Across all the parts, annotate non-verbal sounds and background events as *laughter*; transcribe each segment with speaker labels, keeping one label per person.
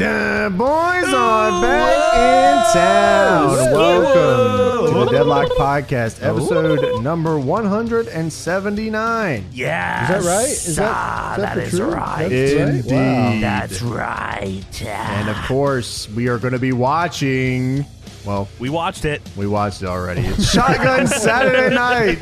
Speaker 1: The boys are back in town. Welcome to the Deadlock Podcast,
Speaker 2: Oh.
Speaker 1: episode number 179.
Speaker 2: Yeah.
Speaker 3: Is that right? Is that, is Ah, that, for true?
Speaker 2: Ah, right.
Speaker 3: That's
Speaker 1: Indeed.
Speaker 3: Wow.
Speaker 2: That's right.
Speaker 1: And of course, we are going to be watching. Well,
Speaker 2: We watched it.
Speaker 1: we watched it already. It's
Speaker 2: *laughs*
Speaker 1: Shotgun Saturday Night,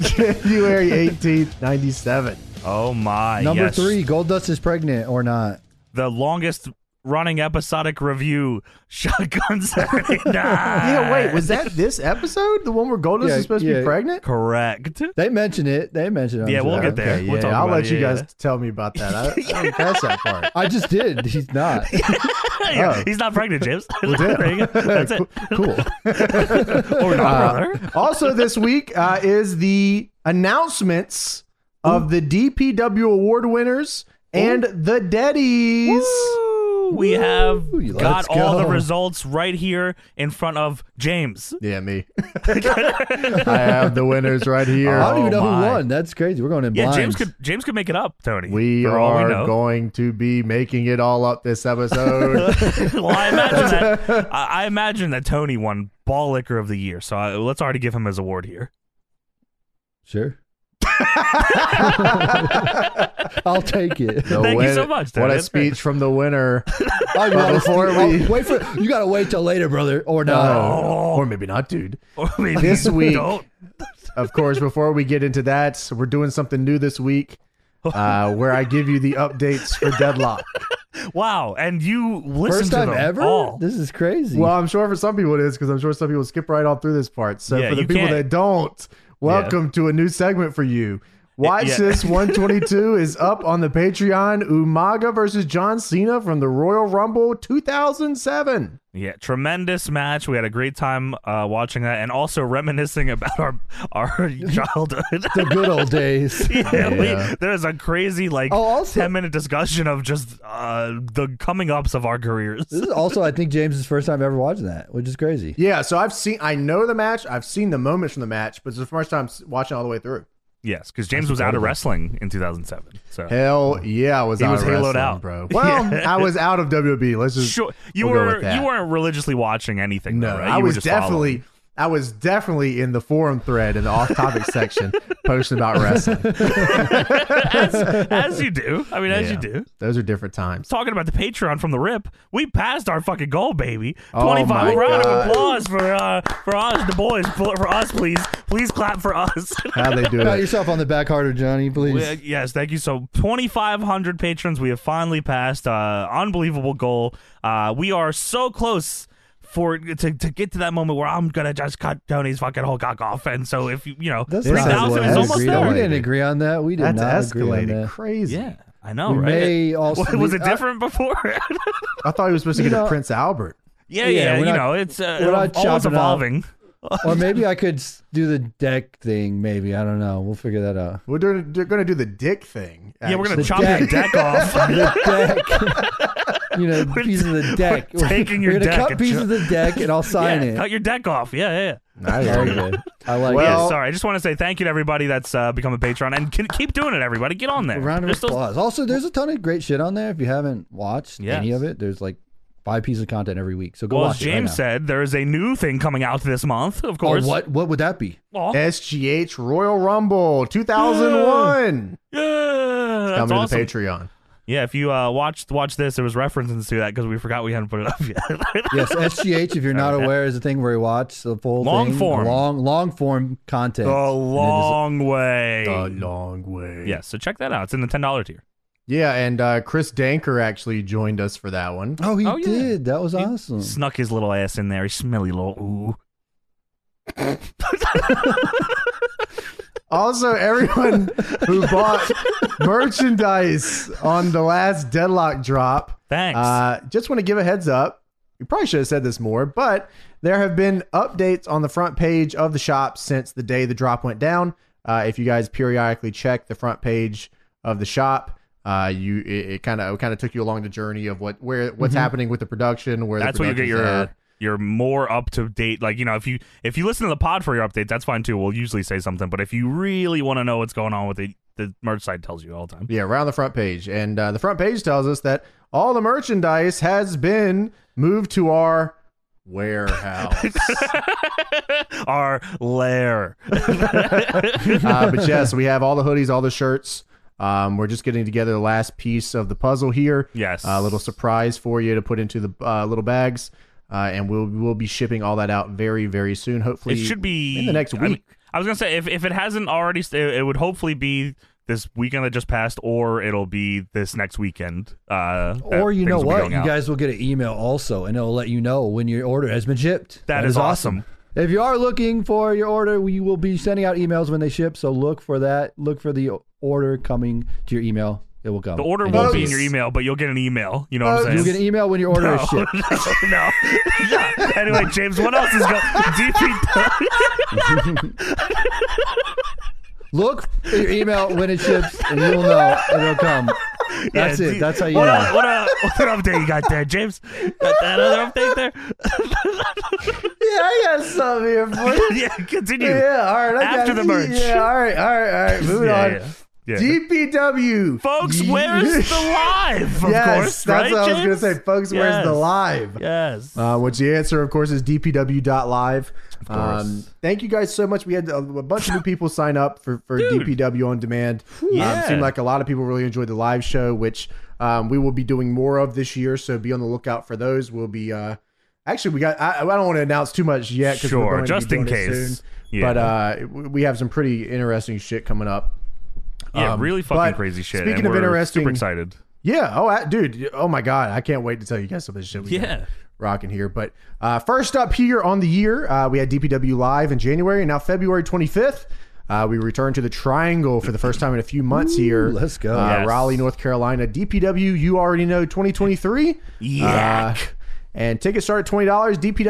Speaker 1: January 18th, 97.
Speaker 2: Oh my.
Speaker 3: Number
Speaker 2: yes.
Speaker 3: three, Gold Dust is pregnant or not.
Speaker 2: The longest running episodic review. *laughs* Shotgun
Speaker 3: *laughs*
Speaker 2: Saturday Night. Uh,
Speaker 1: Yeah, wait, was that this episode? The one where Goldust
Speaker 3: Yeah,
Speaker 1: is supposed to
Speaker 3: yeah.
Speaker 1: be pregnant?
Speaker 2: correct. *laughs*
Speaker 3: They mention it. They mention it. I'm
Speaker 2: Yeah, we'll
Speaker 3: sure.
Speaker 2: get there.
Speaker 1: Okay,
Speaker 2: We'll
Speaker 1: yeah,
Speaker 2: talk
Speaker 1: I'll
Speaker 2: about
Speaker 1: let
Speaker 2: it,
Speaker 1: you
Speaker 2: yeah.
Speaker 1: guys tell me about that. I, I
Speaker 2: *laughs*
Speaker 1: didn't catch that part.
Speaker 3: I just did. *laughs* He's not. Oh.
Speaker 2: Yeah, *laughs* He's not pregnant, James. There
Speaker 3: *laughs*
Speaker 2: you go. That's it.
Speaker 3: cool.
Speaker 2: Or
Speaker 3: Uh,
Speaker 2: not, brother.
Speaker 1: also this week uh, is the announcements of the DPW award winners and the Deddies.
Speaker 2: Woo! We have
Speaker 3: Let's
Speaker 2: got all the
Speaker 3: go.
Speaker 2: results right here in front of James.
Speaker 1: Yeah,
Speaker 2: *laughs*
Speaker 1: me. *laughs* I have the winners right here.
Speaker 3: I don't even know
Speaker 2: Oh my.
Speaker 3: who won. That's crazy. We're going in
Speaker 2: Yeah,
Speaker 3: blinds.
Speaker 2: James could James could make it up, Tony.
Speaker 1: we
Speaker 2: for all
Speaker 1: are
Speaker 2: we know.
Speaker 1: going to be making it all up this
Speaker 2: *laughs*
Speaker 1: episode.
Speaker 2: well, I imagine that I, I imagine that Tony won Ball Licker of the Year, so I, let's already give him his award here. *laughs*
Speaker 3: Sure. I'll take it.
Speaker 1: The
Speaker 2: Thank you so much, Dad.
Speaker 1: What a
Speaker 2: That's great.
Speaker 1: speech from the
Speaker 2: *laughs*
Speaker 1: winner.
Speaker 3: I gotta
Speaker 1: before we-
Speaker 3: oh, wait for you. Got to wait till later, brother, or not.
Speaker 2: Oh.
Speaker 1: Or maybe not, dude.
Speaker 2: Or maybe
Speaker 1: This
Speaker 2: you
Speaker 1: week-
Speaker 2: don't.
Speaker 1: Of course, before we get into that, so we're doing something new this
Speaker 2: *laughs*
Speaker 1: week uh, where I give you the updates for Deadlock.
Speaker 2: Wow, and you listen
Speaker 3: First
Speaker 2: to
Speaker 3: time
Speaker 2: them
Speaker 3: ever.
Speaker 2: all.
Speaker 3: This is crazy.
Speaker 1: Well, I'm sure for some people it is because I'm sure some people skip right on through this part. So
Speaker 2: Yeah,
Speaker 1: for the
Speaker 2: you
Speaker 1: people
Speaker 2: can't-
Speaker 1: that don't, welcome to a new segment for you. Watch
Speaker 2: yeah.
Speaker 1: this
Speaker 2: *laughs*
Speaker 1: 122 is up on the Patreon. Umaga versus John Cena from the Royal Rumble 2007.
Speaker 2: Yeah, tremendous match. We had a great time uh, watching that, and also reminiscing about our our *laughs* childhood.
Speaker 3: the good old days.
Speaker 2: *laughs* Yeah, we-
Speaker 1: Yeah.
Speaker 2: there's a crazy like
Speaker 3: Oh, also-
Speaker 2: ten minute discussion of just uh, the coming ups of our careers.
Speaker 3: This is also, I think, James's first time ever watching that, which is crazy.
Speaker 1: Yeah, so I've seen, I know the match, I've seen the moments from the match, but it's the first time s- watching all the way through.
Speaker 2: Yes, because James was out of wrestling in 2007. So
Speaker 1: Hell yeah, I was
Speaker 2: He
Speaker 1: out
Speaker 2: was
Speaker 1: of
Speaker 2: haloed
Speaker 1: wrestling,
Speaker 2: out. *laughs*
Speaker 1: bro. Well, I was out of WB. Let's just
Speaker 2: sure, you
Speaker 1: we'll go with
Speaker 2: were
Speaker 1: that.
Speaker 2: you weren't religiously watching anything.
Speaker 1: No,
Speaker 2: though, right?
Speaker 1: I
Speaker 2: You were
Speaker 1: was
Speaker 2: just
Speaker 1: definitely.
Speaker 2: following.
Speaker 1: I was definitely in the forum thread in the
Speaker 2: *laughs*
Speaker 1: off-topic section posting about wrestling.
Speaker 2: *laughs* as you do. I mean, as you
Speaker 1: Yeah.
Speaker 2: do.
Speaker 1: Those are different times.
Speaker 2: Talking about the Patreon from the rip, we passed our fucking goal, baby.
Speaker 1: Oh
Speaker 2: Twenty-five
Speaker 1: my
Speaker 2: round
Speaker 1: God.
Speaker 2: of applause for uh, for us, the boys, for, for us, please, please clap for us. *laughs*
Speaker 1: How they do
Speaker 3: Pat
Speaker 1: it?
Speaker 3: yourself on the back harder, Johnny, please.
Speaker 2: We- yes, thank you. So, 2,500 patrons. We have finally passed. Uh, unbelievable goal. Uh, we are so close for to, to get to that moment where I'm gonna just cut Tony's fucking whole cock off. And so, if you you know,
Speaker 3: That's
Speaker 1: This
Speaker 3: not
Speaker 2: 3,000
Speaker 1: is
Speaker 2: is
Speaker 3: what
Speaker 2: almost
Speaker 3: we
Speaker 1: agreed
Speaker 3: agreed on. We
Speaker 2: there.
Speaker 1: on.
Speaker 3: didn't agree on that. We did
Speaker 1: That's
Speaker 3: not agree on
Speaker 1: escalated
Speaker 3: that.
Speaker 1: crazy.
Speaker 2: Yeah, I know,
Speaker 3: We
Speaker 2: right? *laughs*
Speaker 3: may also
Speaker 2: was
Speaker 3: we-
Speaker 2: it different before? *laughs*
Speaker 1: I thought he was supposed to
Speaker 3: You
Speaker 1: get a
Speaker 3: know-
Speaker 1: Prince Albert.
Speaker 2: yeah, yeah.
Speaker 3: Yeah,
Speaker 2: you
Speaker 3: we're not-
Speaker 2: know, it's uh,
Speaker 3: we're not
Speaker 2: always
Speaker 3: chopping up.
Speaker 2: evolving.
Speaker 3: I- or maybe I could s- do the deck thing. Maybe I don't know. We'll figure that out.
Speaker 1: We're doing. They're going to do the dick thing.
Speaker 2: Yeah, we're gonna
Speaker 1: actually.
Speaker 2: chop your
Speaker 3: *laughs*
Speaker 2: deck off.
Speaker 3: The deck. *laughs* you know, pieces of the deck.
Speaker 2: *laughs* we're taking your
Speaker 3: We're gonna
Speaker 2: deck
Speaker 3: cut
Speaker 2: and
Speaker 3: pieces of the deck, and I'll sign
Speaker 2: *laughs* *laughs* yeah,
Speaker 3: it.
Speaker 2: cut your deck off. Yeah, yeah. yeah.
Speaker 1: Nice.
Speaker 3: Very good. I like
Speaker 1: Well-
Speaker 2: yeah, sorry. I just want to say thank you to everybody that's uh, become a patron and can, keep doing it. Everybody, get on there.
Speaker 3: it. Round of
Speaker 2: There's still-
Speaker 3: applause. Also, there's a ton of great shit on there. If you haven't watched
Speaker 2: Yes.
Speaker 3: any of it, there's like five pieces of content every week. So go
Speaker 2: Well, as
Speaker 3: watch it right
Speaker 2: James
Speaker 3: now.
Speaker 2: said, there is a new thing coming out this month. Of
Speaker 3: Oh,
Speaker 2: course.
Speaker 3: what what would that be?
Speaker 2: Aw,
Speaker 1: SGH Royal
Speaker 2: *gasps*
Speaker 1: Rumble 2001.
Speaker 2: yeah,
Speaker 1: Come
Speaker 2: that's
Speaker 1: to
Speaker 2: awesome.
Speaker 1: the Patreon.
Speaker 2: Yeah, if you uh, watched watch this, there was references to that because we forgot we hadn't put it up *laughs* yet.
Speaker 3: Yes, SGH. If you're not aware, is a thing where you watch the full
Speaker 2: Long
Speaker 3: thing,
Speaker 2: form.
Speaker 3: long long form content.
Speaker 2: a
Speaker 3: And then just-
Speaker 2: long way.
Speaker 1: A long way.
Speaker 2: yeah, so check that out. It's in the ten dollar tier.
Speaker 1: Yeah, and uh, Chris Danker actually joined us for that one.
Speaker 3: Oh, he
Speaker 2: Oh, yeah.
Speaker 3: did. That was awesome.
Speaker 2: Snuck his little ass in there. He's smelly little. Ooh.
Speaker 1: Also, everyone
Speaker 2: *laughs*
Speaker 1: who bought merchandise on the last deadlock drop,
Speaker 2: Thanks.
Speaker 3: Ah,
Speaker 1: uh, just want to give a heads up. We probably should have said this more, but there have been updates on the front page of the shop since the day the drop went down. Uh, if you guys periodically check the front page of the shop, uh, you it kind of kind of took you along the journey of what where what's happening with the production. Where the
Speaker 2: Mm-hmm. that's where you get
Speaker 1: production's
Speaker 2: your
Speaker 1: at.
Speaker 2: your more up to date. Like you know, if you if you listen to the pod for your update, that's fine too. We'll usually say something, but if you really want to know what's going on with it, the merch site tells you all the time.
Speaker 1: Yeah, around the front page. And uh, the front page tells us that all the merchandise has been moved to our
Speaker 2: *laughs*
Speaker 1: warehouse.
Speaker 2: Our lair.
Speaker 1: uh, but yes, we have all the hoodies, all the shirts. Um, we're just getting together the last piece of the puzzle here.
Speaker 2: Yes.
Speaker 1: A little surprise for you to put into the uh, little bags. Uh, and we'll we'll be shipping all that out very very soon. Hopefully,
Speaker 2: It should be
Speaker 1: in the next week.
Speaker 2: I, mean, I was gonna say if, if it hasn't already, st- it, it would hopefully be this weekend that just passed, or it'll be this next weekend. Uh, that
Speaker 3: Or you
Speaker 2: things
Speaker 3: know
Speaker 2: will be
Speaker 3: what?
Speaker 2: going
Speaker 3: You
Speaker 2: out.
Speaker 3: guys will get an email also, and it'll let you know when your order has been shipped.
Speaker 2: That is awesome.
Speaker 3: If you are looking for your order, we will be sending out emails when they ship. So look for that. Look for the order coming to your email. It will come.
Speaker 2: The order
Speaker 3: And
Speaker 2: won't
Speaker 3: you'll
Speaker 2: be in
Speaker 3: see
Speaker 2: your
Speaker 3: it.
Speaker 2: email, but you'll get an email. You know what I'm
Speaker 1: Bugs.
Speaker 2: saying?
Speaker 3: You'll get an email when your
Speaker 2: no,
Speaker 3: order
Speaker 2: *laughs*
Speaker 3: is shipped.
Speaker 2: no. Yeah. Anyway, James, what else is going? DP.
Speaker 3: Look at your email when it ships, and you'll know it'll come. That's
Speaker 2: Yeah,
Speaker 3: it.
Speaker 2: D-
Speaker 3: That's how you
Speaker 2: what
Speaker 3: know.
Speaker 2: A, what a what an update you got there, James? Got that other update there?
Speaker 1: *laughs* yeah, I got something here for you.
Speaker 2: *laughs* *laughs* yeah, continue.
Speaker 1: Yeah, all right. I
Speaker 2: After
Speaker 1: got
Speaker 2: the merch.
Speaker 1: Yeah, all right, all right, all right. Moving
Speaker 2: *laughs* Yeah,
Speaker 1: on.
Speaker 2: yeah, yeah.
Speaker 1: DPW. *laughs*
Speaker 2: Folks, where's the live? Of
Speaker 1: yes,
Speaker 2: course,
Speaker 1: that's
Speaker 2: right,
Speaker 1: what I
Speaker 2: James?
Speaker 1: was gonna say. Folks, where's the
Speaker 2: Yes.
Speaker 1: live?
Speaker 2: Yes.
Speaker 1: Uh, which the answer, of course, is dpw.live. Of
Speaker 2: course.
Speaker 1: Um, thank you guys so much. We had a, a bunch of new people sign up for, for
Speaker 2: Dude.
Speaker 1: DPW on demand. Um,
Speaker 2: Yeah.
Speaker 1: seemed like a lot of people really enjoyed the live show, which um, we will be doing more of this year. So be on the lookout for those. We'll be uh, actually we got. I, I don't want to announce too much yet. 'cause
Speaker 2: Sure,
Speaker 1: we're going to
Speaker 2: just
Speaker 1: be
Speaker 2: in
Speaker 1: doing it
Speaker 2: case.
Speaker 1: soon.
Speaker 2: Yeah.
Speaker 1: But uh, w- we have some pretty interesting shit coming up.
Speaker 2: yeah,
Speaker 1: um,
Speaker 2: really fucking
Speaker 1: but
Speaker 2: crazy shit.
Speaker 1: speaking
Speaker 2: and
Speaker 1: of
Speaker 2: we're
Speaker 1: interesting-
Speaker 2: super excited.
Speaker 1: Yeah. Oh, I, dude. Oh my god, I can't wait to tell you guys some of this shit. We got
Speaker 2: Yeah.
Speaker 1: rocking here. But uh, first up here on the year, uh, we had DPW live in January, and now February 25th. Uh, we return to the Triangle for the first time in a few months here.
Speaker 3: let's go.
Speaker 1: Uh,
Speaker 2: Yes.
Speaker 1: Raleigh, North Carolina. DPW, you already know, 2023.
Speaker 2: Yak.
Speaker 1: Uh, and tickets start at $20,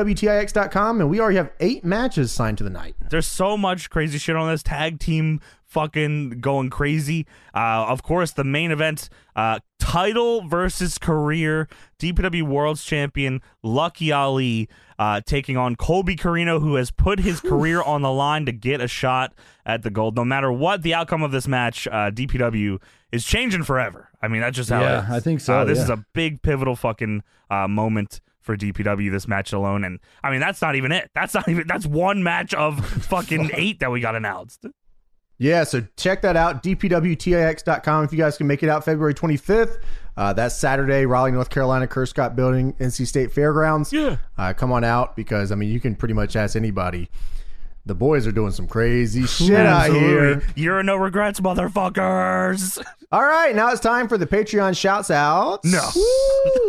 Speaker 1: dpwtix.com, and we already have eight matches signed to the night.
Speaker 2: There's so much crazy shit on this tag team fucking going crazy. Uh, of course, the main event uh, title versus career DPW World's Champion Lucky Ali uh, taking on Colby Carino, who has put his career on the line to get a shot at the gold. No matter what the outcome of this match, uh, DPW is changing forever. I mean, that's just how it
Speaker 3: Yeah,
Speaker 2: is.
Speaker 3: I think so,
Speaker 2: Uh, this
Speaker 3: yeah.
Speaker 2: is a big pivotal fucking uh, moment for DPW this match alone, and I mean that's not even it. That's not even that's one
Speaker 1: *laughs*
Speaker 2: match of fucking eight that we got announced.
Speaker 1: Yeah, so check that out, dpwtix.com. If you guys can make it out February 25th, uh, that's Saturday, Raleigh, North Carolina, Kerr Building, NC State Fairgrounds.
Speaker 2: Yeah.
Speaker 1: Uh, come on out because, I mean, you can pretty much ask anybody. The boys are doing some crazy shit out here.
Speaker 2: You're no regrets, motherfuckers.
Speaker 1: All right, now it's time for the Patreon shouts outs.
Speaker 2: No.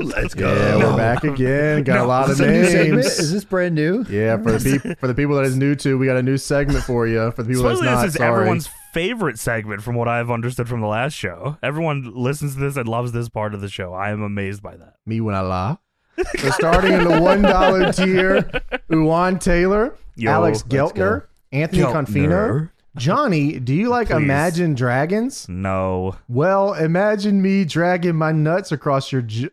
Speaker 3: Let's go.
Speaker 1: Yeah,
Speaker 2: No.
Speaker 1: we're back again. Got a
Speaker 2: No.
Speaker 1: lot of
Speaker 3: Is this a new segment? Is
Speaker 1: names.
Speaker 3: this brand new?
Speaker 1: Yeah, for the, peop for the people that is new to, we got a new segment for you. For the people that's
Speaker 2: Supposedly
Speaker 1: not,
Speaker 2: this is
Speaker 1: sorry.
Speaker 2: everyone's favorite segment from what I've understood from the last show. Everyone listens to this and loves this part of the show. I am amazed by that.
Speaker 1: Me when I
Speaker 2: *laughs*
Speaker 1: lie. So starting in the one dollar tier, Uwan Taylor,
Speaker 2: Yo,
Speaker 1: Alex
Speaker 3: let's
Speaker 1: Geltner, Anthony
Speaker 2: Geltner.
Speaker 1: Confino, Johnny. Do you like
Speaker 2: Please.
Speaker 1: Imagine Dragons?
Speaker 2: No.
Speaker 1: Well, imagine me dragging my nuts across your j-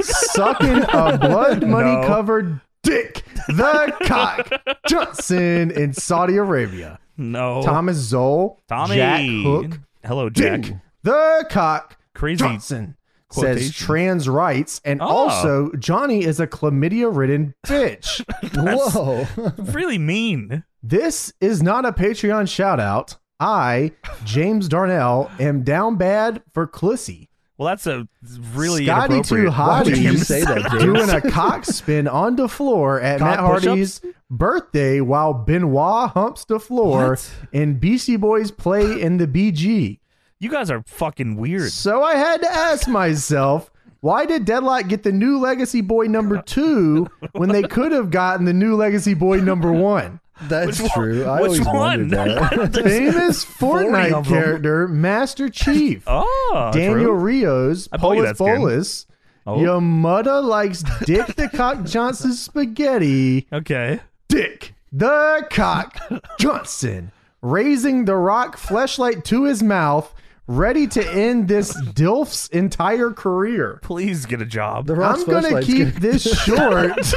Speaker 1: sucking
Speaker 2: *laughs*
Speaker 1: a blood money covered dick, the cock Johnson in Saudi Arabia.
Speaker 2: No.
Speaker 1: Thomas Zoll,
Speaker 2: Tommy.
Speaker 1: Jack Hook,
Speaker 2: Hello, Jack.
Speaker 1: Dick, the cock
Speaker 2: Crazy.
Speaker 1: Johnson says
Speaker 2: Quotation.
Speaker 1: trans rights, and
Speaker 3: Ah.
Speaker 2: Oh.
Speaker 1: also Johnny is a chlamydia ridden bitch.
Speaker 3: *laughs* Whoa.
Speaker 2: Really mean.
Speaker 1: This is not a Patreon shout out. I, James Darnell, am down bad for Clissy.
Speaker 2: Well, that's a really
Speaker 1: Scotty
Speaker 2: inappropriate.
Speaker 1: too hot.
Speaker 3: Why would you
Speaker 1: James.
Speaker 3: say that, James? *laughs*
Speaker 1: Doing a cock spin on the floor at
Speaker 2: Cock
Speaker 1: Matt Hardy's birthday while Benoit humps the floor
Speaker 2: What?
Speaker 1: and Beastie Boys play in the BG.
Speaker 2: You guys are fucking weird.
Speaker 1: So I had to ask myself, why did Deadlock get the new Legacy Boy
Speaker 2: *laughs*
Speaker 1: number two when they could have gotten the new Legacy Boy number one?
Speaker 3: That's
Speaker 2: Which one-
Speaker 3: true. I
Speaker 2: which
Speaker 3: always
Speaker 2: one? *laughs*
Speaker 3: wondered that.
Speaker 1: Famous Fortnite
Speaker 2: of 'em.
Speaker 1: character Master Chief,
Speaker 2: *laughs* Oh,
Speaker 1: Daniel
Speaker 2: true.
Speaker 1: Rios,
Speaker 2: I believe
Speaker 1: Polis
Speaker 2: that's good.
Speaker 1: Bolus.
Speaker 2: Oh.
Speaker 1: Your mother likes Dick
Speaker 2: *laughs*
Speaker 1: the Cock Johnson spaghetti.
Speaker 2: Okay.
Speaker 1: Dick the Cock Johnson raising the rock fleshlight to his mouth, ready to end
Speaker 2: *laughs*
Speaker 1: this Dilf's entire career.
Speaker 2: Please get a job.
Speaker 3: The Rock's
Speaker 1: I'm gonna
Speaker 3: flashlight's
Speaker 1: keep
Speaker 2: *laughs*
Speaker 3: gonna-
Speaker 1: this short,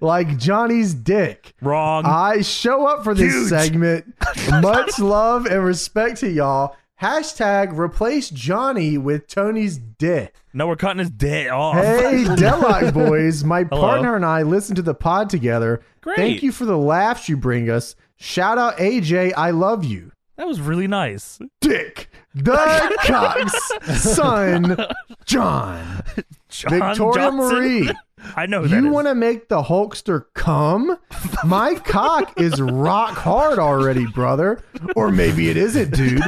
Speaker 1: like Johnny's dick.
Speaker 2: Wrong.
Speaker 1: Ah. I show up for this
Speaker 2: Huge. *laughs*
Speaker 1: segment. Much love and respect to y'all. Hashtag replace Johnny with Tony's dick.
Speaker 2: No, we're cutting his dick off.
Speaker 1: Hey,
Speaker 2: *laughs*
Speaker 1: Deadlock boys, my
Speaker 2: Oh, Hello.
Speaker 1: partner and I listen to the pod together.
Speaker 2: Great.
Speaker 1: Thank you for the laughs you bring us. Shout out AJ, I love you.
Speaker 2: That was really nice.
Speaker 1: Dick,
Speaker 2: *laughs*
Speaker 1: the cock's son, John,
Speaker 2: John
Speaker 1: Victoria
Speaker 2: Johnson.
Speaker 1: Marie.
Speaker 2: *laughs* I know who that
Speaker 1: You
Speaker 2: is.
Speaker 1: want to make the Hulkster come?
Speaker 2: *laughs*
Speaker 1: My cock is rock hard already, brother. Or maybe it isn't, dude.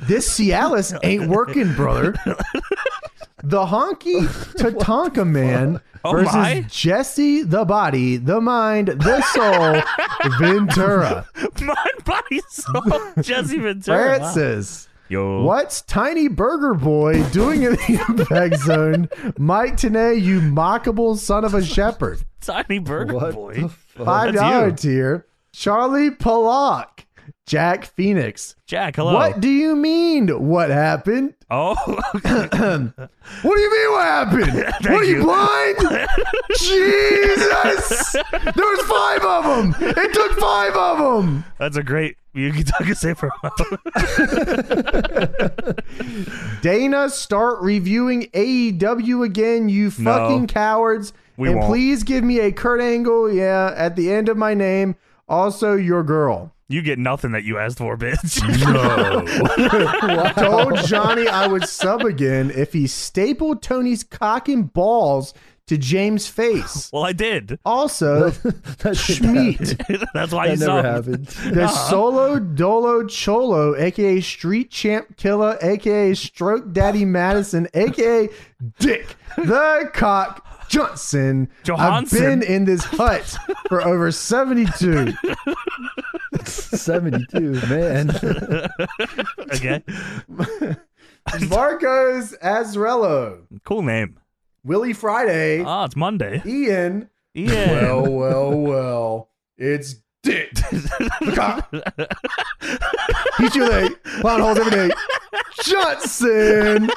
Speaker 1: This Cialis ain't working, brother. The honky Tatanka man
Speaker 2: *laughs* Oh
Speaker 1: versus
Speaker 2: my.
Speaker 1: Jesse the body, the mind, the
Speaker 2: *laughs*
Speaker 1: soul, Ventura.
Speaker 2: *laughs* My body soul, Jesse Ventura.
Speaker 1: Francis.
Speaker 2: Yo,
Speaker 1: What's Tiny Burger Boy doing in the *laughs* impact zone? Mike Tanay, you mockable son of a shepherd.
Speaker 2: tiny burger
Speaker 3: What
Speaker 2: boy?
Speaker 3: the fuck? *laughs*
Speaker 1: Five
Speaker 2: Oh, That's
Speaker 1: dollar
Speaker 2: you.
Speaker 1: tier. Charlie Pollock, Jack Phoenix.
Speaker 2: Jack, hello.
Speaker 1: What do you mean? What happened?
Speaker 2: Oh, *laughs*
Speaker 1: What do you mean? What happened? what are you,
Speaker 2: you.
Speaker 1: blind?
Speaker 2: *laughs*
Speaker 1: Jesus! There was five of them. It took five of them.
Speaker 2: that's a great. You can talk and say for a while. *laughs*
Speaker 1: Dana, start reviewing AEW again, you fucking cowards.
Speaker 2: We
Speaker 1: and
Speaker 2: won't.
Speaker 1: please give me a Kurt Angle, yeah, at the end of my name. Also, your girl.
Speaker 2: You get nothing that you asked for, bitch.
Speaker 1: told Johnny I would sub again if he stapled Tony's cock and balls to James' face.
Speaker 2: *laughs* well, I did.
Speaker 1: Also,
Speaker 3: That shit
Speaker 1: Schmeat,
Speaker 2: *laughs* That's why you
Speaker 3: That
Speaker 2: saw.
Speaker 3: never
Speaker 2: me.
Speaker 3: happened.
Speaker 1: the solo dolo cholo, aka Street Champ Killer, aka Stroke Daddy Madison, aka Dick the Cock Johnson.
Speaker 2: Johansson.
Speaker 1: I've been in this hut for over 72.
Speaker 3: 72, man. *laughs*
Speaker 2: Okay,
Speaker 1: Marcos Azrello,
Speaker 2: cool name.
Speaker 1: Willie Friday,
Speaker 2: Ah,
Speaker 1: *laughs*
Speaker 2: it's Monday.
Speaker 1: Ian.
Speaker 2: Yeah. *laughs*
Speaker 1: Well, well, well. It's Dick. the cop. He's your leg. Plowing holes every day. Johnson.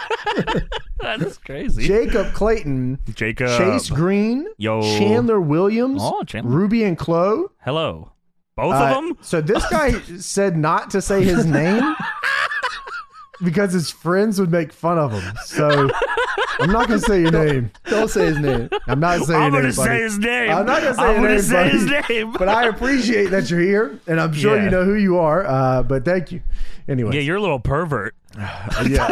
Speaker 2: That's crazy.
Speaker 1: Jacob Clayton.
Speaker 2: Jacob.
Speaker 1: Chase Green.
Speaker 2: Yo.
Speaker 1: Chandler Williams.
Speaker 2: Oh, Chandler.
Speaker 1: Ruby and Chloe.
Speaker 2: Hello. Both of
Speaker 1: Uh,
Speaker 2: them?
Speaker 1: So this guy said not to say his name because his friends would make fun of him. So I'm not going to say your name.
Speaker 3: Don't say his name.
Speaker 1: I'm not saying
Speaker 2: I'm
Speaker 1: your
Speaker 2: going to
Speaker 1: name. buddy.
Speaker 2: say his name.
Speaker 1: I'm not gonna say
Speaker 2: I'm
Speaker 1: your
Speaker 2: gonna
Speaker 1: name,
Speaker 2: say his
Speaker 1: buddy.
Speaker 2: name.
Speaker 1: *laughs* but I appreciate that you're here, and I'm sure you
Speaker 2: Yeah.
Speaker 1: know who you are. Uh, but thank you. Anyway,
Speaker 2: yeah, you're a little pervert.
Speaker 1: yeah.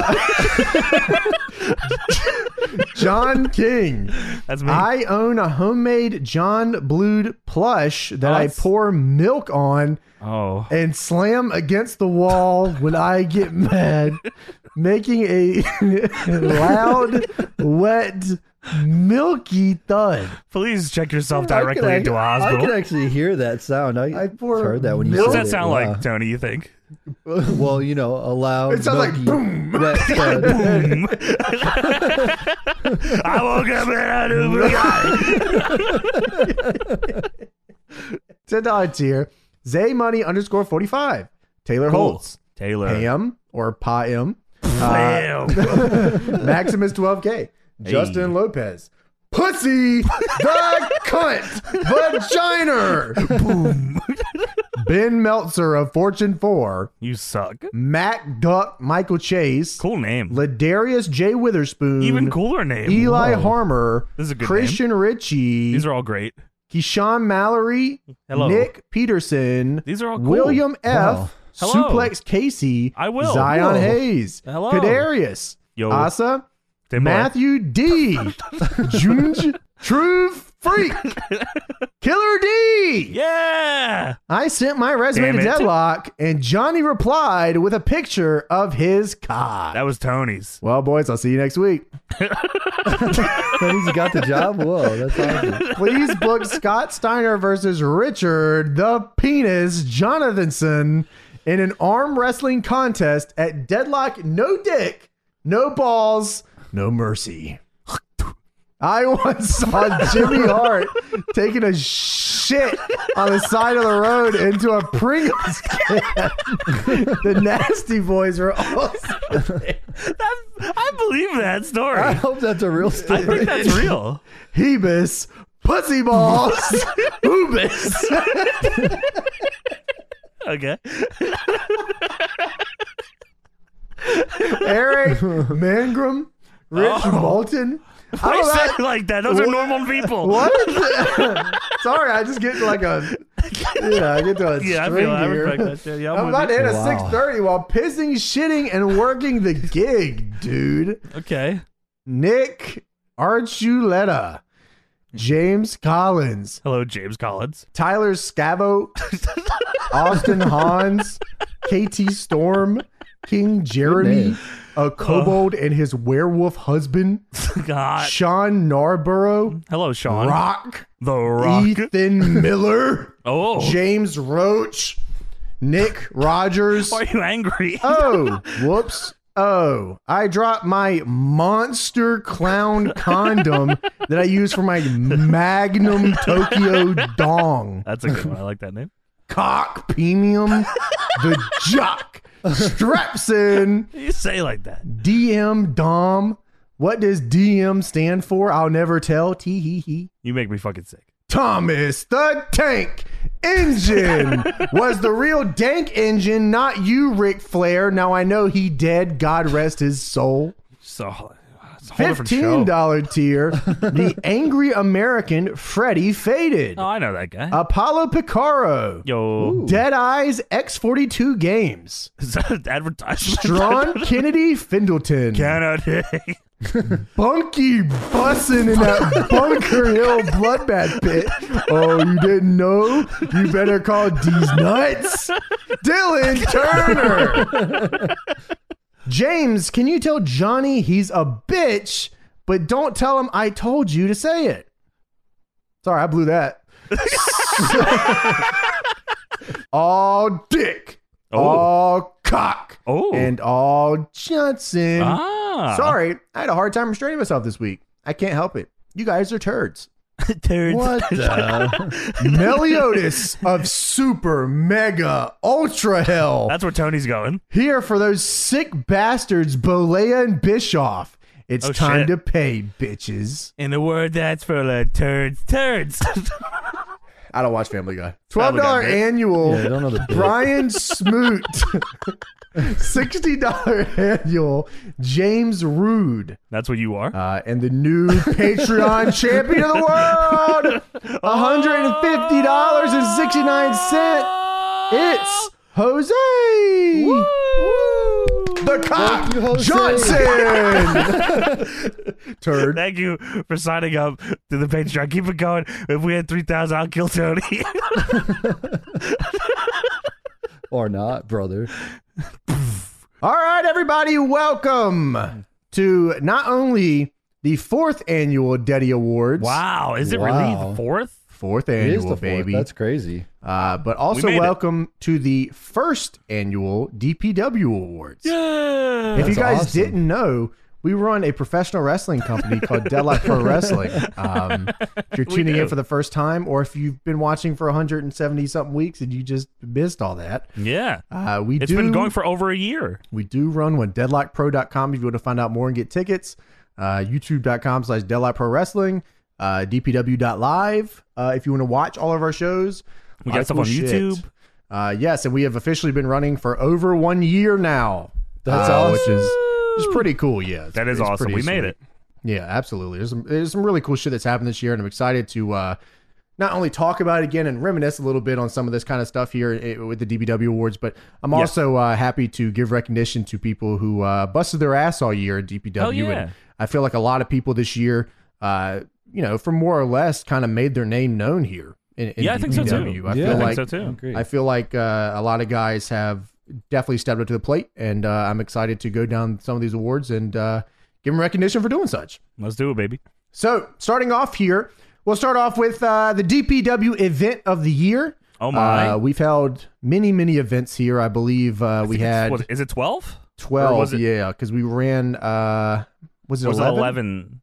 Speaker 1: John King.
Speaker 2: That's me.
Speaker 1: I own a homemade John Blued plush that I
Speaker 2: Us?
Speaker 1: pour milk on
Speaker 2: oh.
Speaker 1: and slam against the wall when I get mad, making a *laughs* loud, wet, milky thud.
Speaker 2: Please check yourself
Speaker 3: I could
Speaker 2: directly
Speaker 3: ac-
Speaker 2: into a
Speaker 3: I could
Speaker 2: hospital.
Speaker 3: actually hear that sound. I,
Speaker 1: I pour
Speaker 3: heard that when you
Speaker 1: milk-
Speaker 2: What
Speaker 1: What
Speaker 2: does that
Speaker 3: said it.
Speaker 2: sound
Speaker 3: Wow.
Speaker 2: like, Tony, you think?
Speaker 3: *laughs* Well, you know, a loud.
Speaker 1: It sounds like
Speaker 3: milky, *laughs*
Speaker 1: boom.
Speaker 3: wet sound.
Speaker 1: *laughs*
Speaker 2: Boom. Hmm. I woke up and I
Speaker 1: *laughs*
Speaker 2: knew we got it.
Speaker 1: Ten dollar tier. Zay money underscore forty five. Taylor Holtz.
Speaker 2: Taylor.
Speaker 1: Pam or Pa M. Uh,
Speaker 2: Bam.
Speaker 1: Maximus 12K. Justin Lopez. Pussy the cunt vagina. Boom. Ben Meltzer of Fortune 4.
Speaker 2: *laughs* you suck.
Speaker 1: Mac Duck Michael Chase.
Speaker 2: Cool name.
Speaker 1: Ladarius J. Witherspoon.
Speaker 2: Even cooler name.
Speaker 1: Eli Harmer.
Speaker 2: This is a good
Speaker 1: Christian Ritchie.
Speaker 2: These are all great.
Speaker 1: Keyshawn Mallory,
Speaker 2: Hello.
Speaker 1: Nick Peterson,
Speaker 2: These are all cool.
Speaker 1: William
Speaker 3: Wow.
Speaker 1: F,
Speaker 2: Hello.
Speaker 1: Suplex Casey,
Speaker 2: I will.
Speaker 1: Zion
Speaker 2: Whoa.
Speaker 1: Hayes,
Speaker 2: Hello.
Speaker 1: Kadarius,
Speaker 2: Yo.
Speaker 1: Asa,
Speaker 2: Tim Boy.
Speaker 1: Matthew D,
Speaker 2: *laughs*
Speaker 1: Junj, True Freak, Killer D. I
Speaker 2: Yeah.
Speaker 1: sent my resume
Speaker 2: Damn
Speaker 1: to
Speaker 2: it.
Speaker 1: Deadlock, and Johnny replied with a picture of his cock.
Speaker 2: That was
Speaker 1: *laughs*
Speaker 2: Tony's.
Speaker 1: Well, boys, I'll see you next week.
Speaker 3: That means you got the job. Whoa, that's awesome.
Speaker 1: Please book Scott Steiner versus Richard the Penis Jonathanson in an arm wrestling contest at Deadlock No Dick, No Balls, No Mercy. I once saw Jimmy Hart taking a shit on the side of the road into a Pringles can. the nasty boys were all. *laughs*
Speaker 2: That, I believe that story.
Speaker 3: I
Speaker 2: I
Speaker 3: hope that's a real
Speaker 2: think
Speaker 3: story.
Speaker 2: that's
Speaker 1: *laughs*
Speaker 2: real.
Speaker 1: Hebus, Pussy Balls, Hoobus.
Speaker 2: Okay.
Speaker 1: Eric Mangrum, Rich
Speaker 2: Oh. *laughs*
Speaker 1: Moulton. I
Speaker 2: Why
Speaker 1: don't
Speaker 2: say
Speaker 1: know-
Speaker 2: it like that? Those are
Speaker 1: What-
Speaker 2: normal people.
Speaker 1: What? Sorry, I just get like a yeah, I get to a
Speaker 2: *laughs* Yeah, I
Speaker 1: string
Speaker 2: feel I
Speaker 1: here.
Speaker 2: respect that. shit. Yeah,
Speaker 1: *laughs*
Speaker 2: I'm
Speaker 1: I'm
Speaker 2: with
Speaker 1: about to
Speaker 2: you.
Speaker 1: hit a
Speaker 3: Wow.
Speaker 1: 6:30 while pissing, shitting, and working the gig, dude.
Speaker 2: Okay.
Speaker 1: Nick Archuleta, James Collins,
Speaker 2: Hello, James Collins. *laughs*
Speaker 1: Tyler Scavo, Austin Hans, KT Storm, King Jeremy,
Speaker 3: name.
Speaker 1: a kobold and his werewolf husband,
Speaker 2: God.
Speaker 1: Sean Narborough,
Speaker 2: Hello, Sean.
Speaker 1: Rock,
Speaker 2: The Rock. *laughs*
Speaker 1: Ethan Miller,
Speaker 2: Oh.
Speaker 1: James Roach, Nick Rogers.
Speaker 2: *laughs* Why are you angry?
Speaker 1: *laughs* Oh, whoops. Oh, I dropped my monster clown
Speaker 2: *laughs*
Speaker 1: condom that I use for my Magnum Tokyo dong.
Speaker 2: That's a good one. I like that name.
Speaker 1: Cock
Speaker 2: *laughs*
Speaker 1: premium, the jock, Strepsin,
Speaker 2: You say it like that.
Speaker 1: DM Dom. What does DM stand for? I'll never tell. Tee hee hee.
Speaker 2: You make me fucking sick.
Speaker 1: Thomas the Tank Engine was the real dank engine, not you, Ric Flair. Now I know he dead. God rest his soul.
Speaker 2: So it's a whole different
Speaker 1: Fifteen
Speaker 2: show.
Speaker 1: dollar
Speaker 2: *laughs*
Speaker 1: tier. The angry American Freddy Faded.
Speaker 2: Oh, I know that
Speaker 1: Uh,
Speaker 2: guy.
Speaker 1: Apollo Picaro.
Speaker 2: Yo,
Speaker 1: Dead Eyes X forty two
Speaker 2: *laughs*
Speaker 1: games.
Speaker 2: is that an advertisement? *laughs*
Speaker 1: John Kennedy Findleton.
Speaker 2: Canada.
Speaker 1: Bunky bussin' in that Bunker Hill bloodbath pit. Oh, you didn't know? You better call these nuts. Dylan Turner. James, can you tell Johnny he's a bitch, but don't tell him I told you to say it? Sorry, I blew that. all dick,
Speaker 2: Oh.
Speaker 1: all cock,
Speaker 2: Oh.
Speaker 1: and all Johnson.
Speaker 2: ah. *laughs*
Speaker 1: Sorry, I had a hard time restraining myself this week. I can't help it. You guys are turds.
Speaker 2: Terrence.
Speaker 3: *laughs* What the?
Speaker 2: *laughs*
Speaker 1: Meliodas of Super Mega Ultra Hell.
Speaker 2: That's where Tony's going.
Speaker 1: Here for those sick bastards, Bolea and Bischoff. It's
Speaker 2: Oh,
Speaker 1: time
Speaker 2: shit.
Speaker 1: to pay, bitches.
Speaker 2: In a word, that's for the turds. Turds. *laughs*
Speaker 1: I don't watch Family Guy. Twelve
Speaker 2: Family Guy,
Speaker 1: dollar
Speaker 2: bitch.
Speaker 1: annual.
Speaker 3: Yeah, I don't know the
Speaker 2: *laughs*
Speaker 3: bit.
Speaker 1: Brian Smoot. *laughs* Sixty dollar annual. James Rude.
Speaker 2: that's what you are.
Speaker 1: Uh, and the new Patreon
Speaker 3: *laughs*
Speaker 1: champion of the world,
Speaker 3: Oh.
Speaker 1: $150.69.
Speaker 2: Ah,
Speaker 1: It's Jose the Cock
Speaker 3: Thank you, Jose.
Speaker 1: Johnson.
Speaker 3: *laughs*
Speaker 1: Turd.
Speaker 2: Thank you for signing up to the Patreon. Keep it going. If we had 3,000, I'll kill Tony.
Speaker 3: *laughs*
Speaker 2: *laughs*
Speaker 3: or not, brother.
Speaker 1: All right, everybody, welcome to not only the fourth annual Deddy Awards.
Speaker 2: wow. Is it really
Speaker 3: Wow.
Speaker 2: the fourth?
Speaker 1: Fourth
Speaker 3: It
Speaker 1: annual,
Speaker 3: is the fourth.
Speaker 1: baby.
Speaker 3: That's crazy.
Speaker 1: Uh, but also
Speaker 2: made it.
Speaker 1: welcome to the first annual DPW Awards.
Speaker 2: Yeah.
Speaker 1: If you
Speaker 3: That's
Speaker 1: guys
Speaker 3: awesome.
Speaker 1: didn't know, we run a professional wrestling company called Deadlock Pro
Speaker 3: *laughs*
Speaker 1: Wrestling. Um, if you're
Speaker 2: We
Speaker 1: tuning in
Speaker 2: do.
Speaker 1: for the first time, or if you've been watching for 170 something weeks and you just missed all that,
Speaker 2: *sighs* yeah.
Speaker 1: uh, we
Speaker 2: It's
Speaker 1: do.
Speaker 2: been going for over a year.
Speaker 1: we do run one. Deadlockpro.com if you want to find out more and get tickets. Uh, YouTube.com slash Deadlock Pro Wrestling. Uh, DPW.live uh, if you want to watch all of our shows.
Speaker 2: We
Speaker 1: A
Speaker 2: got
Speaker 1: lot of
Speaker 2: stuff
Speaker 1: cool
Speaker 2: on
Speaker 1: shit.
Speaker 2: YouTube.
Speaker 1: Uh, yes, and we have officially been running for over one year now.
Speaker 3: That's
Speaker 1: uh,
Speaker 3: awesome.
Speaker 1: Which is it's pretty cool. Yeah, it's-
Speaker 2: That is
Speaker 1: it's
Speaker 2: awesome.
Speaker 1: pretty
Speaker 2: We made
Speaker 1: sweet.
Speaker 2: it.
Speaker 1: Yeah, absolutely. There's some, there's some really cool shit that's happened this year, and I'm excited to uh, not only talk about it again and reminisce a little bit on some of this kind of stuff here eh, with the DBW awards, but I'm
Speaker 2: Yeah.
Speaker 1: also uh, happy to give recognition to people who uh, busted their ass all year at DPW.
Speaker 2: Oh, yeah.
Speaker 1: And I feel like a lot of people this year, uh, you know, for more or less, kind of made their name known here. In, in
Speaker 2: Yeah, I think so, too.
Speaker 1: DPW. I
Speaker 3: Yeah,
Speaker 1: feel
Speaker 3: I
Speaker 2: I
Speaker 1: like
Speaker 2: think so too.
Speaker 3: Great.
Speaker 1: I feel like uh, a lot of guys have definitely stepped up to the plate, and uh, I'm excited to go down some of these awards and uh, give them recognition for doing such.
Speaker 2: Let's do it, baby.
Speaker 1: So, starting off here, we'll start off with uh, the DPW event of the year.
Speaker 2: Oh, my.
Speaker 1: Uh, we've held many, many events here. I believe uh, we had
Speaker 2: What, is it 12? or
Speaker 1: 12.
Speaker 2: was it-
Speaker 1: yeah, because we ran, uh, was it
Speaker 2: Was
Speaker 1: 11?
Speaker 2: it 11?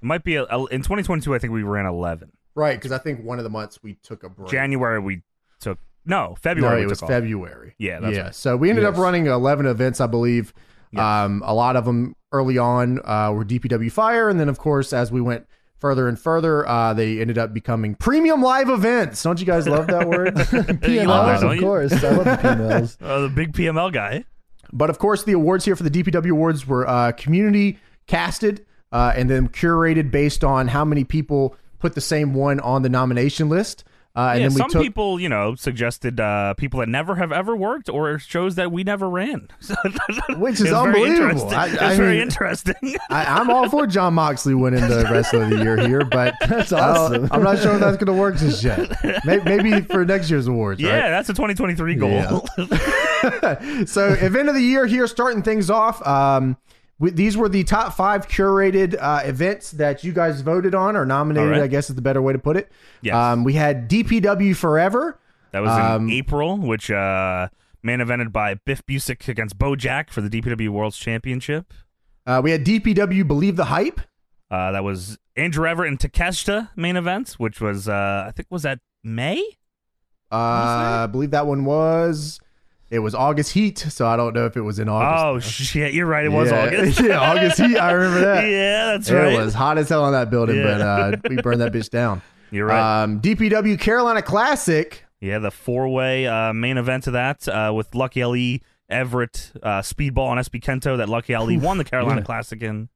Speaker 2: It might be a, in 2022. I think we ran 11.
Speaker 1: Right, because I think one of the months we took a break.
Speaker 2: January we took no
Speaker 1: No,
Speaker 2: February. we
Speaker 1: it was
Speaker 2: took off.
Speaker 1: February.
Speaker 2: Yeah, that's
Speaker 1: yeah. So we ended up
Speaker 3: Yes.
Speaker 1: running eleven events, I believe.
Speaker 2: Yes.
Speaker 1: Um, a lot of them early on uh, were DPW Fire, and then of course as we went further and further, uh, they ended up becoming premium live events. Don't you
Speaker 2: *laughs*
Speaker 1: guys love that word? *laughs*
Speaker 2: Uh, You love that,
Speaker 3: PMLs,
Speaker 2: don't
Speaker 3: of
Speaker 2: you? *laughs*
Speaker 3: course. I love the PMLs.
Speaker 2: Uh, the big PML guy.
Speaker 1: But of course, the awards here for the DPW awards were uh, community casted uh, and then curated based on how many people put the same one on the nomination list. Uh, and
Speaker 2: Yeah,
Speaker 1: then we
Speaker 2: some
Speaker 1: took
Speaker 2: people, you know, suggested uh, people that never have ever worked or shows that we never ran, *laughs* So
Speaker 1: Which is
Speaker 2: it was Very
Speaker 1: unbelievable.
Speaker 2: interesting.
Speaker 1: I-
Speaker 2: it's
Speaker 1: I
Speaker 2: very
Speaker 1: mean-
Speaker 2: interesting. *laughs*
Speaker 1: I, I'm all for John Moxley winning the wrestler of the year here,
Speaker 2: *laughs*
Speaker 1: but
Speaker 3: That's
Speaker 1: I don't-
Speaker 3: awesome.
Speaker 1: I'm not sure if that's going to work just yet. May- Maybe for next year's awards.
Speaker 2: yeah,
Speaker 1: right?
Speaker 2: that's a 2023 goal.
Speaker 1: Yeah. so event of the year here starting things off um we, these were the top five curated uh, events that you guys voted on or nominated
Speaker 2: All right.
Speaker 1: i guess is the better way to put it
Speaker 2: Yes.
Speaker 1: um we had dpw forever
Speaker 2: *laughs* That was
Speaker 1: Um,
Speaker 2: in April, which uh, man evented by Biff Busick against Bojack for the DPW World's Championship.
Speaker 1: uh, we had dpw believe the hype
Speaker 2: Uh, that was Andrew Everett and Takeshita main events, which was uh, I think was that May.
Speaker 1: uh, i believe that one was it was august heat so i don't know if it was in august
Speaker 2: Oh shit, you're right. It was
Speaker 1: yeah. *laughs*
Speaker 2: August.
Speaker 1: yeah august heat i remember that
Speaker 2: *laughs* yeah, that's
Speaker 1: it
Speaker 2: right.
Speaker 1: was hot as hell in that building
Speaker 2: Yeah.
Speaker 1: but uh, we burned that bitch down
Speaker 2: You're *laughs* right.
Speaker 1: um dpw carolina classic
Speaker 2: yeah, the four way uh, main event of that uh, with Lucky Ali, Everett, uh, Speedball, and SB Kento. That Lucky Ali won the Carolina Classic in.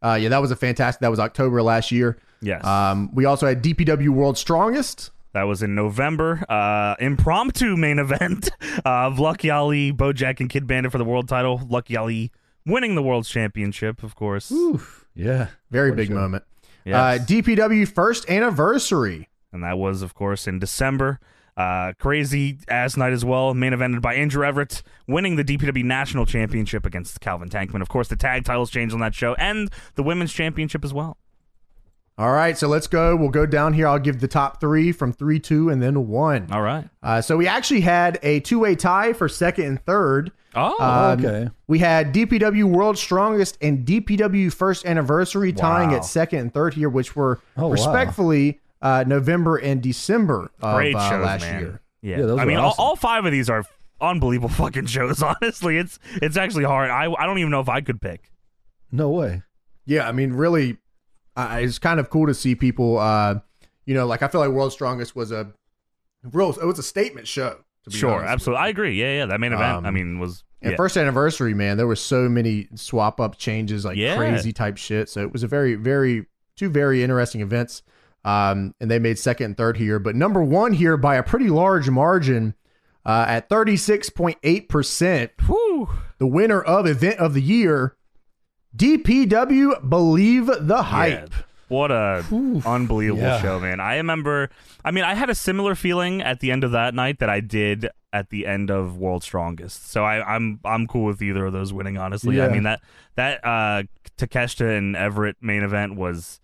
Speaker 1: uh, yeah that was a fantastic that was october last year
Speaker 2: Yes,
Speaker 1: Um, we also had DPW World's Strongest.
Speaker 2: that was in November. Uh, impromptu main *laughs* event uh, of Lucky Ali, Bojack, and Kid Bandit for the world title. Lucky Ali winning the world championship, of course.
Speaker 3: Oof. Yeah.
Speaker 1: Very big moment.
Speaker 2: Yes.
Speaker 1: Uh, DPW First Anniversary.
Speaker 2: and that was, of course, in December. Uh, crazy ass night as well, main evented by Andrew Everett, winning the DPW National Championship against Calvin Tankman. Of course, the tag titles changed on that show, and the Women's Championship as well.
Speaker 1: All right, so let's go. We'll go down here. I'll give the top three from three, two, and then one.
Speaker 2: All right.
Speaker 1: Uh, so we actually had a two way tie for second and third.
Speaker 2: Oh,
Speaker 1: Um,
Speaker 3: okay.
Speaker 1: We had DPW World's Strongest and DPW First Anniversary tying
Speaker 2: Wow.
Speaker 1: at second and third here, which were
Speaker 3: Oh, wow.
Speaker 1: respectfully uh, November and December of
Speaker 2: great
Speaker 1: uh,
Speaker 2: shows,
Speaker 1: last
Speaker 2: man.
Speaker 1: year.
Speaker 2: Yeah,
Speaker 3: Yeah, those
Speaker 2: I
Speaker 3: were
Speaker 2: mean,
Speaker 3: awesome.
Speaker 2: all, all five of these are unbelievable *laughs* fucking shows. Honestly, it's it's actually hard. I I don't even know if I could pick.
Speaker 3: No way.
Speaker 1: Yeah, I mean, really, uh, it's kind of cool to see people. Uh, you know, like I feel like World's Strongest was a real. It was a statement show. To be
Speaker 2: Sure,
Speaker 1: honest.
Speaker 2: absolutely, I agree. Yeah, yeah, that main event.
Speaker 1: Um,
Speaker 2: I mean, was
Speaker 1: And
Speaker 2: yeah.
Speaker 1: first anniversary, man, there were so many swap up changes, like
Speaker 2: Yeah.
Speaker 1: crazy type shit. So it was a very, very two very interesting events. Um, and they made second and third here, but number one here by a pretty large margin, uh, at thirty six point eight percent.
Speaker 2: Whew.
Speaker 1: The winner of event of the year, DPW. Believe the
Speaker 2: Yeah.
Speaker 1: hype.
Speaker 2: What a
Speaker 3: Oof.
Speaker 2: unbelievable
Speaker 3: Yeah.
Speaker 2: show, man. I remember I mean, I had a similar feeling at the end of that night that I did at the end of World's Strongest. So I, I'm I'm cool with either of those winning, honestly. I
Speaker 3: Yeah.
Speaker 2: mean that that uh Takeshita and Everett main event was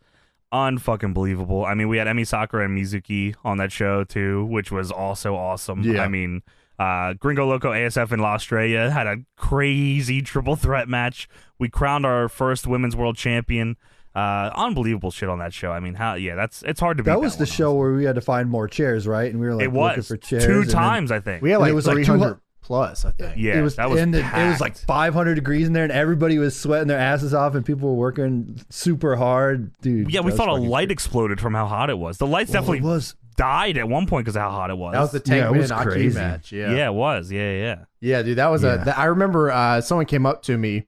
Speaker 2: unfucking believable. I mean, we had Emi Sakura and Mizuki on that show too, which was also awesome.
Speaker 1: Yeah.
Speaker 2: I mean, uh, Gringo Loco ASF and La Estrella had a crazy triple threat match. We crowned our first women's world champion. Uh, unbelievable shit on that show. I mean, how? Yeah, that's it's hard to beat.
Speaker 3: That was
Speaker 2: one,
Speaker 3: the show where we had to find more chairs, right? And we were like
Speaker 2: honestly. It
Speaker 3: looking
Speaker 2: was
Speaker 3: for chairs.
Speaker 2: two
Speaker 3: and then-
Speaker 2: times, I think.
Speaker 1: We had
Speaker 3: And
Speaker 1: like
Speaker 3: it was like
Speaker 1: three hundred
Speaker 3: 200
Speaker 1: plus, I think.
Speaker 2: yeah,
Speaker 3: it was,
Speaker 2: that was
Speaker 3: in the- it was like
Speaker 2: packed.
Speaker 3: 500 degrees in there, and everybody was sweating their asses off, and people were working super hard, dude.
Speaker 2: Yeah, we
Speaker 3: that was
Speaker 2: thought a
Speaker 3: fucking
Speaker 2: light
Speaker 3: crazy.
Speaker 2: exploded from how hot it was. The lights
Speaker 3: Well, it
Speaker 2: definitely
Speaker 3: was.
Speaker 2: died at one point because how hot it was.
Speaker 1: That was the
Speaker 3: Yeah, it
Speaker 1: Tankman
Speaker 3: was
Speaker 1: and Aki
Speaker 3: crazy.
Speaker 1: match. Yeah.
Speaker 2: yeah. it was. Yeah, yeah.
Speaker 1: Yeah, dude, that was a.
Speaker 3: Yeah.
Speaker 1: that- I remember uh, someone came up to me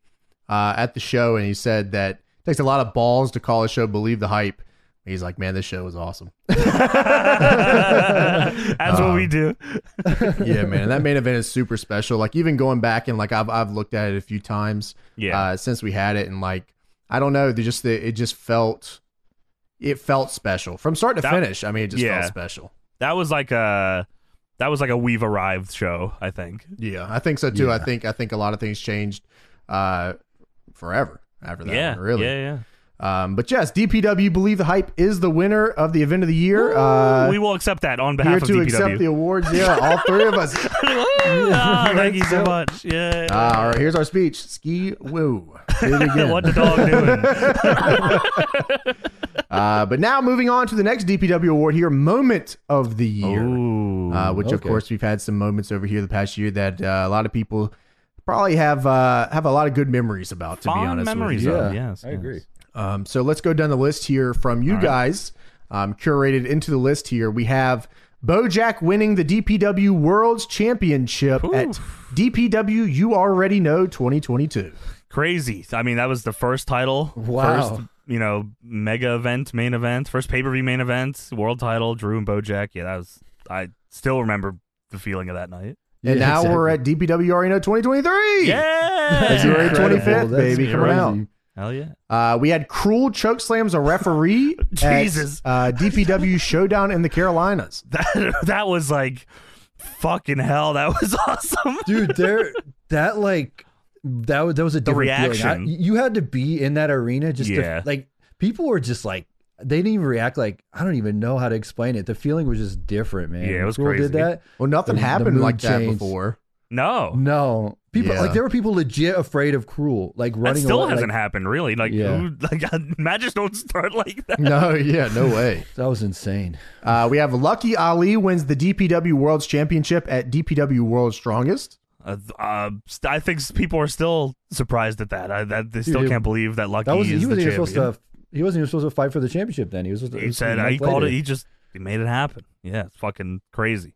Speaker 1: uh, at the show and he said that it takes a lot of balls to call a show believe the hype. He's like, man, this show was
Speaker 2: *laughs*
Speaker 1: awesome.
Speaker 2: That's what we do.
Speaker 1: yeah, man, that main event is super special. Like even going back and like I've I've looked at it a few times.
Speaker 2: Yeah.
Speaker 1: uh, since we had it and like I don't know, they just the, it just felt it felt special from start to
Speaker 2: That-
Speaker 1: finish. I mean, it just
Speaker 2: Yeah.
Speaker 1: felt special.
Speaker 2: That was like a that was like a we've arrived show, I think.
Speaker 1: Yeah, I think so too. I
Speaker 3: Yeah.
Speaker 1: think I think a lot of things changed uh, forever after that.
Speaker 2: yeah,
Speaker 1: one, really.
Speaker 2: Yeah, yeah.
Speaker 1: Um, but yes, DPW believe the hype is the winner of the event of the year. uh,
Speaker 2: we will accept that on
Speaker 1: here
Speaker 2: behalf of
Speaker 1: to
Speaker 2: DPW.
Speaker 1: accept the *laughs* awards. Yeah, all three of us.
Speaker 2: *laughs* Ah, thank you so much. Yeah.
Speaker 1: Uh,
Speaker 2: *laughs*
Speaker 1: all right, here's our speech. Ski woo. Did it again.
Speaker 2: what the dog
Speaker 1: *laughs*
Speaker 2: doing?
Speaker 1: Uh, but now moving on to the next DPW award here, moment of the year,
Speaker 2: Ooh.
Speaker 1: uh, which of
Speaker 3: okay.
Speaker 1: course we've had some moments over here the past year that uh, a lot of people probably have uh, have a lot of good memories about. To be
Speaker 2: Fond
Speaker 1: honest,
Speaker 2: memories
Speaker 1: With you.
Speaker 2: Yeah,
Speaker 3: Yeah,
Speaker 2: yes,
Speaker 3: I
Speaker 2: yes.
Speaker 3: agree.
Speaker 1: Um, so let's go down the list here from you
Speaker 2: right.
Speaker 1: guys, um, curated into the list here. We have Bojack winning the DPW World's Championship at DPW You Already Know 2022.
Speaker 2: Crazy. I mean, that was the first title.
Speaker 3: Wow.
Speaker 2: First, you know, mega event, main event, first pay per view main event, world title, Drew and Bojack. Yeah, that was. I still remember the feeling of that night.
Speaker 1: And
Speaker 3: Yeah,
Speaker 1: now we're at
Speaker 3: exactly.
Speaker 1: DPW You Already Know 2023.
Speaker 2: Yeah.
Speaker 1: February
Speaker 3: Incredible.
Speaker 1: 25th,
Speaker 3: That's
Speaker 1: baby, coming out.
Speaker 3: crazy.
Speaker 2: Hell yeah.
Speaker 1: Uh, we had cruel choke slams a
Speaker 3: *laughs*
Speaker 1: referee. at,
Speaker 2: Jesus.
Speaker 1: uh, DPW Showdown in the Carolinas.
Speaker 2: That *laughs* that was like fucking hell. That was *laughs* awesome.
Speaker 3: dude there that like that was that was a different
Speaker 2: reaction.
Speaker 3: feeling. I, you had to be in that arena just
Speaker 2: Yeah.
Speaker 3: to, like people were just like they didn't even react like I don't even know how to explain it. The feeling was just different, man.
Speaker 2: Yeah, it was
Speaker 3: People
Speaker 2: crazy.
Speaker 3: Did that?
Speaker 1: Well, nothing
Speaker 3: The- the
Speaker 1: happened
Speaker 3: mood
Speaker 1: like that
Speaker 3: changed.
Speaker 1: before.
Speaker 2: No.
Speaker 3: No, people
Speaker 1: Yeah.
Speaker 3: like there were people legit afraid of cruel, like
Speaker 2: That
Speaker 3: running.
Speaker 2: still
Speaker 3: away,
Speaker 2: hasn't
Speaker 3: *laughs* like,
Speaker 2: happened, really. Like,
Speaker 3: Yeah.
Speaker 2: who, like *laughs* matches don't start like that.
Speaker 1: No, yeah, no way.
Speaker 3: That was insane.
Speaker 1: Uh, we have Lucky Ali wins the DPW World's Championship at DPW World's Strongest.
Speaker 2: Uh, th- uh, st- I think s- people are still surprised at that. I, that they still
Speaker 3: Dude,
Speaker 2: can't believe that Lucky
Speaker 3: That was
Speaker 2: is
Speaker 3: he
Speaker 2: the
Speaker 3: wasn't even
Speaker 2: champion.
Speaker 3: supposed to. He wasn't even supposed to fight for the championship. Then he was. Supposed to,
Speaker 2: he said uh, he called it. He just he made it happen. Yeah, it's fucking crazy.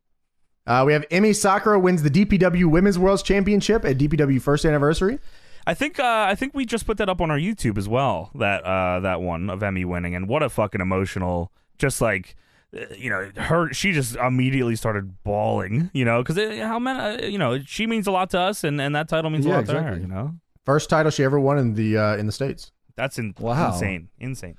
Speaker 1: Uh, we have Emmy Sakura wins the DPW Women's World's Championship at DPW First Anniversary.
Speaker 2: I think uh, I think we just put that up on our YouTube as well. That uh, that one of Emmy winning, and what a fucking emotional. Just like uh, you know, her she just immediately started bawling. You know, because how many uh, you know she means a lot to us, and, and that title means a
Speaker 3: Yeah,
Speaker 2: lot to her.
Speaker 3: exactly.
Speaker 2: You know,
Speaker 1: First title she ever won in the uh, in the states.
Speaker 2: that's in-
Speaker 3: Wow.
Speaker 2: insane, insane.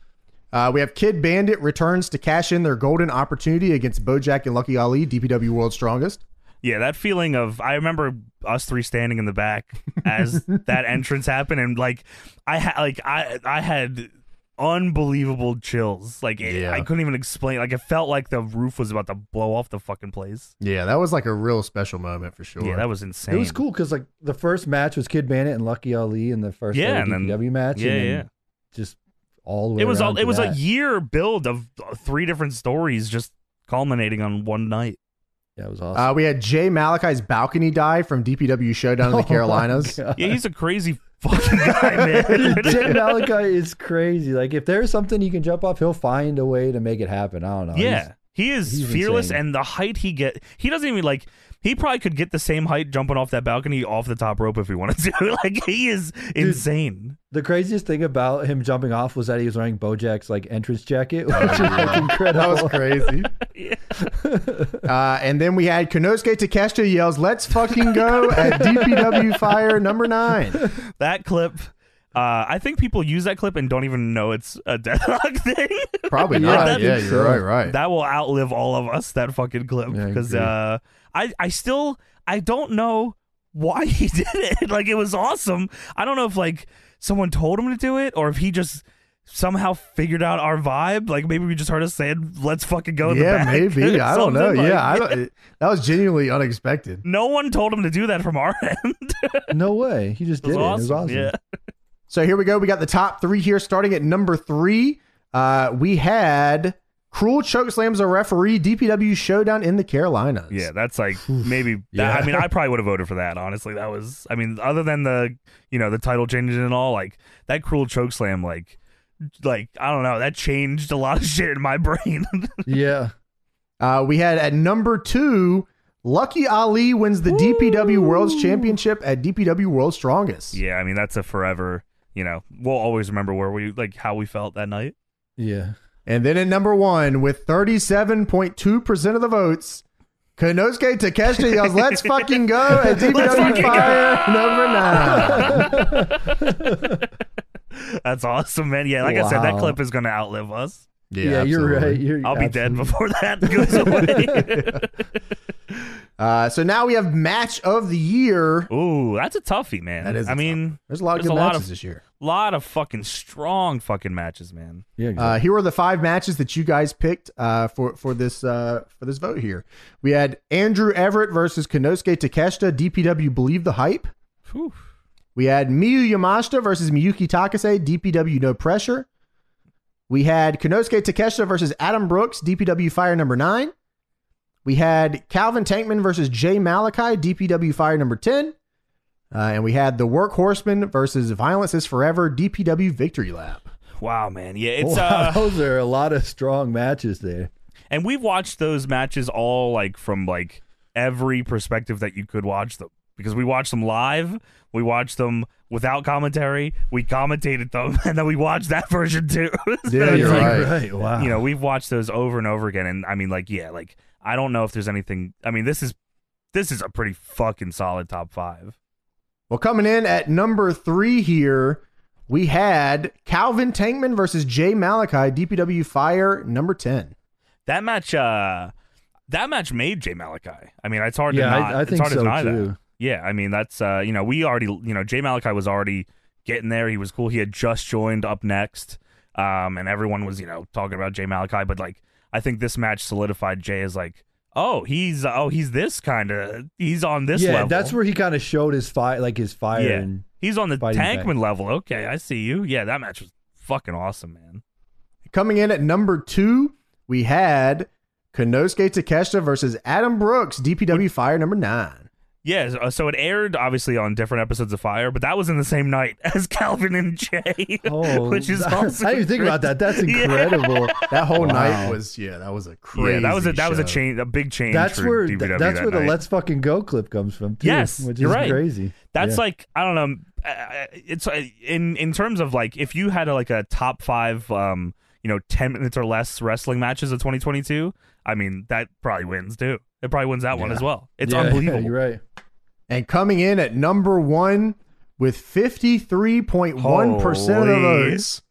Speaker 1: Uh, we have Kid Bandit returns to cash in their golden opportunity against Bojack and Lucky Ali, DPW World's Strongest.
Speaker 2: Yeah, that feeling of I remember us three standing in the back
Speaker 3: *laughs*
Speaker 2: as that entrance happened, and like I had like I I had unbelievable chills. Like it,
Speaker 1: Yeah.
Speaker 2: I couldn't even explain. Like it felt like the roof was about to blow off the fucking place.
Speaker 1: Yeah, that was like a real special moment for sure.
Speaker 2: Yeah, that was
Speaker 3: It
Speaker 2: insane.
Speaker 3: was cool because like the first match was Kid Bandit and Lucky Ali in the first
Speaker 2: Yeah,
Speaker 3: ever
Speaker 2: and then-
Speaker 3: DPW match.
Speaker 2: Yeah,
Speaker 3: and then
Speaker 2: yeah.
Speaker 3: Just all the way.
Speaker 2: It was
Speaker 3: around
Speaker 2: all.
Speaker 3: to
Speaker 2: It was
Speaker 3: that.
Speaker 2: a year build of uh, three different stories just culminating on one night.
Speaker 3: *laughs* Yeah, it was awesome.
Speaker 1: Uh, we had Jay Malachi's balcony dive from DPW
Speaker 2: *laughs*
Speaker 3: *laughs*
Speaker 1: Showdown in
Speaker 3: Oh
Speaker 2: Oh
Speaker 1: the Carolinas.
Speaker 2: Yeah, he's a crazy fucking guy,
Speaker 3: *laughs*
Speaker 2: man.
Speaker 3: Jay Malachi is crazy. Like if there's something he can jump off, he'll find a way to make it happen. I don't know.
Speaker 2: Yeah. He is
Speaker 3: Oh, he's
Speaker 2: fearless
Speaker 3: insane.
Speaker 2: and the height he get he doesn't even like he probably could get the same height jumping off that balcony off the top rope if he wanted to. *laughs* like he is insane.
Speaker 3: The craziest thing about him jumping off was that he was wearing Bojack's like entrance jacket, *laughs* which is like
Speaker 1: Oh, That
Speaker 3: incredible.
Speaker 1: was
Speaker 2: *laughs*
Speaker 1: crazy.
Speaker 2: Yeah.
Speaker 1: *laughs* Uh, and then we had Konosuke Takeshita yells, "Let's fucking go!" at DPW Fire number nine.
Speaker 2: That clip uh, I think people use that clip and don't even know it's a deadlock *laughs* thing.
Speaker 1: Probably
Speaker 2: *laughs*
Speaker 3: Yeah,
Speaker 1: not.
Speaker 3: I think
Speaker 1: yeah, you're
Speaker 3: so.
Speaker 1: right. Right.
Speaker 2: that will outlive all of us, that fucking clip.
Speaker 3: Yeah, I
Speaker 2: Because
Speaker 3: agree.
Speaker 2: uh, I, I still I don't know why *laughs* he did it. Like it was awesome. I don't know if like someone told him to do it or if he just somehow figured out our vibe. Like maybe we just heard us saying, let's fucking go in the
Speaker 1: yeah,
Speaker 2: back,"
Speaker 1: maybe.
Speaker 2: *laughs* or
Speaker 1: I don't know.
Speaker 2: something. Like,
Speaker 1: yeah, I don't. it- that was genuinely unexpected.
Speaker 2: No one told him to do that from our *laughs* end. It
Speaker 3: no way. He just
Speaker 2: was
Speaker 3: did it.
Speaker 2: awesome.
Speaker 3: It was awesome.
Speaker 2: Yeah.
Speaker 1: So here we go. We got the top three here, starting at number three. Uh, we had Cruel Choke Slams a referee DPW Showdown in the Carolinas.
Speaker 2: Yeah, that's like maybe. That, I *laughs*
Speaker 3: Yeah.
Speaker 2: mean, I probably would have voted for that. Honestly, that was. I mean, other than the you know the title changes and all, like that cruel choke slam, like like I don't know, that changed a lot of *laughs* shit in my brain. *laughs*
Speaker 3: Yeah.
Speaker 1: Uh, we had at number two. Lucky Ali wins the DPW World's Championship at DPW World's Strongest.
Speaker 2: yeah, I mean that's a forever. You know, we'll always remember where we like how we felt that night. *laughs*
Speaker 3: Yeah.
Speaker 1: And then at number one, with 37.2% of the votes, Konosuke Takeshita
Speaker 2: *laughs*
Speaker 1: yells, Let's fucking go at DPW
Speaker 2: fucking
Speaker 1: Fire *laughs* number nine.
Speaker 2: That's awesome, man. Yeah, like I said, that
Speaker 3: Wow.
Speaker 2: clip is gonna outlive us.
Speaker 3: *laughs* Yeah, you're right. You're,
Speaker 2: I'll be dead *laughs*
Speaker 3: absolutely-
Speaker 2: before that goes away. *laughs*
Speaker 1: Uh, so now we have match of the year.
Speaker 2: Ooh, that's a toughie, man.
Speaker 1: That is a
Speaker 2: I mean,
Speaker 1: There's a lot of
Speaker 2: There's
Speaker 1: good
Speaker 2: a lot
Speaker 1: matches
Speaker 2: of-
Speaker 1: this year.
Speaker 2: lot of fucking strong fucking matches, man.
Speaker 3: *laughs* Yeah. Exactly.
Speaker 1: Uh, here are the five matches that you guys picked uh, for for this uh, for this vote here. We had Andrew Everett versus Konosuke Takeshita, DPW Believe the Hype.
Speaker 2: Whew.
Speaker 1: We had Miyu Yamashita versus Miyuki Takase, DPW No Pressure. We had Konosuke Takeshita versus Adam Brooks, DPW Fire Number 9. We had Calvin Tankman versus Jay Malachi, DPW Fire Number 10. Uh, and we had the Workhorseman versus Violence is Forever, DPW Victory Lap.
Speaker 2: Wow, man. Yeah, it's
Speaker 3: wow,
Speaker 2: uh
Speaker 3: those are a lot of strong matches there.
Speaker 2: and we've watched those matches all like from like every perspective that you could watch them because we watched them live, we watched them without commentary, we commentated them, *laughs* and then we watched that version too. *laughs* So
Speaker 1: Yeah,
Speaker 2: it's
Speaker 1: you're
Speaker 2: like,
Speaker 1: right.
Speaker 3: Wow.
Speaker 2: you know, we've watched those over and over again, and I mean, like, yeah, like I don't know if there's anything. I mean, this is this is a pretty fucking solid top five.
Speaker 1: Well, coming in at number three here, we had Calvin Tankman versus Jay Malachi, DPW Fire number 10.
Speaker 2: That match, uh, that match made Jay Malachi. I mean, it's hard
Speaker 3: yeah,
Speaker 2: to not.
Speaker 3: I, I
Speaker 2: it's
Speaker 3: think
Speaker 2: hard to
Speaker 3: so
Speaker 2: deny that.
Speaker 3: too.
Speaker 2: Yeah, I mean that's uh, you know we already you know Jay Malachi was already getting there. He was cool. He had just joined up next, um, and everyone was you know talking about Jay Malachi. But like I think this match solidified Jay as like oh he's oh he's this kind of he's on this
Speaker 3: yeah,
Speaker 2: level.
Speaker 3: that's where he kind of showed his fire, like his fire.
Speaker 2: Yeah.
Speaker 3: And
Speaker 2: he's on the
Speaker 3: fighting back.
Speaker 2: Tankman level. Okay, I see you. Yeah, that match was fucking awesome, man.
Speaker 1: Coming in at number two, we had Konosuke Takeshita versus Adam Brooks, DPW Fire number 9.
Speaker 2: Yeah, so- so it aired obviously on different episodes of Fire, but that was in the same night *laughs* as Calvin and Jay,
Speaker 3: oh,
Speaker 2: which is
Speaker 3: *laughs* I
Speaker 2: also
Speaker 3: didn't even think about
Speaker 2: crazy.
Speaker 3: that. That's
Speaker 2: *laughs* Yeah.
Speaker 3: incredible.
Speaker 1: That whole
Speaker 3: Wow.
Speaker 1: night was, yeah, that was a crazy
Speaker 2: yeah, that was a that was a
Speaker 1: show.
Speaker 2: change, a big change.
Speaker 3: that's
Speaker 2: for
Speaker 3: where
Speaker 2: DPW
Speaker 3: that's
Speaker 2: that
Speaker 3: where the
Speaker 2: night.
Speaker 3: "Let's fucking go" clip comes from. Too,
Speaker 2: Yes,
Speaker 3: which
Speaker 2: you're
Speaker 3: is
Speaker 2: right.
Speaker 3: crazy.
Speaker 2: That's
Speaker 3: Yeah.
Speaker 2: like I don't know. uh, uh, It's uh, in in terms of like if you had a, like a top five, um, you know, ten minutes or less wrestling matches of 2022. I mean, that probably wins too. It probably wins that one
Speaker 1: Yeah.
Speaker 2: as well. It's
Speaker 3: Yeah, *laughs*
Speaker 2: unbelievable.
Speaker 3: you're right.
Speaker 1: And coming in at number one with 53.1% of the
Speaker 2: Holy.
Speaker 1: votes,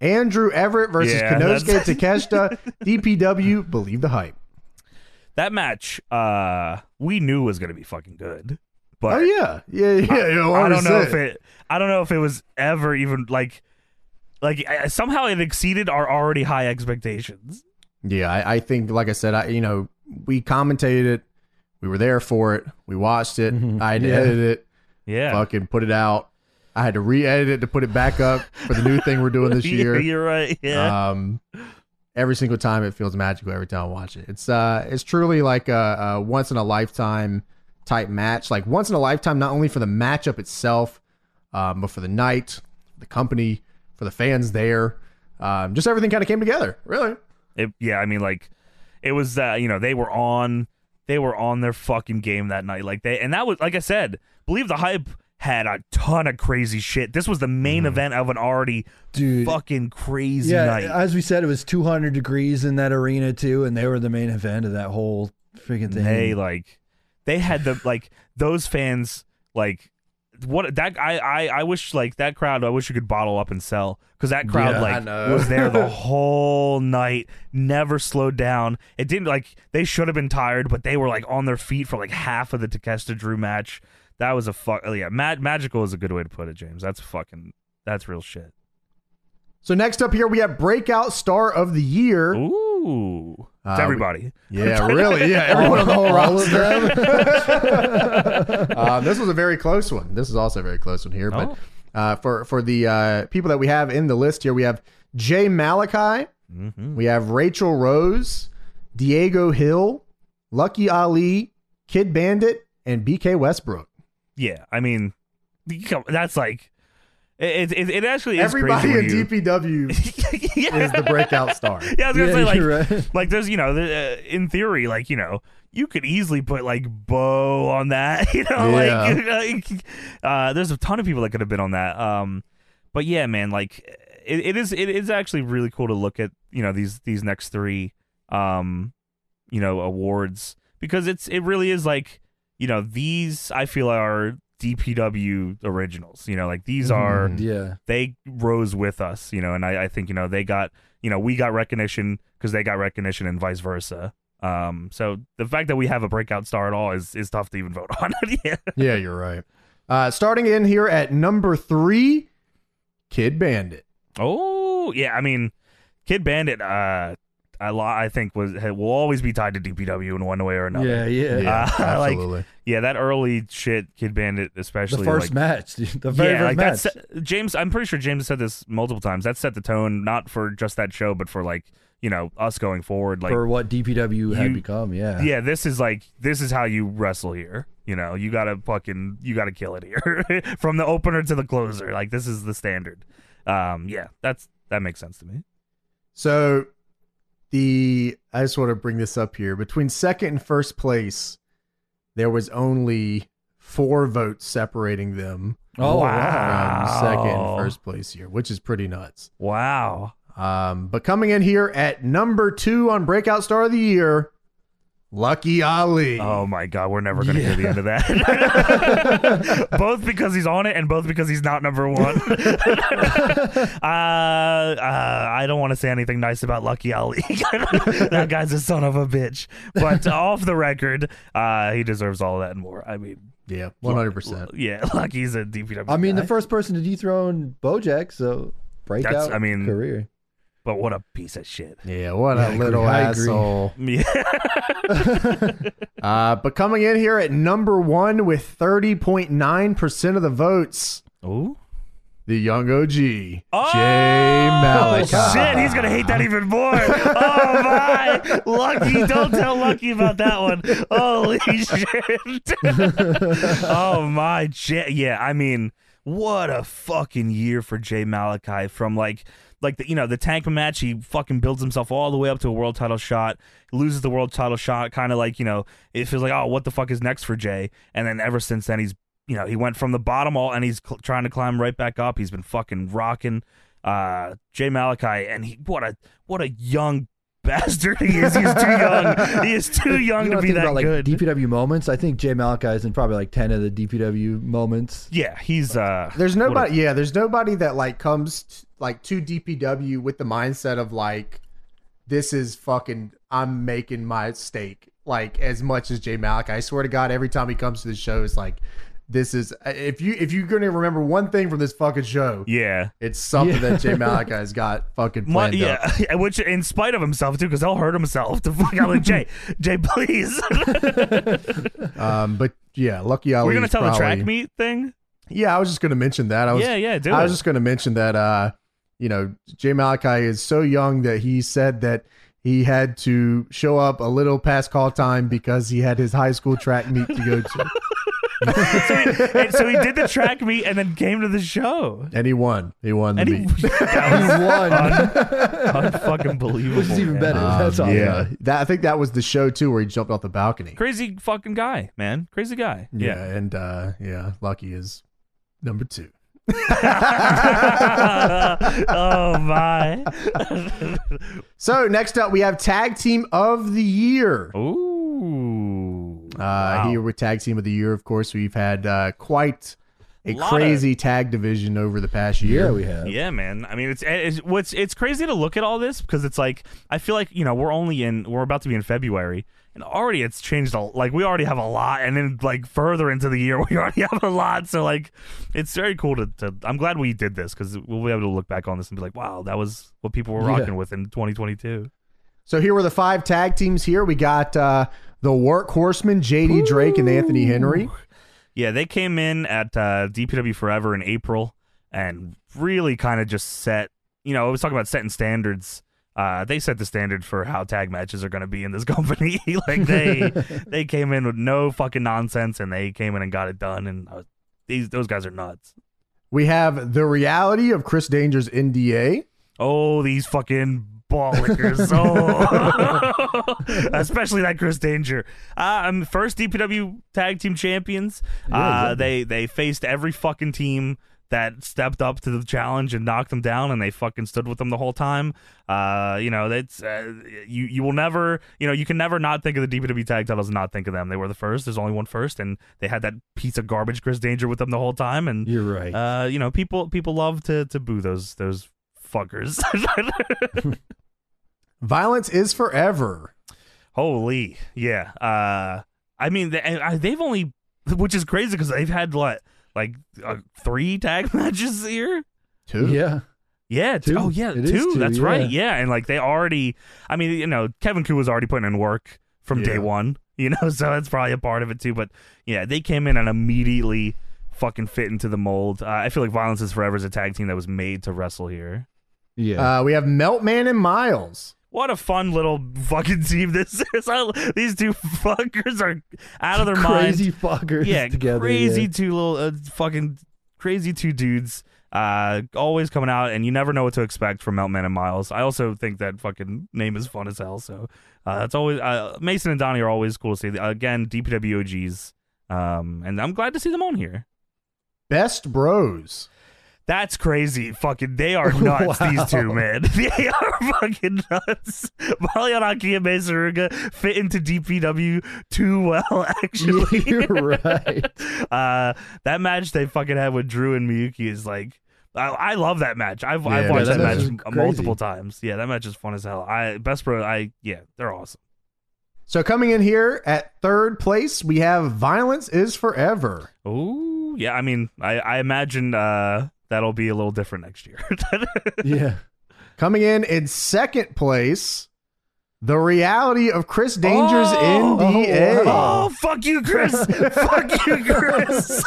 Speaker 1: Andrew Everett versus
Speaker 2: Yeah,
Speaker 1: Konosuke
Speaker 2: that's-
Speaker 1: Takeshita,
Speaker 2: *laughs*
Speaker 1: DPW Believe the Hype.
Speaker 2: That match, uh, we knew was gonna be fucking good, but
Speaker 1: Oh, yeah. Yeah, yeah. yeah
Speaker 2: I don't know
Speaker 1: 100%.
Speaker 2: if it. I don't know if it was ever even like, like I- somehow it exceeded our already high expectations.
Speaker 1: Yeah, I, I think, like I said, I you know, we commentated it, we were there for it, we watched it, I had to
Speaker 3: Yeah.
Speaker 1: edit it,
Speaker 2: Mm-hmm. *laughs* Yeah,
Speaker 1: fucking put it out. I had to re-edit it to put it back up for the new thing we're doing this
Speaker 2: *laughs* Yeah,
Speaker 1: year.
Speaker 2: you're right. Yeah,
Speaker 1: Um, every single time it feels magical. Every time I watch it, it's uh, it's truly like a, a once in a lifetime type match. Like once in a lifetime, not only for the matchup itself, um, but for the night, the company, for the fans there. Um, just everything kind of came together, really.
Speaker 2: It, yeah, I mean, like, it was uh, you know they were on they were on their fucking game that night. Like they and that was like I said, believe the hype had a ton of crazy shit. This was the main
Speaker 1: Mm-hmm.
Speaker 2: event of an already
Speaker 3: Dude.
Speaker 2: fucking crazy
Speaker 3: Yeah,
Speaker 2: night.
Speaker 3: as we said, it was 200 degrees in that arena too, and they were the main event of that whole freaking thing. *laughs*
Speaker 2: they like they had
Speaker 1: *laughs*
Speaker 2: the like those fans like what that I, I I wish like that crowd I wish you could bottle up and sell because that crowd
Speaker 1: Yeah, I
Speaker 2: like
Speaker 1: know.
Speaker 2: was there
Speaker 1: *laughs*
Speaker 2: the whole night never slowed down it didn't like they should have been tired but they were like on their feet for like half of the Takeshita Drew match that was a fuck yeah ma- magical is a good way to put it James that's fucking that's real shit
Speaker 1: So next up here we have breakout star of the year.
Speaker 2: ooh
Speaker 1: Uh,
Speaker 2: it's
Speaker 1: we-
Speaker 2: everybody
Speaker 1: *laughs*
Speaker 2: *laughs*
Speaker 1: Yeah, really. Yeah, everyone on the whole
Speaker 3: all of
Speaker 1: roster.
Speaker 3: them.
Speaker 1: *laughs* Uh, this was a very close one. This is also a very close one here. But
Speaker 2: Oh.
Speaker 1: uh, for for the uh, people that we have in the list here, we have Jay Malachi,
Speaker 2: mm-hmm.
Speaker 1: we have Rachel Rose, Diego Hill, Lucky Ali, Kid Bandit, and BK Westbrook.
Speaker 2: Yeah, I mean, you come- that's like it. It, it actually is
Speaker 1: Everybody in
Speaker 2: crazy when
Speaker 1: DPW
Speaker 2: you- *laughs* yeah.
Speaker 1: is the breakout star.
Speaker 2: yeah, I was gonna
Speaker 3: Yeah,
Speaker 2: say like,
Speaker 3: you're right.
Speaker 2: *laughs* like there's you know, the, uh, in theory, like you know, you could easily put like Bo on that. *laughs* You know, like, *laughs* like, uh, there's a ton of people that could have been on that. Um, but yeah, man, like it, it is it is actually really cool to look at you know these these next three um you know awards because it's it really is like you know these I feel are DPW originals. You know, like these
Speaker 3: Mm-hmm.
Speaker 2: are
Speaker 1: Mhm.
Speaker 3: yeah,
Speaker 2: they rose with us, you know, and I, I think, you know, they got, you know, we got recognition because they got recognition and vice versa. Um, so the fact that we have a breakout star at all is, is tough to even *laughs* vote on. yeah.
Speaker 1: Yeah, you're right. Uh, starting in here at number three, Kid Bandit.
Speaker 2: Oh, yeah. I mean, Kid Bandit, uh, a lot, I think was will always be tied to DPW in one way or another.
Speaker 3: yeah, yeah,
Speaker 2: Uh,
Speaker 3: *laughs*
Speaker 2: like-
Speaker 1: absolutely.
Speaker 2: Yeah, that early shit, Kid Bandit,
Speaker 3: The
Speaker 2: especially
Speaker 3: first
Speaker 2: like,
Speaker 3: match, *laughs* dude. the very
Speaker 2: yeah,
Speaker 3: first
Speaker 2: like
Speaker 3: match.
Speaker 2: that's James. I'm pretty sure James said this multiple times. That set the tone, not for just that show, but for like you know us going forward. Like
Speaker 3: for what DPW
Speaker 2: you-
Speaker 3: had become. Yeah,
Speaker 2: yeah, this is like this is how you wrestle here. You know, you gotta fucking you gotta kill it here *laughs* from the opener to the closer. Like this is the standard. Um, yeah, that's that makes sense to me.
Speaker 1: So the I just want to bring this up here. Between second and first place, there was only four votes separating them
Speaker 3: Oh,
Speaker 2: Wow.
Speaker 1: from second and first place here, which is pretty nuts.
Speaker 2: Wow.
Speaker 1: Um, but coming in here at number two on Breakout Star of the Year, Lucky Ali.
Speaker 2: Oh my God, we're never going to
Speaker 3: Yeah.
Speaker 2: hear the end of that. *laughs* both because he's on it, and both because he's not number one. *laughs* uh, uh, I don't want to say anything nice about Lucky Ali. *laughs* that guy's a son of a bitch. But off the record, uh, he deserves all of that and more. I mean,
Speaker 1: Yeah, one hundred percent.
Speaker 2: yeah, *laughs* Lucky's a DPW.
Speaker 3: I mean, the
Speaker 2: guy,
Speaker 3: first person to dethrone Bojack, so breakout
Speaker 2: That's- I mean-
Speaker 3: career.
Speaker 2: but what a piece of shit. *laughs*
Speaker 1: Yeah, what
Speaker 3: Yeah, *laughs* I
Speaker 1: a
Speaker 3: agree.
Speaker 1: little
Speaker 3: I agree.
Speaker 1: asshole.
Speaker 2: Yeah.
Speaker 1: Uh, but coming in here at number one with thirty point nine percent of the votes,
Speaker 2: Ooh.
Speaker 1: the young OG
Speaker 2: Oh,
Speaker 1: Jay
Speaker 2: Oh,
Speaker 1: Malachi.
Speaker 2: shit, he's gonna hate that even
Speaker 3: *laughs*
Speaker 2: more. Oh my, Lucky! Don't tell Lucky about that one. Holy *laughs* shit! *laughs* oh my, Jay. Yeah, I mean, what a fucking year for Jay Malachi. From like, like the you know the tank match, he fucking builds himself all the way up to a world title shot, loses the world title shot, kind of like you know it feels like oh what the fuck is next for Jay, and then ever since then he's you know he went from the bottom all and he's cl- trying to climb right back up. He's been fucking rocking uh Jay Malachi and he what a what a young *laughs* bastard he is. He's too young. He
Speaker 1: *laughs*
Speaker 2: is too young
Speaker 3: You
Speaker 2: to
Speaker 3: wanna
Speaker 2: be
Speaker 3: think
Speaker 2: that
Speaker 3: about like
Speaker 2: good.
Speaker 3: DPW moments. I think Jay Malachi is in probably like ten of the DPW moments.
Speaker 2: yeah,
Speaker 1: *laughs*
Speaker 2: he's uh
Speaker 1: There's
Speaker 2: what a-
Speaker 1: nobody. yeah, there's nobody that like comes t- like to DPW with the mindset of like, this is fucking. I'm making my stake like as much as Jay Malik. I swear to God, every time he comes to the show, it's like, this is if you if you're gonna remember one thing from this fucking show,
Speaker 2: yeah.
Speaker 1: it's something *laughs*
Speaker 3: Yeah.
Speaker 1: that Jay Malik has got fucking
Speaker 2: Mu-
Speaker 1: planned up.
Speaker 2: yeah, *laughs* which in spite of himself too, because he'll hurt himself. To fuck, I'm
Speaker 1: *laughs*
Speaker 2: like Jay, Jay, please. *laughs*
Speaker 1: Um, but yeah, Lucky Ali.
Speaker 2: We're gonna
Speaker 1: is
Speaker 2: tell the track
Speaker 1: probably-
Speaker 2: meet thing.
Speaker 1: Yeah, I was just gonna mention that. I was
Speaker 2: yeah, yeah, do
Speaker 1: I
Speaker 2: it.
Speaker 1: was just going to mention that, uh, you know, Jay Malachi is so young that he said that he had to show up a little past call time because he had his high school track meet to go
Speaker 2: *laughs*
Speaker 1: to,
Speaker 2: so, he, and so he did the track meet and then came to the show.
Speaker 1: and he won. He won the
Speaker 2: And he,
Speaker 1: *laughs*
Speaker 2: *laughs*
Speaker 1: meet.
Speaker 3: *laughs*
Speaker 2: that
Speaker 3: One,
Speaker 2: was unfucking believable.
Speaker 3: which is even
Speaker 2: man.
Speaker 3: better.
Speaker 1: Um,
Speaker 3: That's all.
Speaker 1: yeah, that I think that was the show too where he jumped off the balcony.
Speaker 2: Crazy fucking guy, man. Crazy guy.
Speaker 1: Yeah, and uh, yeah, Lucky is number two.
Speaker 2: *laughs* oh my.
Speaker 1: So next up, we have tag team of the
Speaker 2: Oh,
Speaker 1: year.
Speaker 2: Ooh.
Speaker 1: Uh, Here with tag team of the year, of course, we've had uh, quite a
Speaker 2: Lotta-
Speaker 1: crazy tag division over the past year.
Speaker 3: Yeah, we have.
Speaker 2: Yeah, man. I mean, it's, it's what's it's crazy to look at all this because it's like I feel like you know we're only in we're about to be in February and already it's changed. A, like we already have a lot, and then like further into the year *laughs* we already have a lot. So like it's very cool to. to I'm glad we did this because we'll be able to look back on this and be like, wow, that was what people were
Speaker 3: Yeah.
Speaker 2: rocking with in 2022.
Speaker 1: So here were the five tag teams here. We got uh, the workhorsemen, JD Drake and Anthony Henry.
Speaker 2: Yeah, they came in at uh, DPW Forever in April and really kind of just set. You know, I was talking about setting standards. Uh, they set the standard for how tag matches are going to be in this *laughs* company. like they they came in with no fucking nonsense and they came in and got it done. And I was, these those guys are nuts.
Speaker 1: We have the reality of Chris Danger's NDA.
Speaker 2: Oh, these fucking bollockers. oh. *laughs* Especially that Chris Danger. Uh, I'm first DPW tag team champions. uh, they they faced every fucking team that stepped up to the challenge and knocked them down and they fucking stood with them the whole time. Uh, you know, that's uh, you you will never, you know, you can never not think of the DPW tag titles and not think of them. They were the first. There's only one first and they had that piece of garbage Chris Danger with them the whole time and
Speaker 3: You're right.
Speaker 2: uh, you know, people people love to to boo those those fuckers. *laughs*
Speaker 1: Violence is forever.
Speaker 2: Holy, yeah. Uh, I mean, they, I, they've only, which is crazy because they've had what, like uh, three tag *laughs* matches here.
Speaker 1: Two.
Speaker 3: yeah.
Speaker 2: Yeah. t-
Speaker 3: Two.
Speaker 2: Oh, yeah.
Speaker 3: It is
Speaker 2: two.
Speaker 3: two,
Speaker 2: That's
Speaker 3: yeah.
Speaker 2: right. Yeah, and like they already. I mean, you know, Kevin Koo was already putting in work from
Speaker 1: Yeah.
Speaker 2: day one. You know, *laughs* so that's probably a part of it too. But yeah, they came in and immediately fucking fit into the mold. Uh, I feel like Violence is Forever is a tag team that was made to wrestle here.
Speaker 3: Yeah.
Speaker 1: Uh, we have Meltman and Miles.
Speaker 2: What a fun little fucking team this *laughs* is. I- these two fuckers are out of their
Speaker 3: crazy
Speaker 2: minds.
Speaker 3: fuckers
Speaker 2: Yeah, *laughs*
Speaker 3: together.
Speaker 2: crazy
Speaker 3: yeah.
Speaker 2: two little uh, fucking crazy two dudes. Uh, always coming out, and you never know what to expect from Meltman and Miles. I also think that fucking name is fun as hell. So uh, it's always uh, Mason and Donnie are always cool to see. Again, DPWOGs, um, and I'm glad to see them on here.
Speaker 1: Best bros.
Speaker 2: That's crazy. Fucking, they are nuts,
Speaker 3: Wow.
Speaker 2: these two, man. *laughs* They are fucking nuts. Malianaki and Mesaruga fit into DPW too well, *laughs* actually.
Speaker 3: *laughs* You're right.
Speaker 2: Uh, that match they fucking had with Drew and Miyuki is like, I, I love that match. I've, I've
Speaker 1: Yeah,
Speaker 2: watched
Speaker 1: that
Speaker 2: that,
Speaker 1: match
Speaker 2: match
Speaker 3: is
Speaker 2: m-
Speaker 3: crazy.
Speaker 2: multiple times. Yeah, that match is fun as hell. I Best Bro, I, yeah, they're awesome.
Speaker 1: So coming in here at third place, we have Violence is Forever.
Speaker 2: Ooh, yeah, I mean, I, I imagine uh, that'll be a little different next year. *laughs*
Speaker 3: Yeah.
Speaker 1: Coming in in second place, The Reality of Chris Danger's
Speaker 2: Oh!
Speaker 1: NDA.
Speaker 2: oh, fuck you,
Speaker 3: *laughs*
Speaker 2: Chris. fuck you, Chris.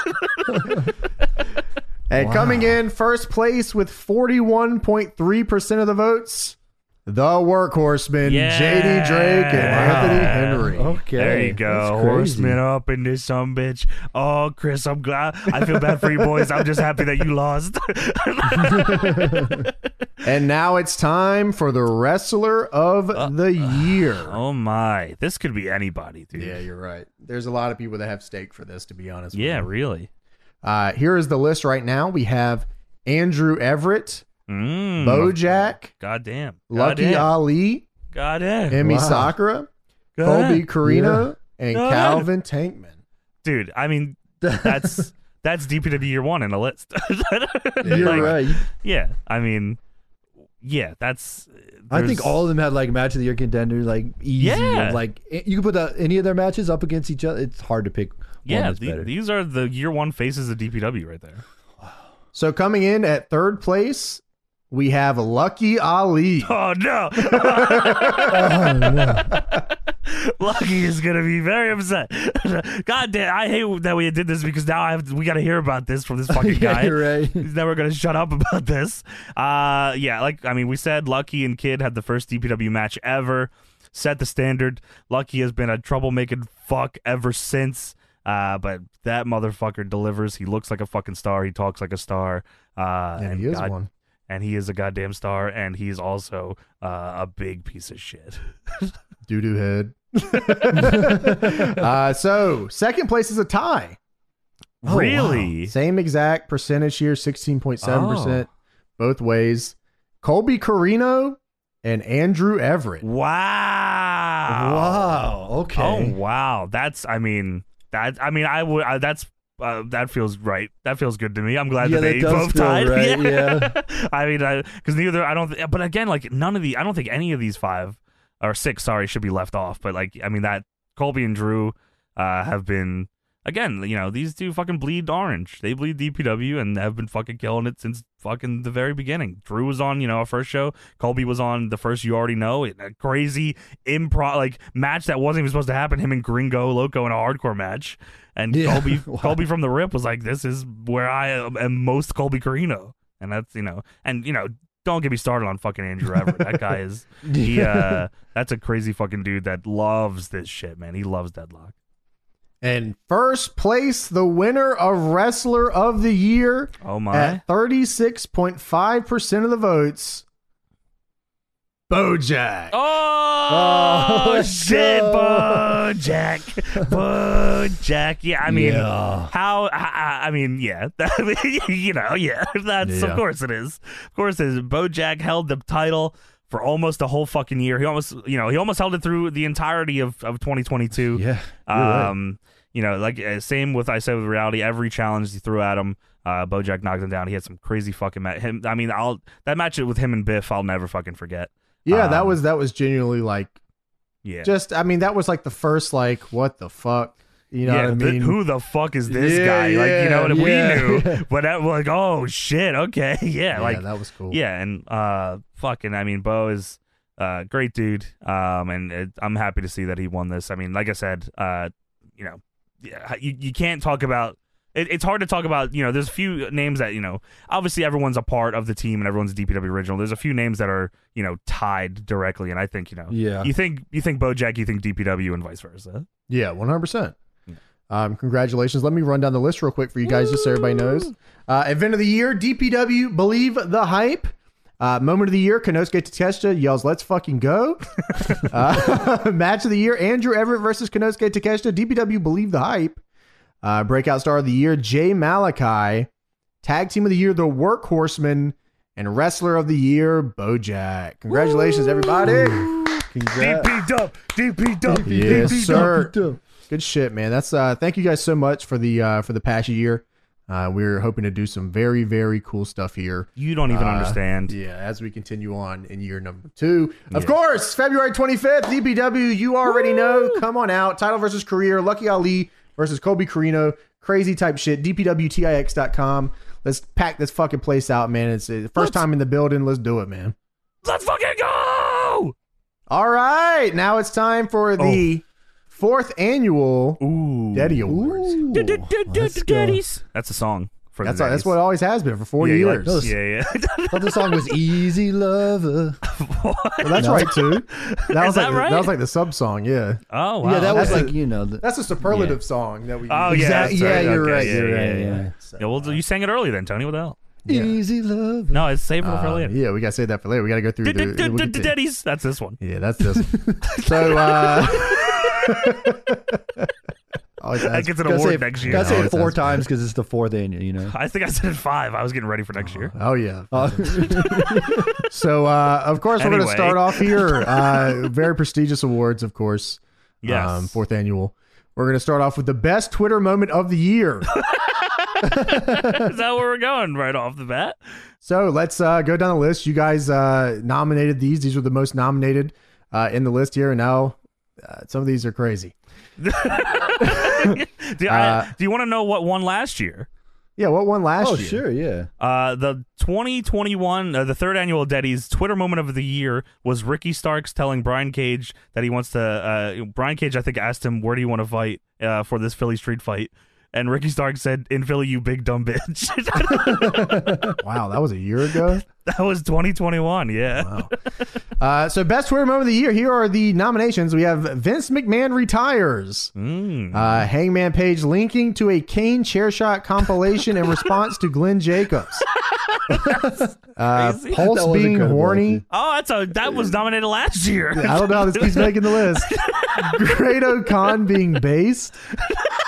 Speaker 1: And
Speaker 3: Wow.
Speaker 1: coming in first place with 41.3% of the votes, the workhorseman,
Speaker 2: Yeah. Oh.
Speaker 1: JD Drake and Anthony Henry.
Speaker 3: Okay.
Speaker 2: There you
Speaker 3: That's
Speaker 2: go.
Speaker 3: crazy.
Speaker 2: Horseman up in this some bitch. Oh, Chris, I'm glad. I feel bad for you boys. I'm just happy that you lost. *laughs*
Speaker 1: And now it's time for the wrestler of the year.
Speaker 2: Uh, oh my. This could be anybody, dude.
Speaker 1: yeah,
Speaker 2: Yeah,
Speaker 1: you're right. There's a lot of people that have stake for this, to be honest. with you.
Speaker 2: really.
Speaker 1: Uh, here is the list right now. We have Andrew Everett,
Speaker 2: Mm.
Speaker 1: Bojack,
Speaker 2: God damn.
Speaker 1: Lucky
Speaker 2: God
Speaker 1: Ali,
Speaker 2: damn. God damn.
Speaker 1: Emmy
Speaker 3: Wow.
Speaker 1: Sakura,
Speaker 2: God
Speaker 1: Colby
Speaker 2: damn.
Speaker 1: Carino, and
Speaker 2: Go ahead.
Speaker 1: Calvin Tankman.
Speaker 2: Dude, I mean,
Speaker 3: *laughs*
Speaker 2: that's. That's DPW year one in the list. *laughs*
Speaker 3: You're
Speaker 2: Like,
Speaker 3: right.
Speaker 2: Yeah, I mean, yeah, that's.
Speaker 3: I
Speaker 2: there's-
Speaker 3: think all of them had like match of the year contender, like easy.
Speaker 2: Yeah.
Speaker 3: Like i- you can put the, any of their matches up against each other. It's hard to pick. one
Speaker 2: Yeah,
Speaker 3: that's
Speaker 2: the-
Speaker 3: better.
Speaker 2: these are the year one faces of DPW right there.
Speaker 1: So coming in at third place, we have Lucky Ali.
Speaker 2: *laughs* *laughs* Oh no! Lucky is gonna be very upset. *laughs* God damn! I hate that we did this because now I have to, we got to hear about this from this fucking
Speaker 3: *laughs* *laughs* yeah,
Speaker 2: guy.
Speaker 3: you're right.
Speaker 2: He's never gonna shut up about this. Uh, yeah, like I mean, we said Lucky and Kid had the first DPW match ever, set the standard. Lucky has been a troublemaking fuck ever since. Uh, but that motherfucker delivers. He looks like a fucking star. He talks like a star. Uh,
Speaker 1: And
Speaker 2: and
Speaker 1: he is
Speaker 2: God-
Speaker 1: one.
Speaker 2: and he is a goddamn star, and he's also uh, a big piece of shit.
Speaker 1: Doo doo head. *laughs* uh, so second place is a tie.
Speaker 3: Oh, wow.
Speaker 2: really?
Speaker 1: Same exact percentage here, 16.7%
Speaker 2: Oh.
Speaker 1: both ways. Colby Carino and Andrew Everett.
Speaker 2: Wow!
Speaker 3: Wow. Okay.
Speaker 2: Oh wow! That's I mean that I mean I would I, that's uh, that feels right. That feels good to me. I'm glad
Speaker 3: Yeah,
Speaker 2: that
Speaker 3: that
Speaker 2: they
Speaker 3: does
Speaker 2: both *laughs*
Speaker 3: feel
Speaker 2: tied.
Speaker 3: right,
Speaker 2: *laughs* I mean, because neither I don't. But again, like none of the I don't think any of these five or six, sorry, should be left off. But like I mean that Colby and Drew uh, have been again. You know these two fucking bleed orange. They bleed DPW and have been fucking killing it since fucking the very beginning. Drew was on you know our first show. Colby was on the first you already know. It, a crazy improv like match that wasn't even supposed to happen. Him and Gringo Loco in a hardcore match, and
Speaker 3: Yeah.
Speaker 2: Colby
Speaker 3: *laughs* Wow.
Speaker 2: Colby from the Rip was like, this is where I am, am most Colby Carino, and that's you know and you know. Don't get me started on fucking Andrew Everett. That guy
Speaker 3: *laughs*
Speaker 2: is he uh that's a crazy fucking dude that loves this shit, man. He loves deadlock.
Speaker 1: And first place, the winner of Wrestler of the Year
Speaker 2: Oh my.
Speaker 1: at 36.5% of the votes, Bojack.
Speaker 2: Oh,
Speaker 3: Oh, let's
Speaker 2: shit,
Speaker 3: go.
Speaker 2: Bojack, Bojack. Yeah, I mean,
Speaker 3: Yeah.
Speaker 2: how? I, I- I mean, yeah, *laughs* you know, yeah. That's of
Speaker 3: Yeah.
Speaker 2: course it is. Of course it is. Bojack held the title for almost a whole fucking year. He almost, you know, he almost held it through the entirety of of 2022.
Speaker 3: yeah. you're right.
Speaker 2: Um, you know, like uh, same with I said with reality. Every challenge he threw at him, uh, Bojack knocked him down. He had some crazy fucking match. Him, I mean, I'll that match with him and Biff, I'll never fucking forget.
Speaker 1: Yeah, that
Speaker 2: Um,
Speaker 1: was that was genuinely like
Speaker 2: Yeah,
Speaker 1: just I mean that was like the first like what the fuck you know
Speaker 2: yeah.
Speaker 1: what I
Speaker 2: th-
Speaker 1: mean
Speaker 2: who the fuck is this
Speaker 1: Yeah,
Speaker 2: guy? Like, you know, what
Speaker 3: yeah,
Speaker 2: we knew,
Speaker 1: *laughs*
Speaker 3: yeah.
Speaker 2: but that like, oh shit, okay, *laughs* yeah, like
Speaker 1: that was cool
Speaker 2: yeah, and uh, fucking, I mean, Bo is uh, great dude. Um, and it, I'm happy to see that he won this. I mean, like I said, uh, you know, yeah, you you can't talk about. It, it's hard to talk about. You know, there's a few names that you know. Obviously, everyone's a part of the team and everyone's DPW original. There's a few names that are you know tied directly, and I think you know.
Speaker 3: Yeah.
Speaker 2: You think you think Bojack, you think DPW, and vice versa.
Speaker 1: yeah one hundred percent. Um, congratulations. Let me run down the list real quick for you guys, just so everybody knows. Uh, event of the year, DPW, believe the hype. Uh, moment of the year, Konosuke Takeshita yells, let's fucking go. uh, *laughs* match of the year, Andrew Everett versus Konosuke Takeshita, DPW, believe the hype. Uh, breakout star of the year, Jay Malachi. Tag team of the year, the workhorseman. And wrestler of the year, Bojack. Congratulations, everybody.
Speaker 3: Congrats.
Speaker 2: DP dub, DP dub,
Speaker 1: Yes,
Speaker 2: DP dub.
Speaker 1: sir. Good shit, man. That's uh thank you guys so much for the uh for the past year. Uh we're hoping to do some very, very cool stuff here.
Speaker 2: You don't even
Speaker 1: Uh,
Speaker 2: understand.
Speaker 1: Yeah, as we continue on in year number two. Of course, February 25th, DPW, you already know. Come on out. Title versus career, Lucky Ali versus Kobe Carino. Crazy type shit. DPWTIX.com. Let's pack this fucking place out, man. It's the 1st time in the building. Let's do it, man.
Speaker 2: Let's fucking go!
Speaker 1: All right. Now it's time for the fourth annual
Speaker 2: Ooh,
Speaker 1: Daddy Awards.
Speaker 3: Ooh,
Speaker 2: Du- du- du- du-
Speaker 3: let's
Speaker 2: du-
Speaker 3: go.
Speaker 2: daddies. That's a song for
Speaker 1: That's,
Speaker 2: the
Speaker 1: that's
Speaker 2: daddies.
Speaker 1: what it always has been for four
Speaker 2: yeah, you like
Speaker 1: years.
Speaker 2: those. *laughs* yeah, yeah.
Speaker 3: Thought the song was "Easy Lover."
Speaker 1: Well, that's right too. That was
Speaker 2: that
Speaker 1: like the-
Speaker 2: right?
Speaker 1: that was like the sub song. Yeah,
Speaker 2: oh wow.
Speaker 3: yeah, that was
Speaker 1: That's
Speaker 3: like you know. The,
Speaker 1: that's a superlative song that we.
Speaker 2: Oh yeah,
Speaker 3: Exact-
Speaker 2: that's right.
Speaker 3: yeah, you're
Speaker 2: Okay,
Speaker 3: right,
Speaker 2: Yeah,
Speaker 3: you're
Speaker 2: yeah,
Speaker 3: right,
Speaker 2: Yeah,
Speaker 3: yeah.
Speaker 1: So,
Speaker 2: Yeah, well, you sang it earlier then, Tony. What the hell?
Speaker 1: yeah.
Speaker 3: Easy Lover.
Speaker 2: No, it's saving it for
Speaker 1: Uh,
Speaker 2: later.
Speaker 1: yeah, we gotta save that for later. We gotta go through
Speaker 2: Du-
Speaker 1: the.
Speaker 2: du- du-
Speaker 1: we'll
Speaker 2: du-
Speaker 1: get
Speaker 2: du-
Speaker 1: to-
Speaker 2: Daddies. That's this one.
Speaker 1: yeah, that's this. one. *laughs* so.
Speaker 2: *laughs*
Speaker 1: uh always
Speaker 2: That
Speaker 1: ask-
Speaker 2: gets an
Speaker 3: Gotta say
Speaker 2: award
Speaker 3: it-
Speaker 2: next year.
Speaker 1: Yeah,
Speaker 3: Gotta say
Speaker 1: always
Speaker 3: it four
Speaker 1: has been.
Speaker 3: times because it's the fourth annual.
Speaker 2: *laughs*
Speaker 3: You know.
Speaker 2: I think I said five. I was getting ready for next year.
Speaker 1: Oh yeah.
Speaker 3: Uh,
Speaker 1: So uh, of course we're
Speaker 2: Anyway.
Speaker 1: gonna start off
Speaker 2: *laughs*
Speaker 1: here. Uh, very prestigious awards, of course. Um,
Speaker 2: Yes.
Speaker 1: fourth annual. We're gonna start off with the best Twitter moment of the year.
Speaker 2: Is that where we're going right off the bat?
Speaker 1: So let's uh, go down the list. You guys uh, nominated these. These were the most nominated uh, in the list here. And now uh, some of these are crazy.
Speaker 2: Do, I- do you want to know what won last year?
Speaker 1: Yeah, what one last
Speaker 3: oh
Speaker 1: year?
Speaker 3: sure, yeah.
Speaker 2: Uh, the 2021, uh, the third annual Deddy's Twitter moment of the year was Ricky Starks telling Brian Cage that he wants to. Uh, Brian Cage, I think, asked him, "Where do you want to fight uh, for this Philly street fight?" And Ricky Starks said, "In Philly, you big dumb bitch."
Speaker 1: *laughs*
Speaker 2: *laughs*
Speaker 1: Wow, that was a
Speaker 3: *laughs*
Speaker 1: year ago.
Speaker 2: that was 2021. Yeah.
Speaker 1: Uh, so best Twitter moment of the year. Here are the nominations. We have Vince McMahon retires.
Speaker 2: Mm.
Speaker 1: Uh, Hangman Page linking to a Kane chair shot compilation in response to Glenn Jacobs. uh,
Speaker 2: crazy.
Speaker 1: Pulse
Speaker 3: That was
Speaker 1: being
Speaker 3: incredible,
Speaker 1: horny.
Speaker 3: dude.
Speaker 2: Oh, that's a that was nominated last year.
Speaker 1: I don't know how this keeps making the list. Great O'Con being based.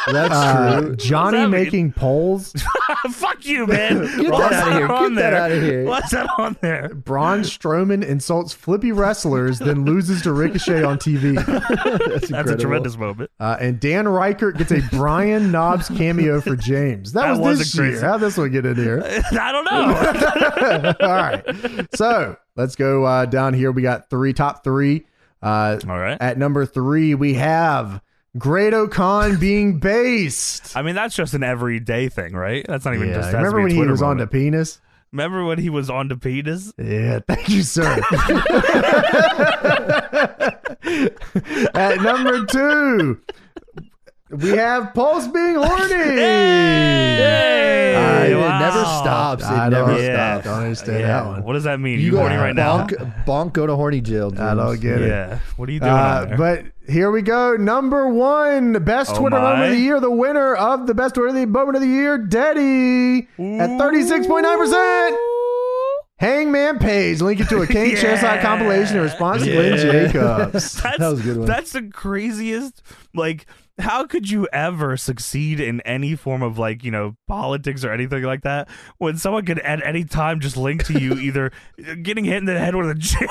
Speaker 3: That's
Speaker 1: Uh,
Speaker 3: true.
Speaker 1: Johnny
Speaker 2: What does that mean?
Speaker 1: making polls.
Speaker 2: *laughs* Fuck you, man.
Speaker 3: *laughs* Get
Speaker 2: What's
Speaker 3: that outta here. Get
Speaker 2: on
Speaker 3: that
Speaker 2: there?
Speaker 3: outta here.
Speaker 2: What's that on there?
Speaker 1: Braun Strowman insults flippy wrestlers, then loses to Ricochet on TV.
Speaker 3: That's,
Speaker 2: That's a
Speaker 3: incredible.
Speaker 2: tremendous moment. *laughs*
Speaker 1: Uh, and Dan Reichert gets a Brian Knobs cameo for James. That,
Speaker 2: That
Speaker 1: was,
Speaker 2: was
Speaker 1: this
Speaker 2: a great-
Speaker 1: year. How'd this one get in here?
Speaker 2: I don't
Speaker 3: *laughs*
Speaker 2: know.
Speaker 1: All right. So let's go uh, down here. We got three top three. Uh,
Speaker 2: All right.
Speaker 1: at number three, we have Great O'Con being based.
Speaker 2: I mean, that's just an everyday thing, right? That's not even
Speaker 1: Yeah,
Speaker 2: just. has to
Speaker 1: remember
Speaker 2: be a
Speaker 1: when he
Speaker 2: Twitter
Speaker 1: was on to
Speaker 2: moment.
Speaker 1: penis?
Speaker 2: Remember when he was on to penis?
Speaker 1: Yeah, *laughs* thank you,
Speaker 2: *laughs*
Speaker 1: sir. At number two, we have Pulse being
Speaker 2: *laughs*
Speaker 1: horny.
Speaker 2: Hey!
Speaker 1: I- it
Speaker 3: never stops. It
Speaker 1: I
Speaker 3: never
Speaker 1: don't-
Speaker 2: Yeah.
Speaker 1: Don't understand that
Speaker 2: Yeah.
Speaker 1: one.
Speaker 2: What does that mean?
Speaker 3: You
Speaker 2: You,
Speaker 3: go
Speaker 2: horny right now?
Speaker 3: Bonk, bonk go to horny jail. James.
Speaker 1: I don't get it.
Speaker 2: Yeah. What are you doing? on
Speaker 1: Uh,
Speaker 2: there?
Speaker 1: but here we go. Number one, best
Speaker 2: Oh
Speaker 1: Twitter moment of
Speaker 2: my.
Speaker 1: the year. The winner of the best Twitter of the moment of the year, Daddy, at thirty six point nine percent. Hangman Page, link it to a
Speaker 2: *laughs*
Speaker 1: Kane
Speaker 2: Yeah.
Speaker 1: Chairside compilation in response to Glenn
Speaker 3: Yeah.
Speaker 1: Jacobs.
Speaker 2: that's,
Speaker 3: *laughs* That was a good
Speaker 2: *laughs*
Speaker 3: one.
Speaker 2: That's the craziest. Like, how could you ever succeed in any form of like you know politics or anything like that when someone could at any time just link to you either getting hit in the head with a chair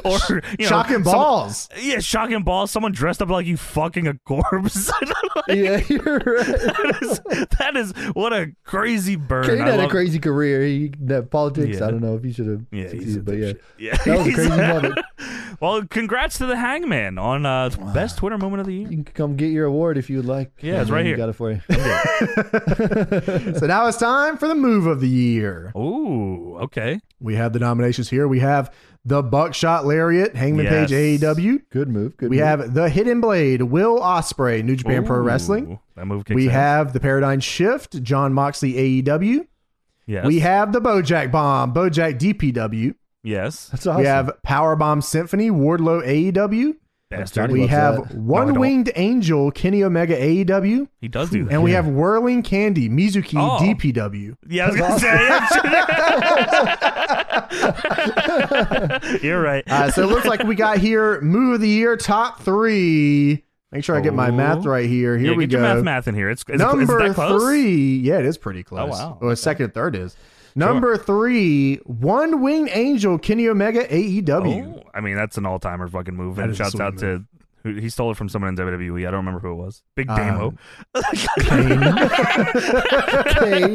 Speaker 2: *laughs* or you know
Speaker 1: Shocking
Speaker 2: some-
Speaker 1: balls.
Speaker 2: yeah, shocking balls. Someone dressed up like you fucking a corpse. *laughs*
Speaker 3: Yeah, you're right.
Speaker 2: that, is, that is what a crazy burn.
Speaker 3: Kane
Speaker 2: I
Speaker 3: had a
Speaker 2: love-
Speaker 3: crazy career. He that politics.
Speaker 2: Yeah.
Speaker 3: I don't know if he should have
Speaker 2: Yeah, he's
Speaker 3: succeeded, but yeah,
Speaker 2: yeah,
Speaker 3: that was a crazy moment.
Speaker 2: *laughs* Well, congrats to the Hangman on uh, best Twitter moment of the year.
Speaker 3: You can come get your award if you'd like.
Speaker 2: Yeah, it's
Speaker 3: I
Speaker 2: right
Speaker 3: mean, we
Speaker 2: here.
Speaker 3: Got it for you.
Speaker 1: So now it's time for the move of the year.
Speaker 2: Ooh, okay.
Speaker 1: We have the nominations here. We have the Buckshot Lariat, Hangman
Speaker 2: Yes.
Speaker 1: Page AEW.
Speaker 3: *laughs* Good move. Good.
Speaker 1: We
Speaker 3: move.
Speaker 1: have the Hidden Blade, Will Osprey, New Japan Pro
Speaker 2: Ooh,
Speaker 1: Wrestling.
Speaker 2: That move kicks
Speaker 1: We
Speaker 2: ass.
Speaker 1: have the Paradigm Shift, John Moxley AEW.
Speaker 2: yes.
Speaker 1: We have the Bojack Bomb, Bojack DPW.
Speaker 2: yes.
Speaker 3: That's awesome.
Speaker 1: We have Powerbomb Symphony, Wardlow AEW.
Speaker 2: bastard.
Speaker 3: Johnny-
Speaker 1: E We
Speaker 3: loves
Speaker 1: have
Speaker 3: that.
Speaker 1: One
Speaker 2: don't.
Speaker 1: Winged Angel, Kenny Omega AEW,
Speaker 2: He does do that.
Speaker 1: and we have Whirling Candy, Mizuki
Speaker 2: Oh.
Speaker 1: DPW.
Speaker 2: yeah, I was gonna say. *laughs* You're right.
Speaker 1: Uh, so it looks like we got here Move of the Year top three. Make sure I get my
Speaker 2: Oh.
Speaker 1: math right here. Here
Speaker 2: yeah,
Speaker 1: we
Speaker 2: get
Speaker 1: go.
Speaker 2: your math math in here. It's, it's
Speaker 1: Number
Speaker 2: is that close? Oh,
Speaker 1: three. Yeah, it is pretty close.
Speaker 2: wow.
Speaker 1: Well, second and third is. Number three, One Winged Angel, Kenny Omega E AEW.
Speaker 2: Oh, I mean, that's an all-timer fucking move.
Speaker 1: That
Speaker 2: And
Speaker 1: is a
Speaker 2: shouts
Speaker 1: sweet
Speaker 2: out to who he stole it from someone in WWE. I don't remember who it was. Big Damo.
Speaker 1: Uh, Kane.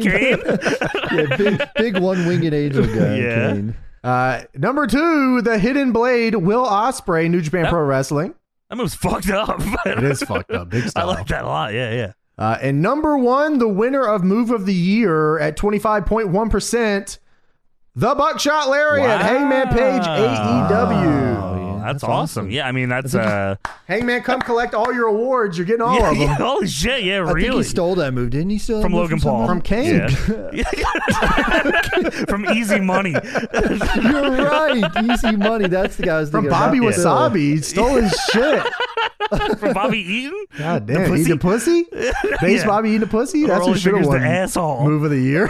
Speaker 3: Kane.
Speaker 2: *laughs* Kane?
Speaker 3: *laughs* Yeah, big, big one winged angel guy.
Speaker 2: Yeah.
Speaker 3: Kane.
Speaker 2: Oh.
Speaker 1: Uh, number two, The Hidden Blade, Will Osprey, New Japan Pro Wrestling.
Speaker 2: That move's fucked up.
Speaker 1: It is fucked up, big
Speaker 2: *laughs* I
Speaker 1: style.
Speaker 2: like that a lot. Yeah, yeah.
Speaker 1: Uh, and number one, the winner of Move of the Year at 25.1%, the Buckshot Lariat,
Speaker 3: Wow.
Speaker 1: Hangman Page, E
Speaker 3: Wow.
Speaker 1: AEW.
Speaker 3: Oh, yeah,
Speaker 2: that's,
Speaker 3: that's
Speaker 2: awesome.
Speaker 3: awesome.
Speaker 2: Yeah, I mean, that's uh,
Speaker 1: Hangman, come collect all your awards. You're getting all
Speaker 2: yeah,
Speaker 1: of them.
Speaker 2: yeah, holy shit. Yeah,
Speaker 3: I think
Speaker 2: really.
Speaker 3: he stole that move, didn't he? Still
Speaker 2: from Logan Paul.
Speaker 1: From Kane. *laughs*
Speaker 2: Yeah. from Easy Money.
Speaker 3: You're right. Easy money. That's the guy I was
Speaker 1: From
Speaker 3: thinking about.
Speaker 1: Bobby
Speaker 3: Yeah.
Speaker 1: Wasabi. He stole his shit.
Speaker 2: From Bobby Eaton.
Speaker 1: God
Speaker 2: *laughs* The
Speaker 1: damn.
Speaker 2: pussy.
Speaker 1: Eating a
Speaker 2: *laughs*
Speaker 1: pussy? Base
Speaker 2: Yeah.
Speaker 1: Bobby eating a pussy? That's
Speaker 2: Rolling
Speaker 1: who should have
Speaker 2: fingers to
Speaker 1: won.
Speaker 2: asshole.
Speaker 1: Move of the
Speaker 2: *laughs*
Speaker 1: year.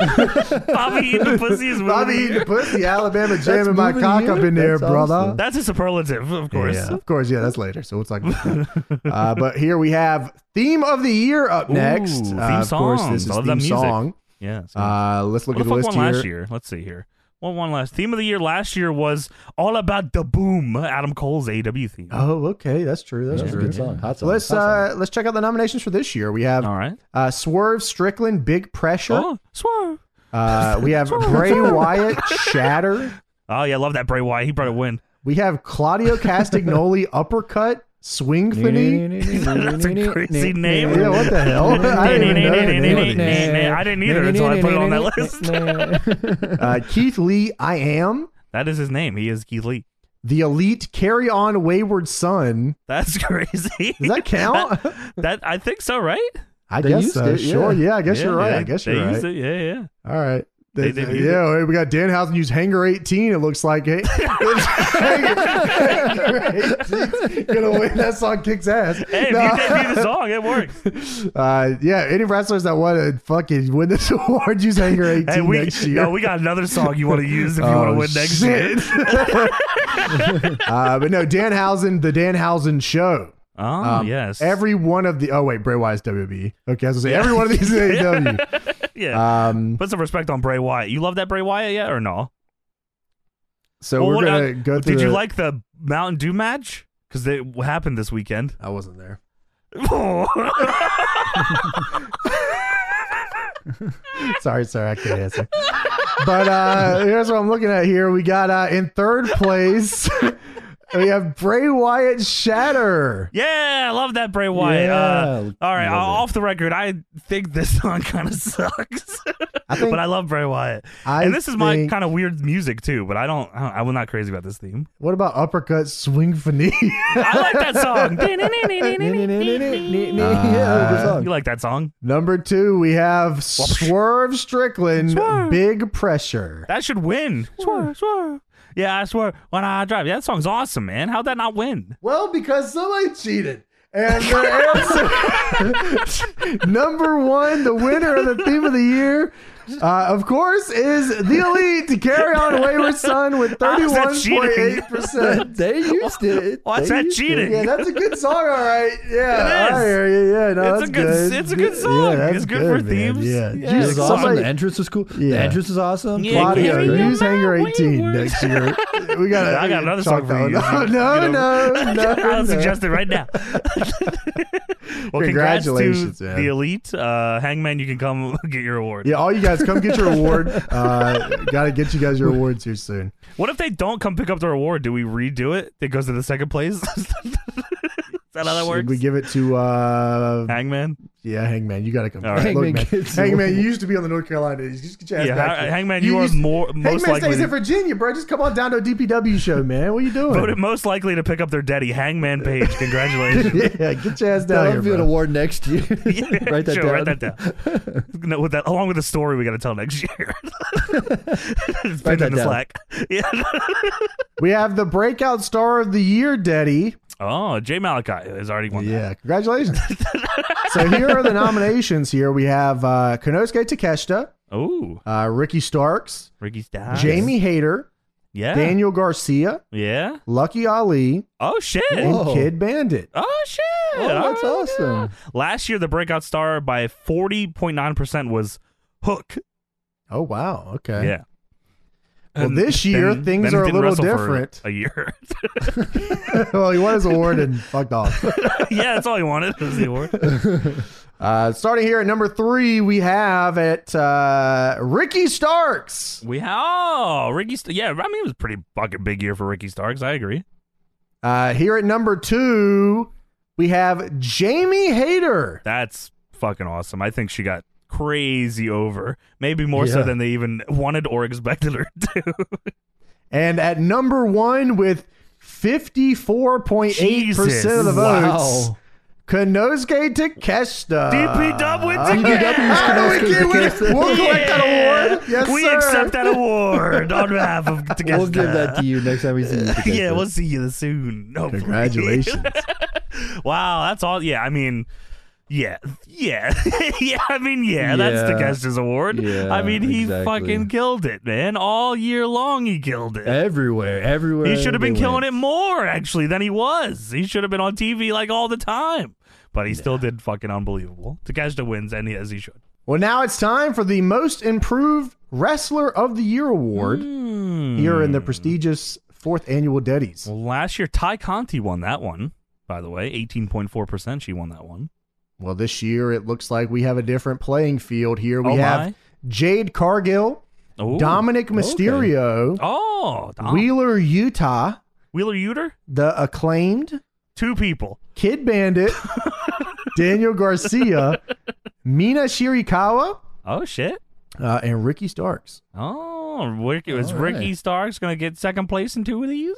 Speaker 2: Bobby Eaton the pussy is
Speaker 1: *laughs* Bobby
Speaker 2: moving.
Speaker 1: eating a pussy. Alabama jamming
Speaker 3: Move
Speaker 1: my
Speaker 3: of the
Speaker 1: cock
Speaker 3: Year?
Speaker 1: up in there,
Speaker 3: That's
Speaker 1: brother.
Speaker 3: awesome.
Speaker 2: That's a superlative, of course.
Speaker 1: Yeah, Uh, of course. Yeah, that's later. So it's like,
Speaker 2: *laughs*
Speaker 1: uh, but here we have theme of the year up
Speaker 2: Ooh,
Speaker 1: next.
Speaker 2: theme
Speaker 1: uh, of course,
Speaker 2: songs.
Speaker 1: this is
Speaker 2: I love
Speaker 1: theme
Speaker 2: that music.
Speaker 1: song.
Speaker 2: Yeah, so-
Speaker 1: Uh, let's look
Speaker 2: what
Speaker 1: at
Speaker 2: the
Speaker 1: the
Speaker 2: fuck
Speaker 1: list
Speaker 2: won
Speaker 1: here.
Speaker 2: last year? Let's see here. What won last? Theme of the year last year was all about the boom. Adam Cole's AW theme.
Speaker 1: Oh, okay, that's true. That's
Speaker 3: That's a
Speaker 1: true.
Speaker 3: good song. Hot
Speaker 1: So
Speaker 3: song.
Speaker 1: let's
Speaker 3: Hot song.
Speaker 1: uh, let's check out the nominations for this year. We have
Speaker 2: all right.
Speaker 1: uh, Swerve Strickland, Big Pressure.
Speaker 2: Oh, swerve.
Speaker 1: Uh, we
Speaker 2: *laughs*
Speaker 1: have Bray Wyatt, Shatter.
Speaker 2: Oh yeah, love that Bray Wyatt. He brought a win.
Speaker 1: We have Claudio
Speaker 2: *laughs*
Speaker 1: Castagnoli, Uppercut, Swing Finny.
Speaker 2: That's a
Speaker 3: *laughs*
Speaker 2: crazy name.
Speaker 1: Yeah, what
Speaker 2: *laughs*
Speaker 1: the hell? *laughs* I didn't even know.
Speaker 2: I didn't either until I put it on that
Speaker 3: *laughs* list.
Speaker 1: Uh, Keith Lee, I Am.
Speaker 2: That is his name. He is Keith Lee. *laughs*
Speaker 1: The Elite, Carry On, Wayward Son.
Speaker 2: That's crazy.
Speaker 1: *laughs* Does
Speaker 2: *laughs*
Speaker 1: that count?
Speaker 2: that I think so, right?
Speaker 1: I
Speaker 3: They
Speaker 1: guess
Speaker 3: used
Speaker 1: so.
Speaker 3: it, yeah.
Speaker 1: Sure. Yeah, I guess
Speaker 2: Yeah,
Speaker 1: you're right.
Speaker 2: yeah.
Speaker 1: I guess
Speaker 2: they
Speaker 1: you're right.
Speaker 2: used it. Yeah, yeah.
Speaker 1: *laughs* All right.
Speaker 2: They-
Speaker 1: They-
Speaker 2: they used
Speaker 1: yeah, we got Danhausen use Hangar 18. It looks like
Speaker 2: *laughs*
Speaker 1: hey, *laughs* Hanger 18's gonna win. That song kicks ass.
Speaker 2: Hey,
Speaker 1: No.
Speaker 2: if you debut the song,
Speaker 1: *laughs*
Speaker 2: it works.
Speaker 1: uh, yeah, any wrestlers that want to fucking win this *laughs* award use Hanger 18
Speaker 2: Hey, we
Speaker 1: next year.
Speaker 2: *laughs* no, we got another song you want to use if you want to
Speaker 1: Oh,
Speaker 2: win next year.
Speaker 1: shit. *laughs* uh, but no, Danhausen, the Danhausen show.
Speaker 2: Oh
Speaker 1: Um,
Speaker 2: yes.
Speaker 1: Every one of the oh wait, Bray Wyatt's WWE. Okay, I was gonna say every one of
Speaker 2: *laughs*
Speaker 1: these is AEW.
Speaker 2: *laughs* yeah.
Speaker 1: Um,
Speaker 2: Put some respect on Bray Wyatt. You love that Bray Wyatt yet or no?
Speaker 1: so
Speaker 2: Well,
Speaker 1: we're
Speaker 2: what-
Speaker 1: gonna
Speaker 2: uh,
Speaker 1: go through.
Speaker 2: Did you
Speaker 1: the-
Speaker 2: like the Mountain Dew match? Because it happened this weekend. *laughs*
Speaker 1: I wasn't there. *laughs* Sorry, sorry, I can't answer. But uh here's what I'm looking at here. We got uh in third place. *laughs* We have Bray Wyatt Shatter.
Speaker 2: yeah, I love that Bray Wyatt. Uh,
Speaker 3: Yeah,
Speaker 2: all right,
Speaker 3: love
Speaker 2: off the record, I think this *laughs* song kind of sucks,
Speaker 1: I think
Speaker 2: *laughs* but I love Bray Wyatt.
Speaker 1: I
Speaker 2: and this is my
Speaker 1: think-
Speaker 2: kind of weird music too. But I don't, I don't, I'm not crazy about this theme.
Speaker 1: What about uppercut swing finesse?
Speaker 2: I like that song.
Speaker 3: Yeah, good
Speaker 2: you *laughs*
Speaker 3: song.
Speaker 2: like that song?
Speaker 1: *laughs* Number two, we have Swerve Strickland,
Speaker 2: Swerve.
Speaker 1: Big Pressure.
Speaker 2: That should win. Swear, swear. Yeah, I swear. When I drive, that song's awesome, man. How'd that not win?
Speaker 1: Well, because somebody cheated. And the
Speaker 2: *laughs*
Speaker 1: answer, number one, the winner of the theme of the year, uh, of course, is the elite to carry on Wayward Son with
Speaker 2: How's Ah, that cheating?
Speaker 1: 31.8%. *laughs*
Speaker 3: They used it.
Speaker 2: What's
Speaker 3: They
Speaker 2: that
Speaker 3: used it.
Speaker 2: cheating?
Speaker 1: Yeah, that's a good song, all right. Yeah,
Speaker 2: It is.
Speaker 1: I hear you. Yeah, no,
Speaker 2: It's a
Speaker 1: that's
Speaker 2: good- it's a good song.
Speaker 1: that's
Speaker 2: It's good for
Speaker 1: man.
Speaker 2: themes.
Speaker 1: Yeah,
Speaker 2: Yeah.
Speaker 3: It
Speaker 1: Just
Speaker 3: was
Speaker 2: Yeah.
Speaker 3: awesome.
Speaker 1: somebody-
Speaker 3: The entrance was cool. The
Speaker 1: Yeah.
Speaker 3: entrance was awesome.
Speaker 2: Yeah,
Speaker 1: Claudio,
Speaker 2: Carry
Speaker 1: use
Speaker 2: on
Speaker 1: Hanger
Speaker 2: my
Speaker 1: 18
Speaker 2: wayward-
Speaker 1: next year. We got.
Speaker 2: *laughs* I got another song for you.
Speaker 1: *laughs* No,
Speaker 2: You know- *laughs*
Speaker 1: no, *laughs* no, no.
Speaker 2: I'll
Speaker 1: no.
Speaker 2: suggest it
Speaker 1: *laughs*
Speaker 2: right now. well,
Speaker 1: Congratulations,
Speaker 2: congrats to
Speaker 1: man.
Speaker 2: the elite. Uh, Hangman, you can come *laughs* get your award.
Speaker 1: Yeah, all you guys, come *laughs* get your award. Uh, gotta get you guys your awards here soon.
Speaker 2: *laughs* What if they don't come pick up their award? Do we redo it? It goes to the second place. that how that
Speaker 1: Should
Speaker 2: works?
Speaker 1: we give it to uh
Speaker 2: Hangman.
Speaker 1: yeah, Hangman, you gotta come.
Speaker 2: All right.
Speaker 1: Look,
Speaker 3: Hangman
Speaker 1: man.
Speaker 3: gets the
Speaker 1: Hangman,
Speaker 3: win.
Speaker 1: you used to be on the North Carolina days. Just get your ass
Speaker 2: Yeah,
Speaker 1: back
Speaker 2: Ha-
Speaker 1: here.
Speaker 2: Hangman,
Speaker 1: You
Speaker 2: you, are
Speaker 1: used-
Speaker 2: more most
Speaker 1: Hangman
Speaker 2: likely
Speaker 1: stays in
Speaker 2: to,
Speaker 1: Virginia, bro. Just come on down to a DPW show, man. What are you
Speaker 2: voted
Speaker 1: doing?
Speaker 2: most likely to pick up their daddy, Hangman Page. Congratulations.
Speaker 1: *laughs* yeah, get your ass down here,
Speaker 3: Delafield
Speaker 1: bro.
Speaker 3: Award
Speaker 2: *laughs*
Speaker 3: next year. *laughs* write that
Speaker 2: sure,
Speaker 3: down.
Speaker 2: Write that down. no, with that, along with the story we got to tell next year. *laughs* It's
Speaker 3: Write
Speaker 2: pinned
Speaker 3: that
Speaker 2: in the
Speaker 3: down.
Speaker 2: Slack. *laughs* Yeah.
Speaker 1: We have the breakout star of the year, Daddy.
Speaker 2: Oh, Jay Malachi has already won.
Speaker 1: Yeah,
Speaker 2: *laughs*
Speaker 1: congratulations. so here are the nominations. Here we have uh, Konosuke Takeshita,
Speaker 2: That. Ooh,
Speaker 1: uh, Ricky Starks,
Speaker 2: Ricky Starks.
Speaker 1: Jamie Hayter,
Speaker 2: Yeah.
Speaker 1: Daniel Garcia,
Speaker 2: Yeah.
Speaker 1: Lucky Ali,
Speaker 2: Oh shit.
Speaker 3: Whoa.
Speaker 1: and Kid Bandit.
Speaker 2: Oh shit.
Speaker 3: Oh, that's
Speaker 2: All right,
Speaker 3: awesome.
Speaker 2: yeah. Last year, the breakout star by forty point nine percent was Hook.
Speaker 1: Oh wow, okay.
Speaker 2: Yeah.
Speaker 1: Well, this year, things
Speaker 2: he
Speaker 1: are a
Speaker 2: didn't
Speaker 1: little
Speaker 2: wrestle for
Speaker 1: different.
Speaker 2: A year. *laughs*
Speaker 1: *laughs* well, he won his award and fucked off.
Speaker 2: yeah, that's all he wanted was the award.
Speaker 1: Uh, starting here at number three, we have at uh, Ricky Starks.
Speaker 2: We have oh, Ricky. St- yeah, I mean it was a pretty fucking big year for Ricky Starks. I agree.
Speaker 1: Uh, here at number two, we have Jamie Hayter.
Speaker 2: That's fucking awesome. I think she got crazy over, maybe more so
Speaker 3: Yeah.
Speaker 2: than they even wanted or expected her to.
Speaker 1: And at number one with 54.8% of the
Speaker 2: Jesus.
Speaker 1: votes,
Speaker 3: Wow.
Speaker 1: Konosuke Takeshita.
Speaker 2: DP Dub wins
Speaker 1: Uh,
Speaker 2: again.
Speaker 3: DPW's
Speaker 1: how do *laughs* we
Speaker 3: Konosuke
Speaker 1: keep winning?
Speaker 3: Takeshita.
Speaker 1: We'll collect that
Speaker 2: Yeah.
Speaker 1: award. Yes,
Speaker 2: *laughs* we
Speaker 1: sir.
Speaker 2: accept that award on behalf of Takeshita.
Speaker 3: We'll give that to you next time we see you.
Speaker 2: *laughs* yeah, we'll see you soon. hopefully.
Speaker 1: Congratulations.
Speaker 2: *laughs* wow, that's all. Yeah, I mean, yeah, yeah, *laughs* yeah. I mean, yeah, that's the
Speaker 3: Yeah.
Speaker 2: Guest's award.
Speaker 3: Yeah,
Speaker 2: I mean, he
Speaker 3: exactly.
Speaker 2: fucking killed it, man. All year long, he killed it.
Speaker 3: everywhere, everywhere.
Speaker 2: He should have been
Speaker 3: they
Speaker 2: killing
Speaker 3: went.
Speaker 2: it more, actually, than he was. He should have been on TV like all the time. But he still did fucking unbelievable. Takeshita wins, and he, as he should.
Speaker 1: well, now it's time for the Most Improved Wrestler of the Year award
Speaker 2: Hmm.
Speaker 1: here in the prestigious fourth annual Deddies.
Speaker 2: Well, last year, Ty Conti won that one, by the way. 18.4% she won that one.
Speaker 1: Well, this year it looks like we have a different playing field here. We
Speaker 2: Oh,
Speaker 1: have
Speaker 2: my.
Speaker 1: Jade Cargill,
Speaker 2: Ooh.
Speaker 1: Dominic Mysterio,
Speaker 2: Oh, Dom.
Speaker 1: Wheeler Utah,
Speaker 2: Wheeler Uter?
Speaker 1: the acclaimed
Speaker 2: Two people.
Speaker 1: Kid
Speaker 2: *laughs*
Speaker 1: Bandit, Daniel Garcia, Mina Shirikawa,
Speaker 2: Oh, shit.
Speaker 1: uh, and Ricky Starks.
Speaker 2: Oh, Ricky, is
Speaker 3: All
Speaker 2: Ricky
Speaker 3: right.
Speaker 2: Starks going to get second place in two of these?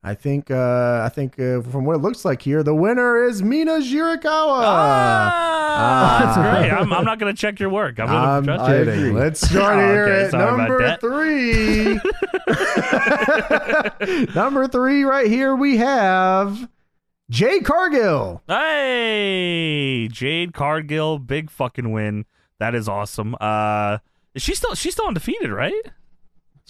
Speaker 1: I think uh, I think uh, from what it looks like here, the winner is Mina
Speaker 3: Uh,
Speaker 1: Shirikawa.
Speaker 2: ah, that's
Speaker 1: ah.
Speaker 3: *laughs*
Speaker 2: great. I'm, I'm not going to check your work. I'm
Speaker 1: I'm
Speaker 2: going to trust you.
Speaker 3: Um, I agree.
Speaker 1: kidding. Let's start
Speaker 2: Oh,
Speaker 1: here
Speaker 2: *laughs* okay,
Speaker 1: at
Speaker 2: sorry about
Speaker 1: number
Speaker 2: that.
Speaker 1: three.
Speaker 2: *laughs*
Speaker 1: number three, *laughs* right here we have Jay Cargill.
Speaker 2: Hey, Jade Cargill, big fucking win. That is awesome. Uh, is she still she's still undefeated, right?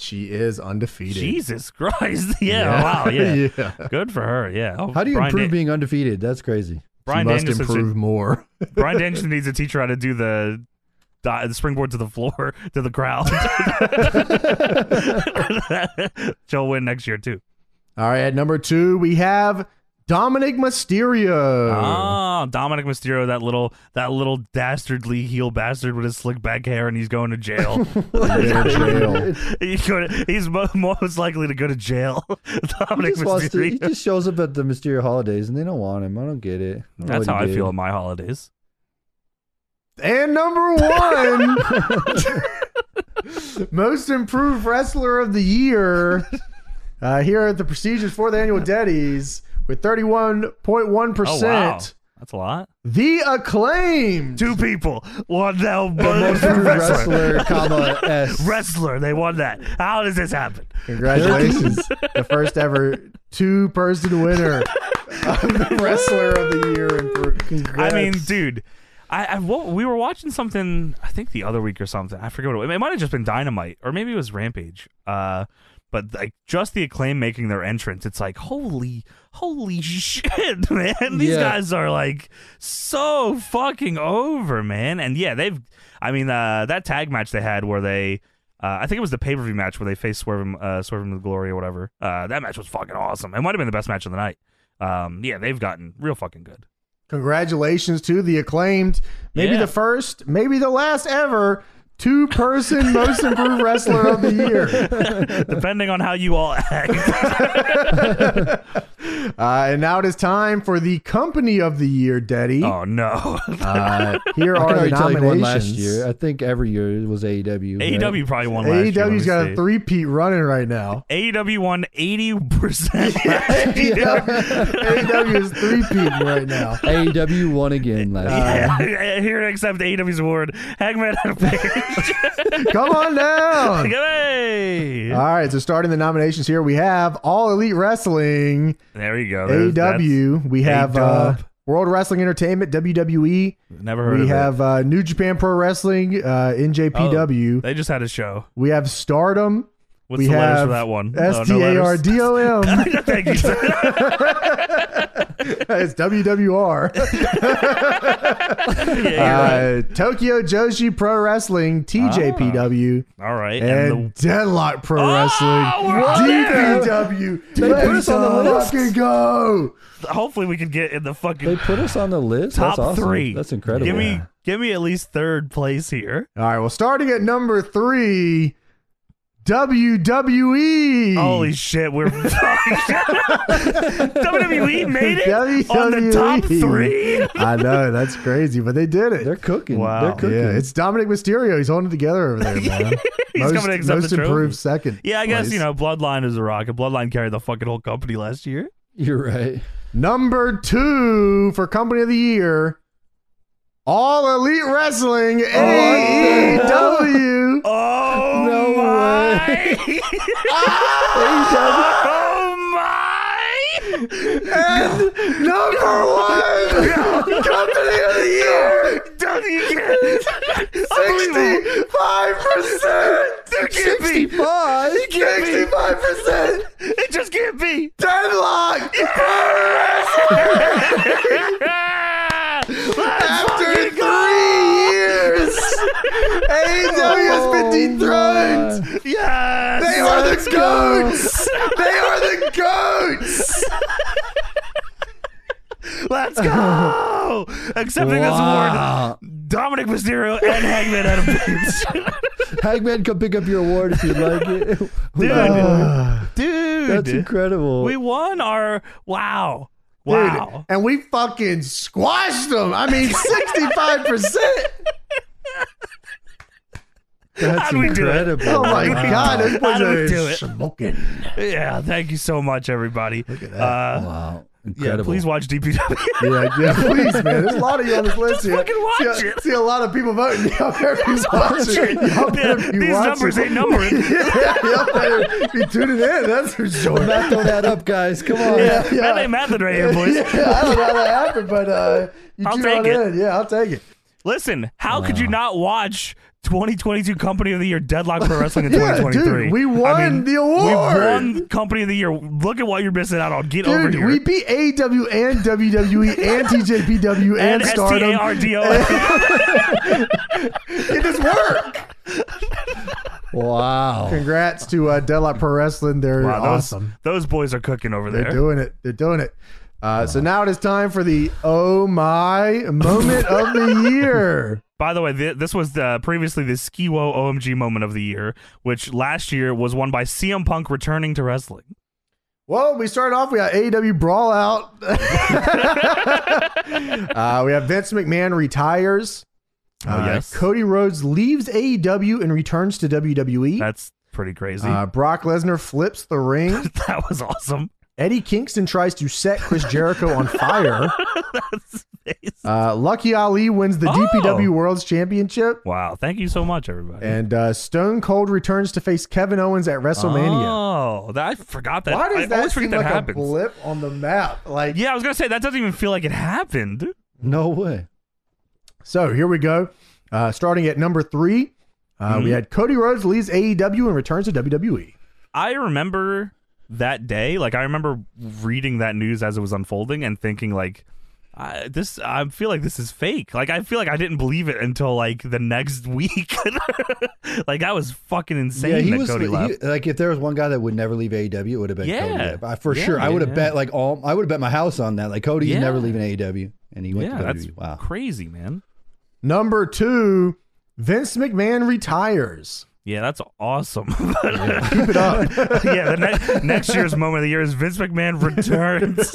Speaker 1: She is undefeated.
Speaker 2: Jesus *laughs* Christ! Yeah, wow, yeah. good for her. Yeah. Oh,
Speaker 3: How do you
Speaker 2: Brian
Speaker 3: improve
Speaker 2: Dan-
Speaker 3: being undefeated? That's
Speaker 2: *laughs*
Speaker 3: crazy.
Speaker 2: Brian
Speaker 1: she must
Speaker 2: Danielson should-
Speaker 1: improve more. *laughs*
Speaker 2: Brian Danielson needs to teach her how to do the di- the springboard to the floor *laughs* to the crowd. She'll win next year too.
Speaker 1: All right, at number two, we have Dominic Mysterio.
Speaker 2: Ah, Dominic Mysterio, that little that little dastardly heel bastard with his slick back hair, and he's going to jail.
Speaker 1: Yeah, jail.
Speaker 2: *laughs* He's, going to, he's mo- most likely to go to jail. *laughs*
Speaker 3: He
Speaker 2: Dominic
Speaker 3: just, wants to, he
Speaker 2: Mysterio.
Speaker 3: just shows up at the Mysterio holidays and they don't want him. I don't get it. I don't know
Speaker 2: That's
Speaker 3: what
Speaker 2: how
Speaker 3: he
Speaker 2: I
Speaker 3: did.
Speaker 2: feel at my holidays.
Speaker 1: And number one, most improved wrestler of the year uh, here at the prestigious fourth annual Deddies with 31.1%.
Speaker 2: Oh wow, that's a lot.
Speaker 1: The acclaimed.
Speaker 2: Two people won now. *laughs*
Speaker 3: Most improved wrestler, comma S.
Speaker 2: wrestler. They won that. How does this happen?
Speaker 1: Congratulations. the first ever two person winner of the wrestler of the year. Improved.
Speaker 2: I mean, dude, I, I what, we were watching something. I think the other week or something. I forget what it, it might have just been Dynamite or maybe it was Rampage. Uh, but like just the acclaim making their entrance, it's like holy, holy *laughs* shit, man! These
Speaker 3: Yeah.
Speaker 2: guys are like so fucking over, man. And yeah, they've. I mean, uh, that tag match they had where they. Uh, I think it was the pay per view match where they faced Swerve, and- uh, Swerve and Glory or whatever. Uh, that match was fucking awesome. It might have been the best match of the night. Um, yeah, they've gotten real fucking good.
Speaker 1: Congratulations to the acclaimed. Maybe
Speaker 2: Yeah.
Speaker 1: the first, maybe the last ever two person most improved wrestler of the year.
Speaker 3: *laughs*
Speaker 2: depending on how you all act.
Speaker 1: Uh, and now it is time for the company of the year, Daddy.
Speaker 2: Oh *laughs* no,
Speaker 1: Uh, *laughs* here are the
Speaker 3: I can already tell you one last
Speaker 1: nominations.
Speaker 3: year. I think every year it was AEW. right?
Speaker 2: AEW E probably won. last year, let me
Speaker 1: AEW's got
Speaker 2: see.
Speaker 1: a three-peat running right now.
Speaker 2: AEW won eighty
Speaker 1: *laughs*
Speaker 2: percent. *laughs* *laughs* Yeah,
Speaker 1: AEW is three-peating right now.
Speaker 3: AEW E
Speaker 2: *laughs*
Speaker 3: won again last year.
Speaker 2: here to accept AEW's award,
Speaker 1: *laughs*
Speaker 2: Hangman Page.
Speaker 1: Come on
Speaker 2: *laughs*
Speaker 1: down.
Speaker 2: Hey!
Speaker 1: All right, so starting the nominations here, we have All Elite Wrestling,
Speaker 2: there you go. There's-
Speaker 1: AEW. We have uh,
Speaker 2: A-dub.
Speaker 1: World Wrestling Entertainment, WWE.
Speaker 2: that's- Never heard
Speaker 1: We
Speaker 2: of it.
Speaker 1: have uh, New Japan Pro Wrestling, uh, NJPW.
Speaker 2: They just had a show.
Speaker 1: We have Stardom.
Speaker 2: What's
Speaker 1: We
Speaker 2: the letters
Speaker 1: have
Speaker 2: Oh. for that one? Oh,
Speaker 1: S
Speaker 2: No,
Speaker 1: T
Speaker 2: no
Speaker 1: A R
Speaker 2: letters.
Speaker 1: D O
Speaker 2: *laughs*
Speaker 1: M.
Speaker 2: Thank
Speaker 1: *laughs*
Speaker 2: you. sir.
Speaker 1: It's
Speaker 2: *laughs*
Speaker 1: WWR.
Speaker 2: Yeah, you're right.
Speaker 1: Uh, Tokyo Joshi Pro Wrestling, TJPW,
Speaker 2: All right.
Speaker 1: and,
Speaker 2: Ah. And, the,
Speaker 1: Deadlock Pro
Speaker 2: Oh, we're on there.
Speaker 1: Wrestling, DPW.
Speaker 3: They put us on the list.
Speaker 1: Fucking go.
Speaker 2: hopefully we can get in the fucking
Speaker 3: They put us on the list.
Speaker 2: top
Speaker 3: That's awesome.
Speaker 2: three.
Speaker 3: That's incredible.
Speaker 2: Give me, give me at least third place here.
Speaker 1: All right. Well, starting at number three, E. WWE. *laughs*
Speaker 2: Holy shit, we're *laughs* WWE E made it on the
Speaker 1: WWE.
Speaker 2: top three. *laughs*
Speaker 1: I know that's crazy, but they did it.
Speaker 3: They're cooking.
Speaker 2: Wow.
Speaker 3: They're cooking.
Speaker 1: yeah, it's Dominic Mysterio. He's holding it together over there, man.
Speaker 2: *laughs* He's
Speaker 1: most
Speaker 2: coming to accept
Speaker 1: most
Speaker 2: the trophy.
Speaker 1: improved second.
Speaker 2: Yeah, I guess
Speaker 1: place.
Speaker 2: you know Bloodline is a rocket. Bloodline carried the fucking whole company last year.
Speaker 3: You're right.
Speaker 1: Number two for company of the year, All Elite Wrestling E AEW. *laughs*
Speaker 2: Oh
Speaker 3: No
Speaker 2: my!
Speaker 1: Ah!
Speaker 2: *laughs* oh my!
Speaker 1: and number one company of the year, sixty-five percent.
Speaker 2: There can't be.
Speaker 1: Sixty-five. Sixty-five percent.
Speaker 2: It just can't be. *laughs*
Speaker 1: Deadlock. Pro Wrestling. After three *laughs* years, AEW has
Speaker 3: Oh
Speaker 1: been dethroned.
Speaker 2: Yes.
Speaker 1: They are the goats. They are *laughs* the goats.
Speaker 2: *laughs* Let's
Speaker 1: *laughs*
Speaker 2: go. Accepting
Speaker 3: Wow.
Speaker 2: this award, Dominic Mysterio and Hangman Adam
Speaker 1: *laughs*
Speaker 2: Page.
Speaker 3: Hangman, come pick up your award if you'd like it.
Speaker 2: *laughs*
Speaker 3: We-
Speaker 2: Dude.
Speaker 1: Uh,
Speaker 2: Dude,
Speaker 3: That's incredible.
Speaker 2: we won our wow.
Speaker 1: dude,
Speaker 2: Wow.
Speaker 1: and we fucking squashed them. I *laughs* mean, sixty-five percent.
Speaker 3: That's
Speaker 2: How'd we do it?
Speaker 3: incredible.
Speaker 1: Oh my
Speaker 3: Wow.
Speaker 1: god, this
Speaker 2: How
Speaker 1: was
Speaker 2: do we do
Speaker 1: a
Speaker 2: it?
Speaker 1: smoking.
Speaker 2: Yeah, thank you so much, everybody. Look at that. Uh, yeah,
Speaker 3: Wow. Incredible.
Speaker 2: please watch DPW.
Speaker 1: *laughs*
Speaker 2: *laughs*
Speaker 1: Yeah, yeah, please, man. There's a lot of you on this list here.
Speaker 2: fucking watch
Speaker 1: see,
Speaker 2: it.
Speaker 1: see a lot of people voting. *laughs* Y'all better be watching. Y'all better be
Speaker 2: These
Speaker 1: watching.
Speaker 2: numbers ain't numbering.
Speaker 1: *laughs* yeah, y'all better be tuning in. That's for sure.
Speaker 3: Matt, throw that up, guys. Come on.
Speaker 2: yeah,
Speaker 1: yeah.
Speaker 2: *laughs* That ain't method right here, boys.
Speaker 1: Yeah, I don't know how that happened, but uh, you
Speaker 2: I'll
Speaker 1: tune
Speaker 2: take
Speaker 1: on
Speaker 2: it.
Speaker 1: in. Yeah, I'll take it.
Speaker 2: Listen, how could you not watch 2022 Company of the Year Deadlock Pro Wrestling
Speaker 1: *laughs*
Speaker 2: in
Speaker 1: Yeah,
Speaker 2: 2023?
Speaker 1: dude, we won the award.
Speaker 2: We won Company of the Year. Look at what you're missing out on. Get over
Speaker 1: Dude,
Speaker 2: here.
Speaker 1: we beat AEW and *laughs* WWE and TJPW and,
Speaker 2: and
Speaker 1: Stardom. *laughs*
Speaker 2: STARDO.
Speaker 1: It just worked.
Speaker 3: Wow.
Speaker 1: Congrats to uh, Deadlock Pro Wrestling. They're
Speaker 2: Wow, those,
Speaker 1: awesome.
Speaker 2: those boys are cooking over
Speaker 1: They're
Speaker 2: there.
Speaker 1: doing it. They're doing it. Uh, so now it is time for the oh my moment of the year.
Speaker 2: By the way, th- this was the, previously the Skiwo OMG moment of the year, which last year was won by CM Punk returning to wrestling.
Speaker 1: Well, we started off. We got AEW Brawl Out. *laughs* uh, we have Vince McMahon retires. Uh,
Speaker 2: Oh, yes.
Speaker 1: Cody Rhodes leaves AEW and returns to WWE.
Speaker 2: That's pretty crazy.
Speaker 1: Uh, Brock Lesnar flips the ring.
Speaker 2: *laughs* that was awesome. *laughs*
Speaker 1: Eddie Kingston tries to set Chris Jericho on fire.
Speaker 2: That's amazing.
Speaker 1: Uh, Lucky Ali wins the
Speaker 2: Oh.
Speaker 1: DPW World's Championship.
Speaker 2: Wow. Thank you so much, everybody.
Speaker 1: And uh, Stone Cold returns to face Kevin Owens at WrestleMania.
Speaker 2: Oh, that, I forgot that.
Speaker 1: Why does
Speaker 2: I
Speaker 1: that
Speaker 2: always
Speaker 1: seem
Speaker 2: forget that
Speaker 1: like a
Speaker 2: happens.
Speaker 1: blip on the map? Like,
Speaker 2: yeah, I was gonna say that doesn't even feel like it happened.
Speaker 3: No way.
Speaker 1: So here we go. Uh, starting at number three, uh, we had Cody Rhodes leaves AEW and returns to E. WWE.
Speaker 2: I remember that day. Like I remember reading that news as it was unfolding and thinking like, I, this. I feel like this is fake. Like I feel like I didn't believe it until like the next *laughs* week. like that was fucking insane.
Speaker 3: yeah, he
Speaker 2: that
Speaker 3: was
Speaker 2: Cody
Speaker 3: he-
Speaker 2: left.
Speaker 3: like if there was one guy that would never leave AEW, it would have been
Speaker 2: Yeah.
Speaker 3: Cody. But I- for
Speaker 2: Yeah,
Speaker 3: sure, I would have
Speaker 2: yeah.
Speaker 3: bet like all I would have bet my house on that. Like Cody's
Speaker 2: Yeah.
Speaker 3: never leaving AEW, and he went
Speaker 2: yeah,
Speaker 3: to
Speaker 2: that's
Speaker 3: WWE. Wow.
Speaker 2: crazy, man.
Speaker 1: Number two, Vince McMahon retires.
Speaker 2: Yeah, that's awesome. *laughs* uh,
Speaker 1: Keep it up.
Speaker 2: yeah, the ne- next year's moment of the year is Vince McMahon
Speaker 3: *laughs*
Speaker 2: returns.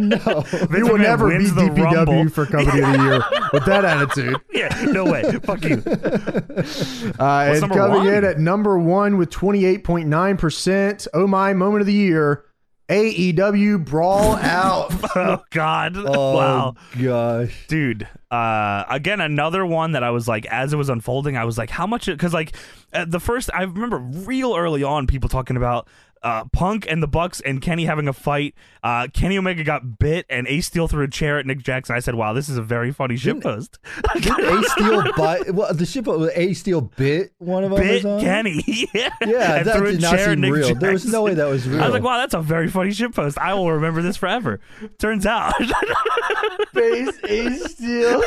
Speaker 3: No.
Speaker 2: Vince
Speaker 1: You will
Speaker 2: McMahon
Speaker 1: never beat
Speaker 2: wins the
Speaker 1: DPW
Speaker 2: Rumble.
Speaker 1: for Company of the *laughs* Year with that attitude.
Speaker 2: Yeah, no way. Fuck you.
Speaker 1: Uh,
Speaker 2: What's
Speaker 1: and
Speaker 2: number
Speaker 1: coming
Speaker 2: one?
Speaker 1: in at number one with 28.9%. Oh my, moment of the year. AEW Brawl *laughs* Out.
Speaker 3: *laughs*
Speaker 2: Oh God.
Speaker 3: Oh,
Speaker 2: wow. *laughs*
Speaker 3: gosh.
Speaker 2: dude uh again another one that i was like as it was unfolding i was like how much because like at the first i remember real early on people talking about uh, Punk and the Bucks and Kenny having a fight. Uh, Kenny Omega got bit and Ace Steel threw a chair at Nick Jackson. I said, "Wow, this is a very funny
Speaker 3: *laughs*
Speaker 2: shitpost."
Speaker 3: A Steel bite. Well, the ship A Steel bit one of them.
Speaker 2: bit
Speaker 3: was on?
Speaker 2: Kenny, *laughs* yeah,
Speaker 3: uh, Yeah,
Speaker 2: and
Speaker 3: that
Speaker 2: threw a
Speaker 3: did not
Speaker 2: chair at
Speaker 3: seem
Speaker 2: Nick
Speaker 3: real. There was no
Speaker 2: Jackson. *laughs*
Speaker 3: way that was real.
Speaker 2: I was like, "Wow, that's a very funny shitpost. I will remember this forever." Turns out, *laughs*
Speaker 1: Face Ace Steel.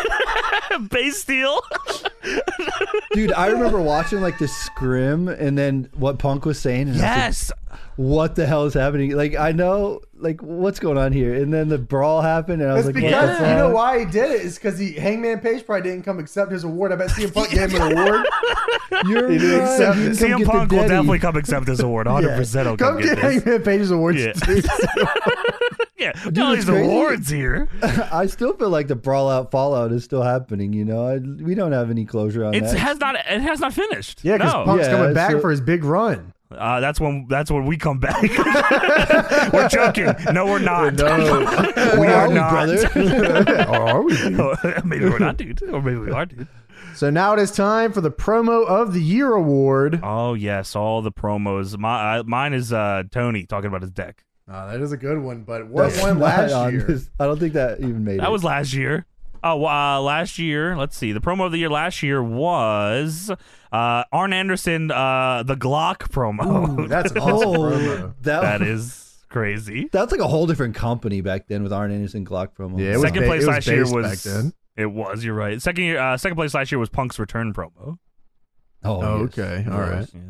Speaker 2: Base Steel.
Speaker 3: Dude, I remember watching like the scrim and then what Punk was saying. And I was like,
Speaker 2: Yes,
Speaker 3: what the hell is happening? Like, I know, like, what's going on here? And then the brawl happened, and I was
Speaker 1: It's
Speaker 3: like, what the
Speaker 1: because you
Speaker 3: fuck?
Speaker 1: know why he did it. It's because he Hangman Page probably didn't come accept his award. I bet CM Punk gave *laughs* him an award.
Speaker 3: You're
Speaker 1: He didn't
Speaker 3: right.
Speaker 1: accept
Speaker 3: You
Speaker 1: it.
Speaker 3: come
Speaker 2: CM
Speaker 3: get the
Speaker 2: Punk will
Speaker 3: daddy.
Speaker 2: definitely come accept this award.
Speaker 3: *laughs*
Speaker 2: 100 percent will come,
Speaker 1: Come get
Speaker 2: get, this.
Speaker 1: Hangman Page's awards.
Speaker 2: Yeah.
Speaker 1: too.
Speaker 2: Yeah, all
Speaker 3: it's
Speaker 2: these
Speaker 3: crazy.
Speaker 2: awards here.
Speaker 3: *laughs* I still feel like the brawl out fallout is still happening. You know, I, we don't have any closure on
Speaker 2: It
Speaker 1: *laughs*
Speaker 3: that.
Speaker 2: has not. It has not finished.
Speaker 1: *laughs* Yeah, because
Speaker 2: no.
Speaker 1: Punk's
Speaker 3: Yeah,
Speaker 1: coming back
Speaker 3: so-
Speaker 1: for his big run.
Speaker 2: uh, that's when. That's when we come back. *laughs* we're joking. No, we're not. *laughs* we
Speaker 3: Where
Speaker 2: are
Speaker 3: we,
Speaker 2: not. *laughs*
Speaker 3: brother?
Speaker 1: *laughs* Are we?
Speaker 2: maybe we're not, dude. Or maybe we are, dude.
Speaker 1: So now it is time for the promo of the year award.
Speaker 2: Oh yes, all the promos. My uh, mine is uh, Tony talking about his deck.
Speaker 1: Oh, that is a good one, but what
Speaker 3: *laughs* That's
Speaker 1: one
Speaker 3: not
Speaker 1: last
Speaker 3: on
Speaker 1: year?
Speaker 3: this- I don't think that even made
Speaker 2: That
Speaker 3: it.
Speaker 2: was last year. Oh, well, uh, last year. Let's see. The promo of the year last year was uh, Arn Anderson, uh, the Glock promo. *laughs*
Speaker 1: Ooh, *laughs* that's an awesome
Speaker 3: *laughs* oh,
Speaker 1: promo.
Speaker 3: that,
Speaker 2: that is crazy.
Speaker 3: *laughs* that's like a whole different company back then with Arn Anderson Glock promo.
Speaker 1: Yeah, *laughs* it was
Speaker 2: second
Speaker 1: ba-
Speaker 2: place
Speaker 1: it was
Speaker 2: last year
Speaker 1: based
Speaker 2: was
Speaker 1: back then.
Speaker 2: it was you're right. Second year, uh, second place last year was Punk's return promo.
Speaker 3: oh,
Speaker 1: Oh,
Speaker 3: yes.
Speaker 1: okay,
Speaker 3: It
Speaker 1: all
Speaker 3: was.
Speaker 1: right.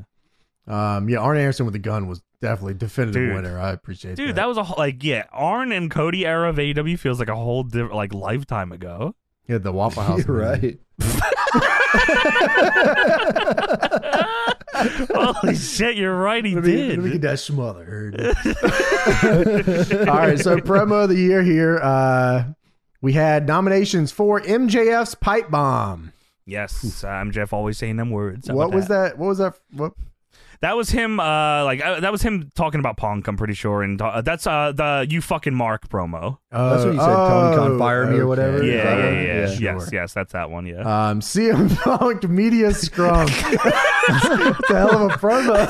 Speaker 1: Um, yeah, Arn Anderson with the gun was definitely definitive
Speaker 2: Dude.
Speaker 1: winner. I appreciate
Speaker 2: Dude, that
Speaker 1: that.
Speaker 2: was a whole- like yeah, Arn and Cody era of AEW feels like a whole different like
Speaker 1: *laughs*
Speaker 2: lifetime ago. *laughs*
Speaker 1: yeah, the Waffle *laughs* House.
Speaker 3: *laughs* You're
Speaker 1: winner.
Speaker 3: right.
Speaker 2: Holy shit, you're right, he
Speaker 1: Let me, let me get
Speaker 2: did.
Speaker 1: that smother.
Speaker 2: *laughs*
Speaker 1: Heard. All right, so promo of the year here. Uh, we had nominations for MJF's pipe bomb.
Speaker 2: Yes, I'm Jeff always saying them words. How
Speaker 1: what
Speaker 2: about
Speaker 1: was that? What was that? What?
Speaker 2: That was him. Uh, like uh, that was him talking about Punk. I'm pretty sure, and ta- uh, that's uh the you fucking Mark promo.
Speaker 3: That's when you said Tony
Speaker 1: Oh,
Speaker 3: Khan fire me or whatever.
Speaker 2: Yeah,
Speaker 3: Is that
Speaker 2: yeah,
Speaker 3: one?
Speaker 2: yeah,
Speaker 3: Yeah,
Speaker 2: yes,
Speaker 1: sure.
Speaker 2: yes, that's that one.
Speaker 3: Uh,
Speaker 2: Yeah.
Speaker 1: Um, CM *laughs* Punk media scrum. It's a hell of a promo.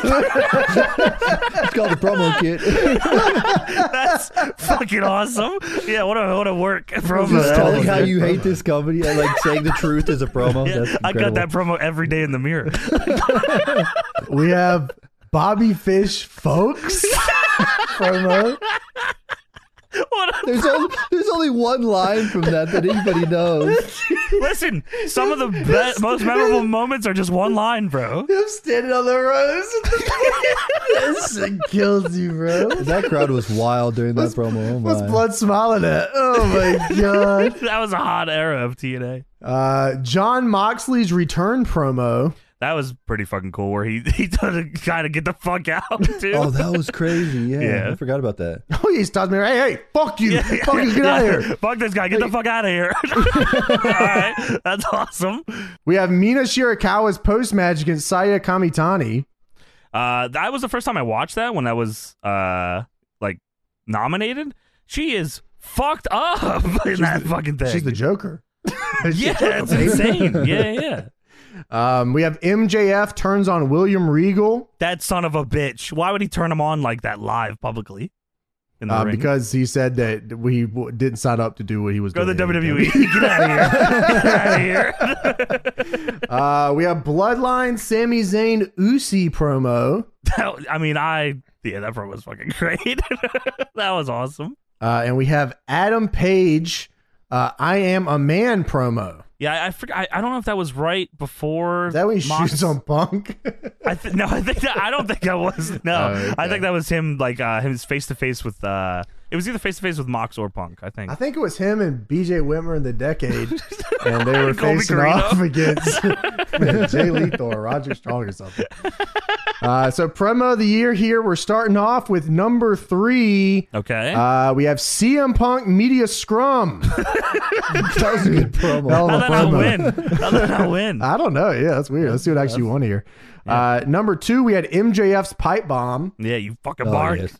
Speaker 3: It's called
Speaker 1: *laughs*
Speaker 3: the promo kit.
Speaker 2: *laughs* That's fucking awesome. Yeah, what a what a
Speaker 3: *laughs*
Speaker 2: work promo.
Speaker 3: Just
Speaker 1: that
Speaker 3: telling
Speaker 1: was
Speaker 3: how
Speaker 1: good
Speaker 3: you hate
Speaker 1: promo.
Speaker 3: this company and like saying the truth is a promo.
Speaker 2: Yeah,
Speaker 3: That's
Speaker 2: I got
Speaker 3: incredible.
Speaker 2: that promo every day in the
Speaker 3: *laughs*
Speaker 2: mirror. *laughs*
Speaker 1: We have Bobby Fish folks promo.
Speaker 2: What a-
Speaker 3: There's only, there's only one line from that that anybody
Speaker 1: *laughs*
Speaker 3: knows.
Speaker 2: listen, some of the be- most memorable moments are just one line, bro.
Speaker 3: *laughs*
Speaker 1: Him standing on the rose. this shit kills you, bro.
Speaker 3: That crowd was wild during that promo. Oh
Speaker 1: What's
Speaker 3: my.
Speaker 1: blood smiling at? Oh my god.
Speaker 2: That was a hot era of TNA.
Speaker 1: Uh, John Moxley's return promo.
Speaker 2: That was pretty fucking cool. Where he *laughs* he doesn't kind of get the fuck out *laughs* too.
Speaker 3: Oh, that
Speaker 1: *laughs*
Speaker 3: was crazy. Yeah,
Speaker 2: Yeah.
Speaker 3: I forgot about that.
Speaker 1: Oh, he stopped me. Hey, hey, fuck you, fuck you, get out of here.
Speaker 2: Fuck this guy. Get the fuck out of here. *laughs* All right. That's awesome.
Speaker 1: We have Mina Shirakawa's post match against Saya Kamitani.
Speaker 2: Uh, that was the first time I watched that when I was uh like nominated. She is fucked up *laughs* in that fucking thing.
Speaker 1: She's the Joker.
Speaker 2: yeah, it's insane. Yeah, yeah.
Speaker 1: Um, we have MJF turns on William Regal
Speaker 2: That son of a bitch. Why would he turn him on like that live publicly? In the
Speaker 1: uh,
Speaker 2: ring?
Speaker 1: because he said that he w- didn't sign up to do what he was
Speaker 2: go to
Speaker 1: doing.
Speaker 2: the E.
Speaker 1: *laughs*
Speaker 2: WWE. Get out of here. Get out of here. *laughs*
Speaker 1: Uh, we have Bloodline Sami Zayn Usi promo.
Speaker 2: That- I mean, I yeah, that part was fucking *laughs* great. that was awesome.
Speaker 1: Uh, and we have Adam Page, uh, I Am a Man promo.
Speaker 2: Yeah, I, I forgot. I, I don't know if that was right before.
Speaker 1: Is that when he
Speaker 2: Mox-
Speaker 1: shoots on Punk?
Speaker 2: I th- no, I think that, I don't think
Speaker 1: *laughs*
Speaker 2: that was. No,
Speaker 1: Oh, okay.
Speaker 2: I think that was him. Like uh, him face to face with. Uh, it was either face to face with Mox or Punk. I think.
Speaker 1: I think it was him and BJ Whitmer in the
Speaker 3: *laughs*
Speaker 1: decade, and they were
Speaker 2: Colby
Speaker 1: facing
Speaker 2: Carino.
Speaker 1: off against Jay Lethal or Roger Strong or something. Uh, so promo of the year here. We're starting off with number three.
Speaker 2: Okay.
Speaker 1: Uh, we have CM Punk media
Speaker 2: *laughs*
Speaker 1: scrum.
Speaker 3: That was a good promo.
Speaker 1: Hell
Speaker 2: How
Speaker 1: of a
Speaker 2: did I
Speaker 1: promo.
Speaker 2: win? How did I
Speaker 1: *laughs*
Speaker 2: win?
Speaker 1: I don't know. Yeah, that's weird. Let's see what actually won here. Uh, number two, we had MJF's pipe bomb,
Speaker 2: yeah, you fucking
Speaker 3: Oh,
Speaker 2: bark.
Speaker 3: yes.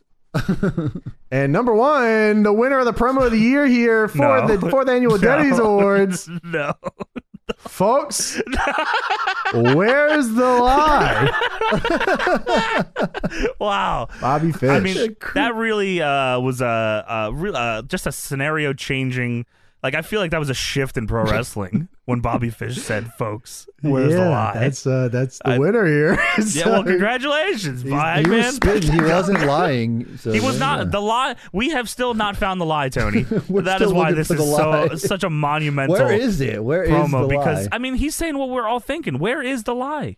Speaker 1: and number one, the winner of the promo of the year here for
Speaker 2: No.
Speaker 1: the fourth annual
Speaker 2: *laughs* No.
Speaker 1: Denny's Awards,
Speaker 2: *laughs* No.
Speaker 1: folks. where's the lie,
Speaker 2: Wow.
Speaker 1: Bobby Fish?
Speaker 2: *laughs* I mean, that really uh, was a, a real, uh, just a scenario changing. Like, I feel like that was a shift
Speaker 1: *laughs*
Speaker 2: in pro wrestling when Bobby Fish said, "Folks, where's
Speaker 1: yeah,
Speaker 2: the lie?"
Speaker 1: That's uh, that's the
Speaker 2: I-
Speaker 1: winner here. *laughs*
Speaker 2: yeah,
Speaker 1: So-
Speaker 2: well, congratulations, Bobby.
Speaker 3: He
Speaker 2: man.
Speaker 3: was
Speaker 2: *laughs*
Speaker 3: spitting. He wasn't lying. So
Speaker 2: He was
Speaker 3: yeah.
Speaker 2: not the lie. We have still not found the lie, Tony.
Speaker 3: *laughs* We're
Speaker 2: that
Speaker 3: still
Speaker 2: is why
Speaker 3: looking
Speaker 2: this
Speaker 3: for
Speaker 2: is
Speaker 3: the
Speaker 2: so *laughs*
Speaker 3: lie.
Speaker 2: such a monumental
Speaker 3: Where is it? Where is
Speaker 2: promo.
Speaker 3: the
Speaker 2: because
Speaker 3: lie?
Speaker 2: I mean, he's saying what we're all thinking. Where is the lie?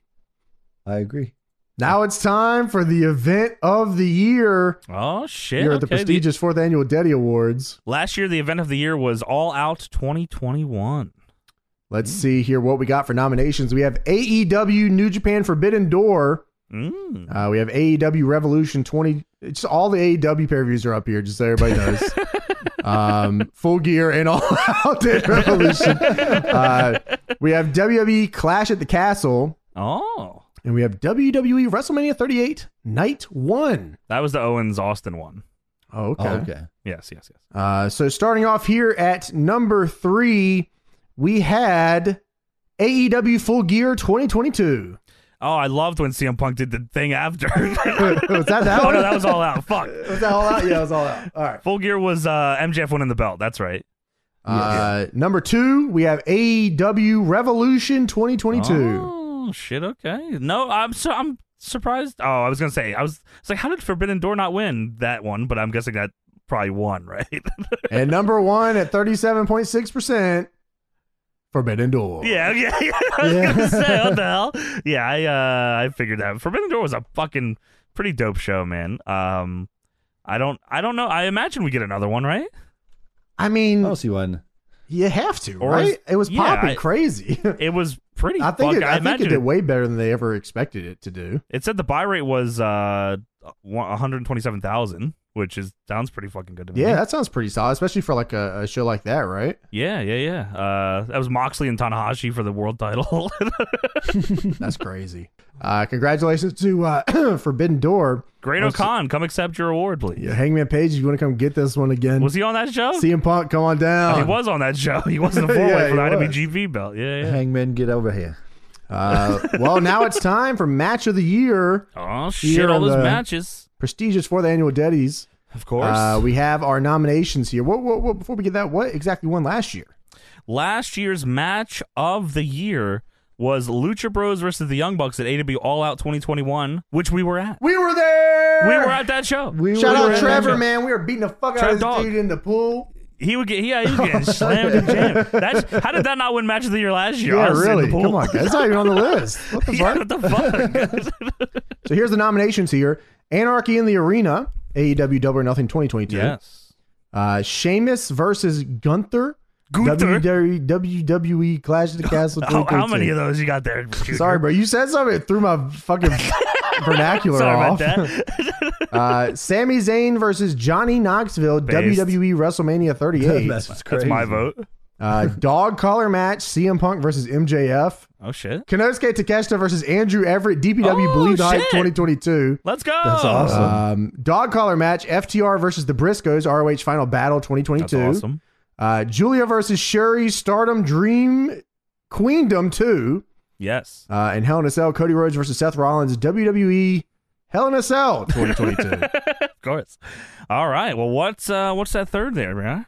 Speaker 3: I agree.
Speaker 1: now it's time for the event of the year.
Speaker 2: Oh shit!
Speaker 1: You're at the
Speaker 2: okay.
Speaker 1: prestigious fourth annual Deddy Awards.
Speaker 2: last year, the event of the year was All Out 2021.
Speaker 1: Let's
Speaker 2: Mm.
Speaker 1: see here what we got for nominations. We have AEW New Japan Forbidden Door.
Speaker 2: Mm.
Speaker 1: Uh, we have AEW Revolution 20. It's all the AEW pay per views are up here, just so everybody knows. um, full gear and all *laughs* out at Revolution. Uh, we have WWE Clash at the Castle.
Speaker 2: Oh,
Speaker 1: And we have WWE WrestleMania 38, Night 1.
Speaker 2: that was the Owens Austin one.
Speaker 1: Oh, okay.
Speaker 3: Oh, okay.
Speaker 2: Yes, yes, yes.
Speaker 1: Uh, so starting off here at number three, we had AEW Full Gear 2022.
Speaker 2: Oh, I loved when CM Punk did the thing
Speaker 1: *laughs*
Speaker 2: after. *laughs*
Speaker 1: was that that
Speaker 2: oh
Speaker 1: one?
Speaker 2: no, that was All Out.
Speaker 3: *laughs*
Speaker 2: Fuck.
Speaker 1: Was that all out? Yeah, it was all out. All right.
Speaker 2: Full Gear was uh, MJF winning the belt. That's right.
Speaker 1: Uh, number two, we have AEW Revolution 2022.
Speaker 2: Oh shit! Okay. No, I'm so I'm surprised. Oh, I was gonna say I was. It's like how did Forbidden Door not win that one? But I'm guessing that probably won, *laughs* right?
Speaker 1: and number one at 37.6%, Forbidden Door.
Speaker 2: yeah, yeah. yeah. *laughs* I was
Speaker 3: Yeah.
Speaker 2: gonna say what the hell? Yeah, I uh, I figured that Forbidden Door was a fucking pretty dope show, man. Um, I don't I don't know. I imagine we get another one, right?
Speaker 1: I mean,
Speaker 3: I don't see one.
Speaker 1: you have to,
Speaker 2: Oh, Or
Speaker 1: right?
Speaker 2: is-
Speaker 1: it was
Speaker 2: yeah,
Speaker 1: popping
Speaker 2: I-
Speaker 1: crazy. *laughs*
Speaker 2: It was pretty.
Speaker 1: I think
Speaker 2: fuck-
Speaker 1: it, I, think it
Speaker 2: imagine
Speaker 1: did way better than they ever expected it to do.
Speaker 2: It said the buy rate was uh 127,000, which is sounds pretty fucking good to me.
Speaker 1: Yeah, that sounds pretty solid, especially for like a, a show like that, right?
Speaker 2: Yeah, yeah, yeah. Uh, that was Moxley and Tanahashi for the world title. *laughs*
Speaker 1: That's crazy. Uh, congratulations to uh, *clears throat* Forbidden Door.
Speaker 2: Great O'Con, come accept your award, please.
Speaker 1: Yeah, Hangman Page, if you want to come get this one again,
Speaker 2: Was he on that show?
Speaker 1: CM Punk, come on down.
Speaker 2: he was on that show. He was
Speaker 1: *laughs*
Speaker 2: in the four
Speaker 1: uh, Yeah,
Speaker 2: way for the
Speaker 1: he was.
Speaker 2: IWGP belt.
Speaker 1: *laughs*
Speaker 2: Yeah, yeah.
Speaker 3: Hangman, get over here. *laughs*
Speaker 1: Uh, well, now it's time for match of the year,
Speaker 2: Oh
Speaker 1: Here
Speaker 2: shit! All
Speaker 1: on
Speaker 2: those
Speaker 1: the-
Speaker 2: matches,
Speaker 1: prestigious for the annual Deddies.
Speaker 2: of course.
Speaker 1: Uh, we have our nominations here. What, what, what, before we get that, what exactly won last year?
Speaker 2: Last year's match of the year was Lucha Bros versus the Young Bucks at AW All Out 2021, which we were at.
Speaker 1: We were there.
Speaker 2: We were at that show.
Speaker 3: We
Speaker 1: Shout
Speaker 3: were
Speaker 1: out
Speaker 3: in-
Speaker 1: Trevor, man. We were beating the fuck
Speaker 2: Trev
Speaker 1: out of this
Speaker 2: Dog.
Speaker 1: dude in the pool.
Speaker 2: He would get.
Speaker 1: *laughs*
Speaker 2: Yeah, he was getting slammed and jammed. That's, how did that not win match of the year last year? I was in the pool. *laughs*
Speaker 1: Come on, guys. It's not even on the list. What the
Speaker 2: Yeah,
Speaker 1: fuck? *laughs*
Speaker 2: what the fuck?
Speaker 1: So here's the nominations here: Anarchy in the Arena, AEW Double or Nothing 2022.
Speaker 2: yes.
Speaker 1: Uh, Sheamus versus Gunther.
Speaker 2: Gunther.
Speaker 1: WWE, WWE Clash of
Speaker 2: *laughs*
Speaker 1: the Castle.
Speaker 2: How,
Speaker 1: 2022.
Speaker 2: how many of those you got there?
Speaker 1: *laughs*
Speaker 2: Junior?
Speaker 1: Sorry, bro. You said something that threw my
Speaker 2: *laughs*
Speaker 1: fucking vernacular
Speaker 2: Sorry about
Speaker 1: *laughs* off.
Speaker 2: that.
Speaker 1: Uh, Sami Zayn versus Johnny Knoxville,
Speaker 2: Based.
Speaker 1: WWE WrestleMania 38.
Speaker 3: That's
Speaker 2: That's
Speaker 3: crazy.
Speaker 2: my vote.
Speaker 1: uh, dog collar match, CM Punk versus MJF.
Speaker 2: Oh shit.
Speaker 1: Kanosuke Takeshita versus Andrew Everett, DPW
Speaker 2: Oh,
Speaker 1: Bleed Hype
Speaker 2: shit.
Speaker 1: 2022.
Speaker 2: Let's go.
Speaker 3: That's awesome.
Speaker 1: Um, dog collar match, FTR versus the Briscoes, ROH Final Battle 2022.
Speaker 2: That's awesome.
Speaker 1: Uh, Julia versus Sherry, Stardom Dream Queendom 2.
Speaker 2: Yes. *laughs*
Speaker 1: Uh, and Hell in a Cell, Cody Rhodes versus Seth Rollins, WWE Hell in a Cell
Speaker 2: *laughs*
Speaker 1: 2022.
Speaker 2: Of course. All right. Well, what's uh what's that third there, man?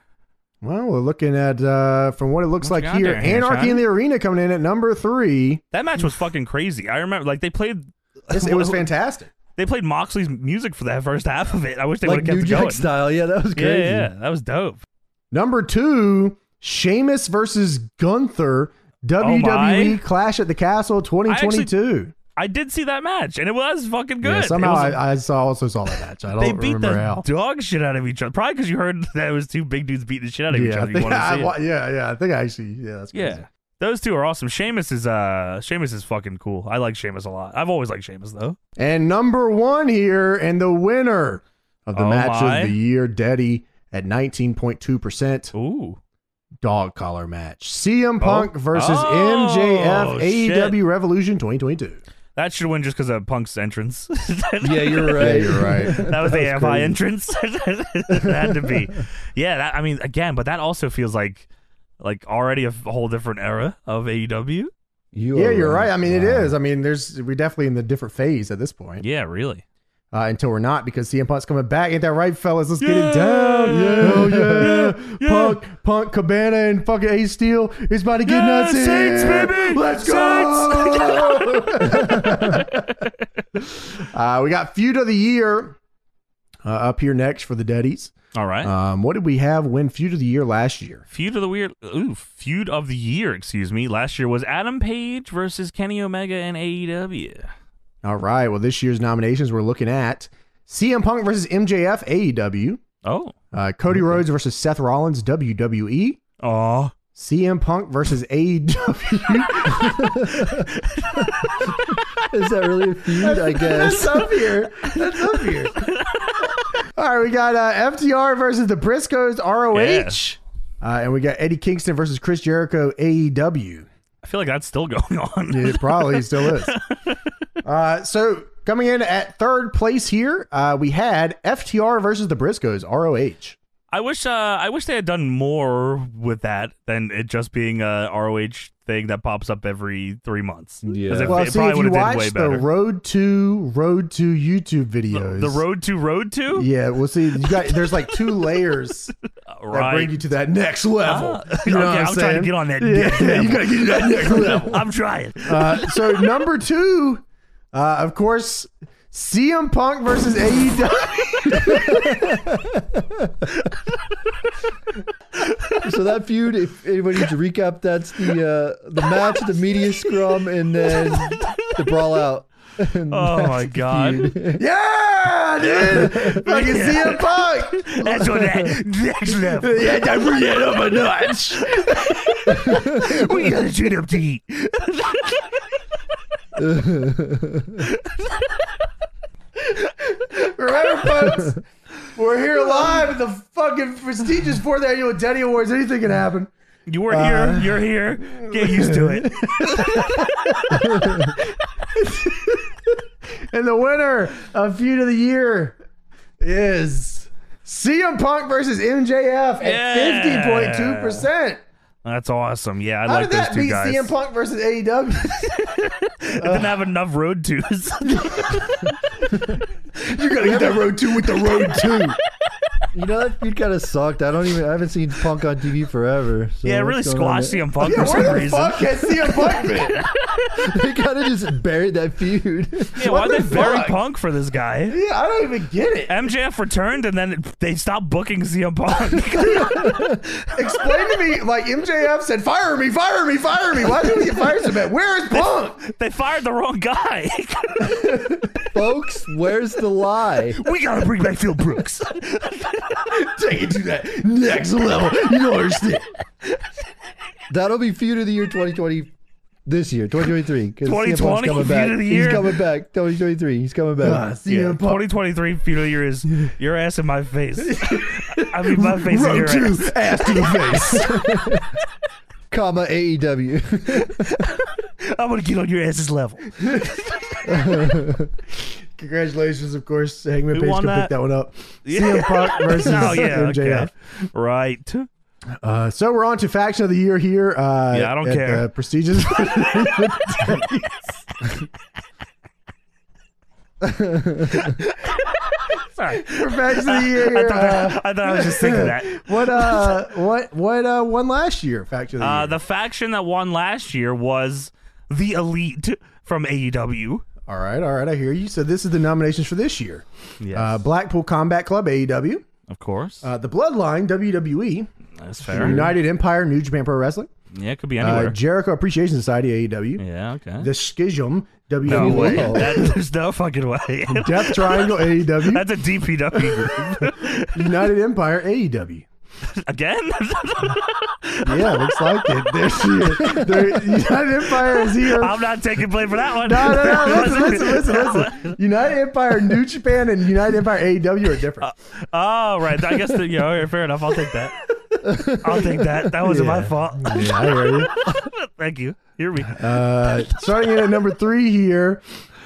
Speaker 1: well, we're looking at, uh, from what it looks
Speaker 2: What you
Speaker 1: like
Speaker 2: got
Speaker 1: here,
Speaker 2: there, Hanshine?
Speaker 1: Anarchy in the Arena coming in at number three.
Speaker 2: That match
Speaker 1: *sighs*
Speaker 2: was fucking crazy. I remember like they played
Speaker 1: This- *laughs* it was fantastic.
Speaker 2: they played Moxley's music for that first *laughs* half of it. I wish they
Speaker 3: Like
Speaker 2: would have
Speaker 3: New
Speaker 2: kept it
Speaker 3: Jack
Speaker 2: going.
Speaker 3: style. Yeah, that was
Speaker 2: Yeah,
Speaker 3: crazy.
Speaker 2: yeah, that was dope.
Speaker 1: Number two, Sheamus versus Gunther,
Speaker 2: Oh
Speaker 1: WWE Clash at the Castle 2022.
Speaker 2: I did see that match, and it was fucking good.
Speaker 1: Yeah,
Speaker 2: It
Speaker 1: somehow
Speaker 2: was-
Speaker 1: I, I saw, also saw that match. I don't
Speaker 2: they beat
Speaker 1: remember
Speaker 2: the
Speaker 1: how.
Speaker 2: dog shit *laughs* out of each other. Probably because you heard *laughs* that it was two big dudes beating the shit out of each
Speaker 1: Yeah, *laughs* I
Speaker 2: other. You
Speaker 1: think,
Speaker 2: wanted to
Speaker 1: I,
Speaker 2: see it.
Speaker 1: wa- yeah, yeah. I think I actually, yeah, that's crazy.
Speaker 2: Yeah. Those two are awesome. Sheamus is uh Sheamus is fucking cool. I like Sheamus a lot. I've always liked Sheamus though.
Speaker 1: And number one here, and the winner of the
Speaker 2: Oh
Speaker 1: match
Speaker 2: my.
Speaker 1: of the year, Deddy, at 19.2%,
Speaker 2: Ooh.
Speaker 1: dog collar match. CM Punk versus
Speaker 2: Oh,
Speaker 1: MJF
Speaker 2: shit.
Speaker 1: AEW Revolution 2022.
Speaker 2: That should win just because of Punk's entrance. *laughs*
Speaker 3: Yeah, you're
Speaker 1: Yeah,
Speaker 3: right.
Speaker 1: you're right.
Speaker 2: that *laughs* was the AFI
Speaker 3: crazy.
Speaker 2: entrance. it had to be. Yeah, that, I mean, again, but that also feels like like already a f- whole different era of E AEW.
Speaker 3: *laughs* You
Speaker 1: Yeah,
Speaker 3: are
Speaker 1: you're right. I mean, it
Speaker 3: Wow.
Speaker 1: is. I mean, there's we're definitely in the different phase at this point.
Speaker 2: Yeah, really.
Speaker 1: Uh, until we're not, because CM Punk's coming back. Ain't that right, fellas? Let's get
Speaker 2: Yeah.
Speaker 1: it down.
Speaker 2: Yeah.
Speaker 1: Hell yeah.
Speaker 2: Yeah. Yeah.
Speaker 1: Punk, Punk, Cabana, and fucking Ace Steel is about to get
Speaker 2: Yeah,
Speaker 1: nuts in.
Speaker 2: Saints, baby.
Speaker 1: Let's go. *laughs* uh, we got feud of the year uh, up here next for the Daddies.
Speaker 2: All right.
Speaker 1: Um, what did we have win feud of the year last year?
Speaker 2: Feud of the weird, ooh, feud of the year, excuse me. Last year was Adam Page versus Kenny Omega in E AEW.
Speaker 1: All right. Well, this year's nominations we're looking at CM Punk versus MJF AEW.
Speaker 2: Oh,
Speaker 1: E Uh, Cody Rhodes versus Seth Rollins, WWE.
Speaker 2: oh,
Speaker 1: CM Punk versus E *laughs* AEW.
Speaker 3: Is that really a feud?
Speaker 1: *laughs*
Speaker 3: I guess.
Speaker 1: up here. That's up here. *laughs* All right, we got uh, FTR versus the Briscoes, ROH. Uh, and we got Eddie Kingston versus Chris Jericho, E AEW.
Speaker 2: I feel like that's still *laughs* going on.
Speaker 1: It probably still
Speaker 2: *laughs*
Speaker 1: is. Uh, so coming in at third place here, uh, we had FTR versus the Briscoes, ROH.
Speaker 2: I wish, uh, I wish they had done more with that than it just being a ROH thing that pops up every three months. 'Cause
Speaker 3: Yeah.
Speaker 2: if-
Speaker 3: It-
Speaker 1: Well,
Speaker 2: it
Speaker 1: see,
Speaker 2: probably
Speaker 1: if you
Speaker 2: would have did way
Speaker 1: watch the
Speaker 2: better.
Speaker 1: Road to Road to YouTube videos,
Speaker 2: the road to road to
Speaker 1: Yeah, well, see, you got there's like
Speaker 2: *laughs*
Speaker 1: two layers that
Speaker 2: right.
Speaker 1: bring you to that next
Speaker 2: *laughs*
Speaker 1: level.
Speaker 2: Ah,
Speaker 1: you know
Speaker 2: okay,
Speaker 1: what
Speaker 2: I'm
Speaker 1: I'm,
Speaker 2: trying to
Speaker 1: saying?
Speaker 2: get on that
Speaker 1: *laughs* Yeah,
Speaker 2: next level.
Speaker 1: you gotta get to that next level. *laughs*
Speaker 2: I'm trying.
Speaker 1: Uh, so number two, uh, of course, CM Punk versus E AEW.
Speaker 3: So that feud, if anybody needs to recap, that's the uh, the match, the media scrum, and then the brawl out.
Speaker 2: Oh my
Speaker 1: *laughs*
Speaker 2: god,
Speaker 1: yeah, dude, fucking CM Punk.
Speaker 2: that's what that next level.
Speaker 1: *laughs* Yeah, I bring it up a notch.
Speaker 2: *laughs* We gotta shoot up to eat.
Speaker 1: Remember, *laughs* folks, we're here live at the fucking prestigious fourth annual Denny Awards. Anything can happen.
Speaker 2: You were
Speaker 1: Uh,
Speaker 2: here. You're here. Get used to it.
Speaker 1: And the winner of Feud of the Year is CM Punk versus MJF
Speaker 2: Yeah.
Speaker 1: at fifty point two percent.
Speaker 2: That's awesome. Yeah, I
Speaker 1: How
Speaker 2: like
Speaker 1: did
Speaker 2: those
Speaker 1: that
Speaker 2: two
Speaker 1: beat
Speaker 2: guys.
Speaker 1: CM Punk versus E AEW?
Speaker 2: It didn't have enough road *laughs* twos.
Speaker 1: you gotta get that road two with the road two.
Speaker 3: You know that feud kind of sucked. I don't even. I haven't seen Punk on TV forever. So
Speaker 2: yeah, it really
Speaker 3: what's going on
Speaker 2: squashed
Speaker 3: there?
Speaker 2: CM Punk
Speaker 1: *laughs* yeah,
Speaker 2: for some
Speaker 1: where the
Speaker 2: reason.
Speaker 1: fuck has CM *laughs* Punk been?
Speaker 3: *laughs* They kind of just buried that feud.
Speaker 2: *laughs* Yeah, why
Speaker 1: What
Speaker 2: they
Speaker 1: the
Speaker 2: bury
Speaker 1: fuck?
Speaker 2: Punk for this guy?
Speaker 1: Yeah, I don't even get it.
Speaker 2: MJF returned and then it- they stopped booking CM Punk.
Speaker 1: Explain to me, like MJF said, fire me, fire me, fire me. Why did we get fired so bad? Where is Punk?
Speaker 2: *laughs* they fired the wrong guy. *laughs*
Speaker 3: Folks, where's the lie?
Speaker 2: we gotta bring back Phil Brooks. *laughs*
Speaker 1: Take it to that next level. You don't understand.
Speaker 3: That'll be feud of the year 2020. This year, 2023. 'cause CM Punk's
Speaker 2: 2020
Speaker 3: coming
Speaker 2: feud
Speaker 3: back.
Speaker 2: of the year.
Speaker 3: He's coming back. 2023. He's coming back.
Speaker 1: *laughs* Uh, CM
Speaker 2: Yeah,
Speaker 1: Punk.
Speaker 2: 2023 feudal
Speaker 1: *laughs*
Speaker 2: year is your ass in my face. I mean, my face in
Speaker 1: Road
Speaker 2: your ass.
Speaker 1: two, ass to the face.
Speaker 3: comma E *laughs* AEW.
Speaker 2: I'm gonna get on your ass's level.
Speaker 1: Congratulations, of course. Hangman
Speaker 2: Who
Speaker 1: Page
Speaker 2: won
Speaker 1: can
Speaker 2: that?
Speaker 1: pick that one up.
Speaker 2: Yeah.
Speaker 1: CM Punk
Speaker 2: *laughs*
Speaker 1: versus
Speaker 2: Oh yeah,
Speaker 1: MJF.
Speaker 2: okay. right. *laughs*
Speaker 1: Uh, so we're on to *laughs* faction of the year here. Uh,
Speaker 2: Yeah, I don't
Speaker 1: at
Speaker 2: care.
Speaker 1: The prestigious.
Speaker 2: Sorry.
Speaker 1: for faction
Speaker 3: *laughs*
Speaker 1: of the year.
Speaker 2: I
Speaker 1: here,
Speaker 2: thought,
Speaker 1: uh, *laughs*
Speaker 2: I thought I was just thinking that.
Speaker 1: what uh *laughs* what what uh won last year? Faction of the
Speaker 2: Uh,
Speaker 1: year.
Speaker 2: the faction that won last year was the Elite from E AEW.
Speaker 1: all right, all right, I hear you. So this is the nominations for this year.
Speaker 2: Yes,
Speaker 1: Uh, Blackpool Combat Club AEW,
Speaker 2: of course.
Speaker 1: uh, the Bloodline WWE,
Speaker 2: That's fair.
Speaker 1: United Empire New Japan Pro Wrestling,
Speaker 2: Yeah, it could be
Speaker 1: Uh,
Speaker 2: anywhere.
Speaker 1: Jericho Appreciation Society, AEW.
Speaker 2: yeah, okay.
Speaker 1: The Schism, WWE.
Speaker 2: No way. *laughs* That- there's no
Speaker 1: *laughs*
Speaker 2: fucking way.
Speaker 1: Death
Speaker 2: *laughs*
Speaker 1: Triangle, AEW.
Speaker 2: That's a DPW group. *laughs*
Speaker 1: United Empire, E AEW.
Speaker 2: Again? *laughs*
Speaker 1: Yeah, looks like it. There she is. There- United Empire is here.
Speaker 2: *laughs* I'm not taking blame for that one.
Speaker 1: No,
Speaker 2: *laughs*
Speaker 1: no, no. Listen, listen, listen, listen. United Empire, New Japan, and United Empire, AEW are different.
Speaker 2: Oh, right. I guess, the, you know, fair enough. I'll take that. I'll take that. That wasn't my
Speaker 1: Yeah.
Speaker 2: fault.
Speaker 1: Yeah, I hear you.
Speaker 2: *laughs* Thank you.
Speaker 1: *laughs*
Speaker 2: Hear me.
Speaker 1: Uh, starting in at number three here,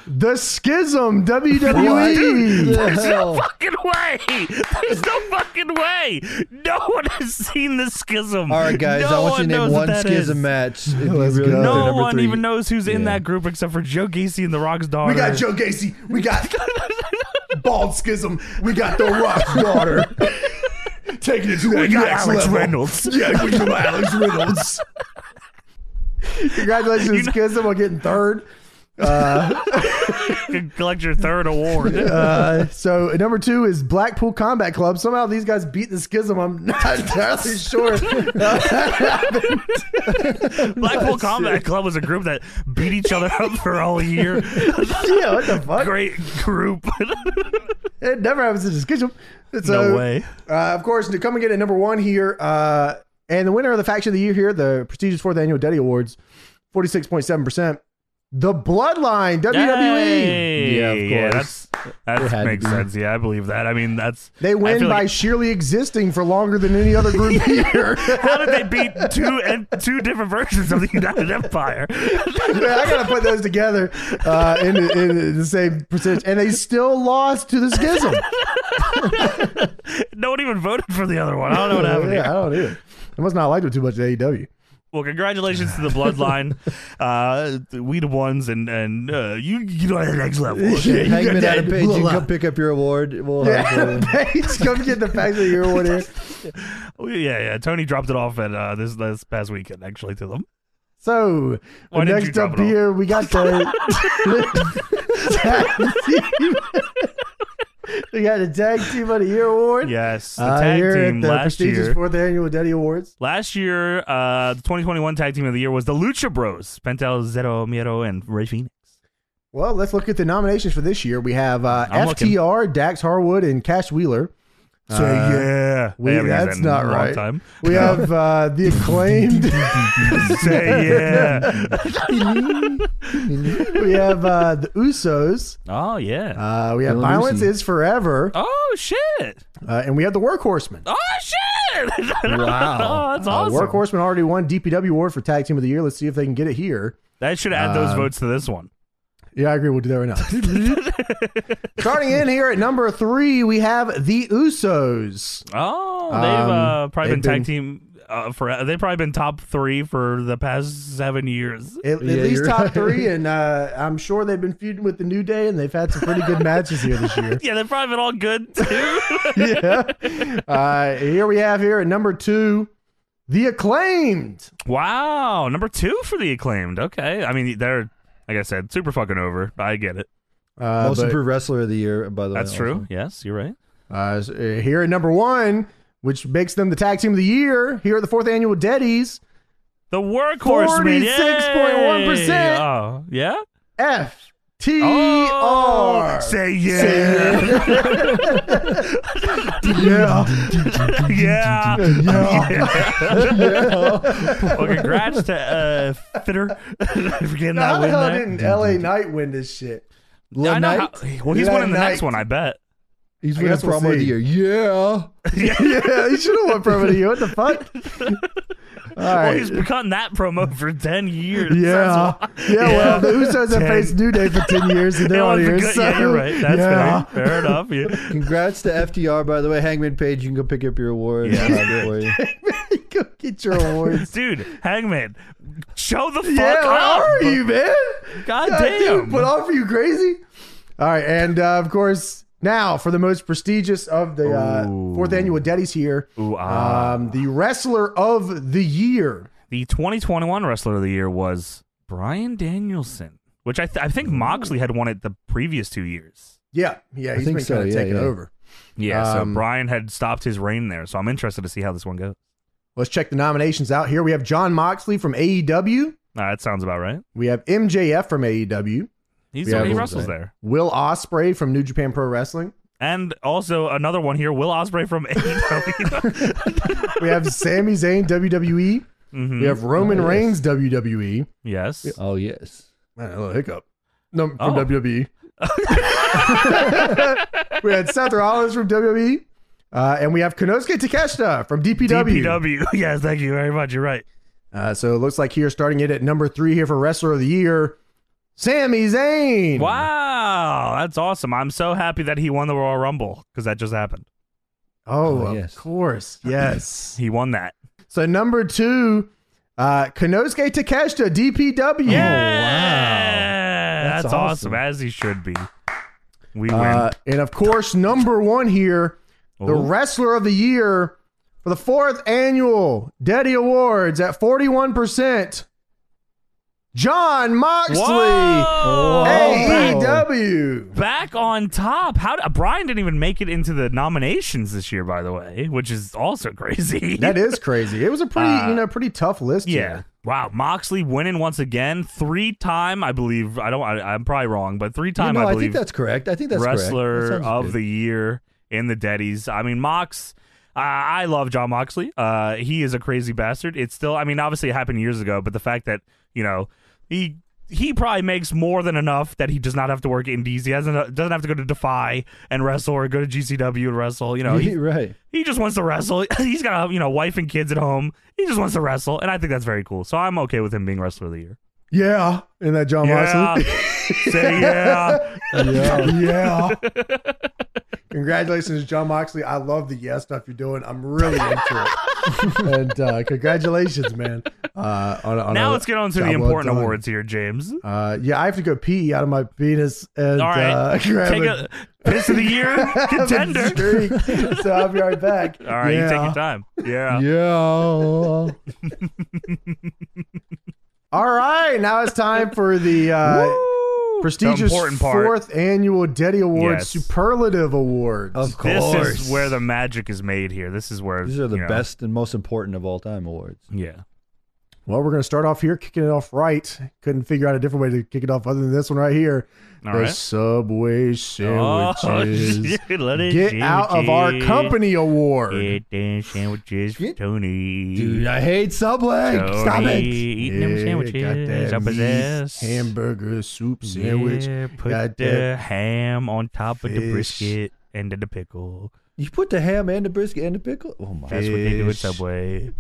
Speaker 1: the Schism, E. WWE.
Speaker 3: The hell?
Speaker 2: fucking way. There's no fucking way. No one has seen the schism.
Speaker 3: All right, guys,
Speaker 2: No
Speaker 3: I want
Speaker 2: one
Speaker 3: you to
Speaker 2: knows
Speaker 3: name
Speaker 2: what
Speaker 3: one
Speaker 2: that
Speaker 3: schism
Speaker 2: is.
Speaker 3: match. If you
Speaker 1: Let's go.
Speaker 3: really want their
Speaker 1: they're
Speaker 2: No
Speaker 3: number
Speaker 2: one
Speaker 3: three.
Speaker 2: even knows who's in
Speaker 3: Yeah.
Speaker 2: that group except for Joe Gacy and The Rock's daughter.
Speaker 1: We got Joe Gacy. We got Bald Schism. We got The Rock's daughter. Taking it to that
Speaker 2: We got
Speaker 1: next
Speaker 2: Alex
Speaker 1: level.
Speaker 2: Reynolds.
Speaker 1: Yeah, we got Alex Reynolds. Congratulations, Schism, on getting third.
Speaker 2: Could collect your third award.
Speaker 1: Uh, so number two is Blackpool Combat Club. Somehow these guys beat the schism. I'm
Speaker 2: *laughs*
Speaker 1: not entirely sure.
Speaker 2: Blackpool Combat Club was a group that beat each other up for all year.
Speaker 1: yeah, what the fuck?
Speaker 2: Great group. *laughs*
Speaker 1: It never happens in the schism. So, Uh, of course, to come and get at number one here, uh, and the winner of the faction of the year here, the prestigious fourth annual Duddy Awards, forty six point seven percent. The Bloodline E. WWE.
Speaker 2: Yay.
Speaker 3: E. Yeah, of
Speaker 2: that's
Speaker 3: course. It had
Speaker 2: that
Speaker 3: to
Speaker 2: makes
Speaker 3: be.
Speaker 2: sense. Yeah, I believe that. I mean, that's
Speaker 1: They
Speaker 2: I
Speaker 1: win by
Speaker 2: feel like-
Speaker 1: sheerly existing for longer than any other
Speaker 2: *laughs*
Speaker 1: group here. *laughs*
Speaker 2: how did they beat two and two different versions of the United Empire? *laughs*
Speaker 1: Man, I gotta put those together uh, in, the- in the same percentage, and they still lost to the schism.
Speaker 2: No one even voted for the other one. I don't know what happened.
Speaker 1: yeah,
Speaker 2: here.
Speaker 1: I don't either. I must not like them too much E at
Speaker 2: *laughs*
Speaker 1: AEW.
Speaker 2: Well, congratulations to
Speaker 1: *laughs*
Speaker 2: the Bloodline. Uh, we the ones, and and uh, you you know the next level.
Speaker 1: Yeah, you got
Speaker 3: Hangman
Speaker 1: that
Speaker 3: Adam Page, you
Speaker 1: blood
Speaker 3: can
Speaker 1: line.
Speaker 3: come pick up your award. We'll
Speaker 1: Adam *laughs*
Speaker 3: have uh,
Speaker 1: Page, come get the fact that you're one here.
Speaker 2: Oh, yeah, yeah. Tony dropped it off at uh, this this past weekend actually to them.
Speaker 1: So
Speaker 2: Why didn't you
Speaker 1: next
Speaker 2: drop
Speaker 1: up
Speaker 2: it off?
Speaker 1: here, we got the tag team. *laughs* we got the tag team of the year award.
Speaker 2: Yes, the
Speaker 1: Uh,
Speaker 2: tag
Speaker 1: here at
Speaker 2: team
Speaker 1: the
Speaker 2: last
Speaker 1: prestigious
Speaker 2: year.
Speaker 1: fourth annual Daddy Awards.
Speaker 2: Last year, uh, the 2021 tag team of the year was the Lucha Bros: Pentel, Zero, Miedo, and Ray Phoenix.
Speaker 1: Well, let's look at the nominations for this year. We have uh,
Speaker 2: I'm looking.
Speaker 1: FTR, Dax Harwood, and Cash Wheeler.
Speaker 2: So yeah,
Speaker 1: Uh, we-
Speaker 2: I haven't used
Speaker 1: that's
Speaker 2: that in a
Speaker 1: not
Speaker 2: long
Speaker 1: right.
Speaker 2: Time.
Speaker 1: We have uh, the acclaimed. *laughs*
Speaker 2: Say yeah.
Speaker 1: we have uh, the Usos.
Speaker 2: *laughs* oh yeah.
Speaker 1: Uh, we have
Speaker 3: Bill
Speaker 1: Violence
Speaker 3: Lucy.
Speaker 1: is Forever,
Speaker 2: oh shit.
Speaker 1: uh, and we have the Workhorsemen.
Speaker 3: *laughs*
Speaker 2: Oh shit. *laughs*
Speaker 3: Wow.
Speaker 2: oh, that's awesome.
Speaker 1: Uh, Workhorsemen already won DPW award for Tag Team of the Year. Let's see if they can get it here.
Speaker 2: That should add those votes to this one.
Speaker 1: Yeah, I agree. We'll do that right now.
Speaker 3: *laughs*
Speaker 1: Starting in here at number three, we have the Usos.
Speaker 2: Oh, they've
Speaker 1: Um,
Speaker 2: uh, probably
Speaker 1: they've
Speaker 2: been tag team uh, for. They've probably been top three for the past seven years.
Speaker 1: At, at
Speaker 3: Yeah,
Speaker 1: least
Speaker 3: you're
Speaker 1: top
Speaker 3: right.
Speaker 1: three, and uh, I'm sure they've been feuding with the New Day, and they've had some pretty good matches here this
Speaker 3: *laughs*
Speaker 1: year.
Speaker 2: Yeah, they've probably been all good *laughs* too.
Speaker 1: yeah. *laughs* Uh, here we have here at number two, the acclaimed.
Speaker 2: wow, number two for the acclaimed. Okay, I mean they're like I said, super fucking over. I get it.
Speaker 1: Uh,
Speaker 3: most
Speaker 1: but,
Speaker 3: improved wrestler of the year. By the way,
Speaker 2: That's
Speaker 3: also.
Speaker 2: true. Yes, you're right.
Speaker 1: uh, s- uh, here at number one, which makes them the tag team of the year. Here at the fourth annual Deddies,
Speaker 2: The workhorse
Speaker 1: 46.1%.
Speaker 2: Oh yeah.
Speaker 1: F T
Speaker 2: Oh,
Speaker 1: R.
Speaker 2: say yeah,
Speaker 1: Yeah.
Speaker 2: *laughs* yeah. Well, congrats to uh, Fitter *laughs* for getting that
Speaker 1: How the
Speaker 2: win
Speaker 1: hell
Speaker 2: there.
Speaker 1: didn't L.A. Knight win this shit?
Speaker 2: I
Speaker 3: Lil
Speaker 2: know
Speaker 3: Knight,
Speaker 2: how- well, he's
Speaker 1: Yeah,
Speaker 2: winning the
Speaker 1: Knight.
Speaker 2: next one, I bet.
Speaker 3: he's
Speaker 1: I
Speaker 3: winning
Speaker 1: guess we'll
Speaker 3: promo of the
Speaker 1: see.
Speaker 3: year. Yeah,
Speaker 1: *laughs* yeah, he should have won from you. What the *laughs* fuck? All
Speaker 2: Well,
Speaker 1: right.
Speaker 2: he's been cutting that promo for 10 years.
Speaker 1: Yeah.
Speaker 2: That's why-
Speaker 1: Yeah, well, the Usos *laughs* have
Speaker 2: Ten.
Speaker 1: faced New Day for 10 years *laughs* and
Speaker 2: That
Speaker 1: they're on
Speaker 2: was a
Speaker 1: here.
Speaker 2: good-
Speaker 1: so,
Speaker 2: yeah, you're right. That's
Speaker 1: yeah.
Speaker 2: fair. Fair enough. Yeah.
Speaker 3: congrats to FTR. By the way, Hangman Page, you can go pick up your award.
Speaker 2: Yeah.
Speaker 3: Uh, for you.
Speaker 1: *laughs* Go get your awards.
Speaker 2: Dude, Hangman, show the fuck
Speaker 1: yeah, where
Speaker 2: up.
Speaker 1: are you, man?
Speaker 2: God
Speaker 1: dude,
Speaker 2: damn.
Speaker 1: Put off, are you crazy? All right, and uh, of course, now for the most prestigious of the uh,
Speaker 2: Ooh.
Speaker 1: fourth annual Daddies here,
Speaker 2: Ooh, ah.
Speaker 1: um, the Wrestler of the Year.
Speaker 2: the 2021 Wrestler of the Year was Brian Danielson, which I, th- I think Moxley had won it the previous two years.
Speaker 1: Yeah, yeah, he's
Speaker 3: think
Speaker 1: been
Speaker 3: so,
Speaker 1: kind of
Speaker 3: yeah,
Speaker 1: taking
Speaker 3: yeah.
Speaker 1: over.
Speaker 2: Yeah, so
Speaker 1: Um,
Speaker 2: Brian had stopped his reign there. So I'm interested to see how this one goes.
Speaker 1: Let's check the nominations out here. We have John Moxley from AEW.
Speaker 2: Uh, that sounds about right.
Speaker 1: We have MJF from AEW.
Speaker 2: He's
Speaker 1: We have
Speaker 2: he
Speaker 1: him
Speaker 2: wrestles
Speaker 1: today.
Speaker 2: there,
Speaker 1: Will Osprey from New Japan Pro Wrestling.
Speaker 2: and also another one here, Will Osprey from *laughs* E AEW.
Speaker 1: We
Speaker 3: *laughs*
Speaker 1: have Sami Zayn WWE.
Speaker 2: Mhm.
Speaker 1: We have Roman
Speaker 3: Mm-hmm. Nice.
Speaker 1: Reigns WWE.
Speaker 2: *laughs* Yes.
Speaker 3: Oh yes.
Speaker 1: Man, a little hiccup. No, from
Speaker 2: Oh.
Speaker 3: *laughs*
Speaker 1: WWE. *laughs* we had Seth Rollins from WWE, uh, and we have Konosuke Takeshita from DPW.
Speaker 2: DPW. *laughs* Yes, thank you very much. You're right.
Speaker 1: Uh, so it looks like here, starting it at number three here for Wrestler of the Year, Sami Zayn.
Speaker 2: Wow, that's awesome. I'm so happy that he won the Royal Rumble because that just happened.
Speaker 1: Oh,
Speaker 3: Oh,
Speaker 1: of
Speaker 3: yes.
Speaker 1: course, yes.
Speaker 2: He won that.
Speaker 1: so number two, uh, Konosuke Takeshita, DPW.
Speaker 2: Yeah,
Speaker 3: That's
Speaker 2: that's, awesome.
Speaker 3: awesome.
Speaker 2: as he should be. We win.
Speaker 1: Uh, and of course, number one here, the
Speaker 2: Ooh.
Speaker 1: wrestler of the year for the fourth annual Daddy Awards at 41%, John Moxley, E
Speaker 2: Whoa! Oh,
Speaker 1: AEW.
Speaker 2: Back on top. How uh, Brian didn't even make it into the nominations this year, by the way, which is also *laughs* crazy.
Speaker 1: That is crazy. It was a pretty, you know, pretty tough list.
Speaker 2: Yeah.
Speaker 1: here.
Speaker 2: Wow. Moxley winning once again, three time, I believe. I don't. I, I'm probably wrong, but three
Speaker 3: You
Speaker 2: time.
Speaker 3: know,
Speaker 2: I
Speaker 3: I,
Speaker 2: believe
Speaker 3: think that's correct. I think that's correct. That
Speaker 2: wrestler
Speaker 3: sounds
Speaker 2: of
Speaker 3: good.
Speaker 2: the year in the Deddies. I mean, Mox. Uh, I love John Moxley. Uh, he is a crazy bastard. It's still. I mean, obviously it happened years ago, but the fact that you know he. He probably makes more than enough that he does not have to work indies. He hasn't doesn't have to go to Defy and wrestle or go to GCW and wrestle. You know, he,
Speaker 3: *laughs* right.
Speaker 2: he just wants to wrestle. *laughs* He's got a you know wife and kids at home. He just wants to wrestle, and I think that's very cool. So I'm okay with him being wrestler of the year.
Speaker 1: Yeah. And that John
Speaker 2: Yeah,
Speaker 1: Moxley.
Speaker 3: *laughs*
Speaker 2: say yeah. *laughs*
Speaker 3: Yeah.
Speaker 1: yeah. Congratulations, John Moxley. I love the yeah stuff you're doing. I'm really into it.
Speaker 2: *laughs*
Speaker 1: and uh, congratulations, man. Uh, on, a- on
Speaker 2: Now
Speaker 1: a-
Speaker 2: let's get on to the
Speaker 1: job well
Speaker 2: important
Speaker 1: done.
Speaker 2: awards here, James.
Speaker 1: Uh, yeah, I have to go pee out of my penis and
Speaker 2: All right.
Speaker 1: uh, grab
Speaker 2: Take
Speaker 1: a,
Speaker 2: a piss of
Speaker 1: *laughs*
Speaker 2: the year
Speaker 1: grab a
Speaker 2: contender.
Speaker 1: drink. so I'll be right back.
Speaker 2: *laughs* All right, you take
Speaker 1: Yeah.
Speaker 2: your time. Yeah.
Speaker 3: yeah.
Speaker 1: All right, now it's time for the uh,
Speaker 2: *laughs* Woo! The
Speaker 1: prestigious
Speaker 2: important part.
Speaker 1: fourth annual Deddy Awards
Speaker 2: Yes.
Speaker 1: Superlative Awards.
Speaker 3: Of
Speaker 2: this
Speaker 3: course.
Speaker 2: is where the magic is made here. This is where
Speaker 3: These are the
Speaker 2: you know,
Speaker 3: best and most important of all time awards.
Speaker 1: *laughs*
Speaker 2: Yeah.
Speaker 1: Well, we're going to start off here, kicking it off right. Couldn't figure out a different way to kick it off other than this one right here.
Speaker 2: All
Speaker 1: the
Speaker 2: right.
Speaker 1: Subway
Speaker 2: *laughs*
Speaker 1: sandwiches.
Speaker 2: shit, Oh, let it
Speaker 1: Get out of our
Speaker 2: sandwiches.
Speaker 1: company award.
Speaker 2: Get them sandwiches, for
Speaker 3: Get-
Speaker 2: Tony.
Speaker 3: Dude, I hate Subway. Stop
Speaker 2: Tony,
Speaker 3: it.
Speaker 2: Eating them
Speaker 1: Yeah,
Speaker 2: sandwiches
Speaker 1: goddamn
Speaker 2: up his
Speaker 1: meat,
Speaker 2: ass.
Speaker 1: Hamburger soup sandwich.
Speaker 2: Yeah, put
Speaker 1: goddamn-
Speaker 2: the ham on top of the
Speaker 1: fish.
Speaker 2: brisket and then the pickle.
Speaker 3: You put the ham and the brisket and the pickle. Oh my.
Speaker 2: That's what they do at
Speaker 1: Fish.
Speaker 2: Subway.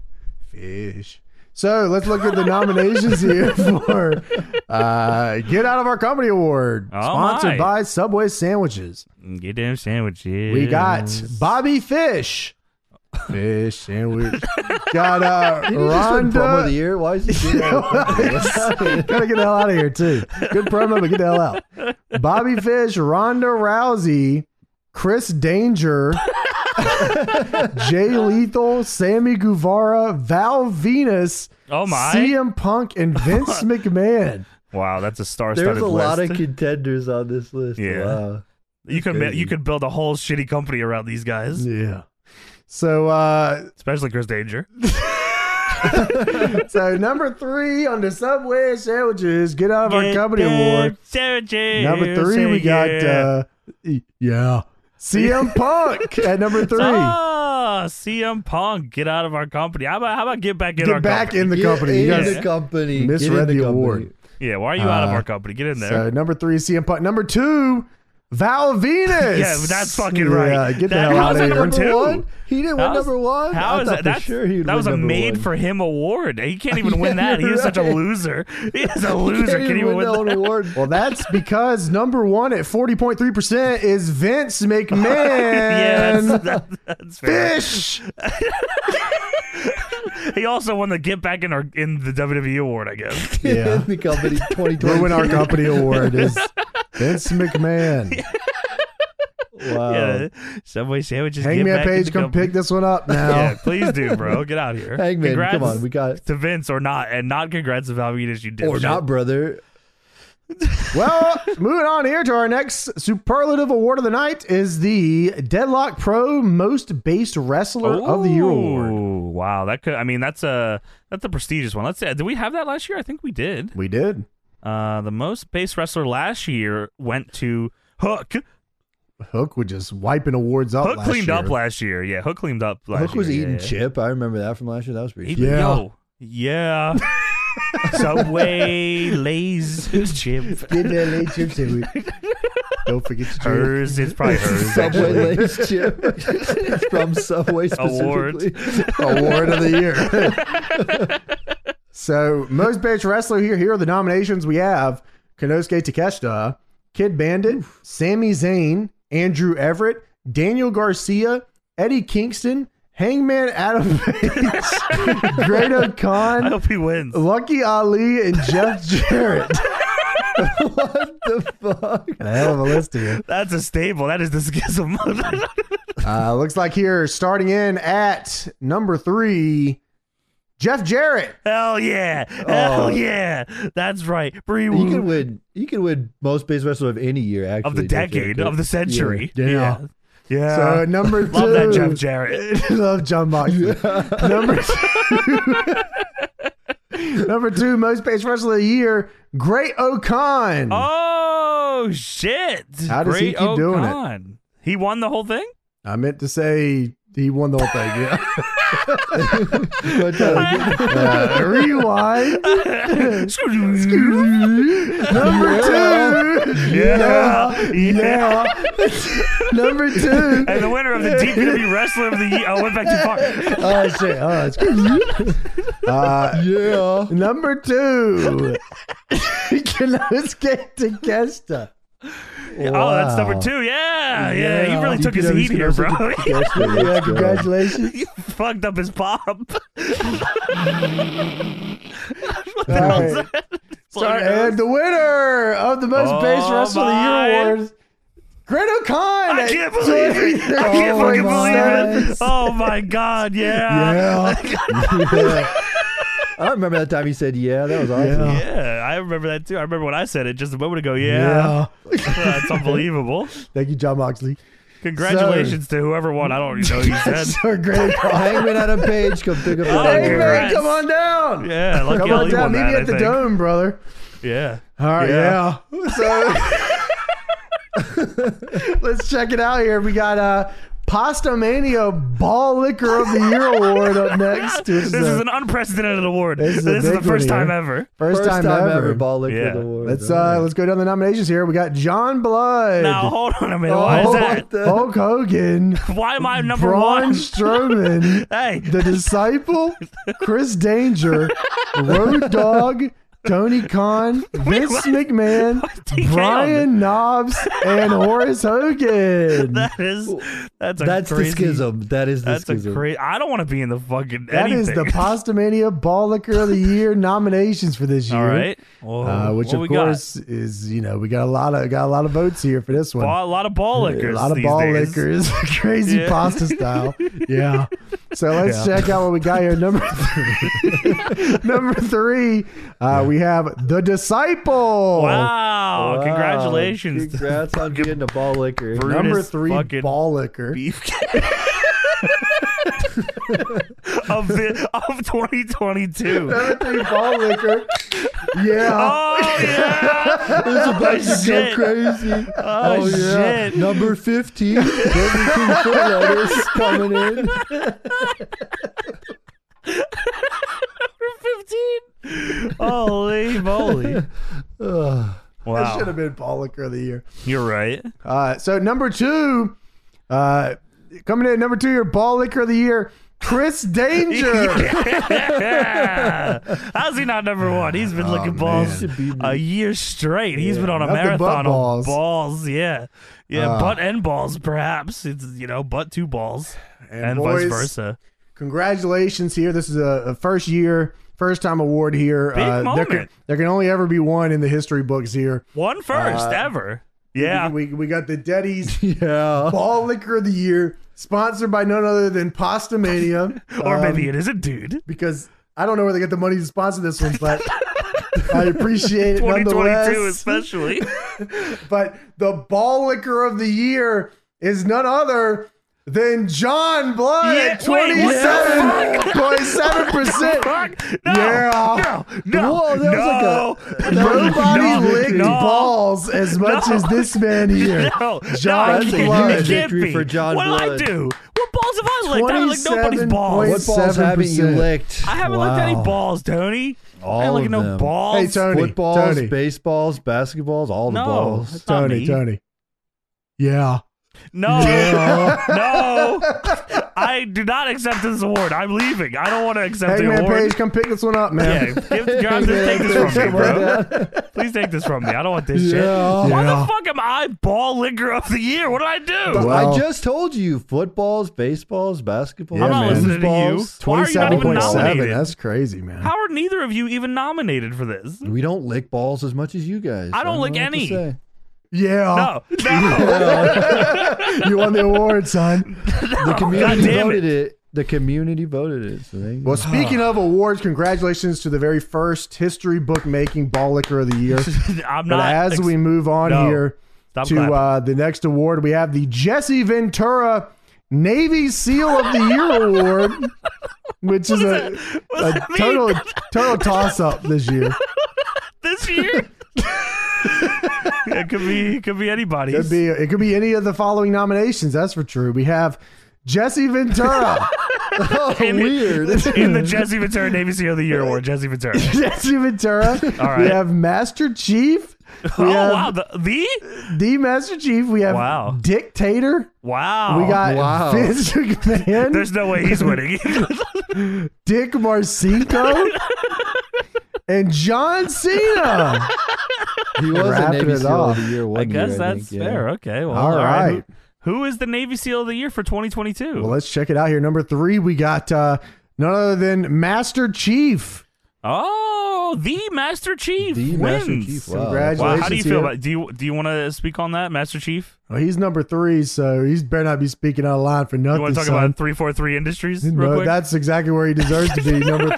Speaker 1: Fish. So let's look at the nominations here *laughs* for uh, Get Out of Our Company Award,
Speaker 2: Oh,
Speaker 1: sponsored
Speaker 2: my.
Speaker 1: by Subway Sandwiches.
Speaker 2: Get them sandwiches.
Speaker 1: We got Bobby Fish. Fish sandwich. *laughs* got uh,
Speaker 3: *laughs* Did he just win promo of the
Speaker 1: Rhonda.
Speaker 3: year? Why is he doing
Speaker 2: *laughs*
Speaker 3: that?
Speaker 1: *laughs* Gotta get the hell out of here too. Good promo, but get the hell out. Bobby Fish, Ronda Rousey, Chris Danger, *laughs* Jay Lethal, Sammy Guevara, Val Venus,
Speaker 2: Oh my!
Speaker 1: CM Punk and
Speaker 3: *laughs*
Speaker 1: Vince McMahon.
Speaker 2: Wow, that's a
Speaker 3: There's
Speaker 2: star-studded
Speaker 3: a lot of
Speaker 2: list.
Speaker 3: contenders on this list.
Speaker 2: Yeah.
Speaker 3: Wow.
Speaker 2: you could ma-
Speaker 3: crazy.
Speaker 2: you could build a whole shitty company around these guys,
Speaker 1: Yeah. So uh
Speaker 2: especially Chris Danger.
Speaker 1: so number three on the Subway sandwiches, get out of our company award.
Speaker 2: Sandwiches.
Speaker 1: Number three, we got
Speaker 2: yeah.
Speaker 1: uh e- yeah.
Speaker 2: *laughs*
Speaker 1: CM Punk at number three.
Speaker 2: Ah, CM Punk, get out of our company. How about how about get back in our
Speaker 1: Get back
Speaker 2: company?
Speaker 1: in the
Speaker 3: Get
Speaker 1: company. You
Speaker 3: in
Speaker 1: guys
Speaker 3: the company. Get in
Speaker 1: misread the
Speaker 3: company.
Speaker 1: award.
Speaker 2: Yeah, why are you out of
Speaker 1: Uh,
Speaker 2: our company? Get in there.
Speaker 1: So number three, CM Punk. Number two, Val Venus.
Speaker 2: Yeah, that's fucking right.
Speaker 1: Yeah, get the
Speaker 2: That-
Speaker 1: hell
Speaker 2: how
Speaker 1: out
Speaker 2: is
Speaker 1: of
Speaker 2: that
Speaker 1: here.
Speaker 2: number
Speaker 3: Number
Speaker 2: Two.
Speaker 3: one? He didn't win
Speaker 2: How's-
Speaker 3: number one.
Speaker 2: How
Speaker 3: I
Speaker 2: is
Speaker 3: thought
Speaker 2: that?
Speaker 3: for
Speaker 2: That's,
Speaker 3: sure he'd
Speaker 2: that
Speaker 3: win
Speaker 2: was a
Speaker 3: number
Speaker 2: made
Speaker 3: one.
Speaker 2: for him award. He can't even win
Speaker 3: Yeah,
Speaker 2: that. He is such a
Speaker 3: right.
Speaker 2: loser. He is a
Speaker 3: Can't
Speaker 2: loser. Can
Speaker 3: even
Speaker 2: he even
Speaker 3: win
Speaker 2: win
Speaker 3: the
Speaker 2: that?
Speaker 3: only award.
Speaker 1: Well, that's
Speaker 2: *laughs*
Speaker 1: because number one at 40.3% is Vince McMahon.
Speaker 2: *laughs* Yeah, that's, that, that's fair.
Speaker 1: Fish.
Speaker 2: He also won the Get Back in our in the WWE award, I guess.
Speaker 1: Yeah.
Speaker 3: in the company. 2020.
Speaker 1: *laughs* Ruin our company award *laughs* is Vince McMahon.
Speaker 3: Wow.
Speaker 2: yeah,
Speaker 1: Um,
Speaker 2: Subway sandwiches. get
Speaker 1: Hangman
Speaker 2: back in
Speaker 1: Page,
Speaker 2: the
Speaker 1: come
Speaker 2: company.
Speaker 1: pick this one up now.
Speaker 2: Yeah, please do, bro. Get out here.
Speaker 3: Hangman,
Speaker 2: congrats
Speaker 3: come on, we got
Speaker 2: to Vince or not, and not congrats to Val Venus. You did
Speaker 3: or not, brother.
Speaker 1: well, moving on here to our next superlative award of the night is the Deadlock Pro Most Based Wrestler of the Year award.
Speaker 2: Ooh, Wow, that could. I mean, that's a that's a prestigious one. Let's say, did we have that last year? I think we did.
Speaker 1: We did.
Speaker 2: Uh, the most base wrestler last year went to Hook.
Speaker 1: Hook was just wiping awards up.
Speaker 2: Hook
Speaker 1: last
Speaker 2: cleaned
Speaker 1: year.
Speaker 2: up last year. Yeah, Hook cleaned up last year.
Speaker 3: Hook was
Speaker 2: Yeah,
Speaker 3: eating
Speaker 2: yeah.
Speaker 3: chip. I remember that from last year. That was pretty.
Speaker 2: He-
Speaker 3: sweet.
Speaker 1: Yeah.
Speaker 2: Yo. Yeah.
Speaker 1: *laughs*
Speaker 2: Subway lays chip.
Speaker 3: Get that late chip
Speaker 1: *laughs*
Speaker 3: sandwich.
Speaker 1: Don't forget to drink.
Speaker 2: Hers. It's probably hers.
Speaker 3: Subway
Speaker 2: actually.
Speaker 1: *laughs*
Speaker 3: Lays chip from Subway
Speaker 2: Award.
Speaker 3: specifically.
Speaker 1: award of the year. so, most based wrestler here. Here are the nominations we have: Konosuke Takeshita, Kid Bandit, Sami Zayn, Andrew Everett, Daniel Garcia, Eddie Kingston, Hangman Adam *laughs* Page, Great
Speaker 2: I
Speaker 1: Khan,
Speaker 2: hope he wins.
Speaker 1: Lucky Ali, and
Speaker 2: *laughs*
Speaker 1: Jeff Jarrett.
Speaker 3: *laughs* What the fuck?
Speaker 1: And I have a list here.
Speaker 2: That's a staple. That is the *laughs* schism.
Speaker 1: Uh, looks like here, starting in at number three, Jeff Jarrett.
Speaker 2: Hell yeah. Hell
Speaker 3: Oh.
Speaker 2: yeah. That's right. Bree
Speaker 3: You could
Speaker 2: Woo
Speaker 3: win. You could win most base wrestler of any year, actually.
Speaker 2: of the
Speaker 3: Jeff Jarrett
Speaker 2: decade,
Speaker 3: could.
Speaker 2: of the century.
Speaker 1: Yeah.
Speaker 2: Yeah. Yeah.
Speaker 1: So number two,
Speaker 2: Uh,
Speaker 1: *laughs*
Speaker 2: Love that, Jeff Jarrett.
Speaker 1: Love John Moxley.
Speaker 2: *laughs*
Speaker 1: number two, *laughs* number two, most page wrestler of the year, Great O'Con.
Speaker 2: Oh shit.
Speaker 1: How does he
Speaker 2: Great
Speaker 1: keep doing it?
Speaker 2: O'Con. He won the whole thing?
Speaker 1: *laughs* I meant to say he won the whole thing. Yeah.
Speaker 3: *laughs*
Speaker 1: *laughs*
Speaker 3: But, uh,
Speaker 1: Uh, rewind. *laughs*
Speaker 2: yeah.
Speaker 3: *laughs*
Speaker 1: Number two.
Speaker 2: Yeah.
Speaker 1: Number two.
Speaker 2: And the winner
Speaker 1: *laughs*
Speaker 2: of the DPW Wrestler of the Year. I went back too far.
Speaker 1: Oh shit. Oh, it's crazy. Uh,
Speaker 3: yeah.
Speaker 1: number two. *laughs* Kinosuke Takeshita.
Speaker 2: Oh, that's
Speaker 3: Wow.
Speaker 2: number two. Yeah. Yeah.
Speaker 3: Yeah.
Speaker 2: He really took his
Speaker 3: DPW
Speaker 2: heat here, bro. *laughs* He
Speaker 1: Yeah, congratulations.
Speaker 2: *laughs* fucked up
Speaker 1: *laughs*
Speaker 2: his pop.
Speaker 1: All
Speaker 2: *laughs*
Speaker 1: right. Sorry, and the winner of the most
Speaker 2: Oh,
Speaker 1: base wrestler of the
Speaker 2: my.
Speaker 1: year awards, Great O'Con.
Speaker 2: I can't believe it. I can't
Speaker 1: Oh,
Speaker 2: fucking
Speaker 1: my.
Speaker 2: believe it. *laughs* Oh my god, yeah.
Speaker 1: Yeah.
Speaker 3: Yeah. I remember that time he said, "Yeah, that was awesome."
Speaker 2: Yeah.
Speaker 1: Yeah.
Speaker 2: I remember that too. I remember when I said it just a moment ago. Yeah.
Speaker 1: yeah.
Speaker 2: *laughs*
Speaker 1: *laughs*
Speaker 2: That's unbelievable.
Speaker 1: Thank you, John Moxley.
Speaker 2: Congratulations to whoever won. I don't even know who you
Speaker 1: *laughs*
Speaker 2: said. *laughs*
Speaker 1: so Great
Speaker 3: Oh,
Speaker 1: O'Con.
Speaker 3: Hangman Adam Page, come pick up your
Speaker 2: Oh,
Speaker 1: Hey,
Speaker 3: award.
Speaker 1: man,
Speaker 2: congrats.
Speaker 1: come on down.
Speaker 2: Yeah, lucky
Speaker 1: Come on
Speaker 2: Ali
Speaker 1: down.
Speaker 2: won
Speaker 1: Meet
Speaker 2: that,
Speaker 1: me
Speaker 2: I
Speaker 1: at the
Speaker 2: think.
Speaker 1: dome, brother.
Speaker 2: Yeah.
Speaker 1: All right,
Speaker 2: Yeah.
Speaker 1: yeah.
Speaker 2: *laughs*
Speaker 1: So *laughs* let's check it out here. We got uh Pasta Mania Ball Liquor of the
Speaker 2: *laughs*
Speaker 1: Year Award up next. This
Speaker 2: This is an unprecedented award.
Speaker 1: is
Speaker 2: This is,
Speaker 1: a
Speaker 2: the
Speaker 1: big one
Speaker 2: first time
Speaker 1: here.
Speaker 2: ever.
Speaker 1: first,
Speaker 3: First
Speaker 1: time, ever.
Speaker 3: Ball Liquor
Speaker 2: Yeah.
Speaker 3: Award.
Speaker 1: Let's uh let's go down the nominations here. We got John Blood,
Speaker 2: Now hold on a minute.
Speaker 3: Oh,
Speaker 2: Why is
Speaker 3: what
Speaker 1: *laughs*
Speaker 2: that?
Speaker 3: the-
Speaker 1: Hulk
Speaker 2: *laughs*
Speaker 1: Hogan,
Speaker 2: Why am I number
Speaker 1: Braun
Speaker 2: one?
Speaker 1: Strowman,
Speaker 2: *laughs* Hey,
Speaker 1: The Disciple, Chris Danger, Road Dog, Tony
Speaker 2: *laughs*
Speaker 1: Khan, Vince
Speaker 2: what?
Speaker 1: McMahon,
Speaker 2: TK on
Speaker 1: Brian Knobs, and Horace
Speaker 2: *laughs*
Speaker 1: Hogan.
Speaker 2: that is
Speaker 1: Oh,
Speaker 2: that's a
Speaker 3: That's
Speaker 2: crazy,
Speaker 3: the schism. That is the
Speaker 2: That's a
Speaker 3: schism.
Speaker 2: crazy. I don't want to be in the fucking.
Speaker 1: That is the
Speaker 2: anything.
Speaker 1: Postamania Ball Liquor of the Year nominations for this year.
Speaker 2: All right. Hmm? Well,
Speaker 1: Uh, which
Speaker 2: what we
Speaker 1: of course is you know we got a lot of got a lot of votes here for this
Speaker 2: got?
Speaker 1: one.
Speaker 2: Ball- a lot of ball liquors.
Speaker 1: a lot of
Speaker 2: these
Speaker 1: ball
Speaker 2: days.
Speaker 1: liquors, *laughs* crazy
Speaker 2: Yeah.
Speaker 1: pasta style. Yeah.
Speaker 2: *laughs*
Speaker 1: So let's check out what we got here. Number
Speaker 2: *laughs*
Speaker 1: three, number three, uh, we have the disciple.
Speaker 2: Wow!
Speaker 3: Wow.
Speaker 2: oh, Congratulations, to
Speaker 3: Congrats on getting a ball liquor.
Speaker 2: Brutus
Speaker 1: Number three,
Speaker 2: fucking
Speaker 1: ball liquor.
Speaker 2: *laughs* beefcake of the,
Speaker 1: *laughs*
Speaker 2: of 2022.
Speaker 1: Number three, ball liquor. *laughs*
Speaker 2: *laughs*
Speaker 1: Yeah.
Speaker 2: Oh
Speaker 1: *laughs*
Speaker 2: yeah!
Speaker 3: It's about to
Speaker 2: shit.
Speaker 3: go crazy. Oh,
Speaker 2: shit.
Speaker 3: Number 15, Burger King foot lettuce coming in.
Speaker 2: 15. Holy
Speaker 1: *laughs*
Speaker 2: moly!
Speaker 3: Ugh.
Speaker 1: That should
Speaker 2: Wow,
Speaker 1: have been ball liquor of the year.
Speaker 2: you're right.
Speaker 1: Uh, so number two, uh, coming in at number two, your ball liquor of the year,
Speaker 2: *laughs*
Speaker 1: Chris Danger.
Speaker 2: Yeah. How's he not number one? He's
Speaker 1: Oh,
Speaker 2: been looking balls
Speaker 3: Should be-
Speaker 2: a year straight. He's been on a
Speaker 1: nothing but
Speaker 2: marathon
Speaker 1: balls.
Speaker 2: of balls. Yeah, yeah,
Speaker 1: Ah.
Speaker 2: butt and balls. Perhaps it's you know butt two balls and,
Speaker 1: boys,
Speaker 2: vice versa.
Speaker 1: Congratulations here. This is a, a first year, first time award here. Uh,
Speaker 2: Big
Speaker 1: There
Speaker 2: moment.
Speaker 1: can, there can only ever be one in the history books here.
Speaker 2: One first ever. Yeah,
Speaker 1: uh, We, we got the Deddy's
Speaker 3: *laughs* Yeah.
Speaker 1: Ball Liquor of the Year, sponsored by none other than Pasta Mania.
Speaker 2: *laughs* or
Speaker 1: Um,
Speaker 2: maybe it isn't, dude. *laughs*
Speaker 1: because I don't know where they get the money to sponsor this one, but I appreciate it
Speaker 2: 2022
Speaker 1: nonetheless.
Speaker 2: especially. *laughs*
Speaker 1: But the ball licker of the year is none other than John
Speaker 2: Yeah,
Speaker 1: Blood,
Speaker 2: wait,
Speaker 1: twenty-seven point seven
Speaker 2: *laughs*
Speaker 1: percent.
Speaker 2: Fuck! No!
Speaker 1: Yeah.
Speaker 2: No! No!
Speaker 3: Whoa,
Speaker 2: no!
Speaker 3: that was
Speaker 1: Nobody
Speaker 2: No,
Speaker 1: licked
Speaker 2: no,
Speaker 1: balls
Speaker 2: *laughs*
Speaker 1: as much as this man here.
Speaker 2: No,
Speaker 1: John
Speaker 2: no, it
Speaker 1: That's a
Speaker 2: can't- it
Speaker 1: huge
Speaker 2: can't
Speaker 3: victory
Speaker 2: be.
Speaker 3: for John
Speaker 2: what
Speaker 3: Blood.
Speaker 2: did I do? What balls have I licked? I haven't licked nobody's
Speaker 1: 27
Speaker 2: balls.
Speaker 1: points.
Speaker 3: What balls haven't you
Speaker 1: 7%.
Speaker 3: licked?
Speaker 2: I haven't licked any
Speaker 3: Wow.
Speaker 2: balls, Tony. I
Speaker 3: All
Speaker 2: haven't licked
Speaker 3: of
Speaker 2: no
Speaker 3: them.
Speaker 2: balls.
Speaker 1: Hey, Tony.
Speaker 3: Footballs,
Speaker 1: Tony.
Speaker 3: baseballs, basketballs, all the
Speaker 2: No.
Speaker 3: balls.
Speaker 2: Not
Speaker 1: Tony,
Speaker 2: me.
Speaker 1: Tony. Yeah. *laughs*
Speaker 2: No, no, I do not accept this award. I'm leaving. I don't want to accept the
Speaker 1: Hangman
Speaker 2: award.
Speaker 1: Page, come pick this one up,
Speaker 2: Yeah,
Speaker 1: man. *laughs*
Speaker 2: give, John,
Speaker 3: *laughs*
Speaker 2: just take this from me, bro. Please take this from me. I don't want this
Speaker 3: Yeah.
Speaker 2: shit. Why
Speaker 1: Yeah.
Speaker 2: the fuck am I ball licker of the year? What did I do?
Speaker 1: Wow.
Speaker 3: I just told you footballs, baseballs, basketballs.
Speaker 1: I'm not
Speaker 3: foosballs.
Speaker 2: listening to you. Why are you not
Speaker 1: Twenty-seven
Speaker 2: even
Speaker 1: point seven.
Speaker 2: nominated?
Speaker 1: That's crazy, man.
Speaker 2: How are neither of you even nominated for this?
Speaker 3: We don't lick balls as much as you guys.
Speaker 2: I don't
Speaker 3: know
Speaker 2: lick
Speaker 3: what to
Speaker 2: any. *laughs*
Speaker 3: say.
Speaker 1: yeah.
Speaker 2: No, no.
Speaker 1: You won the award,
Speaker 2: *laughs*
Speaker 1: son.
Speaker 3: The
Speaker 2: God
Speaker 3: community
Speaker 2: damn
Speaker 3: voted
Speaker 2: Oh, it.
Speaker 3: it. The community voted it. So there you go.
Speaker 1: Well, speaking of awards, congratulations to the very first history book making ball licker of the year.
Speaker 2: *laughs* I'm
Speaker 1: But
Speaker 2: not.
Speaker 1: as
Speaker 2: ex-
Speaker 1: we move on
Speaker 2: No.
Speaker 1: here
Speaker 2: Stop
Speaker 1: to
Speaker 2: clapping.
Speaker 1: uh, the next award, we have the Jesse Ventura Navy SEAL of the Year Award, which is a,
Speaker 2: What does
Speaker 1: a
Speaker 2: that mean?
Speaker 1: total total toss up this
Speaker 2: *laughs*
Speaker 1: year.
Speaker 2: this year. it could be. It could be anybody.
Speaker 1: Could be it could be any of the following nominations. That's for true. We have Jesse
Speaker 2: *laughs*
Speaker 1: Ventura,
Speaker 3: *laughs*
Speaker 2: in, *laughs*
Speaker 3: weird.
Speaker 2: in the Jesse Ventura Navy SEAL of the Year Award.
Speaker 1: *laughs*
Speaker 2: Jesse Ventura.
Speaker 1: Jesse Ventura.
Speaker 2: right.
Speaker 1: We have Master
Speaker 2: *laughs*
Speaker 1: Chief. We
Speaker 2: oh
Speaker 1: have
Speaker 2: wow, the, the
Speaker 1: the Master Chief. We have
Speaker 2: Wow. Oh,
Speaker 1: Dictator.
Speaker 2: wow.
Speaker 1: We got
Speaker 3: wow.
Speaker 1: Vince McMahon.
Speaker 2: There's no way he's
Speaker 1: *laughs*
Speaker 2: winning.
Speaker 1: Dick
Speaker 2: *laughs*
Speaker 1: Marcinko and John Cena.
Speaker 3: he was a
Speaker 1: wrapping
Speaker 3: Navy
Speaker 1: it
Speaker 3: SEAL of
Speaker 1: up.
Speaker 3: the year one
Speaker 2: I guess
Speaker 3: year, I
Speaker 2: that's
Speaker 3: think, yeah.
Speaker 2: fair. Okay. Well,
Speaker 1: All right.
Speaker 2: Who is the Navy SEAL of the Year for 2022?
Speaker 1: Well, let's check it out here. Number three, we got uh, none other than Master Chief.
Speaker 2: oh, the Master Chief
Speaker 3: The
Speaker 2: wins.
Speaker 3: Master Chief. Wow.
Speaker 1: Congrats.
Speaker 2: Wow, how do you
Speaker 1: Congratulations
Speaker 2: feel
Speaker 1: to you.
Speaker 2: about? Do you do you want to speak on that, Master Chief?
Speaker 1: Well, he's number three, so he's better not be speaking out of line for nothing.
Speaker 2: You want to talk
Speaker 1: son.
Speaker 2: about 343 Industries real
Speaker 1: no,
Speaker 2: quick?
Speaker 1: that's exactly where he deserves to be, number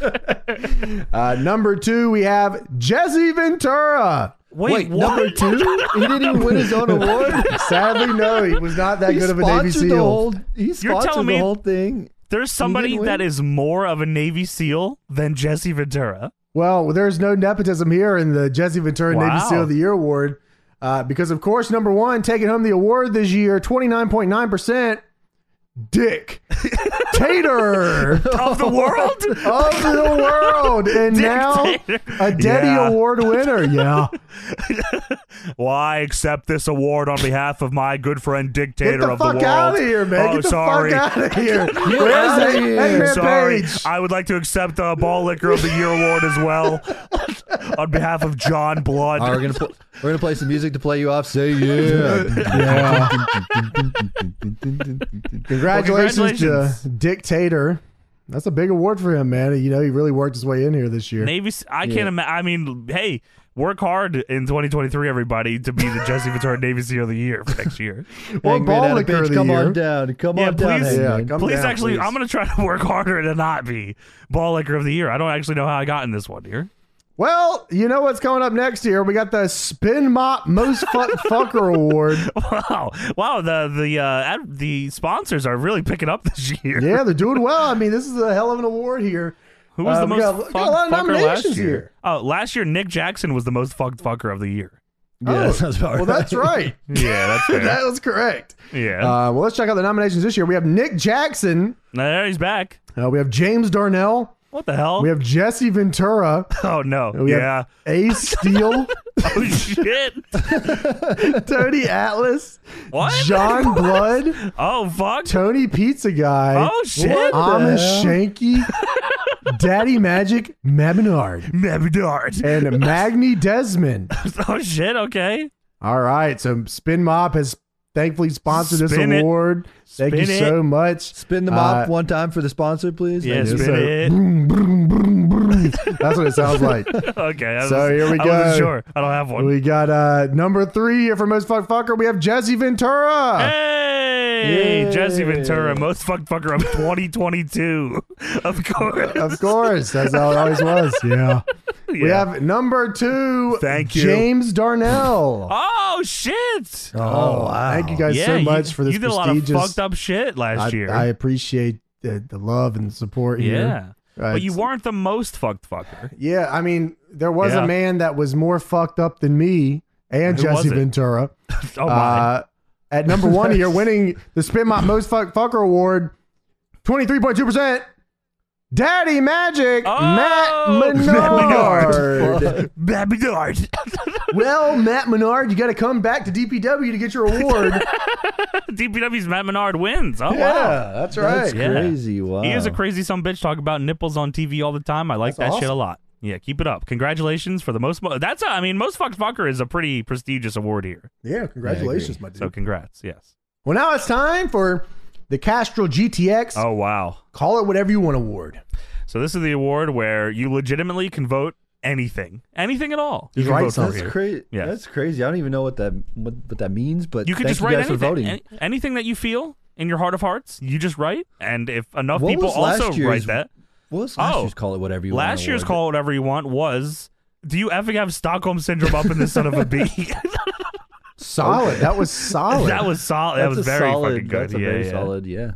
Speaker 1: three.
Speaker 2: *laughs*
Speaker 1: *laughs* uh, number two, we have Jesse Ventura.
Speaker 2: Wait,
Speaker 3: Wait,
Speaker 2: what?
Speaker 3: number two? He didn't even win his own award.
Speaker 2: *laughs*
Speaker 1: Sadly, no, he was not that
Speaker 3: he
Speaker 1: good of a Navy
Speaker 3: sponsored
Speaker 1: SEAL.
Speaker 3: the whole. He
Speaker 2: telling
Speaker 3: sponsored the
Speaker 2: me-
Speaker 3: whole thing.
Speaker 2: There's somebody
Speaker 3: win?
Speaker 2: that is more of a Navy SEAL than Jesse Ventura.
Speaker 1: Well, there's no nepotism here in the Jesse Ventura Navy
Speaker 2: Wow.
Speaker 1: SEAL of the Year award, uh, because of course, number one taking home the award this year, twenty nine point nine percent,
Speaker 2: *laughs*
Speaker 1: Dick Tater *laughs*
Speaker 2: of the world?
Speaker 1: of the world, and
Speaker 2: Dick
Speaker 1: now
Speaker 2: Tater.
Speaker 1: a Deddy
Speaker 2: Yeah.
Speaker 1: Award
Speaker 2: *laughs*
Speaker 1: winner. Yeah,
Speaker 2: Well, I accept this award on behalf of my good friend
Speaker 1: get
Speaker 2: dictator
Speaker 1: the
Speaker 2: of the world.
Speaker 1: fuck out of here, man!
Speaker 2: Oh,
Speaker 1: get the
Speaker 2: sorry.
Speaker 1: fuck
Speaker 2: *laughs*
Speaker 1: out of here. Where's
Speaker 3: outta
Speaker 1: that
Speaker 3: here.
Speaker 1: Hangman
Speaker 2: Sorry, Uh,
Speaker 1: Page?
Speaker 2: I would like to accept the Ball Licker of the Year award
Speaker 1: *laughs*
Speaker 2: as well on behalf of John Blood.
Speaker 3: All right, we're gonna pl- *laughs* we're gonna play some music to play you off. Say *laughs* yeah.
Speaker 1: Congratulations,
Speaker 2: Well, congratulations.
Speaker 1: to Dick Tater. That's a big award for him, man. You know, he really worked his way in here this year.
Speaker 2: Navy, S- I can't imagine. I mean, hey, work hard in 2023, everybody, to be the Jesse Ventura Navy SEAL of the Year for next year.
Speaker 1: Or
Speaker 3: Hangman
Speaker 1: ball
Speaker 3: Adam
Speaker 1: licker of
Speaker 3: Page,
Speaker 1: the
Speaker 3: come
Speaker 1: year.
Speaker 3: on down. Come
Speaker 2: Yeah,
Speaker 3: on down.
Speaker 2: please.
Speaker 3: Hangman.
Speaker 1: Yeah, come
Speaker 2: please,
Speaker 1: down,
Speaker 2: actually,
Speaker 1: please.
Speaker 2: I'm going to try to work harder to not be Ball Licker of the Year. I don't actually know how I got in this one here. *laughs*
Speaker 1: Well, you know what's coming up next year? We got the Spin Mop Most
Speaker 2: *laughs*
Speaker 1: Fuck Fucker Award.
Speaker 2: Wow, wow, the the uh, ad, the sponsors are really picking up this year.
Speaker 1: Yeah, they're doing well. I mean, this is a hell of an award here.
Speaker 2: Who was
Speaker 1: Uh,
Speaker 2: the
Speaker 1: we
Speaker 2: most
Speaker 1: got- we
Speaker 2: fucked
Speaker 1: got a lot of
Speaker 2: fucker last
Speaker 1: nominations
Speaker 2: year?
Speaker 1: here.
Speaker 2: Oh, last year Nick Jackson was the most fucked fucker of the year.
Speaker 3: Yeah, that sounds about
Speaker 1: Well,
Speaker 2: *laughs*
Speaker 1: that's right.
Speaker 2: Yeah,
Speaker 1: *laughs*
Speaker 2: that's
Speaker 1: that was correct.
Speaker 2: yeah.
Speaker 1: Uh, well, let's check out the nominations this year. We have Nick Jackson.
Speaker 2: Now there he's back.
Speaker 1: Uh, we have James Darnell.
Speaker 2: What the hell?
Speaker 1: We have Jesse
Speaker 2: *laughs*
Speaker 1: Ventura.
Speaker 2: oh no.
Speaker 1: We
Speaker 2: yeah.
Speaker 1: *laughs* have Ace Steele. *laughs*
Speaker 2: oh shit.
Speaker 1: Tony Atlas.
Speaker 2: What?
Speaker 1: John Blood.
Speaker 2: Oh fuck.
Speaker 1: Tony Pizza Guy.
Speaker 2: Oh shit.
Speaker 3: What the
Speaker 1: Amish
Speaker 3: hell?
Speaker 1: Shanky. Daddy Magic. Mabinard.
Speaker 2: Maybe not.
Speaker 1: and Magni Desmond.
Speaker 2: *laughs* Oh shit. Okay. *laughs*
Speaker 1: All right, so Spin Mop has thankfully sponsored
Speaker 2: Spin
Speaker 1: this
Speaker 2: it.
Speaker 1: award. Thank you
Speaker 2: Spin it.
Speaker 1: so much.
Speaker 3: *laughs* Spin the mop
Speaker 1: Uh,
Speaker 3: one time for the sponsor, please.
Speaker 2: Yeah,
Speaker 3: Thank you.
Speaker 2: spin
Speaker 1: so-
Speaker 3: *laughs*
Speaker 2: it.
Speaker 1: Vroom, vroom, vroom, vroom. That's what it sounds like.
Speaker 2: Okay. I
Speaker 1: So
Speaker 2: was-
Speaker 1: here we
Speaker 2: I wasn't
Speaker 1: go.
Speaker 2: sure. I don't have *laughs* one.
Speaker 1: we got uh number three here for most fuck fucker. We have Jesse Ventura.
Speaker 2: hey. Yay!
Speaker 3: Yay.
Speaker 2: Jesse Ventura, most fucked fucker of 2022. *laughs*
Speaker 1: Uh,
Speaker 2: of course.
Speaker 1: Of course, that's how it always was. Yeah. We
Speaker 2: *laughs* Yeah.
Speaker 1: have number two.
Speaker 2: Thank you.
Speaker 1: James Darnell.
Speaker 2: Oh shit!
Speaker 1: Oh, thank you guys
Speaker 2: yeah,
Speaker 1: so
Speaker 2: you-
Speaker 1: much for this
Speaker 2: You did a lot of
Speaker 1: prestigious.
Speaker 2: fucked up shit last
Speaker 1: I,
Speaker 2: year.
Speaker 1: I appreciate the, the love and support
Speaker 2: yeah,
Speaker 1: here. Uh,
Speaker 2: but you
Speaker 1: it's-
Speaker 2: weren't the most fucked fucker. *laughs*
Speaker 1: Yeah, I mean, there was
Speaker 2: Yeah.
Speaker 1: a man that was more fucked up than me and
Speaker 2: Who was
Speaker 1: Jesse
Speaker 2: it?
Speaker 1: Ventura.
Speaker 2: Oh my!
Speaker 1: Uh, at number one
Speaker 2: *laughs*
Speaker 1: here, winning the Spin My Most Fuck Fucker Award, 23.2%. Daddy Magic,
Speaker 2: Oh,
Speaker 1: Matt
Speaker 2: *laughs* Matt
Speaker 3: *laughs*
Speaker 2: Menard.
Speaker 1: Menard.
Speaker 2: Baby Dart. *laughs*
Speaker 1: well, Matt Menard, you got to come back to DPW to get your
Speaker 2: *laughs*
Speaker 1: award.
Speaker 2: DPW's Matt Menard wins. Oh wow!
Speaker 1: yeah, that's right.
Speaker 3: That's
Speaker 2: Yeah.
Speaker 3: crazy. Wow.
Speaker 2: He is a crazy some bitch. Talk about nipples on TV all the time. I like that
Speaker 1: That's
Speaker 2: shit a
Speaker 1: awesome.
Speaker 2: lot. Yeah, keep it up. Congratulations for the most. That's a, I mean, most fucked fucker is a pretty prestigious award here.
Speaker 1: Yeah, congratulations, my dude.
Speaker 2: So congrats. Yes.
Speaker 1: Well, now it's time for the Castrol GTX
Speaker 2: Oh wow.
Speaker 1: Call It Whatever You Want award.
Speaker 2: So this is the award where you legitimately can vote anything, anything at all.
Speaker 1: You
Speaker 2: can
Speaker 1: write
Speaker 2: vote for
Speaker 1: something.
Speaker 3: That's
Speaker 2: here.
Speaker 3: crazy.
Speaker 2: Yes.
Speaker 3: That's crazy. I don't even know what that what, what that means, but
Speaker 2: You could
Speaker 3: thank
Speaker 2: just write
Speaker 3: guys
Speaker 2: anything,
Speaker 3: for voting.
Speaker 2: Any- anything that you feel in your heart of hearts. You just write, and if enough
Speaker 3: What
Speaker 2: people
Speaker 3: was last
Speaker 2: also write
Speaker 3: year's-
Speaker 2: that,
Speaker 3: What was last
Speaker 2: Oh.
Speaker 3: year's call it whatever you want
Speaker 2: last year's
Speaker 3: award?
Speaker 2: call it whatever you want was. Do you ever have Stockholm syndrome up in the son of
Speaker 3: *laughs*
Speaker 2: a bee?
Speaker 1: Solid. That was solid.
Speaker 2: *laughs* that was solid. That
Speaker 3: That's
Speaker 2: was
Speaker 3: a
Speaker 2: very
Speaker 3: solid,
Speaker 2: fucking good.
Speaker 3: That's a
Speaker 2: yeah,
Speaker 3: very
Speaker 2: yeah.
Speaker 3: solid. Yeah.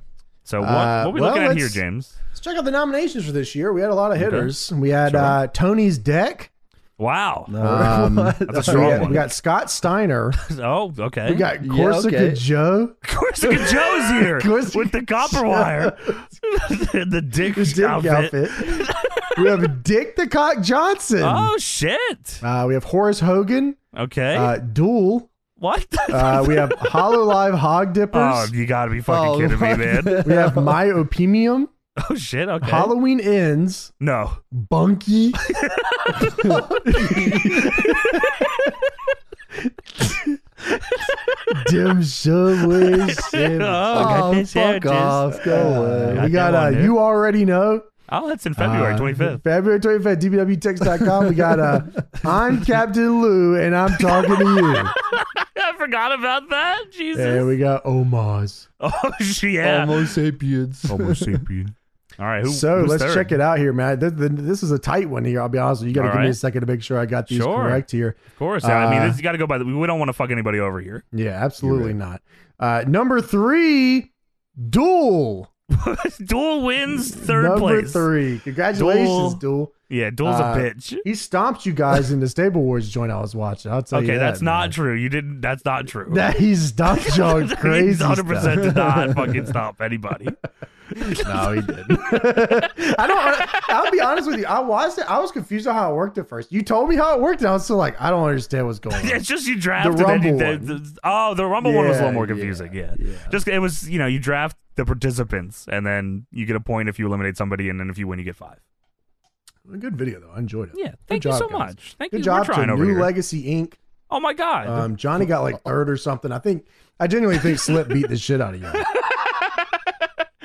Speaker 2: So what,
Speaker 1: Uh,
Speaker 2: what are we
Speaker 1: well,
Speaker 2: looking at here,
Speaker 1: let's-
Speaker 2: James?
Speaker 1: Let's check out the nominations for this year. We had a lot of hitters. We had uh, Tony's Deck.
Speaker 2: Wow.
Speaker 3: No. *laughs*
Speaker 1: *laughs* Um,
Speaker 3: What?
Speaker 2: That's a
Speaker 1: We
Speaker 2: strong
Speaker 1: got,
Speaker 2: one.
Speaker 1: we got Scott Steiner.
Speaker 2: *laughs* oh, okay. *laughs*
Speaker 1: We got Corsica
Speaker 3: okay.
Speaker 1: Joe.
Speaker 2: Corsica Joe's here
Speaker 1: Corsica
Speaker 2: with the
Speaker 3: *laughs*
Speaker 2: copper wire, *laughs* the dick,
Speaker 1: His dick
Speaker 2: outfit.
Speaker 1: outfit. we have Dick the Cock Johnson.
Speaker 2: Oh shit!
Speaker 1: Uh, we have Horace Hogan.
Speaker 2: Okay,
Speaker 1: Uh, Duel.
Speaker 2: what? *laughs*
Speaker 1: Uh, we have Hollow Live Hog
Speaker 2: oh,
Speaker 1: Dippers.
Speaker 2: you gotta be fucking
Speaker 3: Oh,
Speaker 2: kidding
Speaker 3: *laughs*
Speaker 2: me,
Speaker 3: what
Speaker 2: man!
Speaker 3: the-
Speaker 1: we have My Opimium.
Speaker 2: *laughs* Oh shit! Okay,
Speaker 1: Halloween Ends. *laughs*
Speaker 2: no, *laughs*
Speaker 1: Bunky. Dim subways. Dim-
Speaker 2: *laughs* Oh,
Speaker 3: Oh,
Speaker 2: got the
Speaker 3: fuck
Speaker 2: sandwiches.
Speaker 3: off. Go away.
Speaker 1: we
Speaker 2: that
Speaker 1: got
Speaker 2: one,
Speaker 1: uh,
Speaker 2: Uh, dude.
Speaker 1: you already know.
Speaker 2: Oh, that's in February
Speaker 1: Uh,
Speaker 2: twenty fifth.
Speaker 1: *laughs* February 25th, dbwtext.com. We got
Speaker 2: *laughs*
Speaker 1: uh, I'm Captain Lou and I'm talking to
Speaker 2: *laughs*
Speaker 1: you.
Speaker 2: I forgot about that. Jesus.
Speaker 1: And we got Omas.
Speaker 2: *laughs* oh
Speaker 1: *laughs*
Speaker 2: shit! Yeah.
Speaker 3: Homo
Speaker 2: *laughs*
Speaker 3: sapiens.
Speaker 2: All right. Who,
Speaker 1: so let's check it out here, man. Th- th- This is a tight one here. I'll be honest with you. You got to
Speaker 2: All
Speaker 1: give me a
Speaker 2: right.
Speaker 1: second to make sure I got these
Speaker 2: Sure.
Speaker 1: correct here.
Speaker 2: Of course. yeah, I mean,
Speaker 1: Uh,
Speaker 2: this, you got to go by the. We don't want to fuck anybody over here. *laughs*
Speaker 1: Yeah, absolutely not. Uh, number three, Duel.
Speaker 2: Duel wins third
Speaker 1: number
Speaker 2: place.
Speaker 1: three. Congratulations,
Speaker 2: Duel.
Speaker 1: Duel.
Speaker 2: Yeah, Duel's
Speaker 1: Uh,
Speaker 2: a bitch.
Speaker 1: He stomped you guys in the Stable Wars joint I was watching. I'll tell you
Speaker 2: Okay,
Speaker 1: that,
Speaker 2: that's not
Speaker 1: man.
Speaker 2: true. You didn't. That's not true. *laughs*
Speaker 1: That he stomped y'all crazy.
Speaker 2: Hundred
Speaker 1: *laughs*
Speaker 2: percent
Speaker 1: stuff.
Speaker 2: did not fucking
Speaker 1: *laughs*
Speaker 2: stop anybody.
Speaker 1: No, he didn't. *laughs* I don't. I'll be honest with you. I watched it. I was confused on how it worked at first. You told me how it worked, and I was still like, I don't understand what's
Speaker 2: *laughs*
Speaker 1: going on.
Speaker 2: Yeah, it's just you draft
Speaker 1: The
Speaker 2: and then you,
Speaker 1: Rumble
Speaker 2: the, the- oh the rumble one was a
Speaker 1: Yeah,
Speaker 2: little more
Speaker 1: yeah,
Speaker 2: confusing yeah, just it was you know you draft the participants and then you get a point if you eliminate somebody and then if you win you get five
Speaker 1: Good video though. I enjoyed it.
Speaker 2: yeah
Speaker 1: Good
Speaker 2: thank you
Speaker 1: job,
Speaker 2: so
Speaker 1: guys.
Speaker 2: much thank
Speaker 1: Good
Speaker 2: you
Speaker 1: job
Speaker 2: we're trying
Speaker 1: to
Speaker 2: over
Speaker 1: New
Speaker 2: here
Speaker 1: Legacy Inc.
Speaker 2: oh my god
Speaker 1: Um, Johnny got like third or something. I think I genuinely think Slip beat the shit
Speaker 2: *laughs*
Speaker 1: out of you.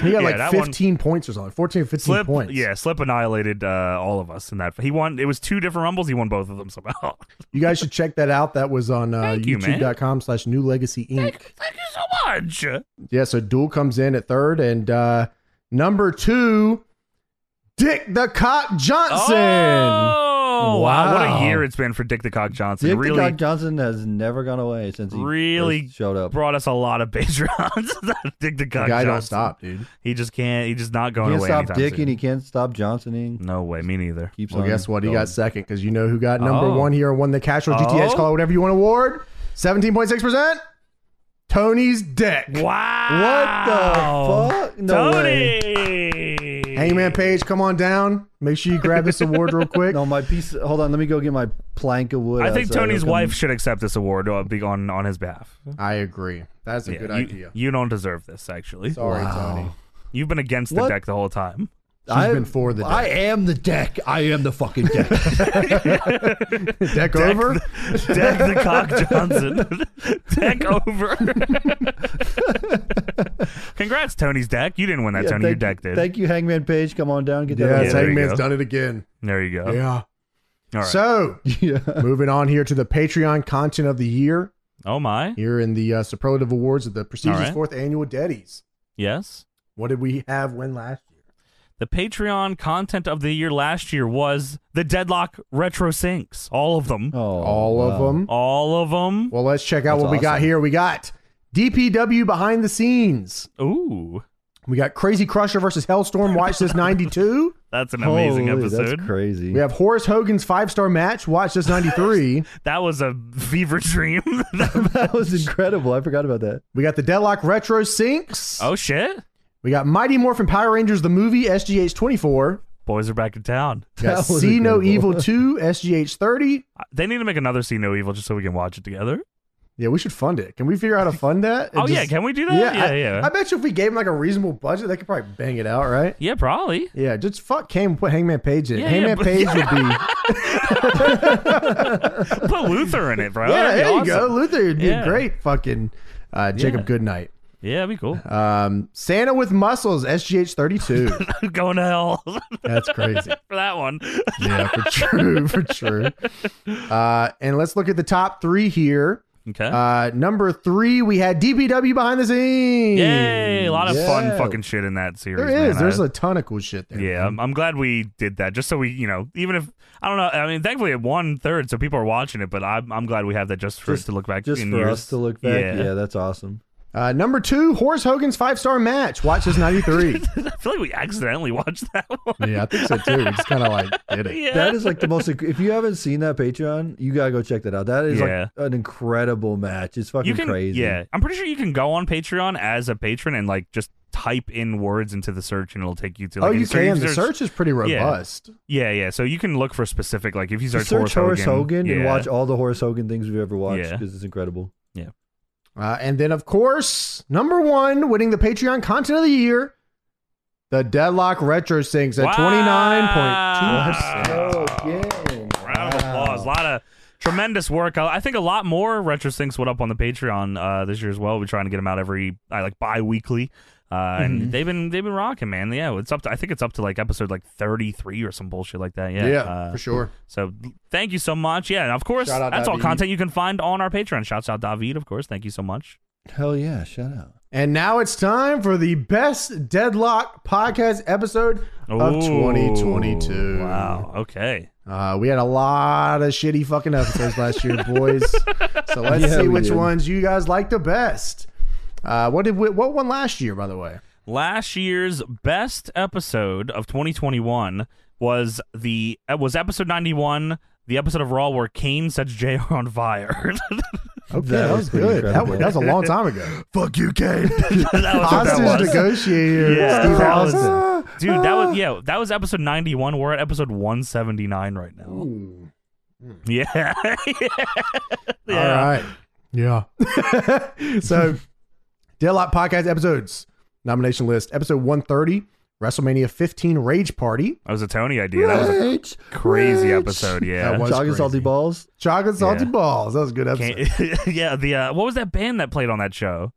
Speaker 1: He
Speaker 2: Yeah,
Speaker 1: got like
Speaker 2: that one-
Speaker 1: 15 points or something, 14 or 15
Speaker 2: slip
Speaker 1: points.
Speaker 2: yeah slip annihilated uh, all of us in that he won it was two different rumbles he won both of them somehow *laughs*
Speaker 1: You guys should check that out. That was on uh,
Speaker 2: Thank you, man.
Speaker 1: youtube.com slash new legacy inc.
Speaker 2: thank you so much
Speaker 1: Yeah, so Duel comes in at third. And uh, number two, Dick the Cock Johnson.
Speaker 2: oh wow. what
Speaker 1: Wow.
Speaker 2: a year it's been for Dick the Cock Johnson
Speaker 3: Dick the
Speaker 2: really
Speaker 3: God Johnson has never gone away since he
Speaker 2: Really
Speaker 3: first showed up.
Speaker 2: brought us a lot of *laughs* Patreons Dick the
Speaker 1: The
Speaker 2: Cock
Speaker 1: guy
Speaker 2: Johnson
Speaker 1: don't stop, dude.
Speaker 2: He just can't. He just not going
Speaker 3: Can't
Speaker 2: away.
Speaker 3: stop
Speaker 2: anytime
Speaker 3: dicking.
Speaker 2: soon.
Speaker 3: He can't stop Johnsoning.
Speaker 2: No way. Me neither.
Speaker 3: Keeps
Speaker 1: Well,
Speaker 3: on.
Speaker 1: guess what? He
Speaker 3: going.
Speaker 1: got second because you know who got number
Speaker 2: Oh.
Speaker 1: one here and won the Casual GTX
Speaker 2: Oh.
Speaker 1: Call It Whatever You Want award? 17.6%. Tony's Dick.
Speaker 2: Wow.
Speaker 3: What the fuck? No way.
Speaker 2: Tony.
Speaker 1: Hangman Page, come on down. Make sure you grab this award real quick.
Speaker 3: *laughs* No, my piece. Hold on, let me go get my plank of wood.
Speaker 2: I think
Speaker 3: outside. I'll
Speaker 2: Tony's
Speaker 3: come-
Speaker 2: wife should accept this award uh, be on on his behalf.
Speaker 1: I agree. That's a
Speaker 2: Yeah,
Speaker 1: good
Speaker 2: you,
Speaker 1: idea.
Speaker 2: You don't deserve this. Actually,
Speaker 1: Sorry,
Speaker 3: Wow.
Speaker 1: Tony.
Speaker 2: you've been against the
Speaker 3: What?
Speaker 2: deck the whole time. *laughs*
Speaker 1: She's been for the
Speaker 3: I
Speaker 1: deck.
Speaker 3: am the deck. I am the
Speaker 2: *laughs*
Speaker 3: fucking deck.
Speaker 1: deck over.
Speaker 2: Deck the cock
Speaker 3: *laughs*
Speaker 2: Johnson. deck over. Congrats, Tony's deck. You didn't win that,
Speaker 3: Yeah,
Speaker 2: Tony.
Speaker 3: thank
Speaker 2: Your
Speaker 3: you-
Speaker 2: deck did.
Speaker 3: Thank you, Hangman Page. Come on down. Get
Speaker 1: Yeah,
Speaker 3: that.
Speaker 2: Yeah,
Speaker 1: yeah
Speaker 2: there you
Speaker 1: Hangman's
Speaker 2: go.
Speaker 1: done it again.
Speaker 2: there you go.
Speaker 1: Yeah.
Speaker 2: Oh. All right.
Speaker 1: So
Speaker 3: *laughs* Yeah.
Speaker 1: moving on here to the Patreon content of the year.
Speaker 2: Oh my.
Speaker 1: Here in the uh, superlative awards of the prestigious
Speaker 2: right.
Speaker 1: fourth annual Deddies.
Speaker 2: Yes.
Speaker 1: What did we have win last year?
Speaker 2: The Patreon content of the year last year was the Deadlock retro syncs. All of them.
Speaker 3: Oh,
Speaker 1: All of
Speaker 3: wow.
Speaker 1: them.
Speaker 2: All of them.
Speaker 1: Well, let's check out
Speaker 3: That's
Speaker 1: what we got
Speaker 3: awesome.
Speaker 1: here. We got DPW behind the scenes.
Speaker 2: Ooh.
Speaker 1: We got Crazy Crusher versus Hellstorm. Watch this 92.
Speaker 2: That's an amazing
Speaker 3: Holy,
Speaker 2: episode.
Speaker 3: That's crazy.
Speaker 1: We have Horace Hogan's five star match. Watch this
Speaker 2: *laughs*
Speaker 1: 93.
Speaker 2: that was a
Speaker 1: *laughs*
Speaker 2: fever dream.
Speaker 3: *laughs*
Speaker 2: *laughs*
Speaker 3: that was incredible. I forgot about that.
Speaker 1: we got the Deadlock Retro Sinks.
Speaker 2: oh shit.
Speaker 1: We got Mighty Morphin Power Rangers, the movie SGH 24.
Speaker 2: Boys are back in town.
Speaker 1: We got
Speaker 3: That was
Speaker 1: See No
Speaker 3: incredible.
Speaker 2: *laughs*
Speaker 1: Evil 2, SGH 30.
Speaker 2: Uh, They need to make another See No Evil just so we can watch it together.
Speaker 1: Yeah, we should fund it. Can we figure out how to fund that? It
Speaker 2: oh yeah,
Speaker 1: just-
Speaker 2: can we do that? Yeah,
Speaker 1: I,
Speaker 2: yeah.
Speaker 1: I bet you if we gave them like a reasonable budget, they could probably bang it out, right?
Speaker 2: yeah, probably.
Speaker 1: Yeah, just fuck Cam, put Hangman Page in. it.
Speaker 2: Yeah,
Speaker 1: Hangman
Speaker 2: yeah,
Speaker 1: Page
Speaker 2: *laughs*
Speaker 1: would be. *laughs*
Speaker 2: Put Luther in it, bro.
Speaker 1: Yeah,
Speaker 2: That'd be
Speaker 1: there you go.
Speaker 2: awesome.
Speaker 1: Luther would be
Speaker 2: Yeah.
Speaker 1: a great fucking uh, Jacob
Speaker 2: Yeah.
Speaker 1: Goodnight.
Speaker 2: Yeah, that'd be cool. *laughs*
Speaker 1: Um, Santa with muscles, SGH 32.
Speaker 2: Going to hell *laughs* for
Speaker 1: That's crazy.
Speaker 2: that one. *laughs*
Speaker 1: Yeah, for true, *laughs* for true. Uh, and let's look at the top three here.
Speaker 2: Okay.
Speaker 1: Uh, number three, we had DPW behind the scenes.
Speaker 2: Yay! A lot of fun
Speaker 3: Yeah.
Speaker 2: fucking shit in that series.
Speaker 1: There is.
Speaker 2: man.
Speaker 1: There's
Speaker 2: I-
Speaker 1: a ton of cool shit there.
Speaker 2: yeah,
Speaker 1: man.
Speaker 2: I'm, I'm glad we did that. Just so we, you know, even if I don't know, I mean, thankfully it won third, so people are watching it. But I'm, I'm glad we have that just for us
Speaker 3: Just-
Speaker 2: to look back
Speaker 3: Just
Speaker 2: in
Speaker 3: for
Speaker 2: years.
Speaker 3: us to look back.
Speaker 2: Yeah.
Speaker 3: Yeah, that's awesome.
Speaker 1: Uh, number two, Horace Hogan's five star match. Watch his
Speaker 2: *laughs*
Speaker 1: 93.
Speaker 2: *laughs* I feel like we accidentally watched that *laughs* one.
Speaker 1: yeah, I think so too. We just kind of like did it.
Speaker 2: *laughs* Yeah.
Speaker 3: That is like the most. If you haven't seen that Patreon, you gotta go check that out. That is
Speaker 2: Yeah.
Speaker 3: like an incredible match. It's fucking
Speaker 2: you can,
Speaker 3: crazy.
Speaker 2: yeah. I'm pretty sure you can go on Patreon as a patron and like just type in words into the search, and it'll take you to. Like,
Speaker 1: oh,
Speaker 2: if
Speaker 1: you can. The
Speaker 2: search-
Speaker 1: search is pretty
Speaker 2: Yeah.
Speaker 1: robust.
Speaker 2: Yeah, yeah. So you can look for specific, like if you search,
Speaker 3: Just search Horace Hogan,
Speaker 2: yeah.
Speaker 3: and watch all the Horace Hogan things we've ever watched
Speaker 2: Yeah.
Speaker 3: because it's incredible.
Speaker 1: Uh, and then, of course, number one, winning the Patreon content of the year, the Deadlock Retro Syncs at
Speaker 2: Wow.
Speaker 1: 29.2%.
Speaker 2: Wow.
Speaker 3: again.
Speaker 2: Round of applause. A lot of tremendous work. I I think a lot more retrosyncs went up on the Patreon uh, this year as well. We're trying to get them out every uh, like bi-weekly. Uh,
Speaker 1: Mm-hmm.
Speaker 2: And they've been they've been rocking, man. Yeah, it's up to I think it's up to like episode like thirty three or some bullshit like that. Yeah,
Speaker 1: Yeah,
Speaker 2: Uh,
Speaker 1: for sure.
Speaker 2: So thank you so much. Yeah, and of course
Speaker 1: Shout out
Speaker 2: that's all
Speaker 1: David.
Speaker 2: content you can find on our Patreon. Shouts out David, of course. Thank you so much.
Speaker 3: Hell yeah! Shout out.
Speaker 1: And now it's time for the best Deadlock podcast episode of
Speaker 2: Ooh.
Speaker 1: 2022.
Speaker 2: Wow. Okay.
Speaker 1: Uh, we had a lot of shitty fucking episodes last
Speaker 2: *laughs*
Speaker 1: year, boys. So let's
Speaker 3: Yeah,
Speaker 1: see
Speaker 3: we
Speaker 1: which
Speaker 3: did.
Speaker 1: ones you guys like the best. Uh, what did we, what won last year, by the way?
Speaker 2: last year's best episode of 2021 was the uh, was episode 91 the episode of raw where kane sets jr on fire
Speaker 1: Okay,
Speaker 2: *laughs*
Speaker 3: That
Speaker 1: that,
Speaker 3: was
Speaker 1: was
Speaker 3: pretty
Speaker 1: good. That,
Speaker 3: incredible.
Speaker 1: was- that was a long time ago.
Speaker 2: *laughs* fuck you
Speaker 1: *laughs*
Speaker 2: kane that was what that
Speaker 1: Hostage
Speaker 2: was.
Speaker 1: negotiator,
Speaker 2: Yeah,
Speaker 1: Steve
Speaker 2: that was-
Speaker 1: Austin.
Speaker 2: dude that
Speaker 1: *laughs*
Speaker 2: was yeah that was episode 91 we're at episode 179 right now yeah *laughs* yeah
Speaker 1: All right. Yeah. *laughs* so, Deadlock Podcast episodes, nomination list, episode 130, WrestleMania 15 Rage Party.
Speaker 2: that was a tony idea that was a crazy episode yeah
Speaker 1: That was
Speaker 3: Jogging salty
Speaker 1: crazy.
Speaker 3: balls.
Speaker 1: Chocolate Salty
Speaker 2: Yeah.
Speaker 1: Balls. That was a good episode.
Speaker 2: Kane- *laughs* yeah the uh, what was that band that played on that show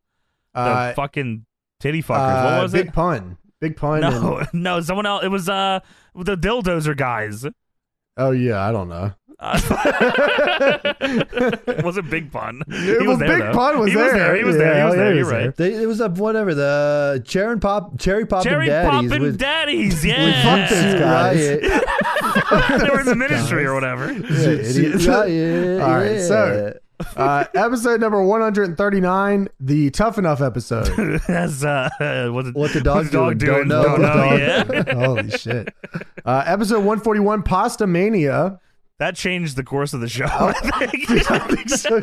Speaker 2: the
Speaker 1: Uh,
Speaker 2: fucking titty fuckers
Speaker 1: uh,
Speaker 2: what was it
Speaker 1: Big Pun. Big Pun. and-
Speaker 2: No, *laughs* no, someone else. It was uh the dildozer guys.
Speaker 1: oh, yeah. I don't know. *laughs*
Speaker 2: Uh, was it Big Pun?
Speaker 1: It was Big Pun was
Speaker 2: he
Speaker 1: there.
Speaker 2: Was there. He was there. He
Speaker 1: Yeah,
Speaker 2: was there.
Speaker 1: he
Speaker 2: You're
Speaker 1: was
Speaker 2: right.
Speaker 1: there.
Speaker 3: They, it was up whatever the cherry and pop, cherry pop
Speaker 2: Cherry
Speaker 3: and daddies
Speaker 2: Poppin'
Speaker 3: with,
Speaker 2: Daddies.
Speaker 3: with
Speaker 2: Yeah, *laughs*
Speaker 1: those
Speaker 3: Suit
Speaker 1: guys. *laughs*
Speaker 3: Riot.
Speaker 2: they were in the ministry or whatever. *laughs*
Speaker 1: Yeah, *laughs* idiot.
Speaker 3: Suit Riot,
Speaker 1: All right, so-
Speaker 3: yeah.
Speaker 1: Uh, episode number 139, the Tough Enough episode.
Speaker 2: As uh, what's it,
Speaker 3: What
Speaker 2: what's
Speaker 3: the dog
Speaker 2: dog doing?
Speaker 3: doing? Don't know.
Speaker 2: Don't know. *laughs*
Speaker 1: *laughs*
Speaker 2: Yeah,
Speaker 1: Holy shit. Uh, episode 141, Pasta Mania.
Speaker 2: that changed the course of
Speaker 1: *laughs*
Speaker 2: the show. I think.
Speaker 1: I think
Speaker 2: *laughs*
Speaker 1: so.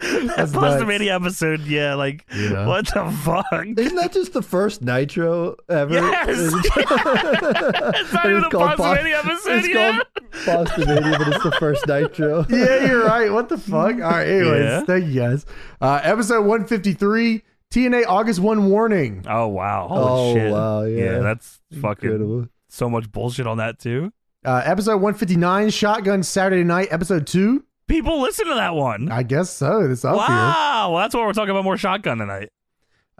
Speaker 1: That's
Speaker 2: Plus the
Speaker 1: nuts.
Speaker 2: mini episode. Yeah, like
Speaker 1: Yeah.
Speaker 2: what the fuck?
Speaker 3: Isn't that just the first Nitro ever?
Speaker 1: *laughs*
Speaker 2: Yes. it's not even the Possibility episode.
Speaker 3: It's
Speaker 2: yeah.
Speaker 3: called Boston Mania, but it's the first Nitro.
Speaker 1: *laughs* yeah, you're right. What the fuck? All right, anyways,
Speaker 2: Yeah.
Speaker 1: thank you guys. Uh, episode 153, TNA August 1 warning.
Speaker 2: Oh wow!
Speaker 3: Oh,
Speaker 2: Holy shit!
Speaker 3: wow, yeah.
Speaker 2: that's fucking
Speaker 3: Incredible.
Speaker 2: so much bullshit on that too.
Speaker 1: Uh, episode 159, Shotgun Saturday Night, episode 2.
Speaker 2: People listen to that one.
Speaker 1: I guess so. It's up here.
Speaker 2: wow! Well, that's why we're talking about more shotgun tonight. *laughs*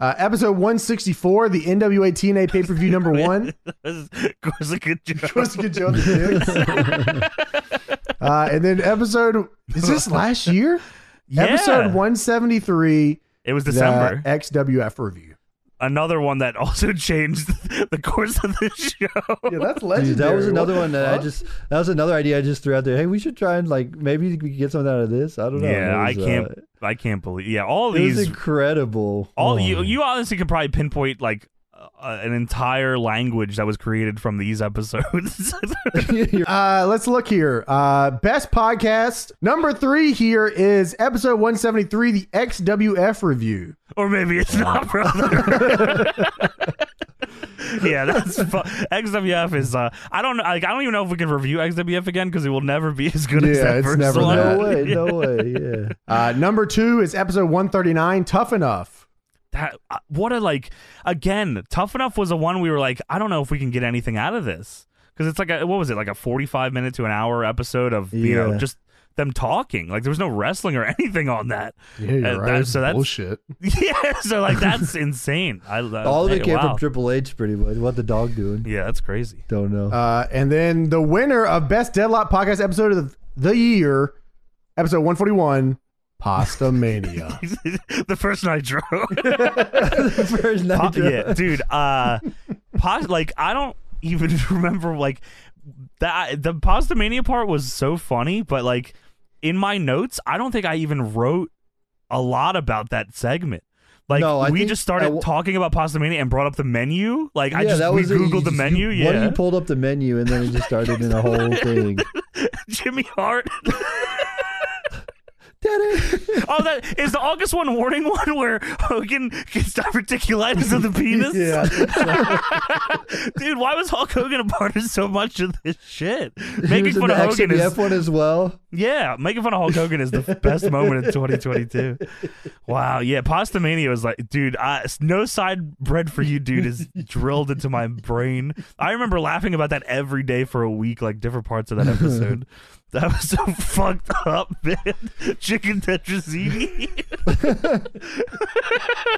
Speaker 1: Uh, episode 164, the NWA TNA pay per view
Speaker 2: *laughs*
Speaker 1: number one.
Speaker 2: this is, of course, a good joke. *laughs*
Speaker 1: Just good joke, the dicks. Uh, and then episode is this last year?
Speaker 2: Yeah.
Speaker 1: Episode one seventy three.
Speaker 2: It was December.
Speaker 1: XWF review.
Speaker 2: Another one that also *laughs* changed the course of the show.
Speaker 3: *laughs*
Speaker 1: Yeah, that's
Speaker 3: Dude,
Speaker 1: legendary.
Speaker 3: that was another one that I
Speaker 1: fuck?
Speaker 3: just that was another idea I just threw out there. Hey, we should try and like maybe we could get something out of this. I don't know.
Speaker 2: Yeah, I
Speaker 3: It was,
Speaker 2: can't.
Speaker 3: uh,
Speaker 2: I can't believe. Yeah, all
Speaker 3: it was
Speaker 2: these.
Speaker 3: incredible.
Speaker 2: All
Speaker 3: Oh,
Speaker 2: you.
Speaker 3: man.
Speaker 2: You honestly could probably pinpoint like uh, an entire language that was created from these episodes. *laughs*
Speaker 3: *laughs*
Speaker 1: *laughs*
Speaker 3: You're-
Speaker 1: Uh, let's look here. Uh, best podcast number three here is episode 173, the XWF review.
Speaker 2: or maybe it's not, brother.
Speaker 1: *laughs*
Speaker 2: yeah, that's fu- XWF is. Uh, I don't know. Like, I don't even know if we can review XWF again because it will never be as good as
Speaker 1: Yeah,
Speaker 2: that
Speaker 1: it's
Speaker 2: first
Speaker 1: never
Speaker 2: one.
Speaker 1: that.
Speaker 2: *laughs*
Speaker 3: no way, no way. Yeah.
Speaker 1: Uh, number two is episode 139, Tough Enough.
Speaker 2: That uh, what a like again. Tough enough was the one we were like, I don't know if we can get anything out of this because it's like a, what was it like a forty-five minute to an hour episode of you know
Speaker 3: Yeah.
Speaker 2: just them talking. Like there was no wrestling or *laughs* anything on that.
Speaker 1: Yeah, you're
Speaker 2: Uh,
Speaker 1: right.
Speaker 2: that- so that's-
Speaker 1: Bullshit.
Speaker 2: *laughs* yeah, so like that's insane. I love
Speaker 3: *laughs* All of
Speaker 2: hey,
Speaker 3: it came
Speaker 2: wow.
Speaker 3: from Triple H, pretty much. What the
Speaker 2: *laughs*
Speaker 3: dog doing?
Speaker 2: Yeah, that's crazy.
Speaker 3: Don't know. *laughs*
Speaker 1: Uh, and then the winner of best Deadlock podcast episode of the year, episode 141, Pasta Mania.
Speaker 2: *laughs* the first
Speaker 3: *laughs*
Speaker 2: nitro.
Speaker 3: First
Speaker 2: Po-
Speaker 3: Nitro.
Speaker 2: yeah, dude. Uh, pos- like I don't even *laughs* remember like that. The pasta mania part was so funny, but like in my notes, I don't think I even wrote a lot about that segment. Like
Speaker 3: No, I
Speaker 2: we
Speaker 3: think
Speaker 2: just
Speaker 3: I
Speaker 2: started
Speaker 3: w-
Speaker 2: talking about pasta mania and brought up the menu. Like I
Speaker 3: Yeah,
Speaker 2: just
Speaker 3: that
Speaker 2: we
Speaker 3: was it. You
Speaker 2: googled the
Speaker 3: just-
Speaker 2: menu.
Speaker 3: you- What
Speaker 2: yeah,
Speaker 3: you pulled up the menu and then it just started in a whole thing.
Speaker 2: *laughs* Jimmy Hart. *laughs*
Speaker 3: Daddy.
Speaker 2: oh, that is the August one warning *laughs* one where Hogan gets diverticulitis of the penis.
Speaker 3: *laughs* yeah, I think so.
Speaker 2: Dude, why was Hulk Hogan a part of so much of this shit?
Speaker 3: He
Speaker 2: Making
Speaker 3: was in
Speaker 2: fun
Speaker 3: the E
Speaker 2: of Hogan
Speaker 3: XWF
Speaker 2: is
Speaker 3: one as well.
Speaker 2: yeah, making fun of Hulk Hogan is the best moment in 2022. Wow, yeah, Pasta Mania was like, dude, I, no side bread for you, dude, is drilled into my brain. I remember laughing about that every day for a week, like different parts of that episode. that was so fucked up, man. Chicken tetrazzini. *laughs*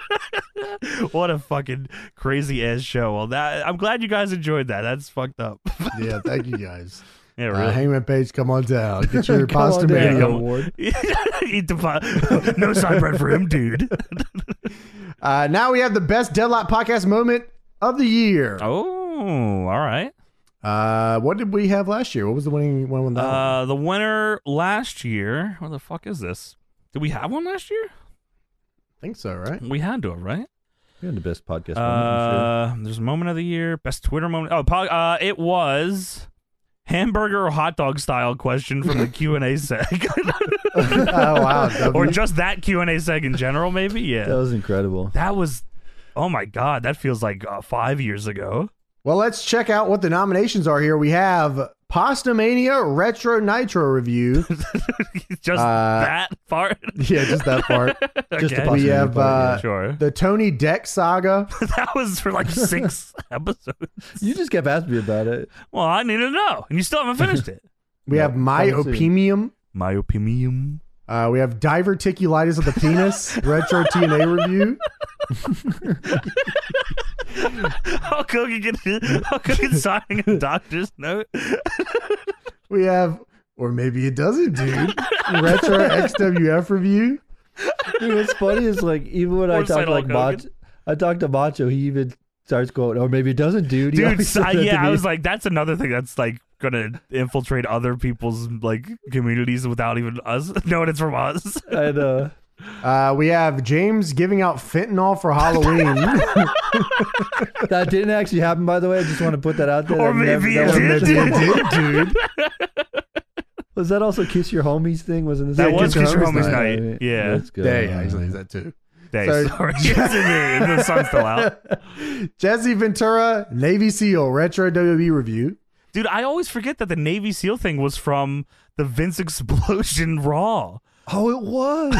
Speaker 2: what a fucking crazy ass show. Well, that I'm glad you guys enjoyed that. That's fucked up.
Speaker 1: *laughs*
Speaker 2: *laughs*
Speaker 1: yeah, thank you guys.
Speaker 2: yeah,
Speaker 1: Uh,
Speaker 2: really.
Speaker 1: Hangman Page, come on down. Get *laughs* your
Speaker 3: Come on
Speaker 1: Pasta
Speaker 3: down,
Speaker 1: Mania.
Speaker 2: come on.
Speaker 3: Ward.
Speaker 2: *laughs* Eat the pie. *laughs* no side bread for him, dude.
Speaker 1: Uh, now we have the best Deadlock podcast moment of the year.
Speaker 2: *laughs* Oh, all right.
Speaker 1: Uh, what did we have last year? What was the winning one? When that
Speaker 2: Uh, the winner last year. Where the fuck is this? Did we have one last year?
Speaker 1: I think so, right?
Speaker 2: We had to have, right?
Speaker 3: You're in the best podcast. moment,
Speaker 2: Uh, there's a moment of the year, best Twitter moment. Oh, po- uh, it was hamburger or hot dog style question *laughs* from the Q and A seg,
Speaker 1: *laughs* oh wow,
Speaker 2: or
Speaker 1: W.
Speaker 2: just that Q and A seg in general, *laughs* maybe.
Speaker 3: I'm sure. That
Speaker 2: Yeah, *laughs*
Speaker 3: was incredible.
Speaker 2: that was. Oh my god, that feels like uh, five years ago.
Speaker 1: *laughs*
Speaker 2: *laughs*
Speaker 1: Well, let's check out what the nominations are here. We have Pasta Mania Retro Nitro *laughs* Review.
Speaker 2: just
Speaker 1: Uh,
Speaker 2: that part.
Speaker 1: yeah, just that
Speaker 3: *laughs*
Speaker 1: part.
Speaker 3: Just
Speaker 2: Okay.
Speaker 3: the
Speaker 1: We
Speaker 3: Pasta
Speaker 1: have
Speaker 3: Mania part,
Speaker 1: uh,
Speaker 3: yeah.
Speaker 2: *laughs* Sure.
Speaker 1: the Tony Deck Saga.
Speaker 2: *laughs* that was for like *laughs* six episodes.
Speaker 3: uh, You just kept asking me about it.
Speaker 2: Well, I need to know, and you still haven't finished it.
Speaker 1: We
Speaker 3: Yeah,
Speaker 1: have My
Speaker 3: coming soon.
Speaker 1: Opimium.
Speaker 2: *laughs* My opinion. *laughs*
Speaker 1: Uh, we have Diverticulitis of the *laughs* Penis Retro TNA Review.
Speaker 2: How Hogan get How *laughs* Hogan signing a doctor's *laughs* note?
Speaker 1: We have, or maybe it doesn't, dude. *laughs* Retro XWF Review.
Speaker 3: Dude, what's funny is like even when I
Speaker 2: Or
Speaker 3: talk
Speaker 2: Side
Speaker 3: to, like
Speaker 2: Hulk Hogan.
Speaker 3: Macho, I talk to Macho, he even starts going, or maybe it doesn't, dude. He
Speaker 2: Dude,
Speaker 3: always
Speaker 2: so-
Speaker 3: says that to
Speaker 2: yeah, I
Speaker 3: me.
Speaker 2: was like, that's another thing that's like gonna infiltrate other people's like communities without even us *laughs* knowing it's from us.
Speaker 3: I know.
Speaker 1: Uh, we have James giving out fentanyl *laughs* for Halloween.
Speaker 3: That didn't actually happen, by the way. I just want to put that out there.
Speaker 2: Or
Speaker 3: That never-
Speaker 2: maybe
Speaker 3: that
Speaker 2: it
Speaker 3: was
Speaker 2: did.
Speaker 3: never-
Speaker 1: Maybe it did, dude.
Speaker 3: Was that also Kiss Your Homies thing? Was in the
Speaker 2: *laughs* That
Speaker 3: same-
Speaker 2: was Kiss Your Homies
Speaker 3: I
Speaker 2: night.
Speaker 3: mean,
Speaker 2: Yeah.
Speaker 3: That's good.
Speaker 1: There, yeah, actually, is that too.
Speaker 2: Day,
Speaker 1: So-
Speaker 2: *laughs* sorry, It's in there. the sun's still out. *laughs*
Speaker 1: Jesse Ventura, Navy SEAL, retro WWE review.
Speaker 2: Dude, I always forget that the Navy SEAL thing was from the Vince Explosion Raw.
Speaker 3: Oh,
Speaker 2: *laughs*
Speaker 3: it was.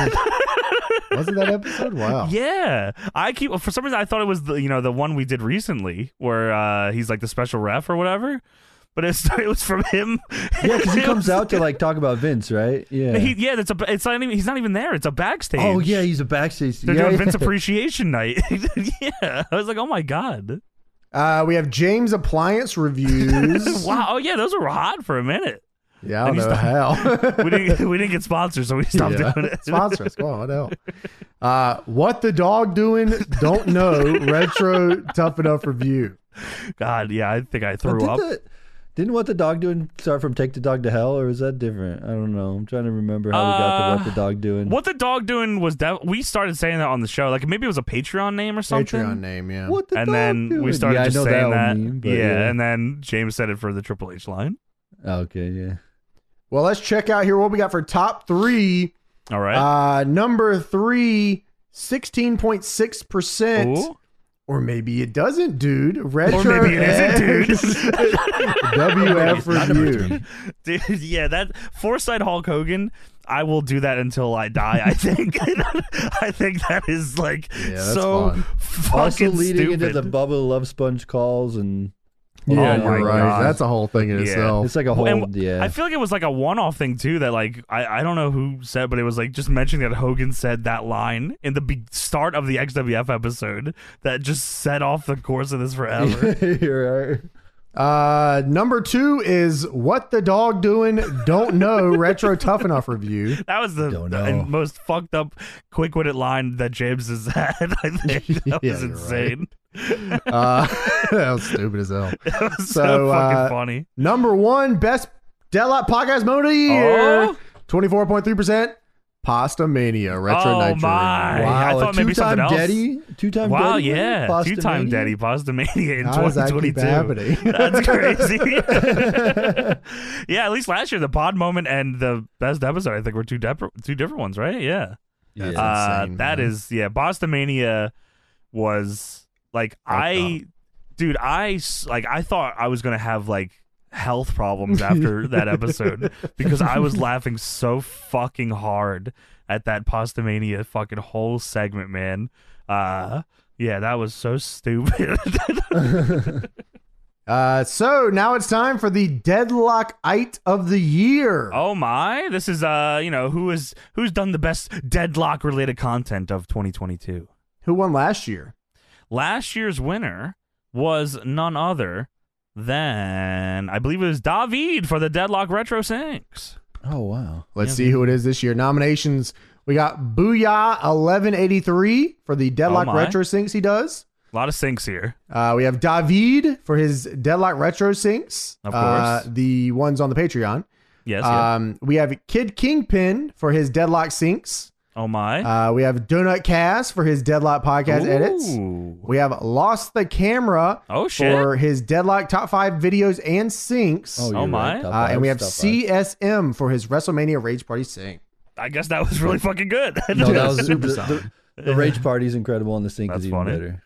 Speaker 1: Wasn't that episode? Wow.
Speaker 2: Yeah, I keep for some reason I thought it was the you know the one we did recently where uh, he's like the special ref or whatever, but it's, *laughs* it was from him.
Speaker 3: yeah, because he
Speaker 2: It
Speaker 3: comes
Speaker 2: was-
Speaker 3: out to like talk about Vince, right?
Speaker 2: *laughs*
Speaker 3: Yeah.
Speaker 2: He, yeah, that's a. It's not even. He's not even there. It's a backstage.
Speaker 3: oh yeah, he's a backstage.
Speaker 2: they're
Speaker 3: yeah,
Speaker 2: doing
Speaker 3: yeah.
Speaker 2: Vince Appreciation Night. *laughs* yeah, I was like, oh my god,
Speaker 1: Uh, we have James Appliance reviews.
Speaker 2: *laughs* wow. Oh yeah, those were hot for a minute.
Speaker 1: Yeah, I
Speaker 2: Then
Speaker 1: don't
Speaker 2: you
Speaker 1: know
Speaker 2: *laughs*
Speaker 1: how.
Speaker 2: we didn't we didn't get sponsored, so we stopped
Speaker 1: Yeah.
Speaker 2: doing it.
Speaker 1: Sponsor us. Come on, what the hell? Uh, what the dog doing? Don't know. Retro tough enough review.
Speaker 2: *laughs* God, yeah, I think I
Speaker 3: But
Speaker 2: threw
Speaker 3: did
Speaker 2: up.
Speaker 3: the- didn't what the dog doing start from take the dog to hell or is that different? I don't know. I'm trying to remember how we got to what the
Speaker 2: Uh,
Speaker 3: dog doing.
Speaker 2: What the dog doing was that we started saying that on the show. Like maybe it was a Patreon name or something.
Speaker 1: Patreon name, yeah.
Speaker 3: What the
Speaker 2: And
Speaker 3: dog
Speaker 2: then we
Speaker 3: doing?
Speaker 2: started
Speaker 3: Yeah, I
Speaker 2: just
Speaker 3: know
Speaker 2: saying that.
Speaker 3: one meme, but
Speaker 2: yeah, and then James said it for the Triple H line.
Speaker 3: okay, yeah.
Speaker 1: Well, let's check out here what we got for top three.
Speaker 2: All right.
Speaker 1: Uh, number three, 16.6%.
Speaker 3: Uh,
Speaker 2: Ooh.
Speaker 1: Or maybe it doesn't, dude. Retro
Speaker 2: Or maybe it
Speaker 1: X *laughs*
Speaker 2: isn't, dude. *laughs*
Speaker 1: WF review.
Speaker 3: *laughs*
Speaker 2: Dude, *laughs* yeah, that Foresight Hulk Hogan. I will do that until I die. I think. *laughs* I think that is like
Speaker 1: that's
Speaker 2: so
Speaker 1: fun.
Speaker 2: fucking
Speaker 3: Also leading
Speaker 2: stupid.
Speaker 3: into the Bubba Love Sponge calls and
Speaker 1: Yeah,
Speaker 2: Oh my
Speaker 1: you're right.
Speaker 2: God.
Speaker 1: That's a whole thing in
Speaker 2: Yeah.
Speaker 1: itself.
Speaker 3: it's like a whole
Speaker 2: And
Speaker 3: yeah.
Speaker 2: I feel like it was like a one-off thing too. That like I, I don't know who said, but it was like just mentioning that Hogan said that line in the be- start of the XWF episode that just set off the course of this
Speaker 3: *laughs*
Speaker 2: forever.
Speaker 1: *laughs*
Speaker 2: *laughs*
Speaker 3: You're right.
Speaker 1: Uh, number two is what the dog doing? Don't
Speaker 2: *laughs*
Speaker 1: know. Retro tough enough review.
Speaker 2: that was the,
Speaker 3: Don't
Speaker 2: the
Speaker 3: know.
Speaker 2: most fucked up, quick-witted line that James has *laughs* had. I think that
Speaker 1: *laughs* Yeah,
Speaker 2: was
Speaker 1: you're
Speaker 2: insane. *laughs*
Speaker 1: Uh, *laughs* that was stupid as hell.
Speaker 2: That was so,
Speaker 1: So,
Speaker 2: fucking
Speaker 1: uh,
Speaker 2: funny.
Speaker 1: Number one, best Deadlock podcast moment of the year.
Speaker 2: Oh.
Speaker 1: Twenty four point three percent. Pasta Mania Retro
Speaker 2: Oh,
Speaker 1: Nitro.
Speaker 2: my.
Speaker 1: Review.
Speaker 2: I
Speaker 3: Wow,
Speaker 2: thought
Speaker 3: a
Speaker 2: maybe
Speaker 3: two-time
Speaker 2: something else.
Speaker 3: daddy, two-time
Speaker 2: Wow,
Speaker 3: daddy,
Speaker 2: yeah,
Speaker 3: Bostomania?
Speaker 2: two-time daddy Pasta Mania in
Speaker 1: How does that keep
Speaker 2: 2022.
Speaker 1: happening? *laughs*
Speaker 2: *laughs* That's crazy. *laughs* yeah, at least last year the pod moment and the best episode I think were two dep- two different ones, right? Yeah.
Speaker 1: That's
Speaker 3: Yeah.
Speaker 2: uh,
Speaker 1: insane,
Speaker 2: that
Speaker 1: man.
Speaker 2: is yeah. Bostomania was like I, dude, I s- like I thought I was gonna have like health
Speaker 1: *laughs*
Speaker 2: problems after that episode because I was laughing so fucking hard at that Postomania fucking whole segment, man. Uh, yeah, that was so stupid. *laughs*
Speaker 1: Uh, so now it's time for the Deadlockite of the year.
Speaker 2: oh my, this is uh, you know, who is who's done the best deadlock related content of 2022?
Speaker 1: Who won last year?
Speaker 2: last year's winner was none other than I believe it was David for the Deadlock Retro Sinks.
Speaker 3: Oh wow.
Speaker 1: Let's see who it is this year. Nominations. We got Booyah eleven eighty three for the Deadlock
Speaker 2: Oh my.
Speaker 1: Retro Syncs he does.
Speaker 2: A lot of sinks here.
Speaker 1: Uh, we have David for his Deadlock Retro Syncs.
Speaker 2: Of
Speaker 1: Uh,
Speaker 2: course.
Speaker 1: the ones on the Patreon.
Speaker 2: Yes.
Speaker 3: Uh,
Speaker 2: yeah.
Speaker 1: Um, we have Kid Kingpin for his Deadlock Syncs.
Speaker 2: Oh my.
Speaker 1: Uh, we have Donut Cass for his Deadlock Podcast edits.
Speaker 2: Ooh.
Speaker 1: We have Lost the Camera
Speaker 2: Oh shit.
Speaker 1: for his Deadlock Top 5 videos and syncs.
Speaker 3: Oh,
Speaker 2: Oh,
Speaker 3: you're
Speaker 2: my.
Speaker 3: right. Top
Speaker 1: Uh,
Speaker 3: five,
Speaker 1: and we have
Speaker 3: top
Speaker 2: *laughs*
Speaker 3: five.
Speaker 1: CSM for his WrestleMania Rage Party sync.
Speaker 2: I guess that was really fucking good.
Speaker 3: *laughs* No, that was
Speaker 1: Super
Speaker 2: *laughs*
Speaker 3: super the,
Speaker 1: solid.
Speaker 3: the, the rage party's incredible, and the sync
Speaker 2: That's
Speaker 3: is even
Speaker 2: funny.
Speaker 3: better.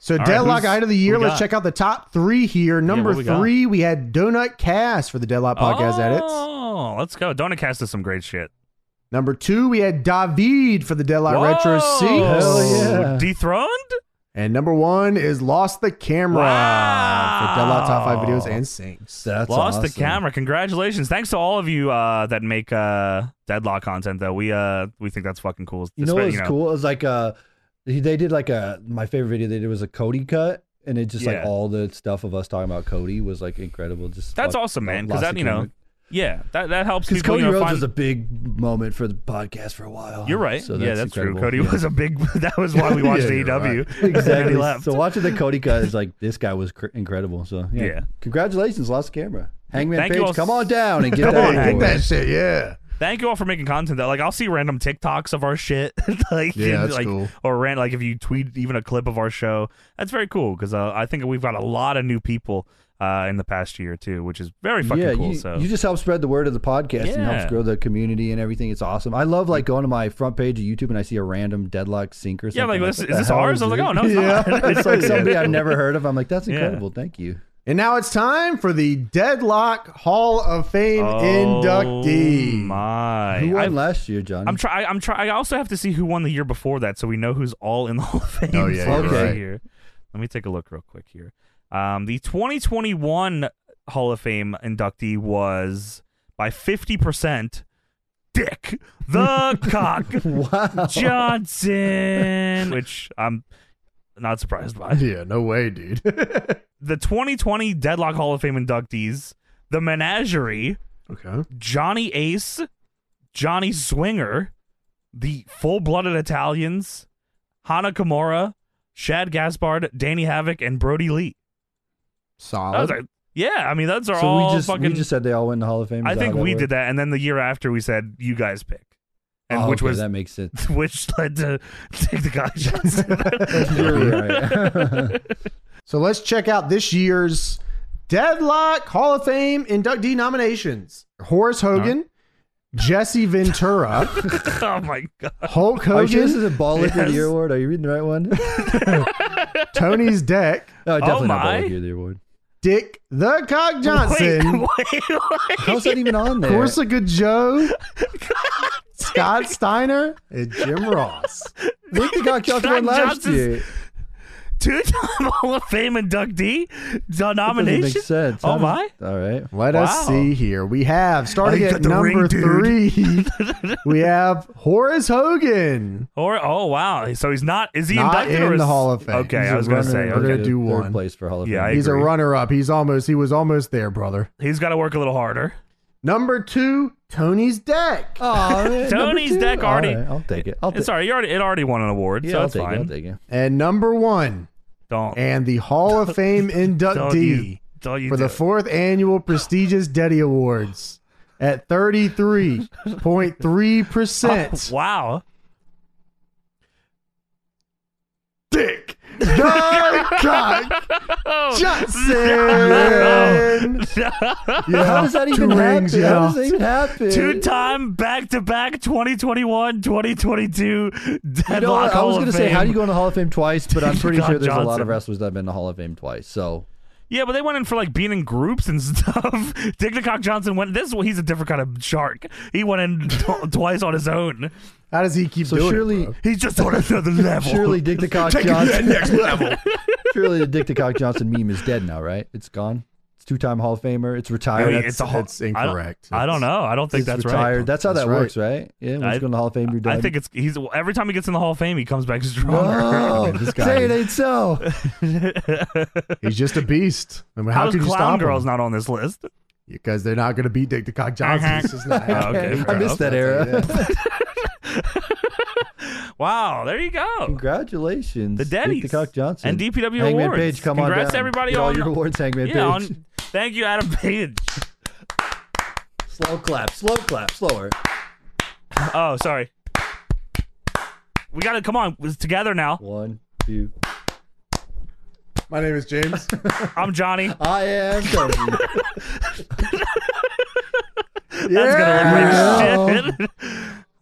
Speaker 1: So
Speaker 2: right,
Speaker 1: Deadlock
Speaker 2: who's-
Speaker 1: Eye of the Year.
Speaker 2: who we
Speaker 1: Let's
Speaker 2: got?
Speaker 1: check out the top three here. Number
Speaker 2: what we got?
Speaker 1: three, we had Donut Cass for the Deadlock Podcast edits.
Speaker 2: Oh, let's go. Donut Cast is some great shit.
Speaker 1: Number two, we had David for the Deadlock Retro syncs.
Speaker 3: Hell yeah.
Speaker 2: Dethroned?
Speaker 1: And number one is Lost the Camera
Speaker 2: Wow.
Speaker 1: for Deadlock Top 5 videos and syncs.
Speaker 3: That's
Speaker 2: Lost the
Speaker 3: awesome.
Speaker 2: camera. Congratulations. Thanks to all of you uh, that make uh, Deadlock content though. We uh we think that's fucking cool.
Speaker 3: You know
Speaker 2: Espe-
Speaker 3: what was cool? It was like uh he- they did like a my favorite video they did was a Cody cut, and it just like
Speaker 2: Yeah.
Speaker 3: all the stuff of us talking about Cody was like incredible. Just
Speaker 2: That's
Speaker 3: fuck-
Speaker 2: awesome, man.
Speaker 3: uh, lots
Speaker 2: Because that
Speaker 3: of
Speaker 2: you know,
Speaker 3: camera-
Speaker 2: yeah, that that helps
Speaker 3: because
Speaker 2: people.
Speaker 3: Cody
Speaker 2: you know,
Speaker 3: Rhodes
Speaker 2: find-
Speaker 3: was a big moment for the podcast for a while.
Speaker 2: You're right.
Speaker 3: So
Speaker 2: yeah,
Speaker 3: that's
Speaker 2: that's
Speaker 3: incredible.
Speaker 2: true. Cody
Speaker 3: Yeah.
Speaker 2: was *laughs* a big. That was why
Speaker 3: *laughs*
Speaker 2: we watched
Speaker 1: Yeah, you're
Speaker 2: AEW. and then *laughs* he
Speaker 3: exactly.
Speaker 2: left.
Speaker 3: So watching the Cody cut is like this guy was cr- incredible. So yeah.
Speaker 2: Yeah.
Speaker 3: congratulations, lost camera. Hangman
Speaker 2: Thank you all
Speaker 3: Page,
Speaker 2: s-
Speaker 3: come on down and get
Speaker 1: Come
Speaker 3: that.
Speaker 1: on,
Speaker 3: award.
Speaker 1: take that shit, yeah.
Speaker 2: Thank you all for making content. Though, like I'll see random TikToks of our shit. *laughs* like
Speaker 1: Yeah, that's
Speaker 2: like
Speaker 1: cool.
Speaker 2: or ran like if you tweet even a clip of our show, that's very cool because uh, I think we've got a lot of new people uh, in the past year too, which is very fucking
Speaker 3: yeah,
Speaker 2: cool.
Speaker 3: you,
Speaker 2: so
Speaker 3: you just help spread the word of the podcast and helps
Speaker 2: Yeah.
Speaker 3: grow the community and everything. It's awesome. I love like going to my front page of YouTube and I see a random deadlock sink or something.
Speaker 2: yeah, I'm like, this,
Speaker 3: what
Speaker 2: is
Speaker 3: the
Speaker 2: this
Speaker 3: hell
Speaker 2: ours? I was like, oh no, it's
Speaker 1: Yeah.
Speaker 2: not.
Speaker 3: *laughs* It's
Speaker 2: *laughs*
Speaker 3: like somebody I've never heard of. I'm like, that's
Speaker 2: Yeah.
Speaker 3: incredible. Thank you.
Speaker 1: And now it's time for the Deadlock Hall of Fame inductee.
Speaker 2: Oh my!
Speaker 3: Who won
Speaker 2: I've-
Speaker 3: last year, Johnny? *laughs*
Speaker 2: I'm try. I'm try. I also have to see who won the year before that, so we know who's all in the *laughs* Hall of Fame.
Speaker 1: Oh, yeah,
Speaker 2: for
Speaker 3: you're
Speaker 2: this
Speaker 3: right.
Speaker 2: year. Let me take a look real quick here. Um, the 2021 Hall of Fame inductee was by 50 percent Dick the Cock
Speaker 3: wow.
Speaker 2: Johnson, which I'm not surprised by
Speaker 1: *laughs* Yeah, no way, dude. *laughs*
Speaker 2: the 2020 Deadlock Hall of Fame inductees, the Menagerie,
Speaker 1: Okay.
Speaker 2: Johnny Ace, Johnny Swinger, the full blooded Italians, Hana Kimura, Shad Gaspard, Danny Havoc, and Brody Lee.
Speaker 1: Solid.
Speaker 2: That was like, yeah, I mean, those are
Speaker 3: So
Speaker 2: all
Speaker 3: we just
Speaker 2: fucking.
Speaker 3: we just said they all went in the Hall of Fame.
Speaker 2: I think we did that, and then the year after we said you guys pick, and which was
Speaker 3: Oh, that makes sense.
Speaker 2: *laughs* which led to *laughs* take the guy
Speaker 1: *laughs*
Speaker 2: Johnson. *laughs*
Speaker 3: You're right.
Speaker 1: So let's check out this year's Deadlock Hall of Fame inductee nominations. Horace Hogan, Jesse
Speaker 2: *laughs*
Speaker 1: Ventura,
Speaker 2: oh my god!
Speaker 1: Hulk
Speaker 3: *laughs* Are you sure this
Speaker 1: Hogan,
Speaker 3: is a Ball of the
Speaker 2: Yes.
Speaker 3: Year award? Are you reading the
Speaker 2: *laughs*
Speaker 3: right one? No,
Speaker 1: Tony's Deck,
Speaker 3: definitely not
Speaker 2: Oh
Speaker 3: Ball
Speaker 2: my.
Speaker 3: of the Year of the award.
Speaker 1: Dick the Cock Johnson,
Speaker 2: Wait, *laughs* wait, wait.
Speaker 3: How's that
Speaker 2: *laughs*
Speaker 3: even on there?
Speaker 1: Corsica Joe, Scott Steiner, and Jim Ross.
Speaker 3: Nick the
Speaker 2: *laughs*
Speaker 3: Cock Johnson
Speaker 2: John
Speaker 3: won last
Speaker 2: Johnson's-
Speaker 3: year.
Speaker 2: Two-time Hall of Fame inductee the
Speaker 3: Doesn't
Speaker 2: nomination.
Speaker 3: make sense.
Speaker 2: Oh
Speaker 3: How does-
Speaker 2: my!
Speaker 3: All right.
Speaker 1: Let
Speaker 2: Wow.
Speaker 1: us see here. We have starting
Speaker 2: Oh, you
Speaker 1: at
Speaker 2: got the
Speaker 1: number
Speaker 2: ring, dude.
Speaker 1: three.
Speaker 2: *laughs*
Speaker 1: we have Horace Hogan.
Speaker 2: Or oh wow! So he's not. Is he
Speaker 1: Not
Speaker 2: inducted
Speaker 1: in
Speaker 2: or is,
Speaker 1: the Hall of Fame.
Speaker 2: Okay,
Speaker 1: He's
Speaker 2: I
Speaker 1: a
Speaker 2: was gonna say.
Speaker 1: runner-up.
Speaker 2: Okay.
Speaker 1: gonna do
Speaker 3: third
Speaker 1: one.
Speaker 3: place for Hall of
Speaker 2: Yeah, I
Speaker 3: Fame.
Speaker 1: He's a
Speaker 2: agree.
Speaker 1: runner-up. He's almost. He was almost there, brother.
Speaker 2: He's got to work a little harder.
Speaker 1: Number two, Tony's deck.
Speaker 3: *laughs* Oh, man,
Speaker 2: Tony's
Speaker 3: number two?
Speaker 2: deck already-
Speaker 3: All right, I'll take it. I'll take
Speaker 2: It's already. It already, it already won an award,
Speaker 3: Yeah,
Speaker 2: so
Speaker 3: I'll
Speaker 2: it's
Speaker 3: take it.
Speaker 2: fine.
Speaker 3: I'll take it.
Speaker 1: And number one,
Speaker 2: Don't.
Speaker 1: and the Hall of
Speaker 2: *laughs*
Speaker 1: Fame
Speaker 2: don't you,
Speaker 1: inductee
Speaker 2: don't you
Speaker 1: for
Speaker 2: do
Speaker 1: the
Speaker 2: it. *laughs*
Speaker 1: fourth annual prestigious Deddy Awards at 33.3%.
Speaker 2: *laughs* Oh, Wow.
Speaker 1: Dick the
Speaker 2: *laughs*
Speaker 1: cock
Speaker 2: Oh.
Speaker 1: Johnson.
Speaker 3: How
Speaker 1: Yeah,
Speaker 3: does that
Speaker 1: two
Speaker 3: even
Speaker 1: rings,
Speaker 3: happen? How
Speaker 1: yeah.
Speaker 3: does that even happen?
Speaker 2: Two time back to back 2021 2022 Deadlock
Speaker 3: You know what? I
Speaker 2: Hall
Speaker 3: was
Speaker 2: of
Speaker 3: going to say,
Speaker 2: Fame.
Speaker 3: how do you go in the Hall of Fame twice? But I'm pretty
Speaker 2: John
Speaker 3: sure there's a lot
Speaker 2: Johnson.
Speaker 3: of wrestlers that have been in the Hall of Fame twice. So
Speaker 2: Yeah, but they went in for like being in groups and *laughs* stuff. Dick the Cock Johnson went. This he's a different kind of shark. He went in *laughs* t- twice on his own.
Speaker 1: How does he keep
Speaker 3: So
Speaker 1: doing
Speaker 3: surely-
Speaker 1: it? bro?
Speaker 2: He's just on another
Speaker 3: *laughs*
Speaker 2: level.
Speaker 3: surely
Speaker 2: *laughs*
Speaker 3: Dick the Cock
Speaker 1: Take it to that
Speaker 3: Johnson,
Speaker 1: next level.
Speaker 3: surely the Dick the Cock Johnson meme is dead now, right? It's gone. It's two time Hall of Famer. It's
Speaker 2: I
Speaker 3: retired.
Speaker 2: mean,
Speaker 1: that's-
Speaker 2: it's a whole,
Speaker 1: that's incorrect.
Speaker 2: I don't, I don't know. I don't think
Speaker 3: It's
Speaker 2: that's
Speaker 3: retired.
Speaker 2: right.
Speaker 3: That's how
Speaker 1: That's
Speaker 3: that
Speaker 1: right.
Speaker 3: works, right? Yeah, once
Speaker 2: I-
Speaker 3: you go in the Hall of Fame, you're done.
Speaker 2: I think it's he's every time he gets in the Hall of Fame, he comes back stronger. *laughs*
Speaker 3: Oh,
Speaker 1: This guy.
Speaker 3: say it ain't so.
Speaker 1: He's just a beast. I mean, how
Speaker 2: How is
Speaker 1: could you
Speaker 2: Clown
Speaker 1: stop
Speaker 2: Girl's
Speaker 1: him?
Speaker 2: not on this list?
Speaker 1: Because they're not going to beat Dick the Cock Johnson.
Speaker 2: Uh-huh.
Speaker 1: This is not
Speaker 2: Oh,
Speaker 1: happening.
Speaker 2: *laughs* okay,
Speaker 3: I
Speaker 2: fair
Speaker 3: missed
Speaker 2: enough.
Speaker 1: *laughs*
Speaker 3: that era.
Speaker 2: Wow, there you go.
Speaker 3: Congratulations,
Speaker 2: The Daddies
Speaker 3: Dick the Cock Johnson,
Speaker 2: and DPW
Speaker 3: Hangman
Speaker 2: awards.
Speaker 3: Page, come on
Speaker 2: Congrats
Speaker 3: down.
Speaker 2: to everybody
Speaker 3: Get all
Speaker 2: on-
Speaker 3: your awards, Hangman
Speaker 2: Yeah,
Speaker 3: Page.
Speaker 2: on, thank you, Adam Page.
Speaker 3: Slow clap, slow clap, slower.
Speaker 2: Oh, sorry. We gotta come on it's together now.
Speaker 3: One, two.
Speaker 1: My name is James.
Speaker 2: I'm Johnny.
Speaker 3: I
Speaker 2: *laughs*
Speaker 3: am Tony.
Speaker 2: That's
Speaker 1: Yeah.
Speaker 2: gonna look like shit. *laughs*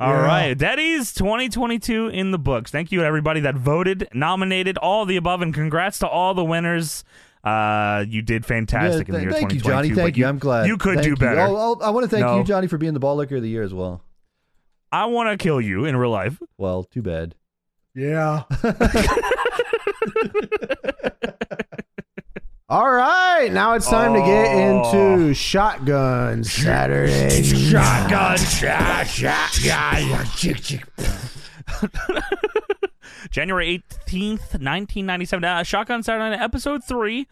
Speaker 2: All
Speaker 1: Yeah.
Speaker 2: right, Daddy's 2022 in the books. Thank you to everybody that voted, nominated, all the above, and congrats to all the winners. Uh, you did fantastic in
Speaker 3: Yeah,
Speaker 2: the year
Speaker 3: th- thank you,
Speaker 2: 2022.
Speaker 3: Johnny.
Speaker 2: but
Speaker 3: Thank you. I'm glad.
Speaker 2: You could
Speaker 3: Thank
Speaker 2: do
Speaker 3: you.
Speaker 2: better.
Speaker 3: Oh, oh, I want to thank
Speaker 2: No.
Speaker 3: you, Johnny, for being the ball licker of the year as well.
Speaker 2: I want to kill you in real life.
Speaker 3: Well, too bad.
Speaker 1: Yeah. All right, now it's time to get
Speaker 2: Oh.
Speaker 1: into Shotgun Saturday.
Speaker 2: *laughs* Shotgun, shot, shotgun, January 18th, 1997. Uh, Shotgun Saturday Night, episode three.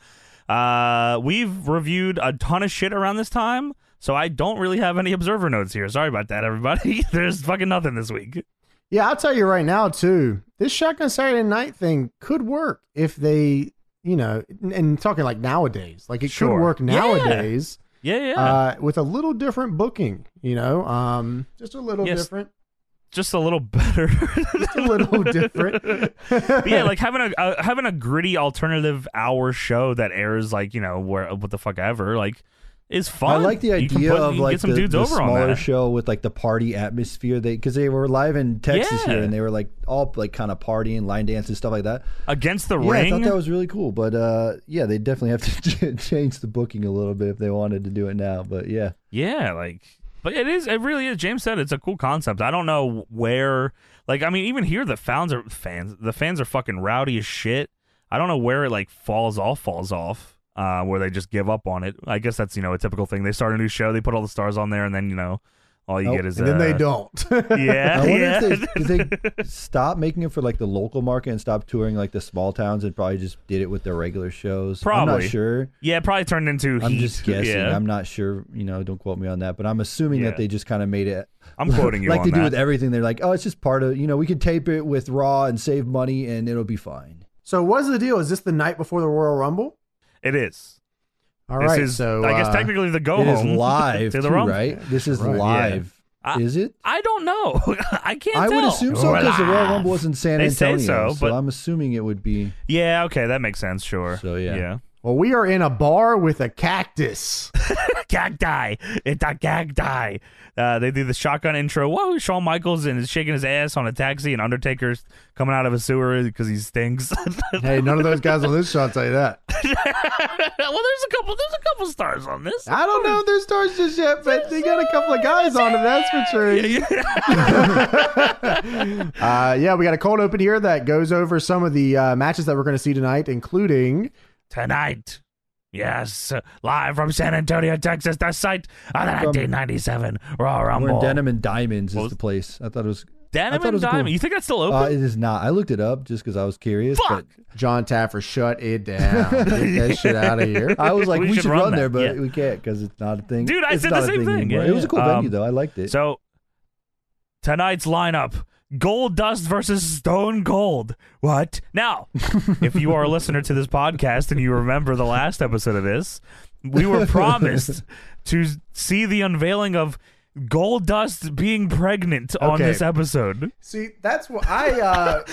Speaker 2: Uh, we've reviewed a ton of shit around this time, so I don't really have any observer notes here. Sorry about that, everybody. *laughs* There's fucking nothing this week.
Speaker 1: Yeah, I'll tell you right now too. This Shotgun Saturday Night thing could work if they, you know, and, and talking like nowadays, like it
Speaker 2: Sure.
Speaker 1: could work
Speaker 2: Yeah.
Speaker 1: nowadays
Speaker 2: Yeah, yeah.
Speaker 1: uh, with a little different booking. You know, um, just a little
Speaker 2: Yes.
Speaker 1: different,
Speaker 2: Just a little *laughs* better.
Speaker 1: just a
Speaker 2: *laughs*
Speaker 1: little different.
Speaker 2: But yeah, like having a uh, having a gritty alternative hour show that airs like you know where what the fuck ever like is fun.
Speaker 3: I like the
Speaker 2: You can
Speaker 3: idea
Speaker 2: put-
Speaker 3: of
Speaker 2: you can
Speaker 3: like
Speaker 2: get some
Speaker 3: the,
Speaker 2: dudes
Speaker 3: the
Speaker 2: over on
Speaker 3: smaller
Speaker 2: that.
Speaker 3: show with like the party atmosphere. They because they were live in Texas
Speaker 2: Yeah.
Speaker 3: here and they were like all like kind of partying, line dancing, stuff like that.
Speaker 2: against the
Speaker 3: Yeah, I
Speaker 2: ring.
Speaker 3: thought that was really cool. But uh, yeah, they definitely have to *laughs* ch- change the booking a little bit if they wanted to do it now. But yeah,
Speaker 2: yeah, like, but it is. It really is. James said it's a cool concept. I don't know where. Like, I mean, even here the fans are fans. The fans are fucking rowdy as shit. I don't know where it like falls off. Falls off. Uh, where they just give up on it. I guess that's you know a typical thing. They start a new show, they put all the stars on there, and then you know All you
Speaker 3: Nope.
Speaker 2: get is
Speaker 1: and then
Speaker 2: uh,
Speaker 1: they don't.
Speaker 2: Yeah,
Speaker 3: I wonder
Speaker 2: yeah. *laughs*
Speaker 3: if they, did they stop making it for like the local market and stop touring like the small towns and probably just did it with their regular shows. I'm
Speaker 2: Probably.
Speaker 3: not sure.
Speaker 2: yeah, it probably turned into.
Speaker 3: I'm
Speaker 2: heat.
Speaker 3: just guessing.
Speaker 2: Yeah.
Speaker 3: I'm not sure. You know, don't quote me on that. But I'm assuming
Speaker 2: Yeah.
Speaker 3: that they just kind of made it.
Speaker 2: I'm
Speaker 3: *laughs*
Speaker 2: quoting you
Speaker 3: like
Speaker 2: on
Speaker 3: they do
Speaker 2: that.
Speaker 3: with everything. They're like, oh, it's just part of. You know, we could tape it with Raw and save money and it'll be fine.
Speaker 1: *laughs* so what's the deal? Is this the night before the Royal Rumble?
Speaker 2: It is.
Speaker 1: All
Speaker 2: This
Speaker 1: right.
Speaker 2: is.
Speaker 1: so
Speaker 2: I guess
Speaker 1: uh,
Speaker 2: technically the go
Speaker 3: it is
Speaker 2: *laughs* home
Speaker 3: live,
Speaker 2: Oh, to the
Speaker 3: too,
Speaker 2: Rumble. *laughs*
Speaker 3: right? This is
Speaker 1: Right. Yeah.
Speaker 3: live.
Speaker 2: I-
Speaker 3: Is it?
Speaker 2: I don't know. *laughs* I can't.
Speaker 3: I would
Speaker 2: tell.
Speaker 3: assume so because the Royal
Speaker 2: Live.
Speaker 3: Rumble was in San
Speaker 2: They say
Speaker 3: Antonio.
Speaker 2: so, but-
Speaker 3: I'm assuming it would be.
Speaker 2: Yeah. Okay, that makes sense. Sure.
Speaker 3: So, yeah.
Speaker 2: Yeah.
Speaker 1: Well, we are in a bar with a
Speaker 2: *laughs*
Speaker 1: cactus.
Speaker 2: cacti. It's a cacti. Uh, they do the shotgun intro. Whoa, Shawn Michaels and is shaking his ass on a taxi, and Undertaker's coming out of a sewer because he stinks. *laughs* well,
Speaker 1: hey, none of those guys on this show I'll tell you that.
Speaker 2: there's a couple. There's a couple stars on this.
Speaker 3: *laughs*
Speaker 1: I don't know if they're stars just yet, but they got a couple of guys on it. That's for sure. Uh, yeah, we got a cold open here that goes over some of the uh, matches that we're going to see tonight, including
Speaker 2: Tonight. Yes, live from San Antonio, Texas, the site of the 1997 Raw
Speaker 3: We're
Speaker 2: Rumble.
Speaker 3: in Denim and Diamonds
Speaker 2: What
Speaker 3: is
Speaker 2: was-
Speaker 3: the place. I thought it was.
Speaker 2: Denim
Speaker 3: I thought it
Speaker 2: and
Speaker 3: was cool.
Speaker 2: Diamond. You think that's still
Speaker 3: Uh,
Speaker 2: open?
Speaker 3: it is not. I looked it up just because I was curious.
Speaker 2: Fuck!
Speaker 1: John Taffer. Shut it
Speaker 2: *laughs*
Speaker 1: down. Get that shit out of here.
Speaker 3: But I was like,
Speaker 2: We
Speaker 3: we,
Speaker 2: should
Speaker 3: should,
Speaker 2: run
Speaker 3: run,
Speaker 2: that,
Speaker 3: there,
Speaker 2: yeah.
Speaker 3: but we can't because it's not a thing.
Speaker 2: Dude, I
Speaker 3: It's
Speaker 2: said the
Speaker 3: not a
Speaker 2: same thing,
Speaker 3: anymore.
Speaker 2: yeah,
Speaker 3: it was a cool
Speaker 2: yeah.
Speaker 3: venue
Speaker 2: Um,
Speaker 3: though. I liked it.
Speaker 2: So tonight's lineup: Gold Dust versus Stone Cold. What
Speaker 3: *laughs*
Speaker 2: now? if you are a listener to this podcast and you remember the last episode of this, we
Speaker 3: *laughs*
Speaker 2: were promised to see the unveiling of Gold Dust being pregnant on
Speaker 1: Okay.
Speaker 2: this episode.
Speaker 1: See, that's what I. Uh,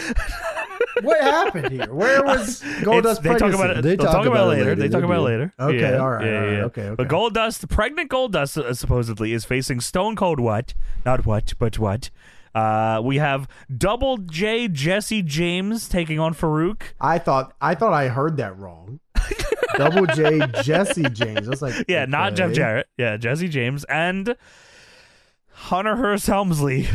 Speaker 1: what happened here? Where was
Speaker 2: *laughs* It's-
Speaker 1: Goldust
Speaker 2: they talk
Speaker 1: pregnancy?
Speaker 2: about it.
Speaker 3: They
Speaker 2: They talk, about, it later. They talk
Speaker 3: do.
Speaker 2: about it later.
Speaker 1: Okay,
Speaker 2: Yeah,
Speaker 1: all right,
Speaker 2: yeah,
Speaker 1: all right,
Speaker 2: yeah.
Speaker 1: okay,
Speaker 2: But
Speaker 1: okay.
Speaker 2: Goldust, pregnant Goldust, uh, supposedly is facing Stone Cold. What? Not what, but what? Uh, we have Double J Jesse James taking on Farouk.
Speaker 1: I thought I thought I heard that wrong. Double J Jesse James. I was like,
Speaker 2: Yeah, not Jeff
Speaker 1: okay.
Speaker 2: Jarrett. Yeah, Jesse James and Hunter Hearst Helmsley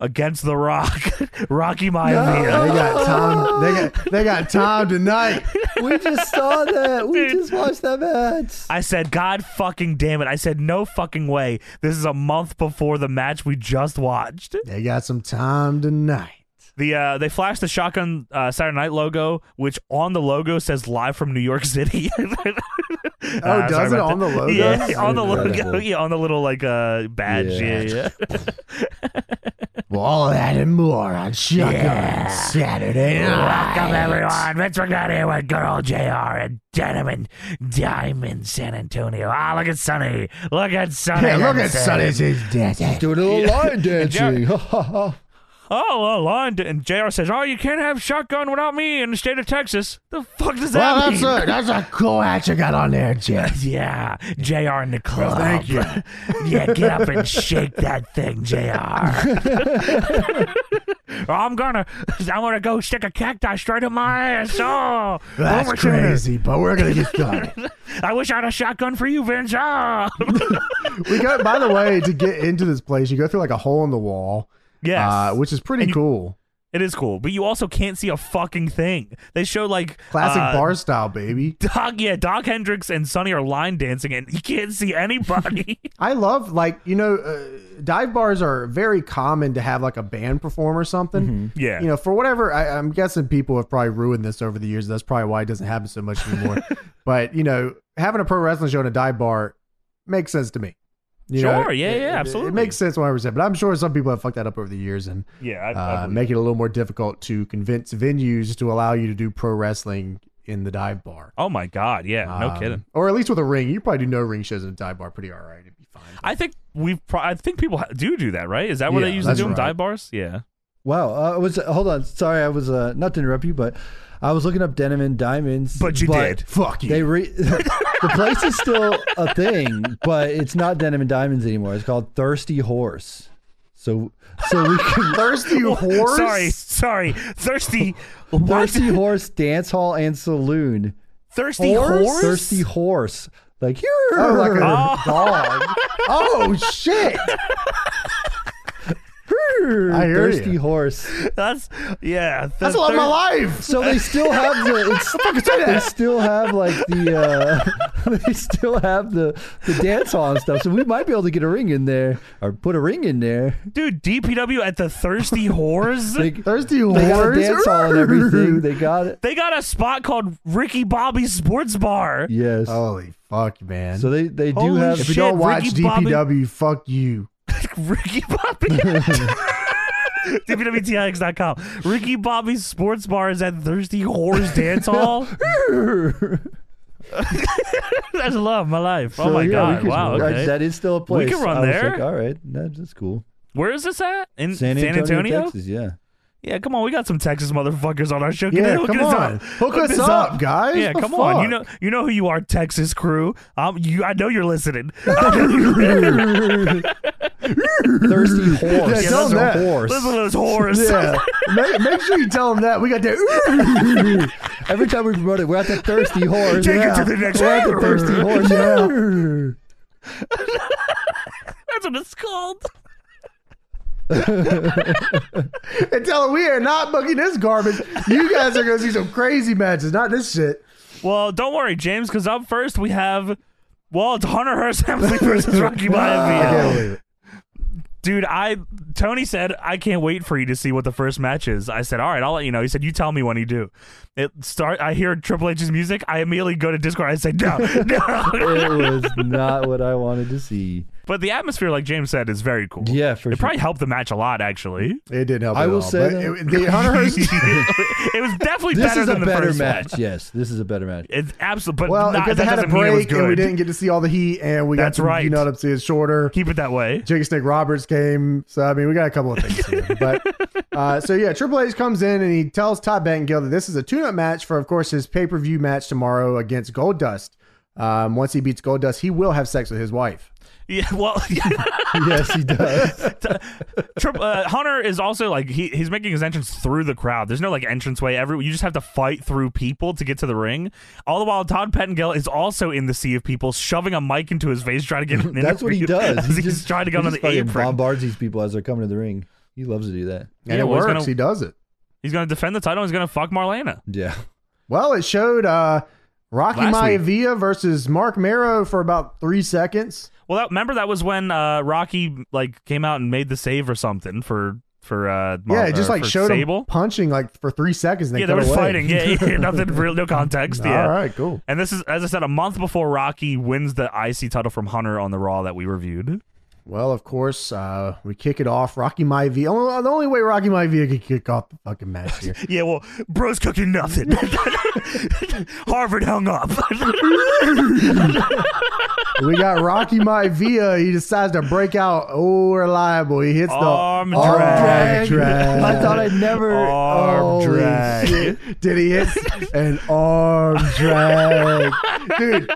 Speaker 2: against The Rock, *laughs* Rocky Maivia.
Speaker 1: They got Tom. They got they got Tom tonight.
Speaker 3: we just saw that. We
Speaker 2: Dude.
Speaker 3: just watched
Speaker 2: *laughs*
Speaker 3: that match.
Speaker 2: I said, God fucking damn it. I said, no fucking way. This is a month before the match we just watched.
Speaker 1: They got some time tonight.
Speaker 2: The uh, they flashed the shotgun uh, Saturday Night logo, which on the logo says "Live from New York City." *laughs* oh,
Speaker 1: Oh, does it on the logo?
Speaker 2: Yeah,
Speaker 1: That's
Speaker 2: on the logo. *laughs*
Speaker 3: incredible.
Speaker 2: Yeah, on the little like uh, badge. Yeah,
Speaker 3: Yeah.
Speaker 2: yeah.
Speaker 1: *laughs*
Speaker 2: *laughs*
Speaker 1: Well, all that and more on Shotgun Saturday
Speaker 2: Welcome everyone. Vince McMahon here with good old Jr. and Denim and Diamond San Antonio. Ah, look at Sonny. Look at Sonny. Vincent.
Speaker 1: Sunny's dead.
Speaker 3: Doing a
Speaker 2: *laughs*
Speaker 3: little line dancing. *laughs*
Speaker 2: Oh, uh, line. And Jr. says, "Oh, you can't have shotgun without me in the state of Texas." The fuck does that
Speaker 1: Well,
Speaker 2: mean?
Speaker 1: that's a that's a cool hat you got on there, Jeff.
Speaker 2: Yeah, JR in the club.
Speaker 1: thank you.
Speaker 2: *laughs* yeah, get up and shake that thing, JR.
Speaker 1: *laughs*
Speaker 2: Or I'm gonna I'm gonna go stick a cacti straight in my ass. Oh
Speaker 1: That's
Speaker 2: Homer Jr.
Speaker 1: crazy, but we're gonna get started.
Speaker 2: I wish I had a shotgun for you, Vince.
Speaker 1: *laughs*
Speaker 2: Ah.
Speaker 1: we go. By the way, to get into this place, you go through like a hole in the wall,
Speaker 2: yes.
Speaker 1: uh, which is pretty
Speaker 2: And you-
Speaker 1: cool.
Speaker 2: it is cool, but you also can't see a fucking thing. They show like
Speaker 1: Classic
Speaker 2: uh,
Speaker 1: bar style, baby.
Speaker 2: Doc, yeah, Doc Hendricks and Sonny are line dancing, and you can't
Speaker 1: *laughs*
Speaker 2: see anybody.
Speaker 1: I love like you know, uh, dive bars are very common to have like a band perform or something.
Speaker 2: Mm-hmm. yeah,
Speaker 1: You know, for whatever I, I'm guessing, people have probably ruined this over the years. That's probably why it doesn't happen so much
Speaker 2: *laughs*
Speaker 1: anymore. but you know, having a pro wrestling show in a dive bar makes sense to me. You know,
Speaker 2: Sure, yeah,
Speaker 1: it-
Speaker 2: yeah,
Speaker 1: it-
Speaker 2: absolutely.
Speaker 1: It makes sense 100. percent But I'm sure some people have fucked that up over the years and
Speaker 2: yeah. I, I
Speaker 1: uh,
Speaker 2: believe
Speaker 1: make it a little more difficult to convince venues to allow you to do pro wrestling in the dive bar.
Speaker 2: Oh my god, yeah, no
Speaker 1: Um,
Speaker 2: kidding.
Speaker 1: Or at least with a ring, you probably do no ring shows in a dive bar pretty all right. It'd be fine.
Speaker 2: I think we've. Pro- I think people ha- do do that, right? Is that what they
Speaker 1: Yeah,
Speaker 2: usually
Speaker 1: that's
Speaker 2: do in
Speaker 1: right.
Speaker 2: dive bars? Yeah.
Speaker 3: wow. Uh, I was hold on. Sorry, I was uh, not to interrupt you, but I was looking up Denim and Diamonds.
Speaker 1: Fuck you.
Speaker 3: They re- *laughs* the place is still a thing, but it's not Denim and Diamonds anymore. It's called Thirsty Horse. So so
Speaker 1: *laughs*
Speaker 3: we can *laughs*
Speaker 1: Thirsty horse.
Speaker 2: Sorry, sorry.
Speaker 1: *laughs*
Speaker 2: Thirsty. what?
Speaker 3: Thirsty Horse Dance Hall and Saloon.
Speaker 2: Thirsty horse.
Speaker 3: Thirsty Horse. Like here.
Speaker 1: Oh,
Speaker 3: *laughs*
Speaker 1: like a
Speaker 2: Oh.
Speaker 1: dog. Oh shit. I hear
Speaker 3: thirsty
Speaker 1: you.
Speaker 3: horse.
Speaker 2: *laughs* That's yeah. th-
Speaker 1: That's a lot of my
Speaker 2: thir-
Speaker 1: life.
Speaker 3: So they still
Speaker 1: *laughs*
Speaker 3: have the. It's, They still have like the. Uh, *laughs* they still have the the dance hall and stuff. So we might be able to get a ring in there or put a ring in there.
Speaker 2: dude. DPW at the Thirsty Whores.
Speaker 3: *laughs* They,
Speaker 2: they,
Speaker 1: Thirsty
Speaker 3: they got a
Speaker 1: whores.
Speaker 3: dance hall and everything. They got it.
Speaker 2: got a spot called Ricky Bobby's Sports Bar.
Speaker 1: *laughs*
Speaker 3: Yes.
Speaker 1: Holy fuck, man.
Speaker 3: So they they do
Speaker 2: Holy *laughs*
Speaker 3: have.
Speaker 1: if you
Speaker 2: shit,
Speaker 1: don't watch
Speaker 2: Ricky Bobby-
Speaker 1: DPW, fuck you.
Speaker 2: *laughs* Ricky
Speaker 3: *laughs*
Speaker 2: Bobby. WWTIX.com. Ricky Bobby's Sports Bar is at Thirsty Whores Dance
Speaker 3: *laughs*
Speaker 2: Hall. *laughs* Oh That's love, my life. oh
Speaker 3: So,
Speaker 2: my
Speaker 3: yeah, we
Speaker 2: god!
Speaker 3: could-
Speaker 2: Wow.
Speaker 3: right,
Speaker 2: Okay.
Speaker 3: That is still a place.
Speaker 2: can run
Speaker 3: I was
Speaker 2: there.
Speaker 3: Like, All right, that's, that's cool.
Speaker 2: Where is this at? In
Speaker 3: San Antonio,
Speaker 1: *laughs*
Speaker 3: Texas. Yeah.
Speaker 2: Yeah, come on. We got some Texas motherfuckers on our show. Can they
Speaker 1: Yeah,
Speaker 2: hook
Speaker 1: come
Speaker 2: us up?
Speaker 1: on. Hook us
Speaker 2: us
Speaker 1: up,
Speaker 2: up.
Speaker 1: guys.
Speaker 2: Yeah,
Speaker 1: The
Speaker 2: come on. You
Speaker 1: fuck?
Speaker 2: know, you know who you are, Texas crew. Um, you, I know you're listening. *laughs*
Speaker 3: Thirsty horse.
Speaker 1: Yeah, tell
Speaker 3: That's
Speaker 1: them
Speaker 3: a
Speaker 1: that.
Speaker 3: horse.
Speaker 2: Listen to those whores.
Speaker 3: *laughs*
Speaker 1: Yeah. make, make sure you tell them that. We got that.
Speaker 3: Every time we promote it, we're at the
Speaker 2: *laughs*
Speaker 3: thirsty horse.
Speaker 2: Take
Speaker 3: yeah.
Speaker 2: it to the next
Speaker 3: We're at the thirsty
Speaker 2: level.
Speaker 3: horse.
Speaker 2: *laughs*
Speaker 3: Yeah.
Speaker 2: *laughs* That's what it's called.
Speaker 1: and tell them we are not booking this garbage. You guys are going to see some crazy matches, not this shit.
Speaker 2: Well, don't worry, James, because up first we have. Well, it's Hunter Hearst *laughs* Hemsley
Speaker 1: *laughs*
Speaker 2: versus Rocky Maivia. Dude, I Tony said I can't wait for you to see what the first match is. I said, "All right, I'll let you know." He said, "You tell me when you do." It start. I hear Triple H's music. I immediately go to Discord. I say, "No, *laughs* no."
Speaker 3: it was not what I wanted to see.
Speaker 2: but the atmosphere, like James said, is very cool.
Speaker 3: Yeah, for
Speaker 2: it
Speaker 3: sure.
Speaker 2: probably helped the match a lot, actually.
Speaker 1: It didn't help.
Speaker 3: I
Speaker 1: at
Speaker 3: will
Speaker 1: all,
Speaker 3: say
Speaker 1: but
Speaker 3: that-
Speaker 1: it- the Hunter Hearst.
Speaker 2: *laughs* it was definitely
Speaker 3: This
Speaker 2: better
Speaker 3: is a
Speaker 2: than the
Speaker 3: better
Speaker 2: first
Speaker 3: match. Yes, this is a
Speaker 2: *laughs*
Speaker 3: better match.
Speaker 2: One. It's absolutely, but *laughs*
Speaker 1: Well,
Speaker 2: not,
Speaker 1: because
Speaker 2: that
Speaker 1: they had a
Speaker 2: doesn't mean it was
Speaker 1: break
Speaker 2: good.
Speaker 1: and we didn't get to see all the heat, and we
Speaker 2: That's
Speaker 1: got some,
Speaker 2: right.
Speaker 1: You know what I'm saying? Shorter.
Speaker 2: keep it that way.
Speaker 1: Jake Snake Roberts came. So I mean, we got a couple of things here.
Speaker 2: *laughs*
Speaker 1: But uh, so yeah, Triple H comes in and he tells Todd Gill that this is a tune-up match for, of course, his pay-per-view match tomorrow against Gold Dust. Um, once he beats Gold Dust, he will have sex with his wife.
Speaker 2: Yeah,
Speaker 1: *laughs*
Speaker 2: well,
Speaker 3: yes,
Speaker 2: *laughs*
Speaker 3: he does.
Speaker 2: Trip, uh, Hunter is also like he, he's making his entrance through the crowd. There's no like entrance way. Every you just have to fight through people to get to the ring. All the while, Todd Pettengill is also in the sea of people, shoving a mic into his face, trying to get. An
Speaker 3: *laughs* That's what he
Speaker 2: interview *laughs*
Speaker 3: does.
Speaker 2: as
Speaker 3: He
Speaker 2: he's
Speaker 3: just-
Speaker 2: trying to
Speaker 3: he
Speaker 2: get on
Speaker 3: just
Speaker 2: the
Speaker 3: fucking
Speaker 2: apron.
Speaker 3: bombards these people as they're coming to the ring. He loves to do that.
Speaker 1: And
Speaker 2: Yeah,
Speaker 1: it
Speaker 2: well, he's
Speaker 1: works.
Speaker 2: gonna-
Speaker 1: he does it.
Speaker 2: he's gonna defend the title. He's gonna fuck Marlena.
Speaker 3: Yeah.
Speaker 1: Well, it showed uh, Rocky
Speaker 2: Last week.
Speaker 1: Maivia versus Mark Marrow for about three seconds.
Speaker 2: Well, that, remember that was when uh, Rocky like came out and made the save or something for for uh, Mar-
Speaker 1: Yeah, it just
Speaker 2: or
Speaker 1: like
Speaker 2: for
Speaker 1: showed
Speaker 2: Sable.
Speaker 1: him punching like for three seconds. And they
Speaker 2: yeah, they
Speaker 1: cut
Speaker 2: were
Speaker 1: away. *laughs*
Speaker 2: fighting. Yeah, yeah, nothing real, no context. Yeah.
Speaker 1: All right, cool.
Speaker 2: And this is, as I said, a month before Rocky wins the IC title from Hunter on the Raw that we reviewed.
Speaker 1: Well, of course, uh, we kick it off. Rocky Maivia. only- The only way Rocky Maivia could kick off the fucking match
Speaker 2: *laughs*
Speaker 1: here.
Speaker 2: Yeah, well, bro's cooking nothing. *laughs* Harvard hung up.
Speaker 1: we got Rocky Maivia. He decides to break out. Oh, reliable. He hits the
Speaker 2: Arm
Speaker 3: drag.
Speaker 1: drag.
Speaker 3: I thought I'd never.
Speaker 2: Arm
Speaker 3: Holy
Speaker 2: drag.
Speaker 3: shit.
Speaker 1: Did he hit
Speaker 2: *laughs*
Speaker 1: an arm drag, dude?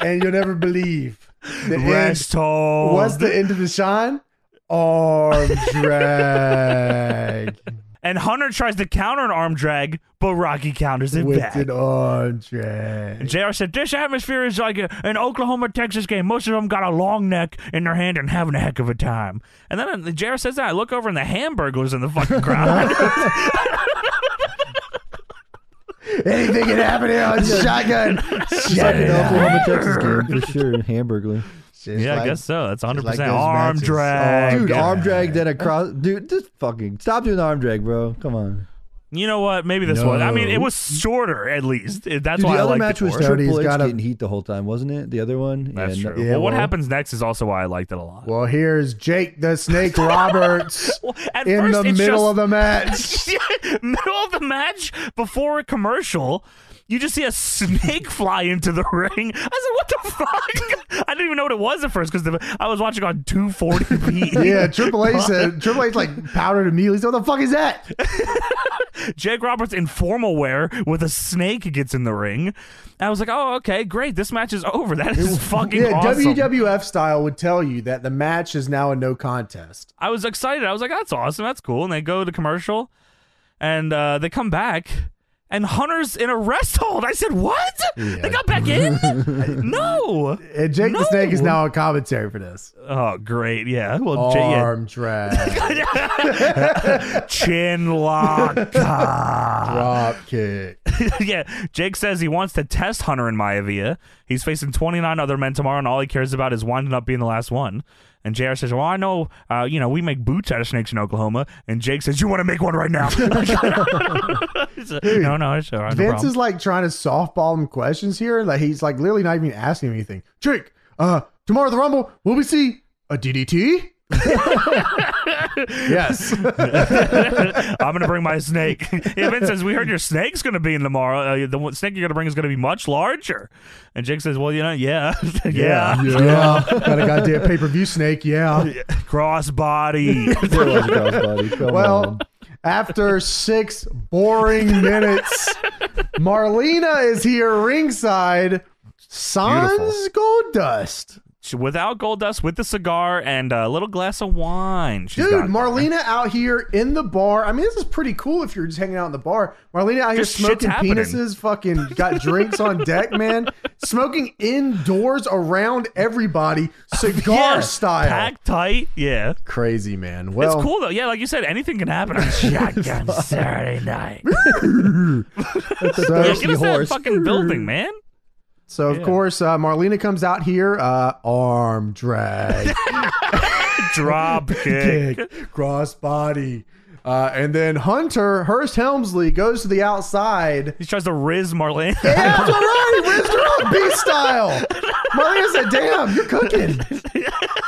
Speaker 1: And you'll never believe the end
Speaker 2: Rest home.
Speaker 1: What's the end of the shine? Arm drag.
Speaker 2: and Hunter tries to counter an arm drag, but Rocky counters it
Speaker 1: With
Speaker 2: back.
Speaker 1: an arm
Speaker 2: *laughs*
Speaker 1: drag.
Speaker 2: JR said, This atmosphere is like a, an Oklahoma Texas game. Most of them got a long neck in their hand and having a heck of a time. And then uh, JR says that. I look over and the hamburglar's in the
Speaker 1: *laughs*
Speaker 2: fucking crowd.
Speaker 1: Anything can happen here on Shotgun. Shut
Speaker 3: Fucking
Speaker 1: it up.
Speaker 3: Oklahoma, Texas game for sure. Hamburglar.
Speaker 1: It's
Speaker 2: yeah, I
Speaker 1: like-
Speaker 2: guess so. That's 100%
Speaker 1: like those
Speaker 2: arm
Speaker 1: matches.
Speaker 2: drag.
Speaker 3: Dude,
Speaker 1: Okay.
Speaker 3: arm drag, then across. Dude, just fucking stop doing arm drag, bro. Come on.
Speaker 2: You know what? Maybe this
Speaker 1: No.
Speaker 2: one. I mean, it was shorter at least. It- That's
Speaker 3: Dude,
Speaker 2: why
Speaker 3: the
Speaker 2: I
Speaker 3: other
Speaker 2: liked
Speaker 3: match
Speaker 2: it
Speaker 3: was
Speaker 2: more.
Speaker 1: Dirty.
Speaker 3: Triple
Speaker 1: He's
Speaker 3: H
Speaker 1: got a-
Speaker 3: getting heat the whole time, wasn't it? The other one.
Speaker 2: That's
Speaker 3: Yeah, no-
Speaker 2: *laughs* true.
Speaker 1: yeah,
Speaker 2: well, what
Speaker 1: well-
Speaker 2: happens next is also why I liked it a lot.
Speaker 1: Well, here's Jake the
Speaker 2: *laughs*
Speaker 1: Snake Roberts
Speaker 2: Well, at
Speaker 1: in
Speaker 2: first,
Speaker 1: the
Speaker 2: it's
Speaker 1: middle
Speaker 2: just,
Speaker 1: of the match.
Speaker 2: *laughs* middle of the match before a commercial. You just see a snake *laughs* fly into the ring. I said, "What the fuck?" I didn't even know what it was at first because I was watching on 240p.
Speaker 1: *laughs* Yeah, Triple H said Triple H like powdered immediately. So what the fuck is that?
Speaker 2: Jake Roberts in formal wear with a snake gets in the ring. I was like, "Oh, okay, great. This match is over. That is fucking
Speaker 1: Yeah,
Speaker 2: awesome."
Speaker 1: WWF style would tell you that the match is now a no contest.
Speaker 2: I was excited. I was like, that's awesome. That's cool. And they go to commercial and uh, they come back and Hunter's in a rest hold. I said, what? They got back
Speaker 1: *laughs*
Speaker 2: in? no.
Speaker 1: And Uh, Jake the
Speaker 2: No.
Speaker 1: Snake is now on commentary for this.
Speaker 2: Oh, great. Yeah. Well, J- yeah.
Speaker 1: Arm drag,
Speaker 2: *laughs* Chin lock. *laughs* Ah.
Speaker 1: drop kick.
Speaker 2: yeah. Jake says he wants to test Hunter and Maivia. He's facing 29 other men tomorrow, and all he cares about is winding up being the last one. And JR says, Well, I know, uh, you know, we make boots out of snakes in Oklahoma. And Jake says, You want to make one right now? *laughs* no, no, it's all right. no
Speaker 1: Vince
Speaker 2: problem.
Speaker 1: is like trying to softball him questions here. Like he's like literally not even asking him anything. Jake, uh, tomorrow at the Rumble, will we see a
Speaker 2: *laughs*
Speaker 1: DDT? *laughs* yes.
Speaker 2: I'm gonna bring my snake. *laughs* yeah, Vince says we heard your snake's gonna be in tomorrow. Uh, the one- snake you're gonna bring is gonna be much larger. And Jake says, "Well, you know, yeah, *laughs* yeah,
Speaker 1: Yeah. Got a goddamn pay per view snake. Yeah.
Speaker 2: crossbody."
Speaker 3: There was girls, buddy.
Speaker 1: *laughs*
Speaker 3: Come
Speaker 1: Well,
Speaker 3: on.
Speaker 1: after six
Speaker 2: *laughs*
Speaker 1: boring minutes, Marlena is here ringside. Sans
Speaker 3: Beautiful.
Speaker 1: Gold Dust.
Speaker 2: She- Without gold dust, with the cigar and a little glass of wine. She's
Speaker 1: Dude,
Speaker 2: got
Speaker 1: Marlena out here in the bar. I mean, this is pretty cool if you're just hanging out in the bar. Marlena out here
Speaker 2: Just shit's
Speaker 1: smoking
Speaker 2: happening.
Speaker 1: penises, fucking got drinks on
Speaker 2: *laughs*
Speaker 1: deck, man. Smoking indoors around everybody, cigar
Speaker 2: Yeah,
Speaker 1: style.
Speaker 2: packed tight. Yeah,
Speaker 1: Crazy, man. Well,
Speaker 2: it's cool though. Yeah, like you said, anything can happen on Shotgun Saturday Night. yeah,
Speaker 1: so,
Speaker 2: get us that
Speaker 3: horse.
Speaker 2: fucking building, man.
Speaker 1: so of
Speaker 2: Yeah.
Speaker 1: course, uh, Marlena comes out here, uh, arm drag, *laughs*
Speaker 2: Drop kick.
Speaker 1: kick, cross body. Uh, and then Hunter Hurst Helmsley goes to the outside
Speaker 2: *laughs* He tries to riz Marlene. *laughs*
Speaker 1: Yeah, that's all right. Rizzed her up beast style. Marlena said, damn, you're cooking.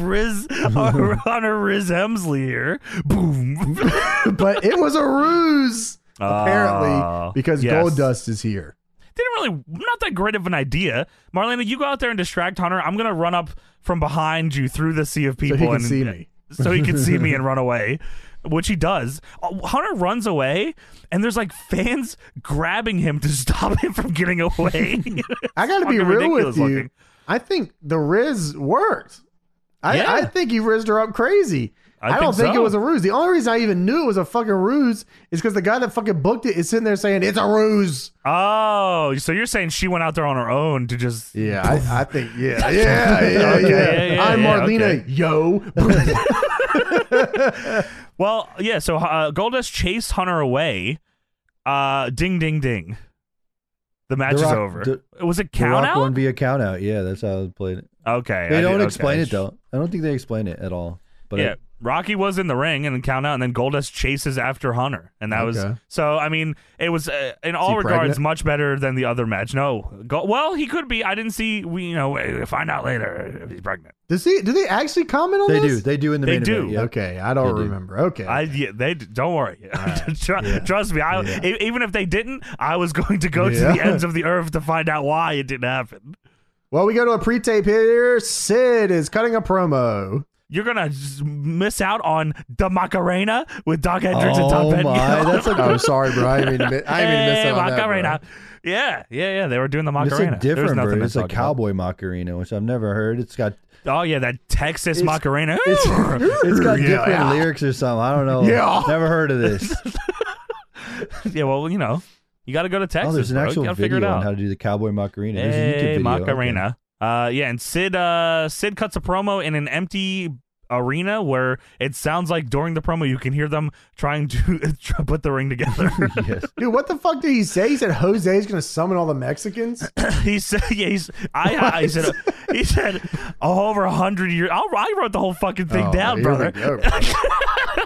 Speaker 2: Riz uh, Hunter Riz Hemsley here. Boom.
Speaker 1: *laughs* But it was a ruse, apparently,
Speaker 2: Ah,
Speaker 1: because
Speaker 2: yes.
Speaker 1: Gold Dust is here.
Speaker 2: Didn't really not that great of an idea. Marlena, you go out there and distract Hunter. I'm gonna run up from behind you through the sea of
Speaker 1: So
Speaker 2: people
Speaker 1: he can
Speaker 2: and
Speaker 1: see me.
Speaker 2: so he can see me
Speaker 3: *laughs*
Speaker 2: and run away. Which he does. Uh, Hunter runs away, and there's like fans grabbing him to stop him from getting
Speaker 3: *laughs*
Speaker 2: away.
Speaker 1: I got to be
Speaker 2: fucking
Speaker 1: real with
Speaker 2: ridiculous
Speaker 1: you.
Speaker 2: looking.
Speaker 1: I think the Riz worked. I,
Speaker 2: Yeah.
Speaker 1: I think he rizzed her up crazy. I,
Speaker 2: I
Speaker 1: don't
Speaker 2: think
Speaker 1: think it
Speaker 2: so.
Speaker 1: was a ruse. The only reason I even knew it was a fucking ruse is because the guy that fucking booked it is sitting there saying, it's a ruse.
Speaker 2: oh, so you're saying she went out there on her own to just
Speaker 1: Yeah, I, I think, yeah, yeah, yeah,
Speaker 2: Okay,
Speaker 1: yeah.
Speaker 2: yeah, yeah,
Speaker 1: I'm
Speaker 2: yeah,
Speaker 1: Marlena, yo. *laughs*
Speaker 2: Well, yeah. So uh, Goldust chased Hunter away. Uh, ding, ding, ding. The match
Speaker 3: The
Speaker 2: is
Speaker 3: Rock-
Speaker 2: over.
Speaker 3: the-
Speaker 2: it was a
Speaker 3: The
Speaker 2: count
Speaker 3: Rock won
Speaker 2: out.
Speaker 3: via count out. Yeah, that's how I was playing it.
Speaker 2: Okay,
Speaker 3: They
Speaker 2: I
Speaker 3: don't
Speaker 2: did-
Speaker 3: explain
Speaker 2: okay.
Speaker 3: it though. I don't think they explain it at all. But
Speaker 2: yeah, Rocky was in the ring and count out, and then Goldust chases after Hunter, and that was
Speaker 1: Okay.
Speaker 2: so. I mean, it was uh, in all
Speaker 1: he
Speaker 2: regards
Speaker 1: pregnant?
Speaker 2: much better than the other match. No, Go- well, he could be. I didn't see. We you know we- we'll find out later if he's pregnant.
Speaker 1: Does he? Do they actually comment on
Speaker 3: they
Speaker 1: this?
Speaker 3: do. They do in the
Speaker 2: They
Speaker 3: main event.
Speaker 2: do.
Speaker 3: yeah.
Speaker 1: Okay, I don't
Speaker 3: They do.
Speaker 1: remember. Okay,
Speaker 2: I yeah, they d- don't worry. *laughs* Tru- Trust me. I
Speaker 1: Yeah.
Speaker 2: e- even if they didn't, I was *laughs* going to go
Speaker 1: Yeah.
Speaker 2: to the ends of the earth to find out why it didn't happen.
Speaker 1: well, we go to a pre-tape here. Sid is cutting a promo.
Speaker 2: you're gonna z- miss out on the Macarena with Doc Hendricks and Tom
Speaker 3: Oh
Speaker 2: Petty. *laughs*
Speaker 3: my, that's a
Speaker 1: Oh, sorry, bro. I didn't mean to, mi- I didn't mean to miss
Speaker 2: Hey,
Speaker 1: out on that. bro.
Speaker 2: Macarena. yeah, yeah, yeah. They were doing the
Speaker 3: It's a
Speaker 2: Macarena. There's
Speaker 3: different
Speaker 2: nothing
Speaker 3: version.
Speaker 2: to
Speaker 3: It's a
Speaker 2: talk about.
Speaker 3: cowboy macarena, which I've never heard.
Speaker 2: *laughs*
Speaker 3: It's got
Speaker 2: Oh yeah, that Texas Macarena.
Speaker 3: it's got
Speaker 1: Yeah,
Speaker 3: different
Speaker 1: yeah.
Speaker 3: lyrics or something. I don't know.
Speaker 1: Yeah.
Speaker 3: never heard of
Speaker 2: *laughs*
Speaker 3: this.
Speaker 2: *laughs* yeah, well, you know, you got to go to Texas.
Speaker 3: oh, there's an
Speaker 2: bro.
Speaker 3: actual
Speaker 2: you gotta figure it
Speaker 3: video on
Speaker 2: out.
Speaker 3: how to do the cowboy macarena. There's a YouTube
Speaker 2: hey,
Speaker 3: video.
Speaker 2: Macarena. Uh, yeah, and Sid, uh, Sid cuts a promo in an empty arena where it sounds like during the promo you can hear them trying to *laughs* put the ring
Speaker 3: *laughs*
Speaker 2: together.
Speaker 3: Okay. *laughs* yes.
Speaker 1: Dude, what the fuck did he say? He said Jose is gonna summon all the Mexicans.
Speaker 2: He said, "Yeah, he's, I, I, he said, he said, "Oh, over a hundred years. I'll, I wrote the whole fucking thing
Speaker 1: Oh,
Speaker 2: down,
Speaker 1: here we
Speaker 2: brother.
Speaker 1: go, bro.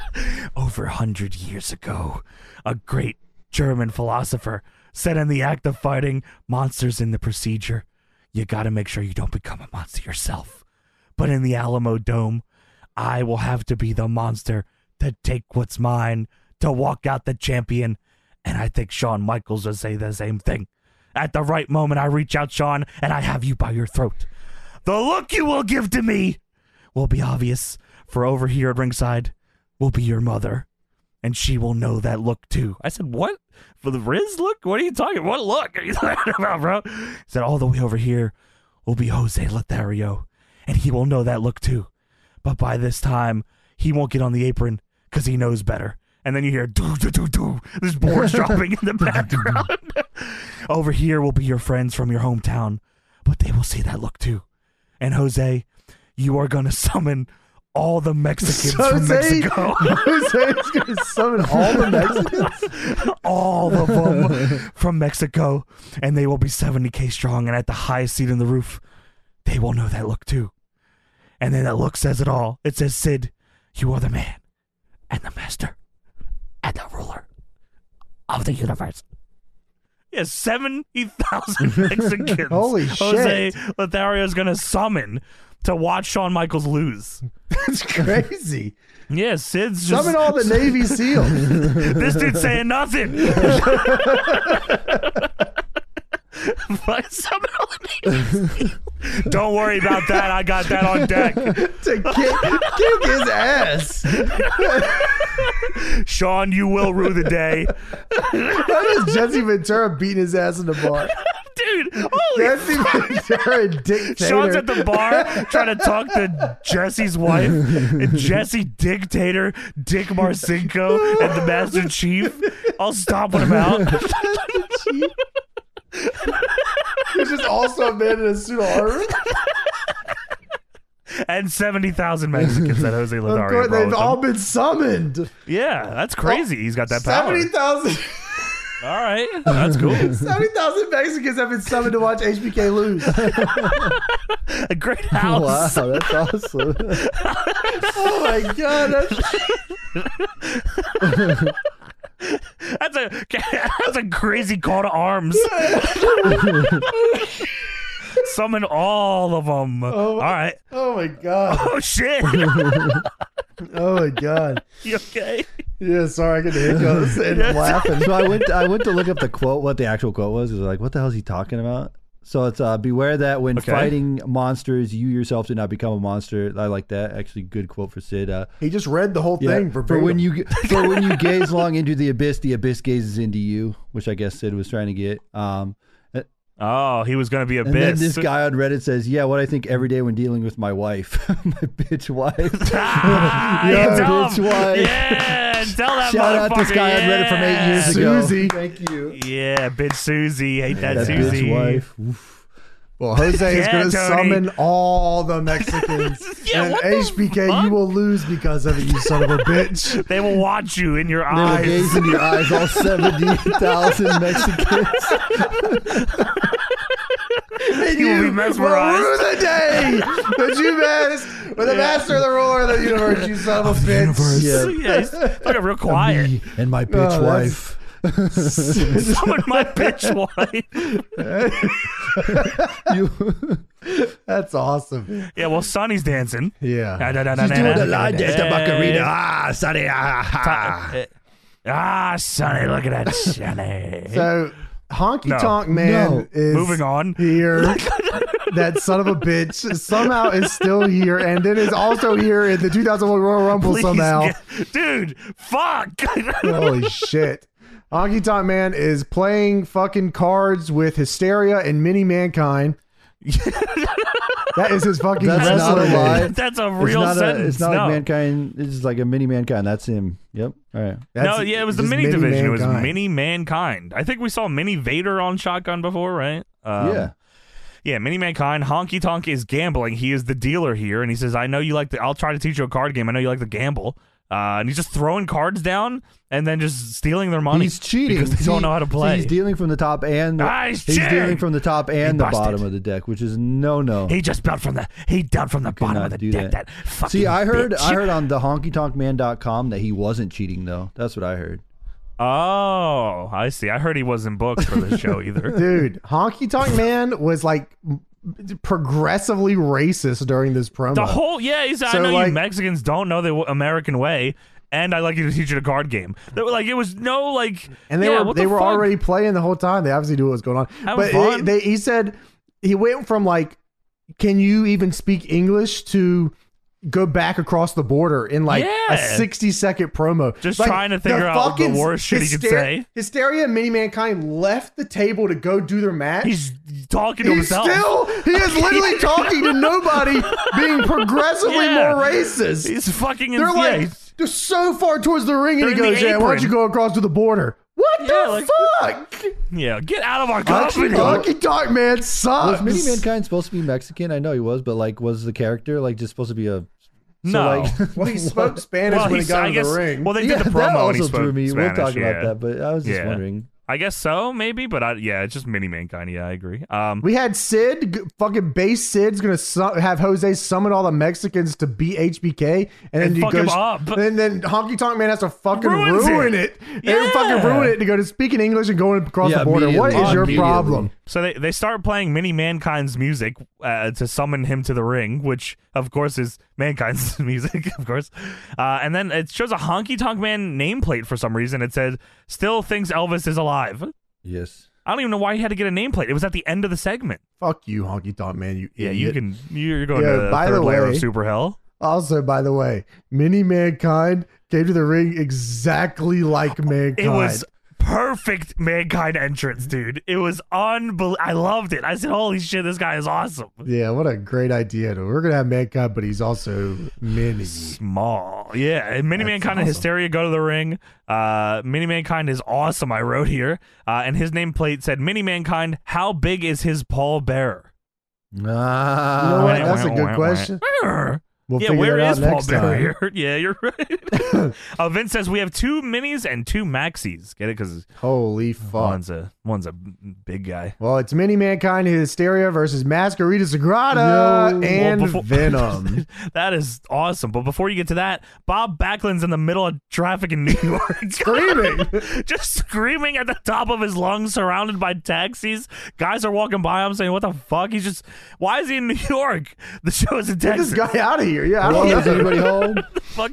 Speaker 2: Over a hundred years ago, a great German philosopher said, in the act of fighting monsters in the procedure, you got to make sure you don't become a monster yourself. But in the Alamo Dome, I will have to be the monster to take what's mine, to walk out the champion. And I think Shawn Michaels would say the same thing. At the right moment, I reach out, Shawn, and I have you by your throat. The look you will give to me will be obvious, for over here at ringside will be your mother, and she will know that look too. I said, What? For the Riz look? What are you talking What look are you *laughs* talking about, bro? He said, All the way over here will be Jose Lothario, and he will know that look too. But by this time, he won't get on the apron because he knows better, and then you hear doo doo doo doo. There's boards dropping in the background. *laughs* Over here will be your friends from your hometown, but they will see that look too. And Jose, you are gonna summon all the Mexicans from
Speaker 1: Jose-
Speaker 2: Mexico.
Speaker 1: *laughs* Jose is going to summon all the Mexicans.
Speaker 2: all of
Speaker 1: *laughs*
Speaker 2: them from Mexico, and they will be 70k strong. And at the highest seat in the roof, they will know that look too. And then that look says it all. It says, "Sid, you are the man, and the master, and the ruler of the universe." Yes, seventy
Speaker 1: *laughs*
Speaker 2: thousand Mexicans.
Speaker 1: Holy
Speaker 2: Jose
Speaker 1: shit.
Speaker 2: Lothario is gonna summon to watch Shawn Michaels lose.
Speaker 1: That's crazy.
Speaker 2: Yeah, Sid's just
Speaker 1: Summon all the Navy SEALs.
Speaker 2: this dude's saying nothing. Fuck, summon all the niggas. Don't worry about that. I got that on deck.
Speaker 1: to kick, kick his ass.
Speaker 2: Sean, you will rue the day.
Speaker 1: That is Jesse Ventura beating his ass in the bar.
Speaker 2: Dude, holy
Speaker 1: Jesse *laughs* Ventura, a dictator.
Speaker 2: Sean's at the bar trying to talk to Jesse's wife, and Jesse Dictator, Dick Marcinko, and the Master Chief all stomping him out.
Speaker 1: There's just also a man in a suit of armor.
Speaker 2: And 70,000 Mexicans that Jose
Speaker 1: Of
Speaker 2: Lothario
Speaker 1: course,
Speaker 2: brought
Speaker 1: they've
Speaker 2: with him.
Speaker 1: all been summoned.
Speaker 2: Yeah, that's crazy. He's got that power.
Speaker 1: 70,000 *laughs*
Speaker 2: All right, that's cool.
Speaker 1: 70,000 Mexicans have been summoned to watch HBK lose.
Speaker 2: a great house.
Speaker 3: Wow, that's awesome. *laughs*
Speaker 1: Oh my god, that's
Speaker 2: *laughs* That's a *laughs* that's a crazy call to
Speaker 3: *laughs*
Speaker 2: arms. Summon all of them. all right.
Speaker 1: oh my god.
Speaker 2: Oh shit. *laughs*
Speaker 1: Oh my god.
Speaker 2: you okay?
Speaker 1: Yeah, sorry, I could hiccups and laugh.
Speaker 3: laughing. So I went. I went to look up the quote. What the actual quote was? Is like, what the hell is he talking about? So it's uh, beware that when
Speaker 2: Okay.
Speaker 3: fighting monsters, you yourself do not become a monster. I like that. Actually, good quote for Sid. Uh,
Speaker 1: He just read the whole
Speaker 3: yeah,
Speaker 1: thing
Speaker 3: for
Speaker 1: verbatim.
Speaker 3: when you
Speaker 2: *laughs*
Speaker 3: for when you gaze long into the abyss, the abyss gazes into you, which I guess Sid was trying to get. Um,
Speaker 2: Oh, he was gonna be
Speaker 3: and then
Speaker 2: abyss. *laughs*
Speaker 3: this guy on Reddit says, "Yeah, what I think every day when dealing with my wife, *laughs* my bitch wife."
Speaker 2: *laughs* Ah, you
Speaker 3: Yeah,
Speaker 2: tell
Speaker 3: that's
Speaker 2: him.
Speaker 3: why.
Speaker 2: Yeah, tell that
Speaker 3: Shout out this
Speaker 2: motherfucker,
Speaker 3: guy
Speaker 2: yeah.
Speaker 3: on Reddit from eight years ago.
Speaker 1: Susie.
Speaker 3: Thank you.
Speaker 2: Yeah, bitch Susie, hate that,
Speaker 3: That
Speaker 2: Susie.
Speaker 3: bitch wife. Oof.
Speaker 1: Well, Jose is
Speaker 2: Yeah,
Speaker 1: going to
Speaker 2: Tony.
Speaker 1: summon all the *laughs* Mexicans.
Speaker 2: Yeah,
Speaker 1: and
Speaker 2: what the
Speaker 1: HBK, you
Speaker 2: fuck?
Speaker 1: will lose because of it, you son of a bitch.
Speaker 2: They will watch you in your
Speaker 3: They will
Speaker 2: eyes. *laughs*
Speaker 3: gaze into your eyes, all 70,000 Mexicans.
Speaker 1: And
Speaker 2: You will be mesmerized.
Speaker 1: Will rue the day that you mess with the master of the ruler of the universe, you son of a bitch.
Speaker 3: Yeah.
Speaker 2: *laughs* yeah, he's fucking
Speaker 3: *laughs*
Speaker 2: real quiet.
Speaker 3: Me and
Speaker 2: Oh,
Speaker 3: my bitch
Speaker 1: that's-
Speaker 3: wife.
Speaker 2: *laughs* Summon my bitch wife.
Speaker 3: You,
Speaker 1: That's awesome.
Speaker 2: Yeah, well, Sonny's dancing.
Speaker 1: Yeah.
Speaker 3: she's doing the line dance, the
Speaker 2: Hey.
Speaker 3: Macarena. Ah, sorry. Ah, ah, ah.
Speaker 2: Ah, ah, Sonny, look at that,
Speaker 3: *laughs*
Speaker 2: Sonny.
Speaker 1: So, Honky
Speaker 2: No.
Speaker 1: Tonk Man
Speaker 3: No.
Speaker 1: is
Speaker 2: Moving on. *laughs*
Speaker 1: here. that son of a bitch somehow is still here and then is also here in the 2001 Royal Rumble
Speaker 2: Please
Speaker 1: somehow.
Speaker 2: get- dude, fuck. *laughs*
Speaker 1: Holy shit. Honky Tonk Man is playing fucking cards with Hysteria and Mini
Speaker 2: *laughs*
Speaker 1: Mankind. that is his fucking
Speaker 3: That's not
Speaker 1: wrestler
Speaker 3: a
Speaker 1: name.
Speaker 3: lie.
Speaker 2: That's a
Speaker 3: It's
Speaker 2: real
Speaker 3: not, a,
Speaker 2: sentence.
Speaker 3: it's not
Speaker 2: no.
Speaker 3: like mankind. This is like a mini mankind. That's him. Yep. All right.
Speaker 1: That's-
Speaker 2: no, yeah, it was the
Speaker 1: just
Speaker 2: mini division. It was
Speaker 1: Mankind.
Speaker 2: mini mankind. I think we saw mini Vader on Shotgun before, right? Um,
Speaker 3: yeah.
Speaker 2: Yeah, Mini Mankind, Honky Tonk is gambling. He is the dealer here, and he says, "I know you like the. I'll try to teach you a card game. I know you like to gamble." Uh, and he's just throwing cards down and then just stealing their money.
Speaker 3: He's cheating
Speaker 2: because they
Speaker 3: See,
Speaker 2: don't know how to
Speaker 3: see,
Speaker 2: play.
Speaker 3: he's dealing from the top and the,
Speaker 2: Ah, he's
Speaker 3: he's
Speaker 2: cheating.
Speaker 3: dealing from the top and the
Speaker 2: busted.
Speaker 3: bottom of the deck, which is no no.
Speaker 2: He just built from the. He down from the bottom
Speaker 3: not
Speaker 2: of the
Speaker 3: do
Speaker 2: deck. That,
Speaker 3: that.
Speaker 2: fucking.
Speaker 3: See, I heard
Speaker 2: bitch.
Speaker 3: I heard on the honkytonkman.com that he wasn't cheating though. That's what I heard.
Speaker 2: Oh, I see. I heard he wasn't booked for the
Speaker 1: *laughs*
Speaker 2: show either.
Speaker 1: Dude, Honky Tonk Man was like progressively racist during this promo.
Speaker 2: the whole yeah. He's. I
Speaker 1: So,
Speaker 2: know you
Speaker 1: like-
Speaker 2: Mexicans don't know the w- American way, and I like you to teach you a card game. They were like it was no like.
Speaker 1: And they
Speaker 2: yeah,
Speaker 1: were
Speaker 2: what
Speaker 1: they
Speaker 2: the
Speaker 1: were
Speaker 2: fuck?
Speaker 1: already playing the whole time. They obviously knew what was going on.
Speaker 2: Having
Speaker 1: but they,
Speaker 2: fun.
Speaker 1: they, he said he went from like, can you even speak English to go back across the border in like
Speaker 2: Yeah.
Speaker 1: a sixty second promo,
Speaker 2: Just
Speaker 1: Like,
Speaker 2: trying to
Speaker 1: the
Speaker 2: figure out the
Speaker 1: fucking
Speaker 2: worst shit he could
Speaker 1: hyster-
Speaker 2: say.
Speaker 1: Hysteria and Mini Mankind left the table to go do their match.
Speaker 2: He's talking to
Speaker 1: He's
Speaker 2: himself.
Speaker 1: still, he is
Speaker 2: *laughs*
Speaker 1: literally talking to nobody, being progressively
Speaker 2: Yeah.
Speaker 1: more racist.
Speaker 2: He's fucking
Speaker 1: They're
Speaker 2: yeah,
Speaker 1: like,
Speaker 2: he's-
Speaker 1: they're so far towards the ring, and he
Speaker 2: They're in
Speaker 1: goes,
Speaker 2: the
Speaker 1: "Yeah, why don't
Speaker 2: apron."
Speaker 1: you go across to the border?" What
Speaker 2: Yeah,
Speaker 1: the
Speaker 2: like-
Speaker 1: fuck?
Speaker 2: yeah, get out of our
Speaker 1: Donkey
Speaker 2: company.
Speaker 1: Donkey Talk Man sucks.
Speaker 3: Was
Speaker 2: Uh,
Speaker 3: Mini Mankind supposed to be Mexican? I know he was, but like, was the character like just supposed to be a? so,
Speaker 2: No. *laughs*
Speaker 3: like- *laughs*
Speaker 1: Well, he spoke Spanish
Speaker 2: Well,
Speaker 1: when he
Speaker 2: he's-
Speaker 1: got
Speaker 2: I
Speaker 1: in
Speaker 2: guess,
Speaker 1: the ring.
Speaker 2: Well, they
Speaker 3: yeah,
Speaker 2: did the promo
Speaker 3: that
Speaker 2: and he
Speaker 3: also
Speaker 2: spoke
Speaker 3: threw me.
Speaker 2: Spanish.
Speaker 3: we'll talk
Speaker 2: yeah.
Speaker 3: about that, but I was just
Speaker 2: Yeah.
Speaker 3: wondering.
Speaker 2: I guess so, maybe, but I, yeah, it's just mini mankind. Yeah, I agree. Um,
Speaker 1: we had Sid, g- fucking base Sid's gonna su- have Jose summon all the Mexicans to beat HBK, and,
Speaker 2: And
Speaker 1: then you
Speaker 2: fuck him
Speaker 1: goes,
Speaker 2: up.
Speaker 1: *laughs* and then Honky Tonk Man has to fucking
Speaker 2: Ruins
Speaker 1: ruin
Speaker 2: it.
Speaker 1: it, and fucking
Speaker 2: Yeah.
Speaker 1: ruin it to go to speaking English and going across
Speaker 3: Yeah,
Speaker 1: the border. What
Speaker 3: immediately.
Speaker 1: is your
Speaker 3: Immediately.
Speaker 1: problem?
Speaker 2: so they, they start playing mini mankind's music uh, to summon him to the ring, which of course is mankind's *laughs* music, of course. Uh, and then it shows a honky tonk man nameplate for some reason. It said, "Still thinks Elvis is alive."
Speaker 3: Yes.
Speaker 2: I don't even know why he had to get a nameplate. It was at the end of the segment.
Speaker 1: Fuck you, Honky Tonk Man. You
Speaker 2: Yeah,
Speaker 1: idiot.
Speaker 2: you can. You're going
Speaker 1: Yeah,
Speaker 2: to the
Speaker 1: by
Speaker 2: third
Speaker 1: the
Speaker 2: layer of
Speaker 1: way-
Speaker 2: super hell.
Speaker 1: Also, by the way, Mini Mankind came to the ring exactly like Mankind.
Speaker 2: It was perfect mankind entrance, dude. It was unbelievable. I loved it. I said, "Holy shit, this guy is awesome."
Speaker 1: Yeah, what a great idea. We're going to have Mankind, but he's also Mini.
Speaker 2: Small, yeah. And Mini
Speaker 1: That's
Speaker 2: Mankind and
Speaker 1: awesome.
Speaker 2: Hysteria go to the ring. Uh, Mini Mankind is awesome. I wrote here, uh, and his nameplate said, "Mini Mankind, how big is his pallbearer?"
Speaker 1: You
Speaker 2: *laughs*
Speaker 1: know what?
Speaker 3: Ah.
Speaker 1: That's a good question. We'll
Speaker 2: yeah,
Speaker 1: figure
Speaker 2: where
Speaker 1: that
Speaker 2: is
Speaker 1: out
Speaker 2: Paul
Speaker 1: next time.
Speaker 2: Bearer? *laughs* Yeah, you're
Speaker 1: *laughs*
Speaker 2: right. uh, Vince says we have two minis and two maxis. Get it? Because
Speaker 1: Holy fuck.
Speaker 2: one's a one's a big guy.
Speaker 1: Well, it's Mini Mankind and Hysteria versus Masquerita Sagrada
Speaker 3: Yo.
Speaker 1: and
Speaker 2: Well, before- *laughs*
Speaker 1: Venom.
Speaker 2: that is awesome. But before you get to that, Bob Backlund's in the middle of traffic in New York,
Speaker 1: *laughs*
Speaker 2: *laughs*
Speaker 1: Screaming.
Speaker 2: just screaming at the top of his lungs, surrounded by taxis. Guys are walking by him saying, "What the fuck?" He's just, why is he in New York? The show is in
Speaker 1: Get this
Speaker 2: Texas.
Speaker 1: guy out of here. Yeah, I don't
Speaker 3: Hello,
Speaker 1: know.
Speaker 3: is anybody
Speaker 2: *laughs*
Speaker 3: home?
Speaker 2: fuck?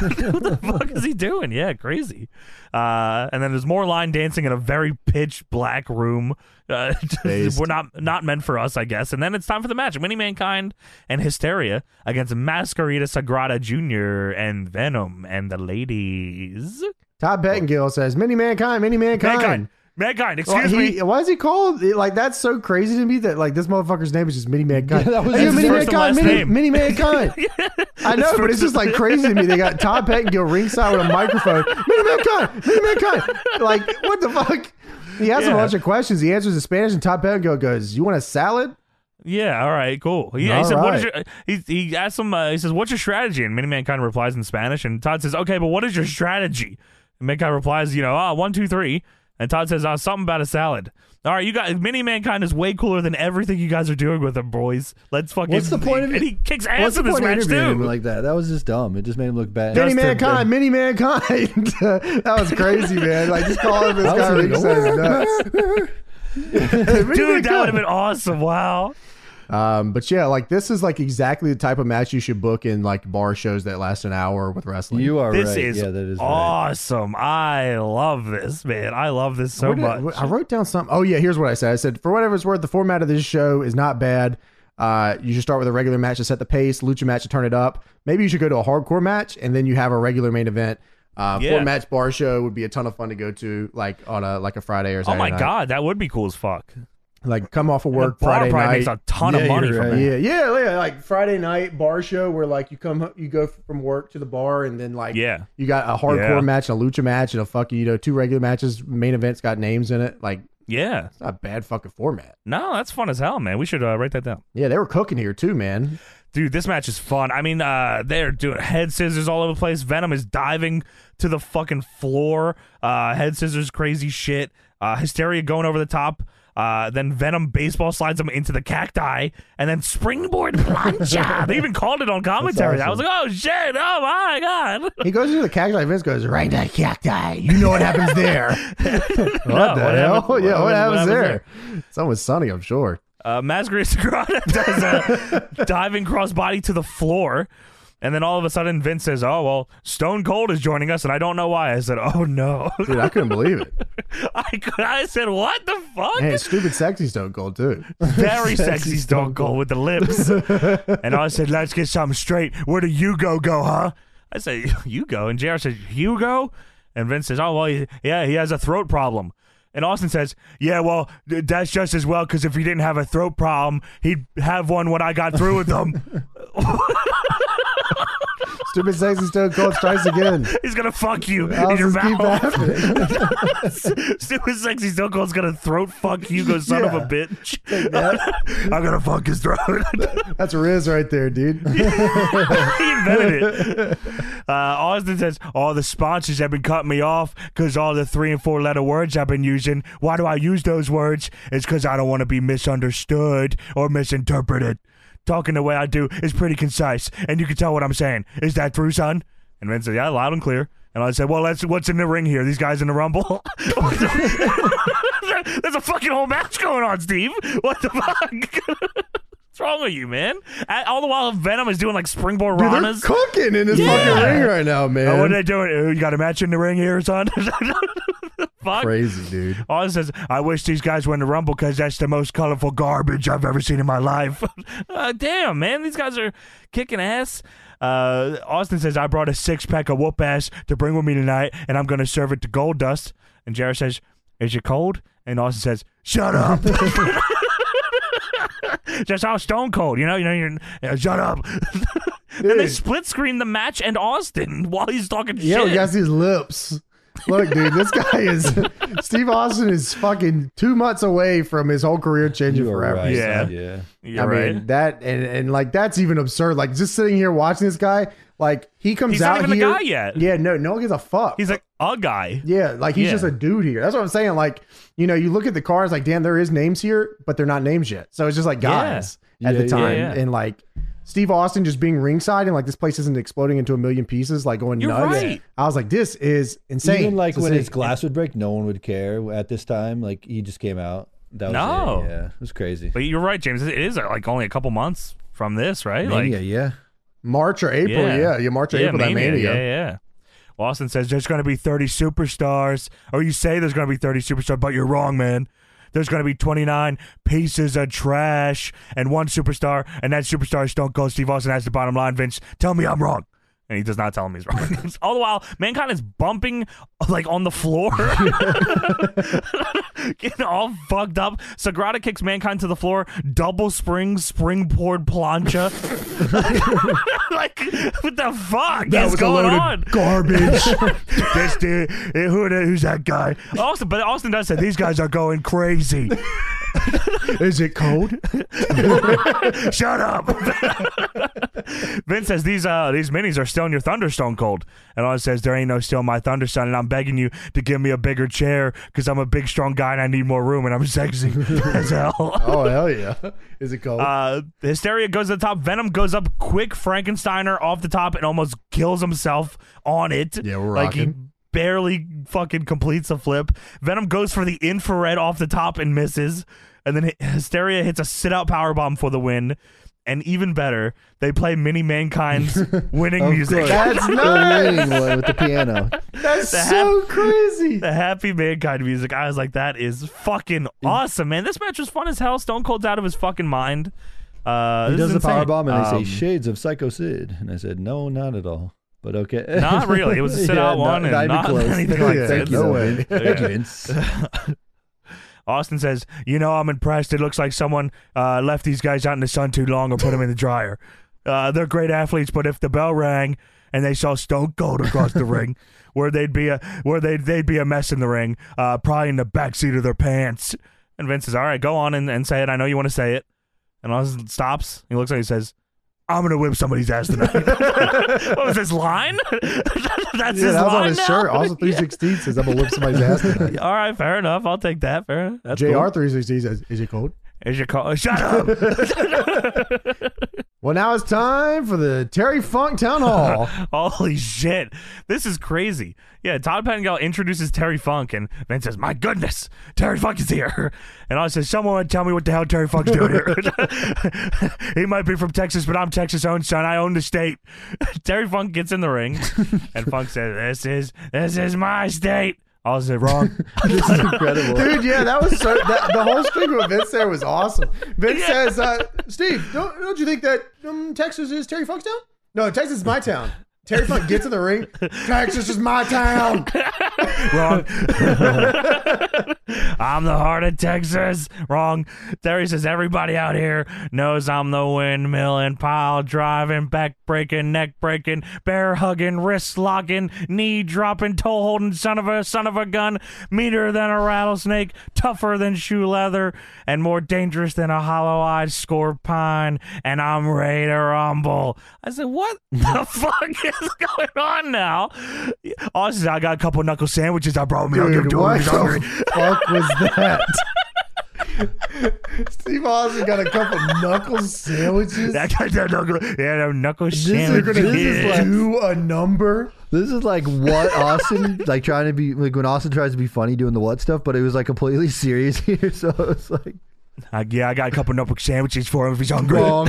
Speaker 2: what the fuck is he doing? Yeah, crazy. Uh, and then there's more line dancing in a very pitch black room. Uh, *laughs* just-
Speaker 1: Based.
Speaker 2: we're not not meant for us, I guess. And then it's time for the match: Mini Mankind and Hysteria against Masquerita Sagrada Jr. and Venom and the ladies.
Speaker 1: Todd Pettengill says, Mini Mankind, Mini Mankind.
Speaker 2: Mankind, mankind.
Speaker 1: Why-
Speaker 2: Excuse
Speaker 1: he-
Speaker 2: me.
Speaker 1: Why is he called? it- Like that's so crazy to me that like this motherfucker's name is just Mini Mankind.
Speaker 3: Yeah, that was
Speaker 1: Hey,
Speaker 3: his
Speaker 1: Mini
Speaker 2: first and
Speaker 1: Mankind,
Speaker 2: last
Speaker 1: Mini,
Speaker 2: name.
Speaker 1: Mini
Speaker 2: *laughs*
Speaker 1: Mankind. I know, but
Speaker 2: first
Speaker 1: it's just like crazy to me. They got Todd Pettengill ringside with a
Speaker 2: *laughs*
Speaker 1: microphone. Mini Mankind, Mini Mankind. Like what the fuck? He asks a
Speaker 2: Yeah.
Speaker 1: bunch of questions. He answers in Spanish, and Todd Pettengill goes, "You want a salad?"
Speaker 2: Yeah. All right. Cool. Yeah.
Speaker 1: All
Speaker 2: he said, "What is
Speaker 1: right.
Speaker 2: your?" He he asked him. Uh, he says, "What's your strategy?" And Mini Mankind replies in Spanish. And Todd says, "Okay, but what is your strategy?" And Mankind replies, "You know, ah, one, two, three. And Todd says, "Ah, something about a salad." All right, you got Mini Mankind is way cooler than everything you guys are doing with him, boys. Let's fucking.
Speaker 3: What's the point of
Speaker 2: And
Speaker 3: it-
Speaker 2: he kicks ass
Speaker 3: What's the
Speaker 2: in this
Speaker 3: point of
Speaker 2: match
Speaker 3: interviewing
Speaker 2: too.
Speaker 3: him like that? That was just dumb. It just made him look bad.
Speaker 1: Mini
Speaker 3: Just a-
Speaker 1: Mankind, Mini Mankind. *laughs* that was crazy, man. Like just calling this
Speaker 3: I
Speaker 1: guy
Speaker 3: was like,
Speaker 1: ringside is *laughs* nuts.
Speaker 3: *laughs*
Speaker 1: Hey, Mini
Speaker 2: Dude, that
Speaker 1: Mankind.
Speaker 2: would have been awesome. Wow.
Speaker 1: Um, but yeah, like this is like exactly the type of match you should book in like bar shows that last an hour with wrestling.
Speaker 3: You are
Speaker 2: This
Speaker 3: right.
Speaker 2: is,
Speaker 3: yeah, that is right.
Speaker 2: awesome. I love this, man. I love this so
Speaker 1: Where did I-
Speaker 2: much.
Speaker 1: I wrote down something. Oh yeah, here's what I said. I said for whatever it's worth, the format of this show is not bad. Uh, you should start with a regular match to set the pace, lucha match to turn it up. Maybe you should go to a hardcore match, and then you have a regular main event. Uh,
Speaker 2: Yeah.
Speaker 1: Four match bar show would be a ton of fun to go to, like on a like a Friday or
Speaker 2: oh
Speaker 1: Saturday.
Speaker 2: my
Speaker 1: night.
Speaker 2: god, that would be cool as fuck.
Speaker 1: Like come off of work
Speaker 2: the bar
Speaker 1: Friday
Speaker 2: probably
Speaker 1: night.
Speaker 2: makes a ton
Speaker 3: Yeah,
Speaker 2: of money
Speaker 3: you're
Speaker 2: from
Speaker 3: right.
Speaker 2: it.
Speaker 1: yeah, yeah, yeah, like Friday night bar show where like you come, you go from work to the bar, and then like
Speaker 2: Yeah.
Speaker 1: you got a hardcore
Speaker 2: Yeah.
Speaker 1: match, and a lucha match, and a fucking you know two regular matches. Main events got names in it. Like
Speaker 2: Yeah.
Speaker 1: it's not a bad fucking format.
Speaker 2: No, that's fun as hell, man. We should uh, write that down.
Speaker 1: Yeah, they were cooking here too, man.
Speaker 2: Dude, this match is fun. I mean, uh, they're doing head scissors all over the place. Venom is diving to the fucking floor. Uh, head scissors, crazy shit. Uh, hysteria going over the top. Uh, then Venom baseball slides him into the cacti, and then springboard
Speaker 1: *laughs*
Speaker 2: plancha. they even called it on commentary. I was like, "Oh shit! Oh my god!" *laughs*
Speaker 1: He goes into the cacti. Vince goes right to cacti. You know what happens
Speaker 2: *laughs*
Speaker 1: there. what the
Speaker 2: what
Speaker 1: hell?
Speaker 2: happened-
Speaker 1: yeah,
Speaker 2: what
Speaker 1: what happens,
Speaker 2: happened- what
Speaker 1: there? Something with Sonny, I'm sure.
Speaker 2: Uh, Masquerade *laughs* Sagrada does a diving crossbody to the floor. And then all of a sudden, Vince says, Oh, well, Stone Cold is joining us, and I don't know why. I said, Oh, no. *laughs*
Speaker 1: Dude, I couldn't believe it. *laughs*
Speaker 2: I, could- I said, What the fuck?
Speaker 1: And it's stupid, sexy Stone Cold too.
Speaker 2: Very sexy Stone Cold with the lips.
Speaker 1: *laughs*
Speaker 2: and I said, Let's get something straight. Where do you go, go, huh? I said, You go. And JR says, Hugo? And Vince says, Oh, well, he- yeah, he has a throat problem. And Austin says, "Yeah, well, th- that's just as well because if he didn't have a throat problem, he'd have one when I got through
Speaker 1: *laughs*
Speaker 2: with him.
Speaker 1: Stupid sexy stone cold strikes
Speaker 2: *laughs*
Speaker 1: again.
Speaker 2: He's gonna fuck you in
Speaker 1: I'll
Speaker 2: your
Speaker 1: just keep
Speaker 2: mouth.
Speaker 1: after it.
Speaker 2: *laughs* Stupid sexy Stone Cold's gonna throat fuck you, go son of a bitch. *laughs* I'm gonna fuck his throat. *laughs* he
Speaker 1: That's Riz right there, dude.
Speaker 2: invented it. Uh, Austin says, "All the sponsors have been cutting me off because all the three and four letter words I've been using. Why do I use those words? It's because I don't want to be misunderstood or misinterpreted. Talking the way I do is pretty concise, and you can tell what I'm saying. Is that true, son?" And Vince said, "Yeah, loud and clear." And I said, "Well, that's what's in the ring here. These guys in the rumble." *laughs* There's a fucking whole match going on, Steve. What the fuck? *laughs* What's wrong with you, man? And All the while, Venom is doing like springboard
Speaker 1: Dude, they're
Speaker 2: ranas.
Speaker 1: cooking in this
Speaker 2: Yeah.
Speaker 1: fucking ring right now, man.
Speaker 2: Oh, what are they doing? Oh, you got a match in the ring here, son? *laughs* Fuck.
Speaker 1: Crazy, dude.
Speaker 2: *laughs* Oz says, I wish these guys win the Rumble because that's the most colorful garbage I've ever seen in my life. *laughs* uh, damn, man. These guys are kicking ass. Uh, Austin says, I brought a six pack of whoop ass to bring with me tonight, and I'm going to serve it to Gold Dust. And Jared says, Is it cold? And Austin says, Shut up. *laughs* Just how stone cold, you know? You know, you're, uh, shut up. *laughs* then they
Speaker 1: Dude.
Speaker 2: split screen the match and Austin *laughs* while he's talking
Speaker 1: Yeah,
Speaker 2: shit.
Speaker 1: we got his lips. Look, dude, this guy *laughs* is Steve Austin is fucking two months away from his whole career changing
Speaker 3: You are
Speaker 1: forever.
Speaker 3: right,
Speaker 2: Yeah.
Speaker 3: son. yeah.
Speaker 2: You're
Speaker 1: I
Speaker 2: right.
Speaker 1: mean that and and like that's even absurd. Like just sitting here watching this guy, like he comes
Speaker 2: He's
Speaker 1: out
Speaker 2: not even a
Speaker 1: here.
Speaker 2: guy yet.
Speaker 1: Yeah, no, no one gives a fuck.
Speaker 2: He's like a guy.
Speaker 1: yeah, like he's
Speaker 2: Yeah.
Speaker 1: just a dude here. That's what I'm saying. Like you know, you look at the cards, like damn, there is names here, but they're not names yet. So it's just like guys
Speaker 3: Yeah.
Speaker 1: at
Speaker 3: Yeah,
Speaker 1: the
Speaker 3: yeah,
Speaker 1: time,
Speaker 2: yeah.
Speaker 1: and like Steve Austin just being ringside and like this place isn't exploding into a million pieces, like going
Speaker 2: You're
Speaker 1: nuts.
Speaker 2: right.
Speaker 1: I was like, this is insane.
Speaker 3: Even like
Speaker 1: to
Speaker 3: when
Speaker 1: see.
Speaker 3: his glass would break, no one would care at this time. Like he just came out. That was
Speaker 2: No.
Speaker 3: it. yeah, it was crazy.
Speaker 2: But you're right, James. It is uh, like only a couple months from this, right?
Speaker 3: Mania,
Speaker 2: like
Speaker 3: yeah.
Speaker 1: March or April,
Speaker 2: Yeah.
Speaker 1: yeah, yeah, March or
Speaker 2: yeah,
Speaker 1: April, that mania.
Speaker 2: Yeah, yeah. Well, Austin says there's going to be 30 superstars, or you say there's going to be 30 superstars, but you're wrong, man. There's going to be 29 pieces of trash and one superstar, and that superstar is Stone Cold Steve Austin. That's the bottom line, Vince. Tell me I'm wrong. And he does not tell him he's wrong. *laughs* All the while, mankind is bumping like on
Speaker 1: *laughs*
Speaker 2: the floor, *laughs* getting all fucked up. Sagrada kicks mankind to the floor, double spring, springboard plancha. *laughs* like, what the fuck is going on? *laughs*
Speaker 1: garbage.
Speaker 2: That's the eh, who the, who's that guy? Austin, but Austin does say these guys are going *laughs* crazy.
Speaker 1: is it cold?
Speaker 2: *laughs* Shut up. Vince says these uh these minis are still in your Thunderstone cold, and Austin says there ain't no still in my Thunderstone, and I'm begging you to give me a bigger chair because I'm a big strong guy and I need more room and I'm sexy *laughs* as hell.
Speaker 1: Oh hell yeah! *laughs* Is it cold?
Speaker 2: Uh, Hysteria goes to the top. Venom goes up quick. Frankensteiner off the top and almost kills himself on it.
Speaker 1: Yeah, we're
Speaker 2: like he
Speaker 1: rocking.
Speaker 2: barely fucking completes a flip. Venom goes for the infrared off the top and misses. And then Hy- Hysteria hits a sit out powerbomb for the win. And even better, they play Mini
Speaker 3: *laughs*
Speaker 2: Mankind's winning music.
Speaker 3: That's the winning one with the piano.
Speaker 1: *laughs* That's
Speaker 2: the
Speaker 1: so crazy.
Speaker 2: The happy mankind music. I was like, that is fucking awesome, man. This match was fun as hell. Stone Cold's out of his fucking mind. Uh,
Speaker 3: He
Speaker 2: this
Speaker 3: does
Speaker 2: is
Speaker 3: the power
Speaker 2: insane.
Speaker 3: bomb, and they
Speaker 2: Um,
Speaker 3: say shades of Psycho Sid, and I said no, not at all. But okay,
Speaker 2: Not really. It was a
Speaker 3: *laughs*
Speaker 2: sit out one and
Speaker 3: even
Speaker 2: not anything like
Speaker 1: Yeah,
Speaker 3: Thank
Speaker 2: that.
Speaker 3: you,
Speaker 1: no
Speaker 3: though,
Speaker 1: way.
Speaker 3: Vince.
Speaker 2: Yeah.
Speaker 3: Thank you, Vince. *laughs*
Speaker 2: Austin says, "You know, I'm impressed. It looks like someone uh, left these guys out in the sun too long or put them in the dryer. Uh, they're great athletes, but if the bell rang and they saw Stone Cold across the ring,
Speaker 1: *laughs*
Speaker 2: where they'd be a where they'd they'd be a mess in the ring, uh, probably in the back seat of their pants." And Vince says, "All right, go on and, and say it. I know you want to say it." And Austin stops. He looks like he says. I'm gonna whip somebody's
Speaker 1: *laughs*
Speaker 2: ass tonight. *laughs* what was his line? *laughs* That's
Speaker 1: Yeah,
Speaker 2: his
Speaker 1: that was
Speaker 2: line
Speaker 1: on his
Speaker 2: now?
Speaker 1: shirt.
Speaker 2: *laughs*
Speaker 1: Also, 316 says, "I'm gonna whip somebody's ass." Tonight.
Speaker 2: All right, fair enough. I'll take that. Fair. Enough. That's
Speaker 1: Jr.
Speaker 2: cool.
Speaker 1: 316 says, "Is it cold?"
Speaker 2: Is your call? *laughs* Shut up.
Speaker 1: Well, now it's time for the Terry Funk Town
Speaker 2: *laughs*
Speaker 1: Hall.
Speaker 2: Holy shit. This is crazy. Yeah, Todd Pettengill introduces Terry Funk and then says, My goodness, Terry Funk is here. *laughs* And I says, Someone would tell me what the hell Terry Funk's doing here. *laughs* he might be from Texas, but I'm Texas owned, son. I own the state. *laughs* Terry Funk gets in the ring and Funk says, This is this is my state. I said, wrong.
Speaker 3: this is incredible.
Speaker 1: Dude, yeah, that was so. That, the whole string with Vince there was awesome. Vince
Speaker 2: Yeah.
Speaker 1: says, uh, "Steve, don't don't you think that um, Texas is Terry Funk's town? No, Texas is my town.
Speaker 4: Terry Funk gets in the
Speaker 2: *laughs*
Speaker 4: ring. Texas is my town.
Speaker 2: Wrong. I'm the heart of Texas. Wrong. Terry says everybody out here knows I'm the windmill and pile driving, back breaking, neck breaking, bear hugging, wrist locking, knee dropping, toe holding, son of a son of a gun, meaner than a rattlesnake, tougher than shoe leather, and more dangerous than a hollow eyed score pine. And I'm ready to rumble. I said, what *laughs* the fuck is going on now? Austin, said, I got a couple knuckle sandwiches I brought me. I'll give
Speaker 4: Dude,
Speaker 2: it to him.
Speaker 4: what
Speaker 2: He's
Speaker 1: *laughs*
Speaker 2: hungry.
Speaker 4: the fuck was that? Steve Austin got a couple knuckle sandwiches.
Speaker 2: I got that knuckle. Yeah, that knuckle
Speaker 4: They're
Speaker 2: sandwich.
Speaker 4: gonna do a number.
Speaker 3: This is like what Austin like trying to be like when Austin tries to be funny doing the what stuff, but it was like completely *laughs* serious here. So it's like
Speaker 2: I, yeah, I got a couple knuckle sandwiches for him if he's hungry.
Speaker 3: *laughs* wrong,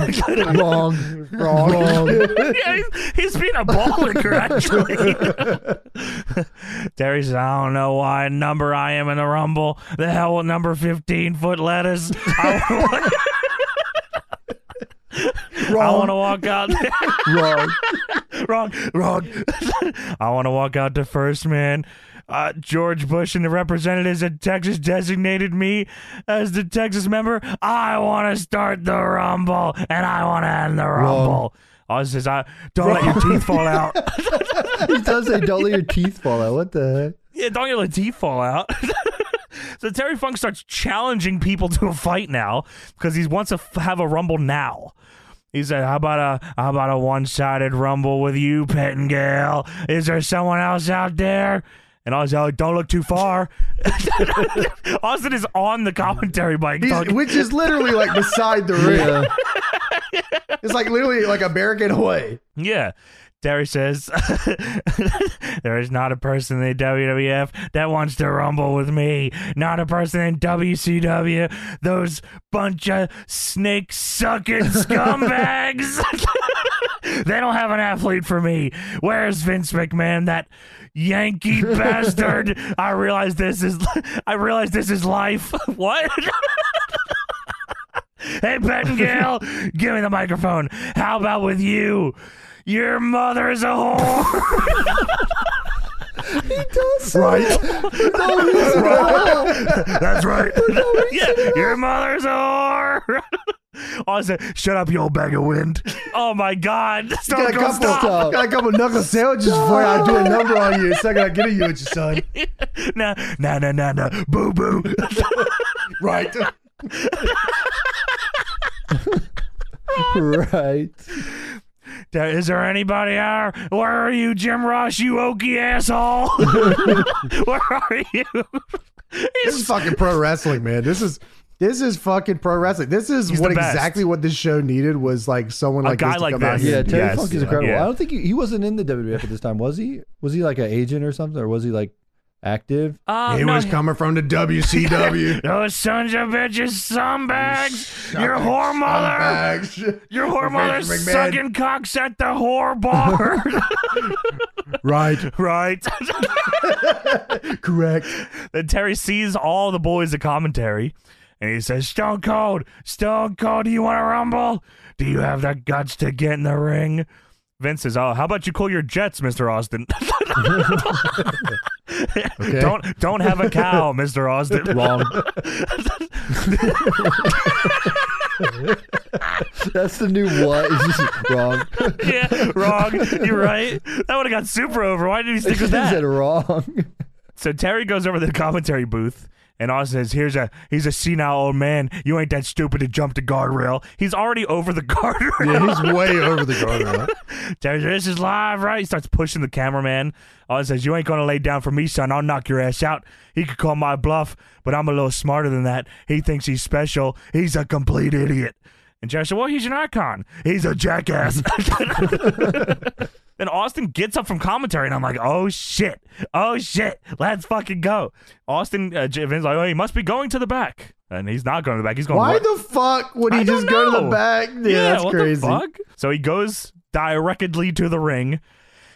Speaker 3: wrong, wrong,
Speaker 2: *laughs*
Speaker 3: wrong.
Speaker 2: yeah, he's, he's being a ball licker, actually. *laughs* Terry says, I don't know why number I am in the Rumble. The hell with number 15 foot lettuce. *laughs* I want to walk out.
Speaker 3: wrong.
Speaker 2: wrong, wrong. *laughs* I want to walk out to first man. Uh, George Bush and the representatives of Texas designated me as the Texas member. I want to start the rumble and I want to end the rumble. Oh, I says, I uh, don't let your teeth fall out.
Speaker 3: *laughs* He does say, "Don't let your teeth fall out." What the
Speaker 2: yeah, don't let your teeth fall out. *laughs* so Terry Funk starts challenging people to a fight now because he wants to f- have a rumble now. He said, "How about a how about a one sided rumble with you, Pettingale? Is there someone else out there?" And I was like, "Don't look too far." *laughs* Austin is on the commentary bike.
Speaker 4: He's-
Speaker 2: talking-
Speaker 4: which is literally like beside the
Speaker 3: heck?
Speaker 4: ring.
Speaker 3: Yeah.
Speaker 4: It's like literally like a barricade away.
Speaker 2: Yeah. Terry says, *laughs* There is not a person in the WWF that wants to rumble with me. Not a person in WCW. Those bunch of snake sucking scumbags. *laughs* they don't have an athlete for me. Where's Vince McMahon, that Yankee bastard? I realize this is *laughs* I realize this is life. *laughs* what?
Speaker 4: *laughs*
Speaker 2: Hey, Pettingale, give me the microphone. How about with you? Your mother is
Speaker 4: *laughs*
Speaker 2: a whore.
Speaker 4: *laughs* Right?
Speaker 2: That's right. *laughs* yeah, your mother's a whore. *laughs* I said, shut up, you old bag of wind. Oh my God. Stone
Speaker 4: Got a
Speaker 2: Cold,
Speaker 4: couple,
Speaker 2: stop.
Speaker 3: stop.
Speaker 4: got a couple knuckle sandwiches before I do a number on you. Second, I get a you at your son.
Speaker 2: Nah, nah, nah, nah, nah. Boo,
Speaker 4: *laughs*
Speaker 2: *laughs* boo.
Speaker 4: Right?
Speaker 3: right.
Speaker 2: There- Is there anybody there? Where are you, Jim Ross, you oaky asshole? Where are you?
Speaker 4: This is fucking pro wrestling, man. This is this is fucking pro wrestling. This is
Speaker 2: He's
Speaker 4: what
Speaker 2: the best.
Speaker 4: exactly what this show needed was like someone like
Speaker 2: guy
Speaker 4: this to
Speaker 2: like
Speaker 4: come out
Speaker 2: this.
Speaker 4: here
Speaker 3: Yeah,
Speaker 4: and
Speaker 3: Terry
Speaker 2: Yes,
Speaker 3: Funk is incredible.
Speaker 2: yeah.
Speaker 3: I don't think he, he wasn't in the WWF at this time, was he? Was he like an agent or something, or was he like active?
Speaker 2: Uh,
Speaker 4: He
Speaker 2: no,
Speaker 4: was coming from the
Speaker 2: *laughs*
Speaker 4: WCW.
Speaker 2: Those sons of bitches, scumbags! Your whore mother!
Speaker 4: Scumbags.
Speaker 2: Your whore mother
Speaker 4: Vince McMahon.
Speaker 2: sucking cocks at the
Speaker 4: *laughs*
Speaker 2: whore bar! *laughs*
Speaker 4: Right.
Speaker 2: right?
Speaker 4: Correct.
Speaker 2: then Terry sees all the boys at commentary and he says, Stone Cold, Stone Cold, do you want to rumble? Do you have the guts to get in the ring? Vince says, Oh, how about you call your jets, Mr. Austin? *laughs* Don't don't have a cow, Mr. Austin.
Speaker 3: *laughs* Wrong. *laughs* That's the new what? It's just wrong.
Speaker 2: *laughs*
Speaker 3: *laughs*
Speaker 2: yeah, wrong. You're right. That would have got super over. Why did he stick
Speaker 3: *laughs* He
Speaker 2: with that?
Speaker 3: said wrong.
Speaker 2: So Terry goes over to the commentary booth and Austin says, Here's a he's a senile old man. You ain't that stupid to jump the guardrail. He's already over the *laughs* guardrail.
Speaker 4: He's way over
Speaker 3: *laughs*
Speaker 4: the guardrail.
Speaker 2: Terry says, This is live, right? He starts pushing the cameraman. Austin says, You ain't gonna lay down for me, son. I'll knock your ass out. He could call my bluff, but I'm a little smarter than that. He thinks he's special. He's a complete idiot. And Terry said, Well, he's an icon. He's a jackass. *laughs* Then Austin gets up from commentary, and I'm like, "Oh shit! Oh shit! Let's fucking go!" Austin uh, J- Vince like, "Oh, he must be going to the back," and he's not going to the back. He's going.
Speaker 4: Why
Speaker 2: right-
Speaker 4: the fuck would he
Speaker 2: I
Speaker 4: just
Speaker 2: don't
Speaker 4: go to the
Speaker 2: know.
Speaker 4: back? Yeah,
Speaker 2: yeah,
Speaker 4: that's
Speaker 2: what
Speaker 4: crazy.
Speaker 2: the fuck? So he goes directly to the ring.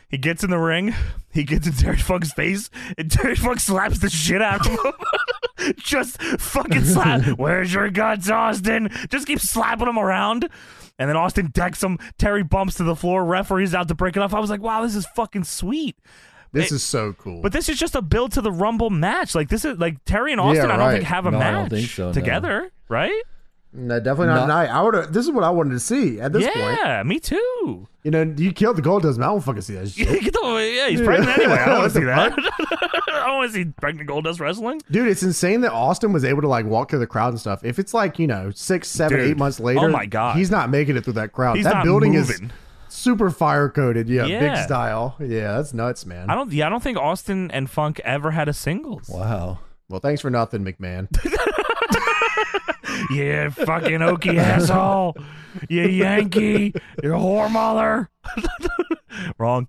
Speaker 2: He gets in the ring. He gets in Terry Funk's face, and Terry Funk slaps the shit out of him. *laughs* just fucking slap. Where's your guts, Austin? Just keep slapping him around. And then Austin decks him. Terry bumps to the floor. Referee's out to break it off. I was like, wow, this is fucking sweet.
Speaker 1: This is so cool.
Speaker 2: But this is just a build to the Rumble match. Like this is like Terry and Austin. I don't
Speaker 1: right.
Speaker 2: think have a
Speaker 3: No, I
Speaker 2: match
Speaker 3: don't think so, no.
Speaker 2: together, right?
Speaker 1: no, definitely not,
Speaker 3: Not-
Speaker 1: tonight. I would. This is what I wanted to see at this point.
Speaker 2: yeah, me too.
Speaker 1: You know, you killed the gold does I don't fucking see that shit.
Speaker 2: Get the- *laughs* yeah, he's pregnant anyway. I don't want to see that. *laughs* I don't want to see pregnant Goldust wrestling.
Speaker 1: Dude, it's insane that Austin was able to like walk through the crowd and stuff. If it's like, you know, six, seven, eight
Speaker 2: Dude.
Speaker 1: months later,
Speaker 2: Oh my God.
Speaker 1: he's not making it through that crowd.
Speaker 2: He's
Speaker 1: that
Speaker 2: not
Speaker 1: building
Speaker 2: moving.
Speaker 1: is super fire coated. Yeah, big
Speaker 2: Yeah.
Speaker 1: style. Yeah, that's nuts, man.
Speaker 2: I don't. Yeah, I don't think Austin and Funk ever had a singles.
Speaker 3: *laughs* Wow.
Speaker 1: Well, thanks for nothing, McMahon. *laughs*
Speaker 2: Yeah, fucking Okie *laughs* asshole. You Yankee. You're a whore mother. *laughs* Wrong.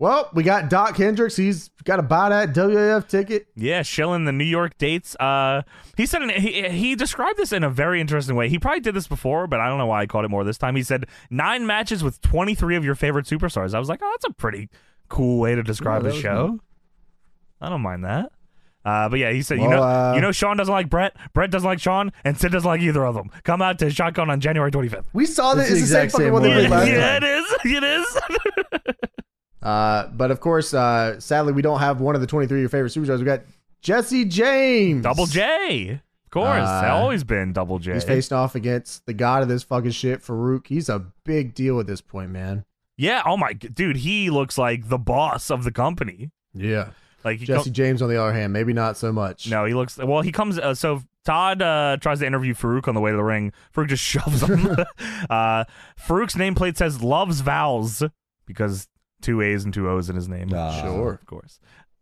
Speaker 1: well, we got Doc Hendricks. He's got to buy that WAF ticket.
Speaker 2: Yeah, shilling the New York dates. Uh, he said an, he he described this in a very interesting way. He probably did this before, but I don't know why I caught it more this time. He said nine matches with twenty three of your favorite superstars. I was like, oh, that's a pretty cool way to describe the
Speaker 3: Yeah, that was
Speaker 2: show. I don't mind that. Uh, but yeah, he said, you
Speaker 1: Well,
Speaker 2: know,
Speaker 1: uh,
Speaker 2: you know, Sean doesn't like Brett, Brett doesn't like Sean, and Sid doesn't like either of them. Come out to Shotgun on January twenty
Speaker 1: *laughs*
Speaker 2: fifth.
Speaker 1: We saw this.
Speaker 3: It's the
Speaker 1: It's the same
Speaker 3: exact
Speaker 1: fucking
Speaker 3: same
Speaker 1: one that
Speaker 3: one.
Speaker 1: we last
Speaker 2: *laughs* Yeah, yeah,
Speaker 1: time.
Speaker 2: it is. It is. *laughs*
Speaker 1: Uh, but of course, uh, sadly, we don't have one of the 23 of your favorite superstars. We got Jesse James.
Speaker 2: Double J. Of course.
Speaker 1: Uh,
Speaker 2: always been Double J.
Speaker 1: He's facing off against the god of this fucking shit, Farouk. He's a big deal at this point, man.
Speaker 2: Yeah. Oh my g- dude, he looks like the boss of the company.
Speaker 1: Yeah.
Speaker 2: Like he
Speaker 1: Jesse
Speaker 2: com-
Speaker 1: James, on the other hand, maybe not so much.
Speaker 2: no, he looks well. He comes. Uh, so Todd uh, tries to interview Farouk on the way to the ring. Farouk just *laughs* shoves
Speaker 3: *laughs*
Speaker 2: him. uh, Farouk's nameplate says "Loves Vowels" because two A's and two O's in his name.
Speaker 3: Nah.
Speaker 1: Sure.
Speaker 2: of course.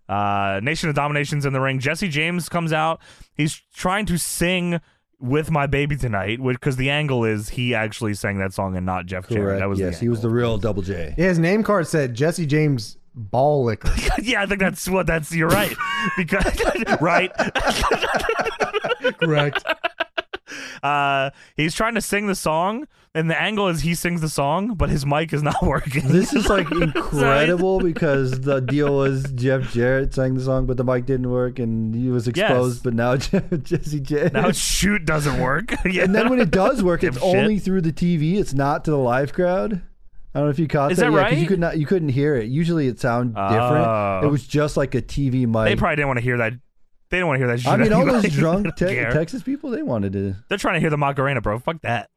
Speaker 2: Uh, Nation of Domination's in the ring. Jesse James comes out. He's trying to sing with my baby tonight because the angle is he actually sang that song and not Jeff Jarrett.
Speaker 3: Correct.
Speaker 2: That was the
Speaker 3: yes, he was the
Speaker 2: angle.
Speaker 3: real Double J.
Speaker 1: Yeah, His name card said Jesse James Ball
Speaker 2: *laughs*
Speaker 1: Licker.
Speaker 2: yeah, I think that's what that's. You're right because *laughs* right.
Speaker 1: Correct.
Speaker 2: Uh, he's trying to sing the song, and the angle is he sings the song, but his mic is not *laughs* working.
Speaker 3: This
Speaker 2: *laughs*
Speaker 3: is like incredible because the deal was Jeff Jarrett sang the song, but the mic didn't work and he was exposed.
Speaker 2: Yes.
Speaker 3: But now *laughs* Jesse J.
Speaker 2: now shoot doesn't work. *laughs* yeah.
Speaker 3: and then when it
Speaker 2: *laughs*
Speaker 3: does work, it's
Speaker 2: Dipshit.
Speaker 3: only through the TV. It's not to the live crowd. I don't know if you caught
Speaker 2: Is
Speaker 3: that,
Speaker 2: that
Speaker 3: yeah, 'cause You
Speaker 2: right?
Speaker 3: could not, you couldn't hear it. Usually, it sounded
Speaker 2: Oh.
Speaker 3: different. It was just like a TV
Speaker 2: they
Speaker 3: mic.
Speaker 2: probably didn't want to hear that. They didn't want to hear that. Shit
Speaker 3: I mean, all
Speaker 2: anyway.
Speaker 3: those drunk
Speaker 2: *laughs* They
Speaker 3: te-
Speaker 2: don't care.
Speaker 3: Texas people, they wanted to.
Speaker 2: They're trying to hear the Macarena, bro. Fuck that.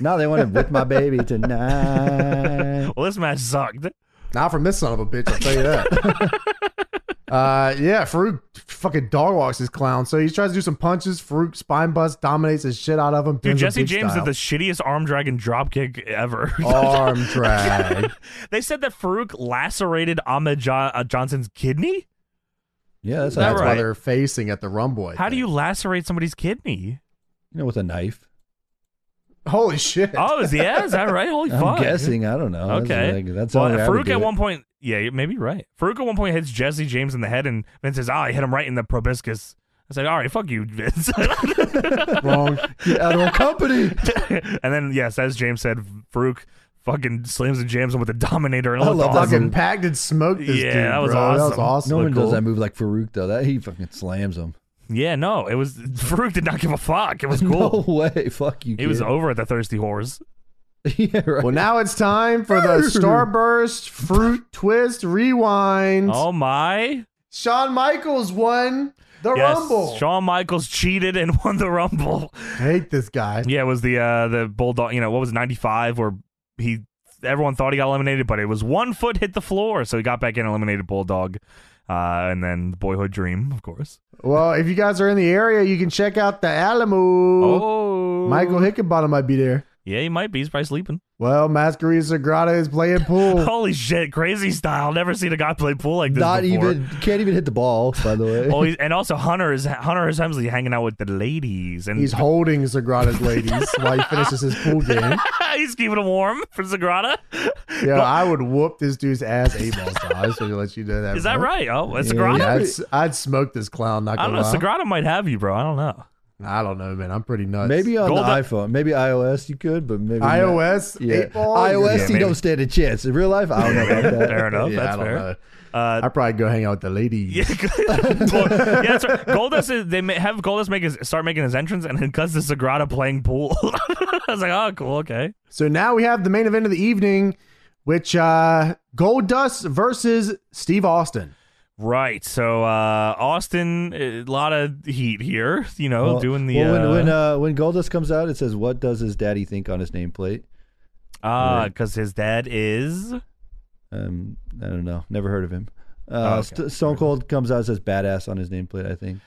Speaker 3: Now they wanted with my
Speaker 2: *laughs*
Speaker 3: baby tonight.
Speaker 2: Well, this match sucked.
Speaker 1: Not from this son of a bitch, I'll tell you
Speaker 2: *laughs*
Speaker 1: that. uh, yeah, Farouk fucking dog walks his clown. So he tries to do some punches. Farouk spine bust dominates his shit out of him.
Speaker 2: Dude,
Speaker 1: pins him
Speaker 2: Jesse
Speaker 1: big
Speaker 2: James
Speaker 1: style.
Speaker 2: did the shittiest arm drag and drop kick ever. *laughs*
Speaker 3: Oh.
Speaker 1: arm drag.
Speaker 2: they said that Farouk lacerated Ahmed Jo- uh, Johnson's kidney.
Speaker 3: yeah, that's
Speaker 1: That's
Speaker 3: how
Speaker 2: that
Speaker 3: it's-
Speaker 1: why
Speaker 2: right?
Speaker 1: they're facing at the Rumble. I
Speaker 2: How do
Speaker 1: think.
Speaker 2: you lacerate somebody's kidney?
Speaker 3: you know with a knife.
Speaker 1: Holy shit!
Speaker 2: Oh, is yeah, is that right? Holy
Speaker 3: I'm
Speaker 2: fuck.
Speaker 3: guessing. I don't know. That's
Speaker 2: Okay.
Speaker 3: like- That's
Speaker 2: well,
Speaker 3: all I would
Speaker 2: Farouk
Speaker 3: do
Speaker 2: at
Speaker 3: it.
Speaker 2: one point, yeah, you may be right. Farouk at one point hits Jesse James in the head, and Vince says, "Ah, I hit him right in the proboscis." I said, "All right, fuck you, Vince." *laughs*
Speaker 3: *laughs*
Speaker 1: Wrong.
Speaker 3: Get out of our company.
Speaker 2: and then, yes, as James said, Farouk fucking slams and jams him with a dominator, and it
Speaker 3: I
Speaker 2: looked
Speaker 3: love that
Speaker 2: awesome.
Speaker 1: Fucking packed and smoked this
Speaker 2: Yeah,
Speaker 1: dude.
Speaker 2: that was
Speaker 1: bro. That was
Speaker 2: awesome.
Speaker 1: awesome.
Speaker 3: No one
Speaker 2: cool.
Speaker 3: does that move like Farouk though. That he fucking slams him.
Speaker 2: Yeah, no, it was Farouk did not give a fuck. It was cool.
Speaker 3: *laughs* No way. Fuck you.
Speaker 2: He was
Speaker 3: kid.
Speaker 2: over at the thirsty whores.
Speaker 3: *laughs* yeah, right.
Speaker 1: Well, now it's time for the Starburst Fruit
Speaker 2: *laughs*
Speaker 1: Twist Rewind.
Speaker 2: Oh my!
Speaker 1: Shawn Michaels won the
Speaker 2: Yes,
Speaker 1: Rumble.
Speaker 2: Shawn Michaels cheated and won the Rumble.
Speaker 1: I hate this guy.
Speaker 2: Yeah, it was the uh the bulldog. You know what was ninety five where he everyone thought he got eliminated, but it was one foot hit the floor, so he got back in eliminated bulldog, uh, and then boyhood dream, of course.
Speaker 1: Well, if you guys are in the area, you can check out the Alamo.
Speaker 2: Oh,
Speaker 1: Michael Hickenbottom might be there.
Speaker 2: Yeah, he might be. He's probably sleeping.
Speaker 1: Well, Masquerade Sagrada is playing
Speaker 2: *laughs*
Speaker 1: pool.
Speaker 2: Holy shit, crazy style. Never seen a guy play pool like this.
Speaker 3: Not
Speaker 2: before.
Speaker 3: even can't even hit the ball. By the way,
Speaker 2: *laughs* Oh, he's- and also Hunter is Hunter is Hemsley hanging out with the ladies, and
Speaker 1: He's holding Sagrada's ladies while he finishes his pool game.
Speaker 2: *laughs* he's keeping them warm for Zagrata.
Speaker 1: Yeah, I would whoop this dude's ass eight balls. Tom. I just wanted to let you know that.
Speaker 2: Is that
Speaker 1: bro.
Speaker 2: right? Oh, it's
Speaker 1: Yeah,
Speaker 2: Zagrata.
Speaker 1: I'd, s- I'd smoke this clown. Not
Speaker 2: I don't
Speaker 1: gonna
Speaker 2: know.
Speaker 1: lie.
Speaker 2: Sagrada might have you, bro. I don't know.
Speaker 1: I don't know, man. I'm pretty nuts.
Speaker 3: *laughs* maybe on
Speaker 2: Gold-
Speaker 3: the iPhone, maybe iOS you could, but maybe not.
Speaker 1: iOS
Speaker 3: Yeah,
Speaker 1: eight ball.
Speaker 3: iOS
Speaker 2: Yeah,
Speaker 3: you
Speaker 2: maybe.
Speaker 3: don't stand a chance in real life. I don't know about
Speaker 2: *laughs*
Speaker 3: that.
Speaker 2: Fair enough.
Speaker 1: Yeah,
Speaker 2: That's
Speaker 1: I don't
Speaker 2: fair.
Speaker 1: know.
Speaker 2: Uh,
Speaker 1: I probably go hang out with the ladies.
Speaker 2: yeah, *laughs* Gold- yeah, that's right. Goldust. Is, they ma- have Goldust make his, start making his entrance, and then cuts to Sagrada playing pool. *laughs* I was like, oh, cool, okay.
Speaker 1: So now we have the main event of the evening, which uh Goldust versus Steve Austin.
Speaker 2: Right. So uh, Austin, a lot of heat here. You know,
Speaker 3: Well,
Speaker 2: doing the
Speaker 3: well, when
Speaker 2: uh,
Speaker 3: when uh, when Goldust comes out, it says, "What does his daddy think on his nameplate?"
Speaker 2: Ah, because his dad is.
Speaker 3: Um, I don't know. Never heard of him. Uh,
Speaker 2: Oh, okay.
Speaker 3: St- Stone Cold comes out and says "badass" on his nameplate.
Speaker 2: *laughs*
Speaker 3: I think.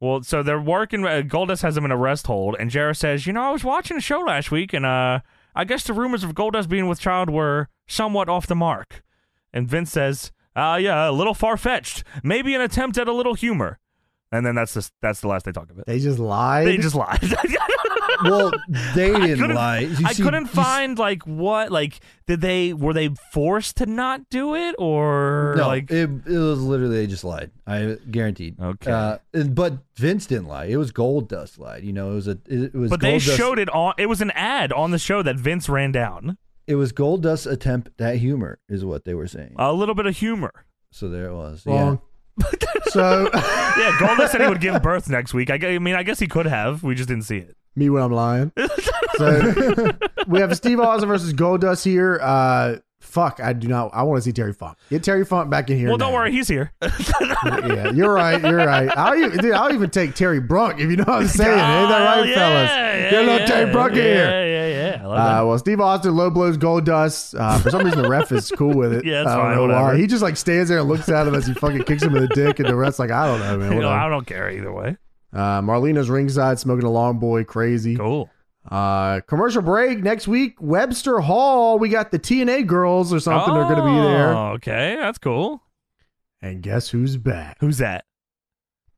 Speaker 2: Well, so they're working. Uh, Goldust has him in a rest hold, and Jarrett says, "You know, I was watching a show last week, and uh, I guess the rumors of Goldust being with Child were somewhat off the mark." And Vince says, "Ah, yeah, a little far fetched. Maybe an attempt at a little humor." And then that's the that's the last they talk of it.
Speaker 1: They just lied.
Speaker 2: They just lied.
Speaker 3: Well, they didn't
Speaker 2: couldn't-
Speaker 3: lie.
Speaker 2: *laughs*
Speaker 3: You
Speaker 2: I
Speaker 3: see-
Speaker 2: couldn't
Speaker 3: you see-
Speaker 2: find like what like did they were they forced to not do it or
Speaker 3: No,
Speaker 2: like
Speaker 3: it, it was literally they just lied. I guaranteed.
Speaker 2: Okay.
Speaker 3: Uh, and- but Vince didn't lie. It was Gold Dust lied. You know, it was a it was.
Speaker 2: but they
Speaker 3: Goldust-
Speaker 2: showed it on it was an ad on the show that Vince ran down.
Speaker 3: it was Gold Dust's attempt at humor is what they were saying.
Speaker 2: A little bit of humor.
Speaker 3: so there it was.
Speaker 1: Wrong.
Speaker 2: *laughs*
Speaker 1: so
Speaker 2: Yeah, Goldust said he would give birth next week. I, gu- I mean, I guess he could have. We just didn't see it.
Speaker 1: me when I'm
Speaker 2: *laughs*
Speaker 1: lying. So we have Steve Austin versus Goldust here. Uh fuck, I do not I want to see Terry Funk. Get Terry Funk back in here.
Speaker 2: Well, don't
Speaker 1: now.
Speaker 2: worry, he's here.
Speaker 1: *laughs* Yeah, you're right. You're right. I'll even, dude, I'll even take Terry Brunk if you know what I'm saying.
Speaker 2: Oh,
Speaker 1: Ain't that right, fellas? Get a little Terry Brunk in here.
Speaker 2: Yeah, yeah, yeah. I love that.
Speaker 1: Uh, well, Steve Austin low blows Goldust. Uh, for some reason, the ref is cool with it.
Speaker 2: *laughs* Yeah, that's
Speaker 1: I don't
Speaker 2: fine,
Speaker 1: know
Speaker 2: whatever.
Speaker 1: why. He just like stands there and looks at him as he fucking kicks him in the dick, and the ref's like, I don't know, man.
Speaker 2: *laughs* You know, I
Speaker 1: whatever.
Speaker 2: don't care either way.
Speaker 1: Uh, Marlena's ringside smoking a long boy, crazy.
Speaker 2: Cool.
Speaker 1: Uh, commercial break next week. Webster Hall. We got the TNA girls or something. They're going to be there.
Speaker 2: Oh, Okay, that's cool.
Speaker 1: And guess who's back?
Speaker 2: Who's that?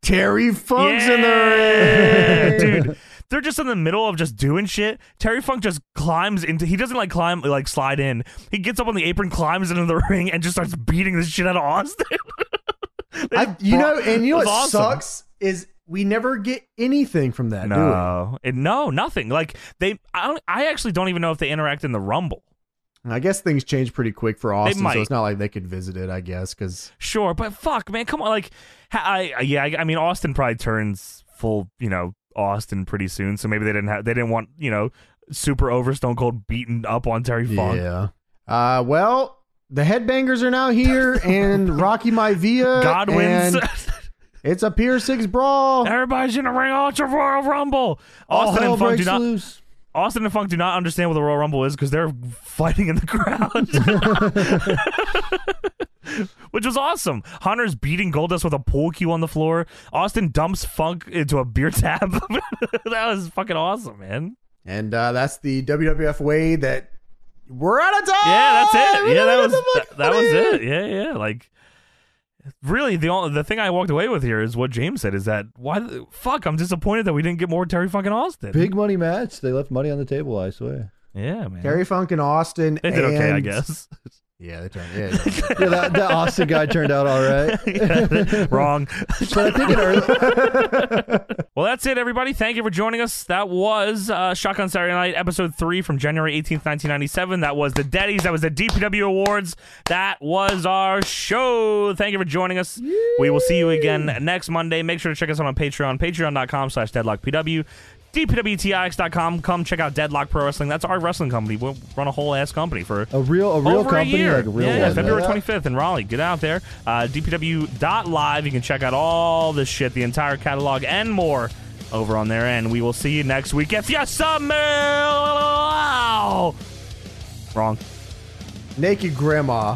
Speaker 1: Terry Funk's in
Speaker 2: Yeah,
Speaker 1: the ring,
Speaker 2: dude. They're just in the middle of just doing shit. Terry Funk just climbs into. He doesn't like climb, like slide in. He gets up on the apron, climbs into the *laughs* ring, and just starts beating the shit out of Austin. *laughs* They
Speaker 1: I, you
Speaker 2: brought-
Speaker 1: know, and you know
Speaker 2: it was
Speaker 1: what
Speaker 2: awesome.
Speaker 1: sucks is we never get anything from that. do we?
Speaker 2: No, It- no, nothing. Like they, I, don't, I actually don't even know if they interact in the Rumble.
Speaker 1: I guess things change pretty quick for Austin,
Speaker 2: might.
Speaker 1: so it's not like they could visit it. I guess because
Speaker 2: Sure, but fuck, man, come on. Like, ha- I, I- yeah, I, I mean, Austin probably turns full, you know, Austin pretty soon. So maybe they didn't have, they didn't want, you know, super over Stone Cold beaten up on Terry Funk.
Speaker 1: yeah. Uh, well, the headbangers are now
Speaker 2: *laughs*
Speaker 1: here, and Rocky Maivia.
Speaker 2: God wins.
Speaker 1: and It's a Pier Six brawl.
Speaker 2: *laughs* Everybody's in the ring. Oh, it's a Royal Rumble.
Speaker 3: All
Speaker 2: Austin
Speaker 3: hell
Speaker 2: and Funk
Speaker 3: breaks
Speaker 2: do not.
Speaker 3: loose.
Speaker 2: Austin and Funk do not understand what the Royal Rumble is because they're fighting in the crowd. *laughs* Which was awesome. Hunter's beating Goldust with a pool cue on the floor. Austin dumps Funk into a beer tab. *laughs* that was fucking awesome, man.
Speaker 1: And uh, that's the WWF way that we're out of time.
Speaker 2: Yeah, that's
Speaker 1: We
Speaker 2: it.
Speaker 1: gotta
Speaker 2: Yeah, that
Speaker 1: get
Speaker 2: was
Speaker 1: Ah, the fuck
Speaker 2: that, that
Speaker 1: outta
Speaker 2: was
Speaker 1: here.
Speaker 2: it. Yeah, yeah. Like, really, the only, the thing I walked away with here is what James said. Is that why? the- Fuck, I'm disappointed that we didn't get more Terry fucking Austin.
Speaker 3: Big money match. They left money on the table.
Speaker 2: *laughs*
Speaker 3: I swear.
Speaker 2: yeah, man.
Speaker 1: Terry Funk and Austin.
Speaker 2: they did okay, I
Speaker 1: and-
Speaker 2: guess. *laughs*
Speaker 1: Yeah, they turned. *laughs* Yeah, yeah.
Speaker 3: Yeah, that, that Austin guy turned out all right.
Speaker 2: *laughs* Yeah,
Speaker 1: *laughs*
Speaker 2: wrong.
Speaker 3: *laughs* But I think it early,
Speaker 2: Well, that's it, everybody. Thank you for joining us. That was uh, Shotgun Saturday Night, episode three from January 18th, 1997. That was the Daddies. That was the DPW Awards. That was our show. Thank you for joining us. We will see you again next Monday. Make sure to check us out on Patreon, patreon.com slash deadlockpw. DPWTIX.com. Come check out Deadlock Pro Wrestling. That's our wrestling company. We run a whole ass company for
Speaker 3: a real a real
Speaker 2: over
Speaker 3: company
Speaker 2: a year.
Speaker 3: like a real
Speaker 2: yeah,
Speaker 3: one.
Speaker 2: February
Speaker 3: right?
Speaker 2: 25th in Raleigh. Get out there. Uh, DPW.live. You can check out all this shit, the entire catalog and more over on there. And we will see you next week at Fiesta Mil- Wrong.
Speaker 1: Naked Grandma.